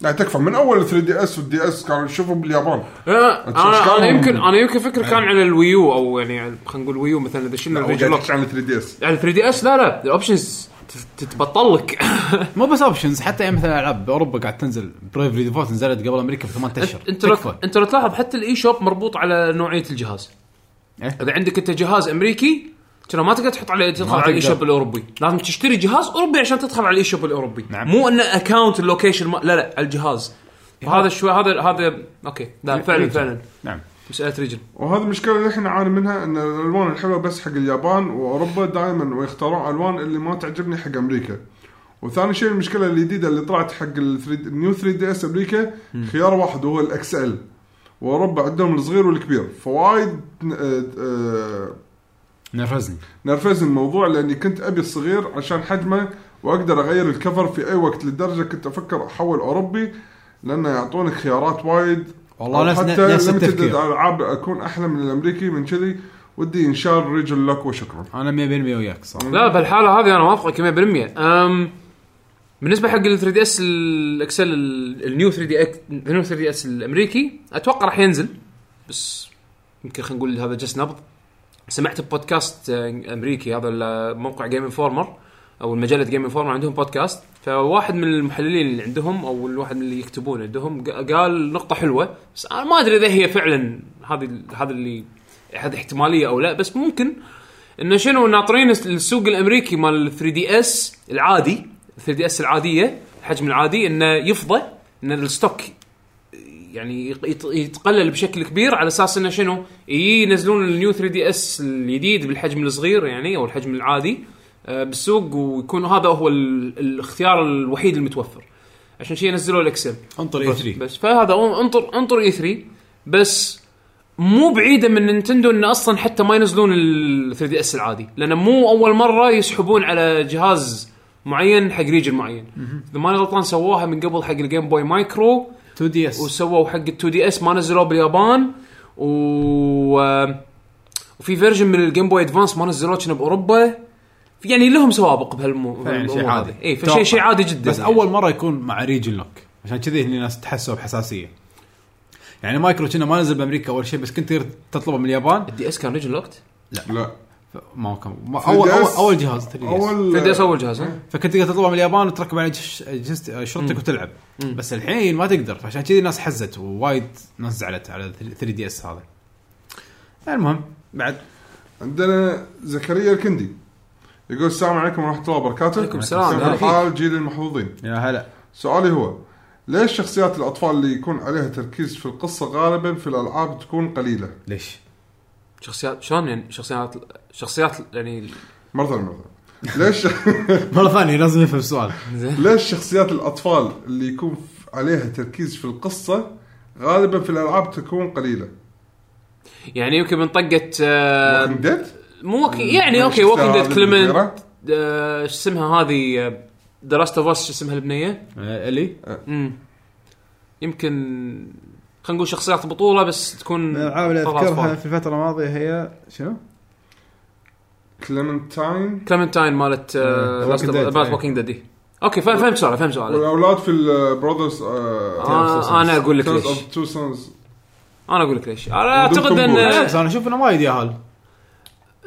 يعني تكفى من اول 3 دي اس والدي اس كانوا نشوفهم باليابان
لا، انا
كانوا-
انا آه، يمكن انا يمكن فكر كان على الويو او يعني على- خلينا نقول ويو مثلا اذا شلنا الريجن
وقاعد
لوك
تحكي عن 3 دي اس
على 3 دي اس لا لا الاوبشنز تت- تتبطل لك
مو بس اوبشنز حتى يعني مثلا العاب باوروبا قاعد تنزل بريفلي ديفولت نزلت قبل امريكا بثمان اشهر
انت لو
تكفى.
انت لو تلاحظ حتى الاي شوب مربوط على نوعيه الجهاز
إيه.
اذا عندك انت جهاز امريكي ترى ما تقدر تحط عليه تدخل على الاي
تقدر.
شوب الاوروبي لازم تشتري جهاز اوروبي عشان تدخل على الاي شوب الاوروبي
نعم.
مو انه اكونت اللوكيشن ما... لا لا الجهاز هذا شوي هذا هذا اوكي لا فعلا
إيه. ريجن.
فعلا
نعم
مساله ريجن
وهذه المشكله اللي احنا نعاني منها ان الالوان الحلوه بس حق اليابان واوروبا دائما ويختارون الوان اللي ما تعجبني حق امريكا وثاني شيء المشكله الجديده اللي طلعت حق ال 3 النيو 3 دي اس امريكا خيار واحد وهو الاكس ال واوروبا عندهم الصغير والكبير فوايد آه، آه،
نرفزني
نرفزني الموضوع لاني كنت ابي الصغير عشان حجمه واقدر اغير الكفر في اي وقت لدرجه كنت افكر احول اوروبي لانه يعطونك خيارات وايد
والله
أو
نفس-
حتى
نفس
لما
التفكير.
تبدأ الالعاب اكون احلى من الامريكي من كذي ودي انشال ريجل لك وشكرا
انا 100% وياك صح
لا بالحاله هذه انا موافقك 100% أم بالنسبه حق ال 3 دي اس الاكسل ال- النيو 3 دي اكس النيو 3 دي اس الامريكي اتوقع راح ينزل بس يمكن خلينا نقول هذا جس نبض سمعت بودكاست آه، امريكي هذا ال- موقع جيم انفورمر او مجله جيم انفورمر عندهم بودكاست فواحد من المحللين اللي عندهم او الواحد من اللي يكتبون عندهم ق- قال نقطه حلوه بس انا ما ادري اذا هي فعلا هذه ال- هذا اللي هذه احتماليه او لا بس ممكن انه شنو ناطرين السوق الامريكي مال 3 دي اس العادي 3 دي اس العاديه الحجم العادي انه يفضى ان الستوك يعني يق- يت- يتقلل بشكل كبير على اساس انه شنو يجي ينزلون النيو 3 دي اس الجديد بالحجم الصغير يعني او الحجم العادي آه، بالسوق ويكون هذا هو ال- الاختيار الوحيد المتوفر عشان شي ينزلوا الاكسل
انطر E اي
بس,
3
إيه بس فهذا أو- انطر انطر اي 3 بس مو بعيده من نينتندو ان اصلا حتى ما ينزلون ال 3 دي اس العادي لان مو اول مره يسحبون على جهاز معين حق ريجن معين اذا ماني غلطان سووها من قبل حق الجيم بوي مايكرو
2 دي اس
وسووا حق ال 2 دي اس ما نزلوه باليابان و آه، وفي فيرجن من الجيم بوي ادفانس ما نزلوه كنا باوروبا يعني لهم سوابق بهالمو
يعني شيء عادي
اي
توقع.
فشيء شيء عادي جدا
بس
يعني.
اول مره يكون مع ريجن لوك عشان كذي هني الناس تحسوا بحساسيه يعني مايكرو كنا ما نزل بامريكا اول شيء بس كنت تقدر تطلبه من اليابان
الدي اس كان ريجن لوكت
لا
ما كان ما اول اول, أول جهاز 3DS.
اول
3 دي اس اول جهاز ها؟
فكنت تقدر تطلبها من اليابان وتركب على جش- جهاز شرطك وتلعب بس الحين ما تقدر فعشان كذي الناس حزت ووايد ناس زعلت على 3 دي اس هذا المهم بعد
عندنا زكريا الكندي يقول السلام عليكم ورحمه الله وبركاته
عليكم السلام.
كيف
هلا فيك.
الحال جيل المحظوظين
يا هلا
سؤالي هو ليش شخصيات الاطفال اللي يكون عليها تركيز في القصه غالبا في الالعاب تكون قليله
ليش؟
شخصيات شلون يعني شخصيات شخصيات يعني
مرة ثانية مرة ثانية. ليش
*laughs*
مره ثانيه لازم نفهم السؤال
ليش شخصيات الاطفال اللي يكون ف- عليها تركيز في القصه غالبا في الالعاب تكون قليله
يعني يمكن من طقه آه،
Walking Dead؟
مو وك- يعني اوكي
شفتها
ووكينج
هذه
ديد كلمنت
الكبيرة؟
آه، شو اسمها هذه ذا لاست اوف اس شو اسمها البنيه؟
آه، الي
امم يمكن خلينا نقول شخصيات بطوله بس تكون
من الالعاب اللي
طلع
اذكرها
أطفال.
في الفتره الماضيه هي شنو؟
كليمنتاين
كلمنتاين مالت آه،
مم. Walking Dead. إيه.
مالت إيه. ووكينج ديد اوكي فا- فهمت سؤالك فهمت سؤالك
والاولاد في البرادرز
آه، انا اقول لك ليش
اوف تو سونز
انا اقول لك ليش انا اعتقد ان
بس انا اشوف انه وايد ياهل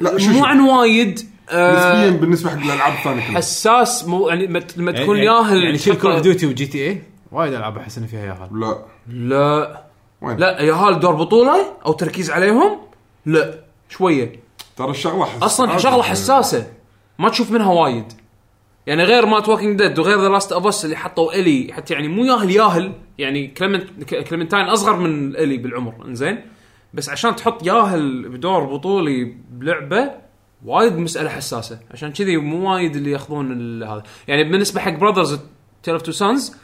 لا شو
آه، مو
شو
عن وايد آه،
نسبيا بالنسبه حق الالعاب الثانيه كلها
حساس مو يعني لما لما تكون
يعني-
ياهل
يعني شيل
تحط- *laughs*
كول اوف ديوتي وجي تي اي وايد العاب احس ان فيها ياهل
لا
لا
وين
لا ياهل دور بطوله او تركيز عليهم لا شويه
ترى الشغله حس...
اصلا شغله حساسه ما تشوف منها وايد يعني غير مات ووكينج ديد وغير ذا لاست اوف اس اللي حطوا الي حتى يعني مو ياهل ياهل يعني كلمنت كلمنتاين اصغر من الي بالعمر انزين بس عشان تحط ياهل بدور بطولي بلعبه وايد مساله حساسه عشان كذي مو وايد اللي ياخذون ال- هذا يعني بالنسبه حق براذرز تيل اوف تو سانز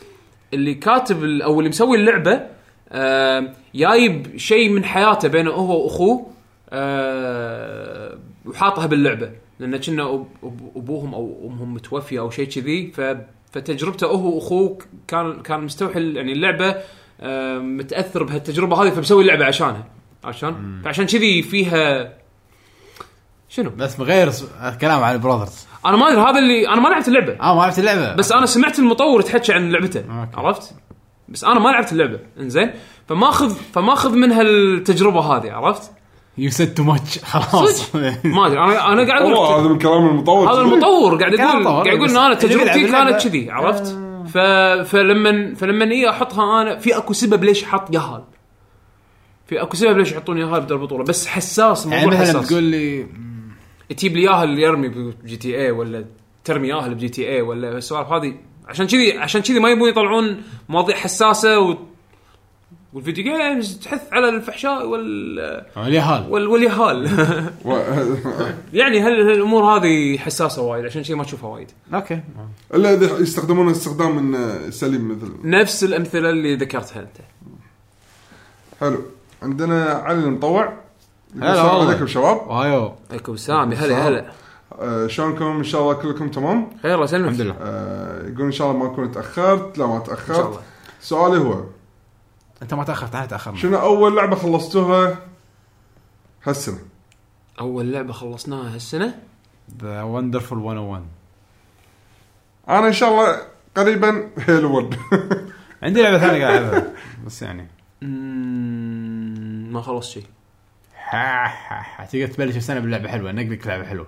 اللي كاتب ال- او اللي مسوي اللعبه آه جايب شيء من حياته بينه هو واخوه آه وحاطها باللعبه لان كنا أب- أب- ابوهم او امهم متوفيه او شيء كذي ف فتجربته هو واخوه كان كان مستوحي ال- يعني اللعبه آه متاثر بهالتجربه هذه فمسوي اللعبه عشانها عشان فعشان كذي فيها شنو
بس من غير س- كلام عن البراذرز
انا ما ادري هذا اللي انا ما لعبت اللعبه
اه ما عرفت اللعبه
بس انا سمعت المطور يتحكى عن لعبته
أوكي.
عرفت بس انا ما لعبت اللعبه انزين فماخذ فماخذ منها التجربه هذه عرفت
يو سيد تو ماتش *laughs* خلاص يعني
صدق ما ادري انا انا قاعد
والله
اقول
هذا من كلام المطور
هذا
صدق.
المطور قاعد
كلام
يقول
مطور،
قاعد يقول
بس
ان انا
اللي
تجربتي
بيلعب
كانت
اللعبة- آه.
كذي عرفت ف... فلما فلما اي احطها انا في اكو سبب ليش حط يهال في اكو سبب ليش يحطون يهال بدل البطوله بس حساس
يعني
الموضوع
مثلا
حساس
تقول لي
تجيب لي ياهل يرمي بجي تي اي ولا ترمي ياهل بجي تي اي ولا السوالف هذه عشان كذي عشان كذي ما يبون يطلعون مواضيع حساسه و... والفيديو جيمز تحث على الفحشاء وال
آه، اليهال
وال واليهال
*laughs*
*laughs*
و- *laughs*
يعني هال- هالامور هذه حساسه وايد عشان كذي ما تشوفها وايد
اوكي
الا اذا يستخدمون استخدام من آه، سليم مثل
نفس الامثله اللي ذكرتها انت
حلو عندنا علي المطوع
هلا
السلام
والله.
عليكم شباب
وايو
عليكم السلام يا هلا يا هلا
آه، شلونكم ان شاء الله كلكم تمام
خير الله يسلمك
الحمد لله
آه، يقول ان شاء الله ما اكون تاخرت لا ما
ان شاء
تاخرت
الله
سؤالي هو
انت ما تاخرت احنا تاخرنا
شنو اول لعبه خلصتوها هالسنه
اول لعبه خلصناها هالسنه
ذا وندرفول 101
انا ان شاء الله قريبا هيلو *laughs* ورد
عندي لعبه ثانيه قاعد العبها
*laughs*
بس يعني
مم، ما خلصت شيء
ها ها ها تقدر تبلش السنه بلعبه حلوه نقلك لعبه حلوه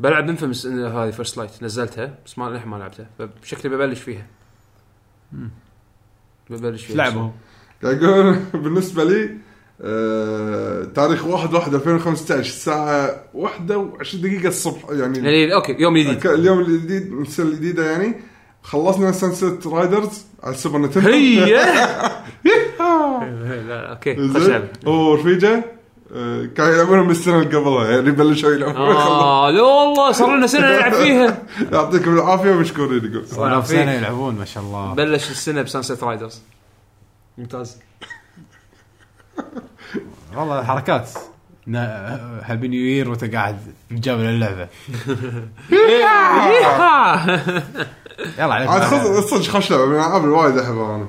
بلعب انفيمس هذه فيرست لايت نزلتها بس ما للحين ما لعبتها فشكلي ببلش فيها ببلش
ايش
فيها
لعبه هو؟
يقول *laughs* بالنسبه لي آه، تاريخ 1 1 2015 الساعه 21 دقيقه الصبح يعني
يعني اوكي يوم جديد
ك- اليوم الجديد السنه الجديده يعني خلصنا سانست رايدرز على السوبر نتندو *laughs*
هي لا اوكي خش
زين
لعب
ورفيجه آه، كانوا يلعبونها من السنه اللي قبلها يعني بلشوا يلعبون
اه لا والله صار لنا سنه نلعب فيها
يعطيكم العافيه ومشكورين يقول
صار
فيك.
سنه يلعبون ما شاء الله
بلش السنه بسانست رايدرز ممتاز
والله الحركات هابي نيو يير وانت قاعد مجابل اللعبه يلا عليك
عاد خذ صدق خوش لعبه من الالعاب اللي وايد احبها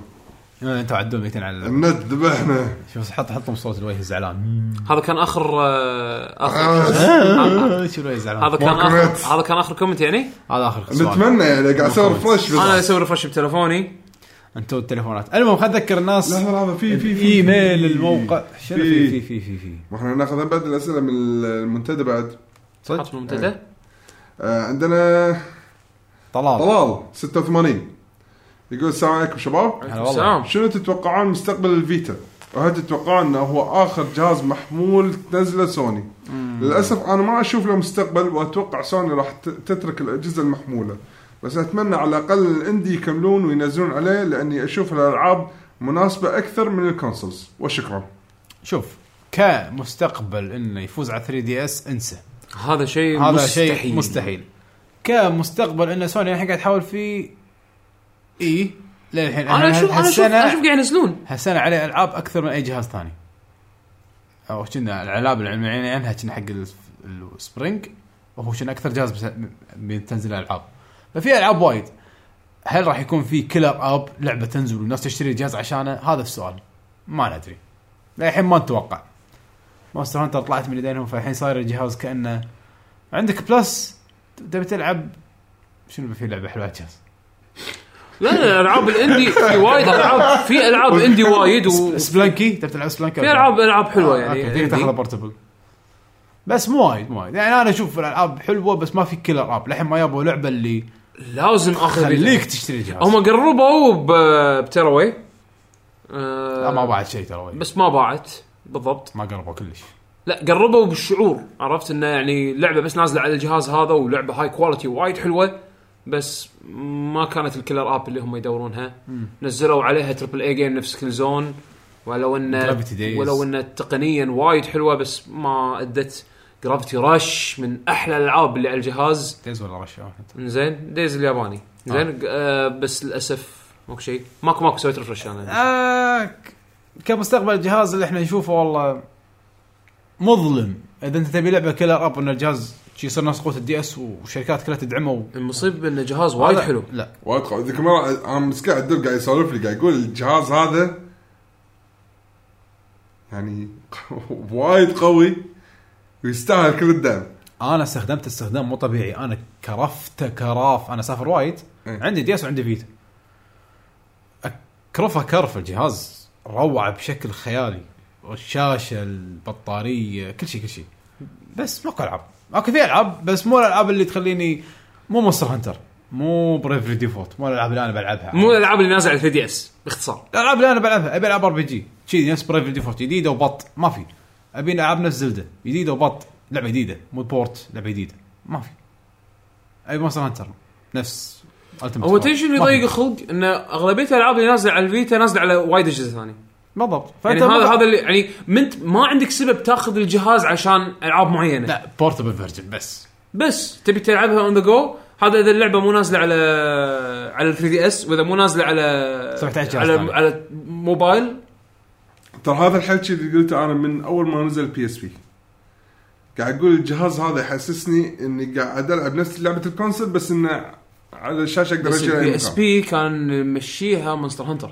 انا
انت وعدون ميتين على اللعبة.
النت ذبحنا
شوف حط حطهم صوت الوجه الزعلان *laughs*
هذا كان اخر آه،
*laughs*
اخر
شو الوجه الزعلان
هذا كان
ماركريت.
اخر هذا كان اخر كومنت يعني
هذا اخر سؤال
نتمنى يعني قاعد اسوي ريفرش
انا
بس
اسوي ريفرش بتليفوني
انتم التليفونات المهم خلينا نذكر الناس
لحظه لحظه في في في
ايميل الموقع شنو في في في في في
واحنا ناخذ بعد الاسئله من المنتدى بعد
طيب.
حط المنتدى
آه، عندنا
طلال
طلال 86 يقول السلام عليكم شباب
هلا والله.
سلام
شنو تتوقعون مستقبل الفيتا؟ وهل تتوقعون انه هو اخر جهاز محمول تنزله سوني؟ للاسف انا ما اشوف له مستقبل واتوقع سوني راح ت- تترك الاجهزه المحموله بس اتمنى على الاقل الاندي يكملون وينزلون عليه لاني اشوف الالعاب مناسبه اكثر من الكونسولز وشكرا.
شوف كمستقبل انه يفوز على 3 دي اس انسى
هذا شيء
هذا
إيه، مستحيل
شيء مستحيل كمستقبل ان سوني الحين قاعد تحاول فيه اي للحين
انا اشوف انا اشوف
هالسنة-
انا اشوف قاعد ينزلون
هالسنه عليه العاب اكثر من اي جهاز ثاني او كنا الالعاب اللي معلنين عنها كنا حق ال- السبرينج وهو كنا اكثر جهاز بس- بتنزل الالعاب ففي العاب وايد هل راح يكون في كيلر اب لعبه تنزل والناس تشتري الجهاز عشانه هذا السؤال ما ندري للحين ما نتوقع ماستر هانتر طلعت من ايدينهم فالحين صاير الجهاز كانه عندك بلس تبي تلعب شنو في لعبه حلوه على الجهاز
لا لا العاب الاندي في وايد العاب في العاب اندي وايد
سب-
وفي
سبلانكي تبي تلعب سبلانكي ولا لا؟
العاب العاب حلوه يعني
اوكي تقدر
عندي.
تاخذها بورتبل بس مو وايد مو وايد يعني انا اشوف الالعاب حلوه بس ما في كيلر اب للحين ما يبوا لعبه اللي
لازم اخذ
خليك تشتري الجهاز
هم قربوا ب- بتيراوي
لا
آه
ما بعد شيء ترى وايد.
بس ما باعت بالضبط
ما قربوا كلش
لا قربوا بالشعور عرفت انه يعني لعبه بس نازله على الجهاز هذا ولعبه هاي كواليتي وايد حلوه بس ما كانت الكيلر اب اللي هم يدورونها نزلوا عليها تربل اي جيم نفس كل زون ولو انه
Gravity Days.
ولو انه تقنيا وايد حلوه بس ما ادت جرافيتي رش من احلى الالعاب اللي على الجهاز
دايز ولا رش
آه،
واحد.
زين دايز الياباني زين آه. بس للاسف ماكو شيء ماكو ماكو سويت ريفرش انا
آه ك- كمستقبل الجهاز اللي احنا نشوفه والله مظلم اذا انت تبي لعبه كيلر اب ان الجهاز شي يصير نفس قوه الدي اس والشركات كلها تدعمه و...
المصيبه انه جهاز وايد
هذا-
حلو
لا
وايد قوي ذيك المره انا مسكين على الدب قاعد يسولف لي قاعد يقول الجهاز هذا يعني *laughs* وايد قوي ويستاهل كل الدعم
انا استخدمت استخدام مو طبيعي انا كرفته كراف انا سافر وايد
إيه.
عندي دي اس وعندي فيتا اكرفه كرف الجهاز روعه بشكل خيالي الشاشه البطاريه كل شيء كل شيء بس ماكو العاب ماكو في العاب بس مو الالعاب اللي تخليني مو مونستر هانتر مو بريفري ديفولت مو الالعاب اللي انا بلعبها
مو الالعاب اللي نازله على 3 دي اس باختصار
الالعاب اللي انا بلعبها ابي العاب ار بي جي شي نفس برايفل ديفولت جديده وبط ما في ابي العاب نفس زلده جديده وبط لعبه جديده مود بورت لعبه جديده ما في ابي مونستر هانتر نفس Ultimate
هو
Fighter.
تدري شنو
ما في.
يضيق الخلق؟ ان اغلبيه الالعاب اللي نازله على الفيتا نازله على وايد اجهزه ثانيه.
بالضبط
يعني هذا هذا اللي يعني منت ما عندك سبب تاخذ الجهاز عشان العاب معينه
لا بورتبل فيرجن بس
بس تبي تلعبها اون ذا جو هذا اذا اللعبه مو نازله على على 3 دي اس واذا مو نازله على
17 جهاز
على
ثاني.
على موبايل
ترى هذا الحكي اللي قلته انا من اول ما نزل بي اس بي قاعد اقول الجهاز هذا يحسسني اني قاعد العب نفس لعبه الكونسل بس انه على الشاشه اقدر
بس
أشيلها أي
البي اس
مكان.
بي كان مشيها مونستر هانتر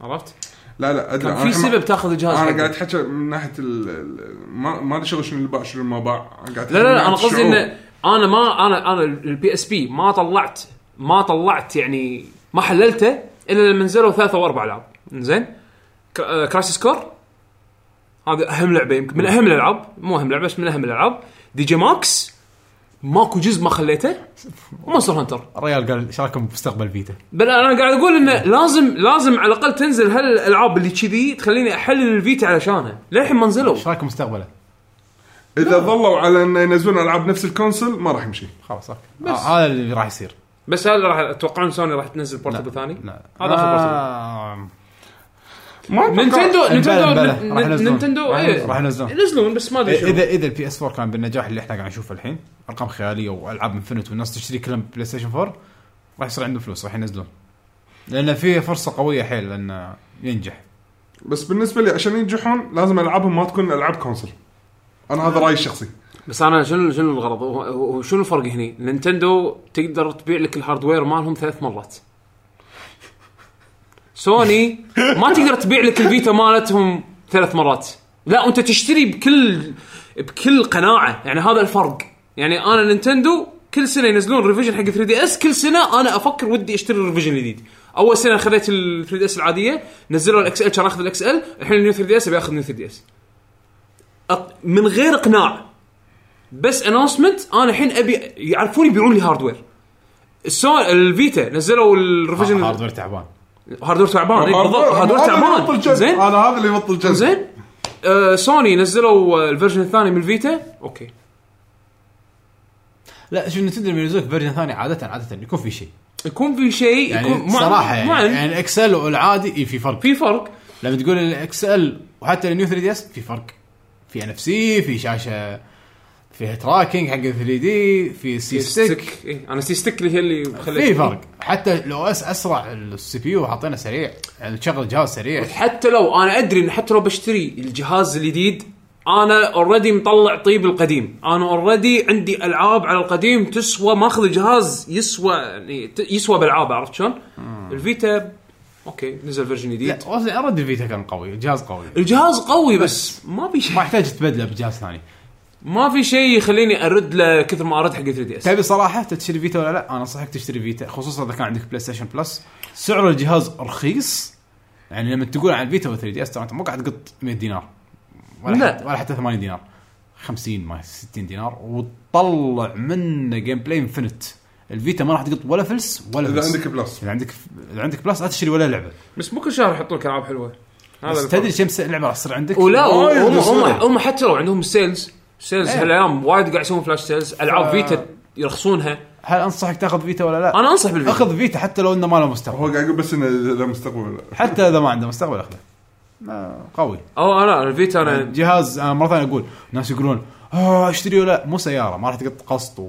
عرفت؟
لا لا ادري
كان
أنا
في
الحين ما-
سبب تاخذ الجهاز
انا
حقك.
قاعد احكي من ناحيه ال ال- ما ما لي شغل شنو اللي باع شنو اللي ما باع قاعد أحكي
لا
من
لا, لا
ناحية
انا قصدي
الشعور.
انه انا ما انا انا البي اس بي ما طلعت ما طلعت يعني ما حللته الا لما نزلوا ثلاثة واربع العاب زين آه، كراش سكور هذا اهم لعبه يمكن من اهم الالعاب مو اهم لعبه بس من اهم الالعاب دي جي ماكس ماكو جزء ما خليته ومونستر هانتر
الريال قال شاركهم بمستقبل فيتا
بل انا قاعد اقول انه لازم لازم على الاقل تنزل هالالعاب اللي كذي تخليني احلل الفيتا علشانها للحين ما نزلوا
شاركهم مستقبله
اذا ظلوا على انه ينزلون العاب نفس الكونسل ما راح يمشي
خلاص اوكي آه، هذا اللي راح يصير
بس هل راح اتوقعون سوني راح تنزل بورتبل ثاني؟
لا
هذا آخر بورتبل
آه،
ما أتوقع-
نينتندو
بلى،
نينتندو
بلى،
ن-
راح ينزلون.
نينتندو
راح
إيه،
راح ينزلون.
ينزلون بس ما ادري شنو
اذا اذا البي اس 4 كان بالنجاح اللي احنا قاعد نشوفه الحين ارقام خياليه والعاب انفنت والناس تشتري كلهم بلاي ستيشن 4 راح يصير عندهم فلوس راح ينزلون لان في فرصه قويه حيل انه ينجح
بس بالنسبه لي عشان ينجحون لازم العابهم ما تكون العاب كونسل انا هذا رايي الشخصي
بس انا شنو شنو الغرض هو- هو- شنو الفرق هني؟ نينتندو تقدر تبيع لك الهاردوير مالهم ثلاث مرات سوني ما تقدر تبيع لك الفيتا مالتهم ثلاث مرات لا انت تشتري بكل بكل قناعه يعني هذا الفرق يعني انا نينتندو كل سنه ينزلون ريفيجن حق 3 دي اس كل سنه انا افكر ودي اشتري الريفيجن الجديد اول سنه خذيت ال 3 دي اس العاديه نزلوا الاكس ال كان اخذ الاكس ال الحين النيو 3 دي اس ابي اخذ نيو 3 دي اس من غير اقناع بس اناونسمنت انا الحين ابي يعرفون يبيعون لي هاردوير السو الفيتا نزلوا الريفيجن
هاردوير تعبان
هاردوير تعبان إي، بالضبط
هذا-
هاردوير
هذا اللي يبطل
تعبان
جد.
زين
انا هذا اللي يبطل جد
زين آه، سوني نزلوا آه، الفيرجن الثاني من الفيتا اوكي
لا شوف نتندو لما ينزلك فيرجن ثاني عاده عاده يكون في شيء
يكون في شيء
يعني
يكون مع-
صراحه يعني,
مع-
يعني الاكسل والعادي إيه في فرق
في فرق
لما تقول الاكسل وحتى النيو 3 دي اس في فرق في ان اف سي في شاشه فيها تراكنج حق 3 دي في سي ستيك
إيه، انا سي ستيك اللي هي اللي
في
مخليك-
فرق حتى لو اس اسرع السي بي يو حاطينه سريع يعني تشغل جهاز سريع
حتى لو انا ادري ان حتى لو بشتري الجهاز الجديد انا اوريدي مطلع طيب القديم انا اوريدي عندي العاب على القديم تسوى ماخذ الجهاز يسوى يعني ت- يسوى بالعاب عرفت شلون الفيتا اوكي نزل فيرجن
آه. لا
جديد
ارد الفيتا كان قوي الجهاز قوي
الجهاز قوي بس ما في شيء
ما يحتاج تبدله بجهاز ثاني
ما في شيء يخليني ارد له كثر ما ارد حق 3 دي اس
تبي صراحه تشتري فيتا ولا لا انا انصحك تشتري فيتا خصوصا اذا كان عندك بلاي ستيشن بلس سعر الجهاز رخيص يعني لما تقول عن فيتا و3 دي اس ترى انت مو قاعد تقط 100 دينار ولا
لا.
حتى ولا حتى 80 دينار 50 ما 60 دينار وتطلع منه جيم بلاي انفنت الفيتا ما راح تقط ولا فلس ولا
اذا
فلس
عندك بلس
اذا عندك اذا عندك بلس لا تشتري ولا لعبه
بس مو كل شهر يحطوا لك العاب حلوه
بس
الفرق.
تدري كم س- لعبه راح تصير عندك
ولا
وايد
هم هم
يصير.
هم حتى لو عندهم سيلز سيلز
إيه.
هالايام وايد قاعد يسوون فلاش سيلز العاب
ف-
فيتا يرخصونها
هل انصحك تاخذ فيتا ولا لا؟
انا انصح بالفيتا
اخذ فيتا حتى لو انه ما له مستقبل
هو قاعد يقول بس انه لا مستقبل
حتى اذا ما عنده مستقبل اخذه ما- قوي
او لا الفيتا انا
جهاز انا مره ثانيه اقول ناس يقولون اه اشتري ولا لا، مو سياره ما راح تقط قسط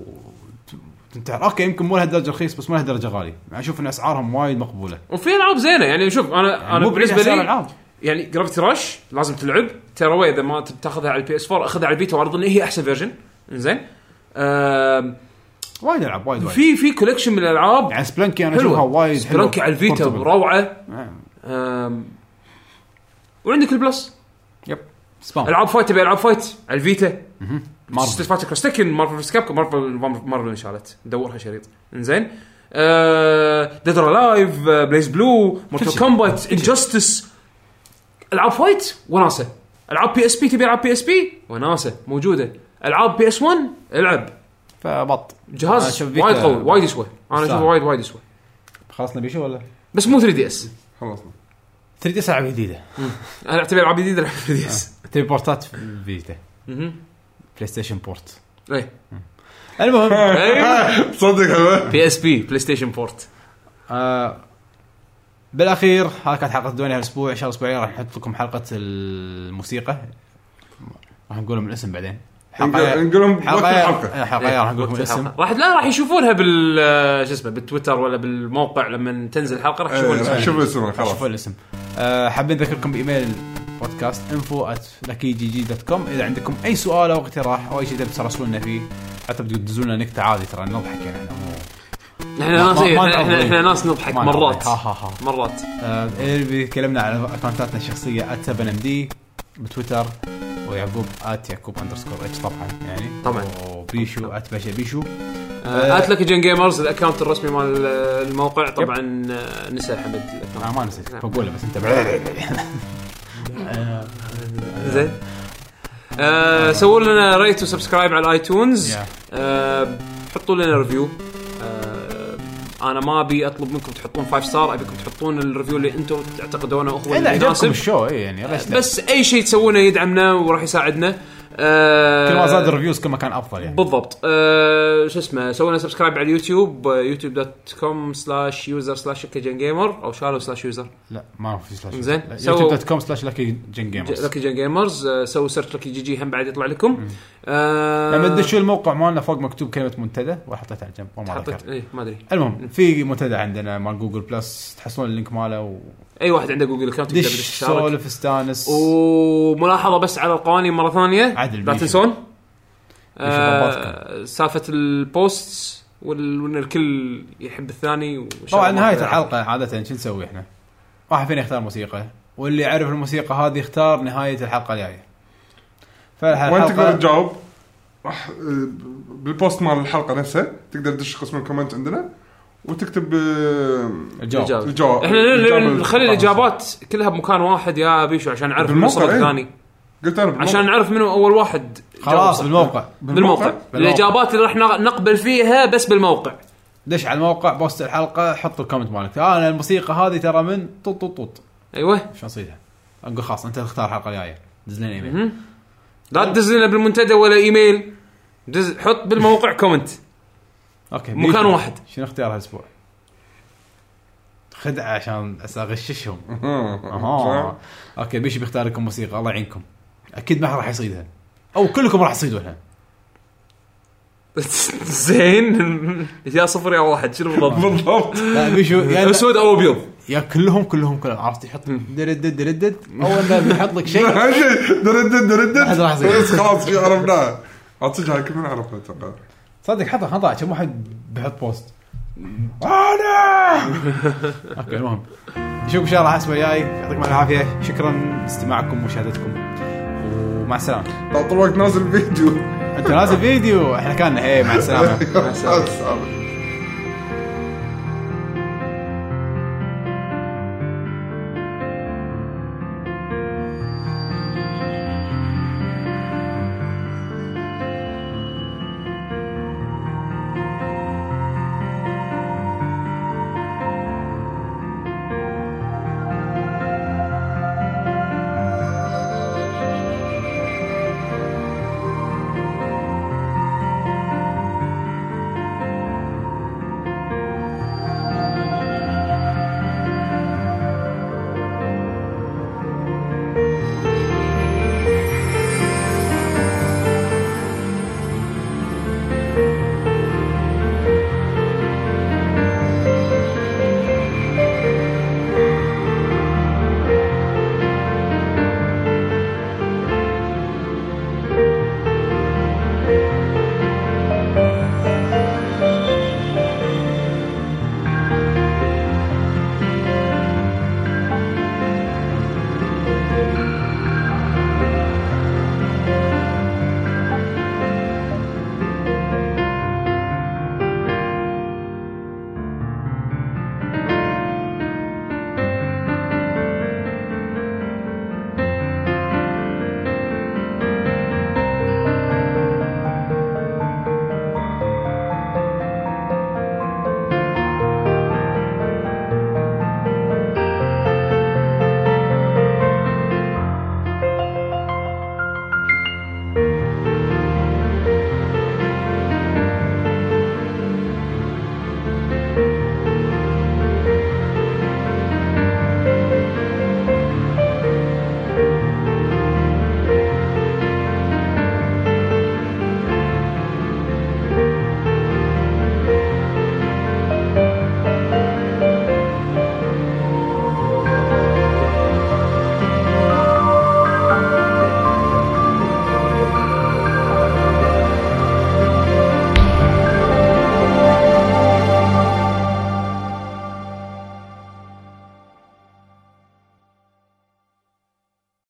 وتنتحر اوكي يمكن مو لهالدرجه رخيص بس مو لهالدرجه غالي يعني اشوف ان اسعارهم وايد مقبوله
وفي العاب زينه يعني شوف انا انا
مو بعيد
بالنسبه
عن سعر
لي
الألعاب.
يعني جرافيتي رش لازم تلعب ترى وي اذا ما تب- تاخذها على البي اس 4 اخذها على البيتا وانا اظن إيه هي احسن فيرجن زين
وايد العاب وايد وايد
في في كولكشن من الالعاب
يعني سبلانكي انا اشوفها
حلوه
وايد حلوه
سبلانكي على الفيتا
Portable.
روعه
آه،
آم، وعندك البلس
يب سبام
العاب فايت تبي العاب فايت على الفيتا ستريت
مارفل
فايتر كروس تكن مارفل فيس كاب مارفل مارفل انشالت دورها شريط انزين آه ديد اور لايف بليز بلو مورتال
شيء.
كومبات انجستس العاب فايت وناسه العاب بي اس بي تبي العاب بي اس بي وناسه موجوده العاب بي اس 1 العب
فبط أنا
جهاز
أشوف فيتا-
وايد قوي وايد يسوى انا
يستاهل.
اشوفه وايد وايد يسوى
خلصنا بيشو ولا؟
بس مو 3 دي اس
خلصنا
3 دي اس العاب جديده
انا اعتبر العاب جديده العب 3 دي اس
تبي بورتات في فيتا بلاي ستيشن بورت
ايه
المهم
تصدق حلوه
بي اس بي بلاي ستيشن بورت
آه، بالاخير هاي كانت حلقه الدنيا هالاسبوع ان شاء الله الاسبوع الجاي راح نحط لكم حلقه الموسيقى راح نقول لهم الاسم بعدين
نقول- نقولهم بوقت الحلقه
حلقه حلقه راح نقول لكم
وقت
الاسم
الحلقة. راح لا راح يشوفونها بال آه، شو اسمه بالتويتر ولا بالموقع لما تنزل الحلقه راح يشوفون
إيه،
الاسم.
شوف الاسم
راح تشوفون
خلاص
الاسم آه، حابين نذكركم بايميل بودكاست انفو دوت كوم اذا عندكم اي سؤال او اقتراح او اي شيء تبي تراسلونا فيه حتى تدزون لنا نكته عادي ترى نضحك يعني احنا مو ما-
احنا ناس
ما-
إيه،
ما
احنا- احنا
نعرف.
احنا ناس نضحك
ما نعرف.
مرات
ها ها ها
مرات
آه، اللي تكلمنا على اكونتاتنا الشخصيه @7 md بتويتر ويعقوب ات يعقوب اندرسكور اتش طبعا يعني
طبعاً.
وبيشو ات باشا بيشو
آه، ات لك جن جيمرز الاكونت الرسمي مال آه، الموقع طبعا آه، نسى حمد
انا
الاكونت
آه، ما نسيت
نعم.
بقوله بس آه، انت
*laughs* زين آه، سووا لنا ريت وسبسكرايب على الايتونز *laughs*
Yeah.
آه، حطوا لنا ريفيو آه، انا ما ابي اطلب منكم تحطون 5 ستار ابيكم تحطون الريفيو اللي انتم تعتقدونه هو
اذا عجبكم
المناسب
إيه، الشو اي يعني ليش لا؟
آه، بس اي شيء تسوونه يدعمنا وراح يساعدنا آه
كل ما زاد الريفيوز كل ما كان افضل يعني
بالضبط آه شو اسمه سوينا سبسكرايب على اليوتيوب يوتيوب دوت كوم سلاش يوزر سلاش كجن جيمر او شالو سلاش يوزر
لا ما في سلاش
زين. سووا-
يوتيوب دوت كوم سلاش لكي جن جيمرز
لكي جن جيمرز آه سووا سيرش لكي جي جي هم بعد يطلع لكم آه
لما تدشوا الموقع مالنا فوق مكتوب كلمه منتدى وحطيتها على جنب وما
حطيت
ذكرت
ايه ما ادري
المهم في منتدى عندنا مال جوجل بلس تحصلون اللينك ماله
اي واحد عنده جوجل اكونت يقدر
ودش
يشارك
سولف استانس
وملاحظه بس على القوانين مره ثانيه
عدل
لا
بيشو.
تنسون
بيشو
آه سالفه البوستس وال- وان الكل يحب الثاني وإن شاء
طبعا
الله
نهايه
نلعب.
الحلقه عاده شو نسوي احنا؟ واحد فينا يختار موسيقى واللي يعرف الموسيقى هذه يختار نهايه الحلقه الجايه.
وين تقدر
فالحلقه
تجاوب؟ راح آه، بالبوست مال الحلقه نفسها تقدر تدش قسم الكومنت عندنا وتكتب آه،
الجواب
الجواب.
الجواب
احنا ن-
الإجابة
ن- نخلي
الخاصة.
الاجابات كلها بمكان واحد يا بيشو عشان نعرف منو
بالموقع،
صوت
إيه.
ثاني
قلت انا بالموقع.
عشان نعرف منو اول واحد جاوب
خلاص
صح.
بالموقع
بالموقع
بالموقع.
الاجابات اللي راح نق- نقبل فيها بس بالموقع
دش على الموقع بوست الحلقه حط الكومنت مالك آه انا الموسيقى هذه ترى من طوط طوط طوط
ايوه
شو نصيدها؟ نقول خلاص انت تختار الحلقه الجايه دز لنا ايميل
مهم. لا تدز لنا بالمنتدى ولا ايميل دز حط بالموقع كومنت *laughs*
اوكي
مكان
بيشو.
واحد.
شنو اختيار هالاسبوع؟ خدعه عشان اغششهم
*laughs*
اها اوكي بيشو بيختار لكم موسيقى الله يعينكم اكيد ما راح يصيدها او كلكم راح تصيدونها
زين *laughs* يا صفر يا واحد شنو بالضبط
بالضبط
لا بيشو يا إما-
اسود او ابيض
يا كلهم كلهم كلهم عرفت يحط دردد دردد اول ما يحط لك
*laughs*
شيء
أهم شيء دردد
واحد راح
دردد
يصير.
بس *laughs* خلاص شي عرفناه اعطيك هاي كلنا عرفنا اتوقع
صدق حطها حطها كم واحد بيحط بوست *laughs* انا اوكي المهم نشوفكم ان شاء الله اسبوع جاي يعطيكم العافيه شكرا لاستماعكم ومشاهدتكم ومع السلامه *laughs*
لا طول الوقت نازل فيديو
انت نازل فيديو احنا كان ايه مع السلامه
*laughs* مع السلامه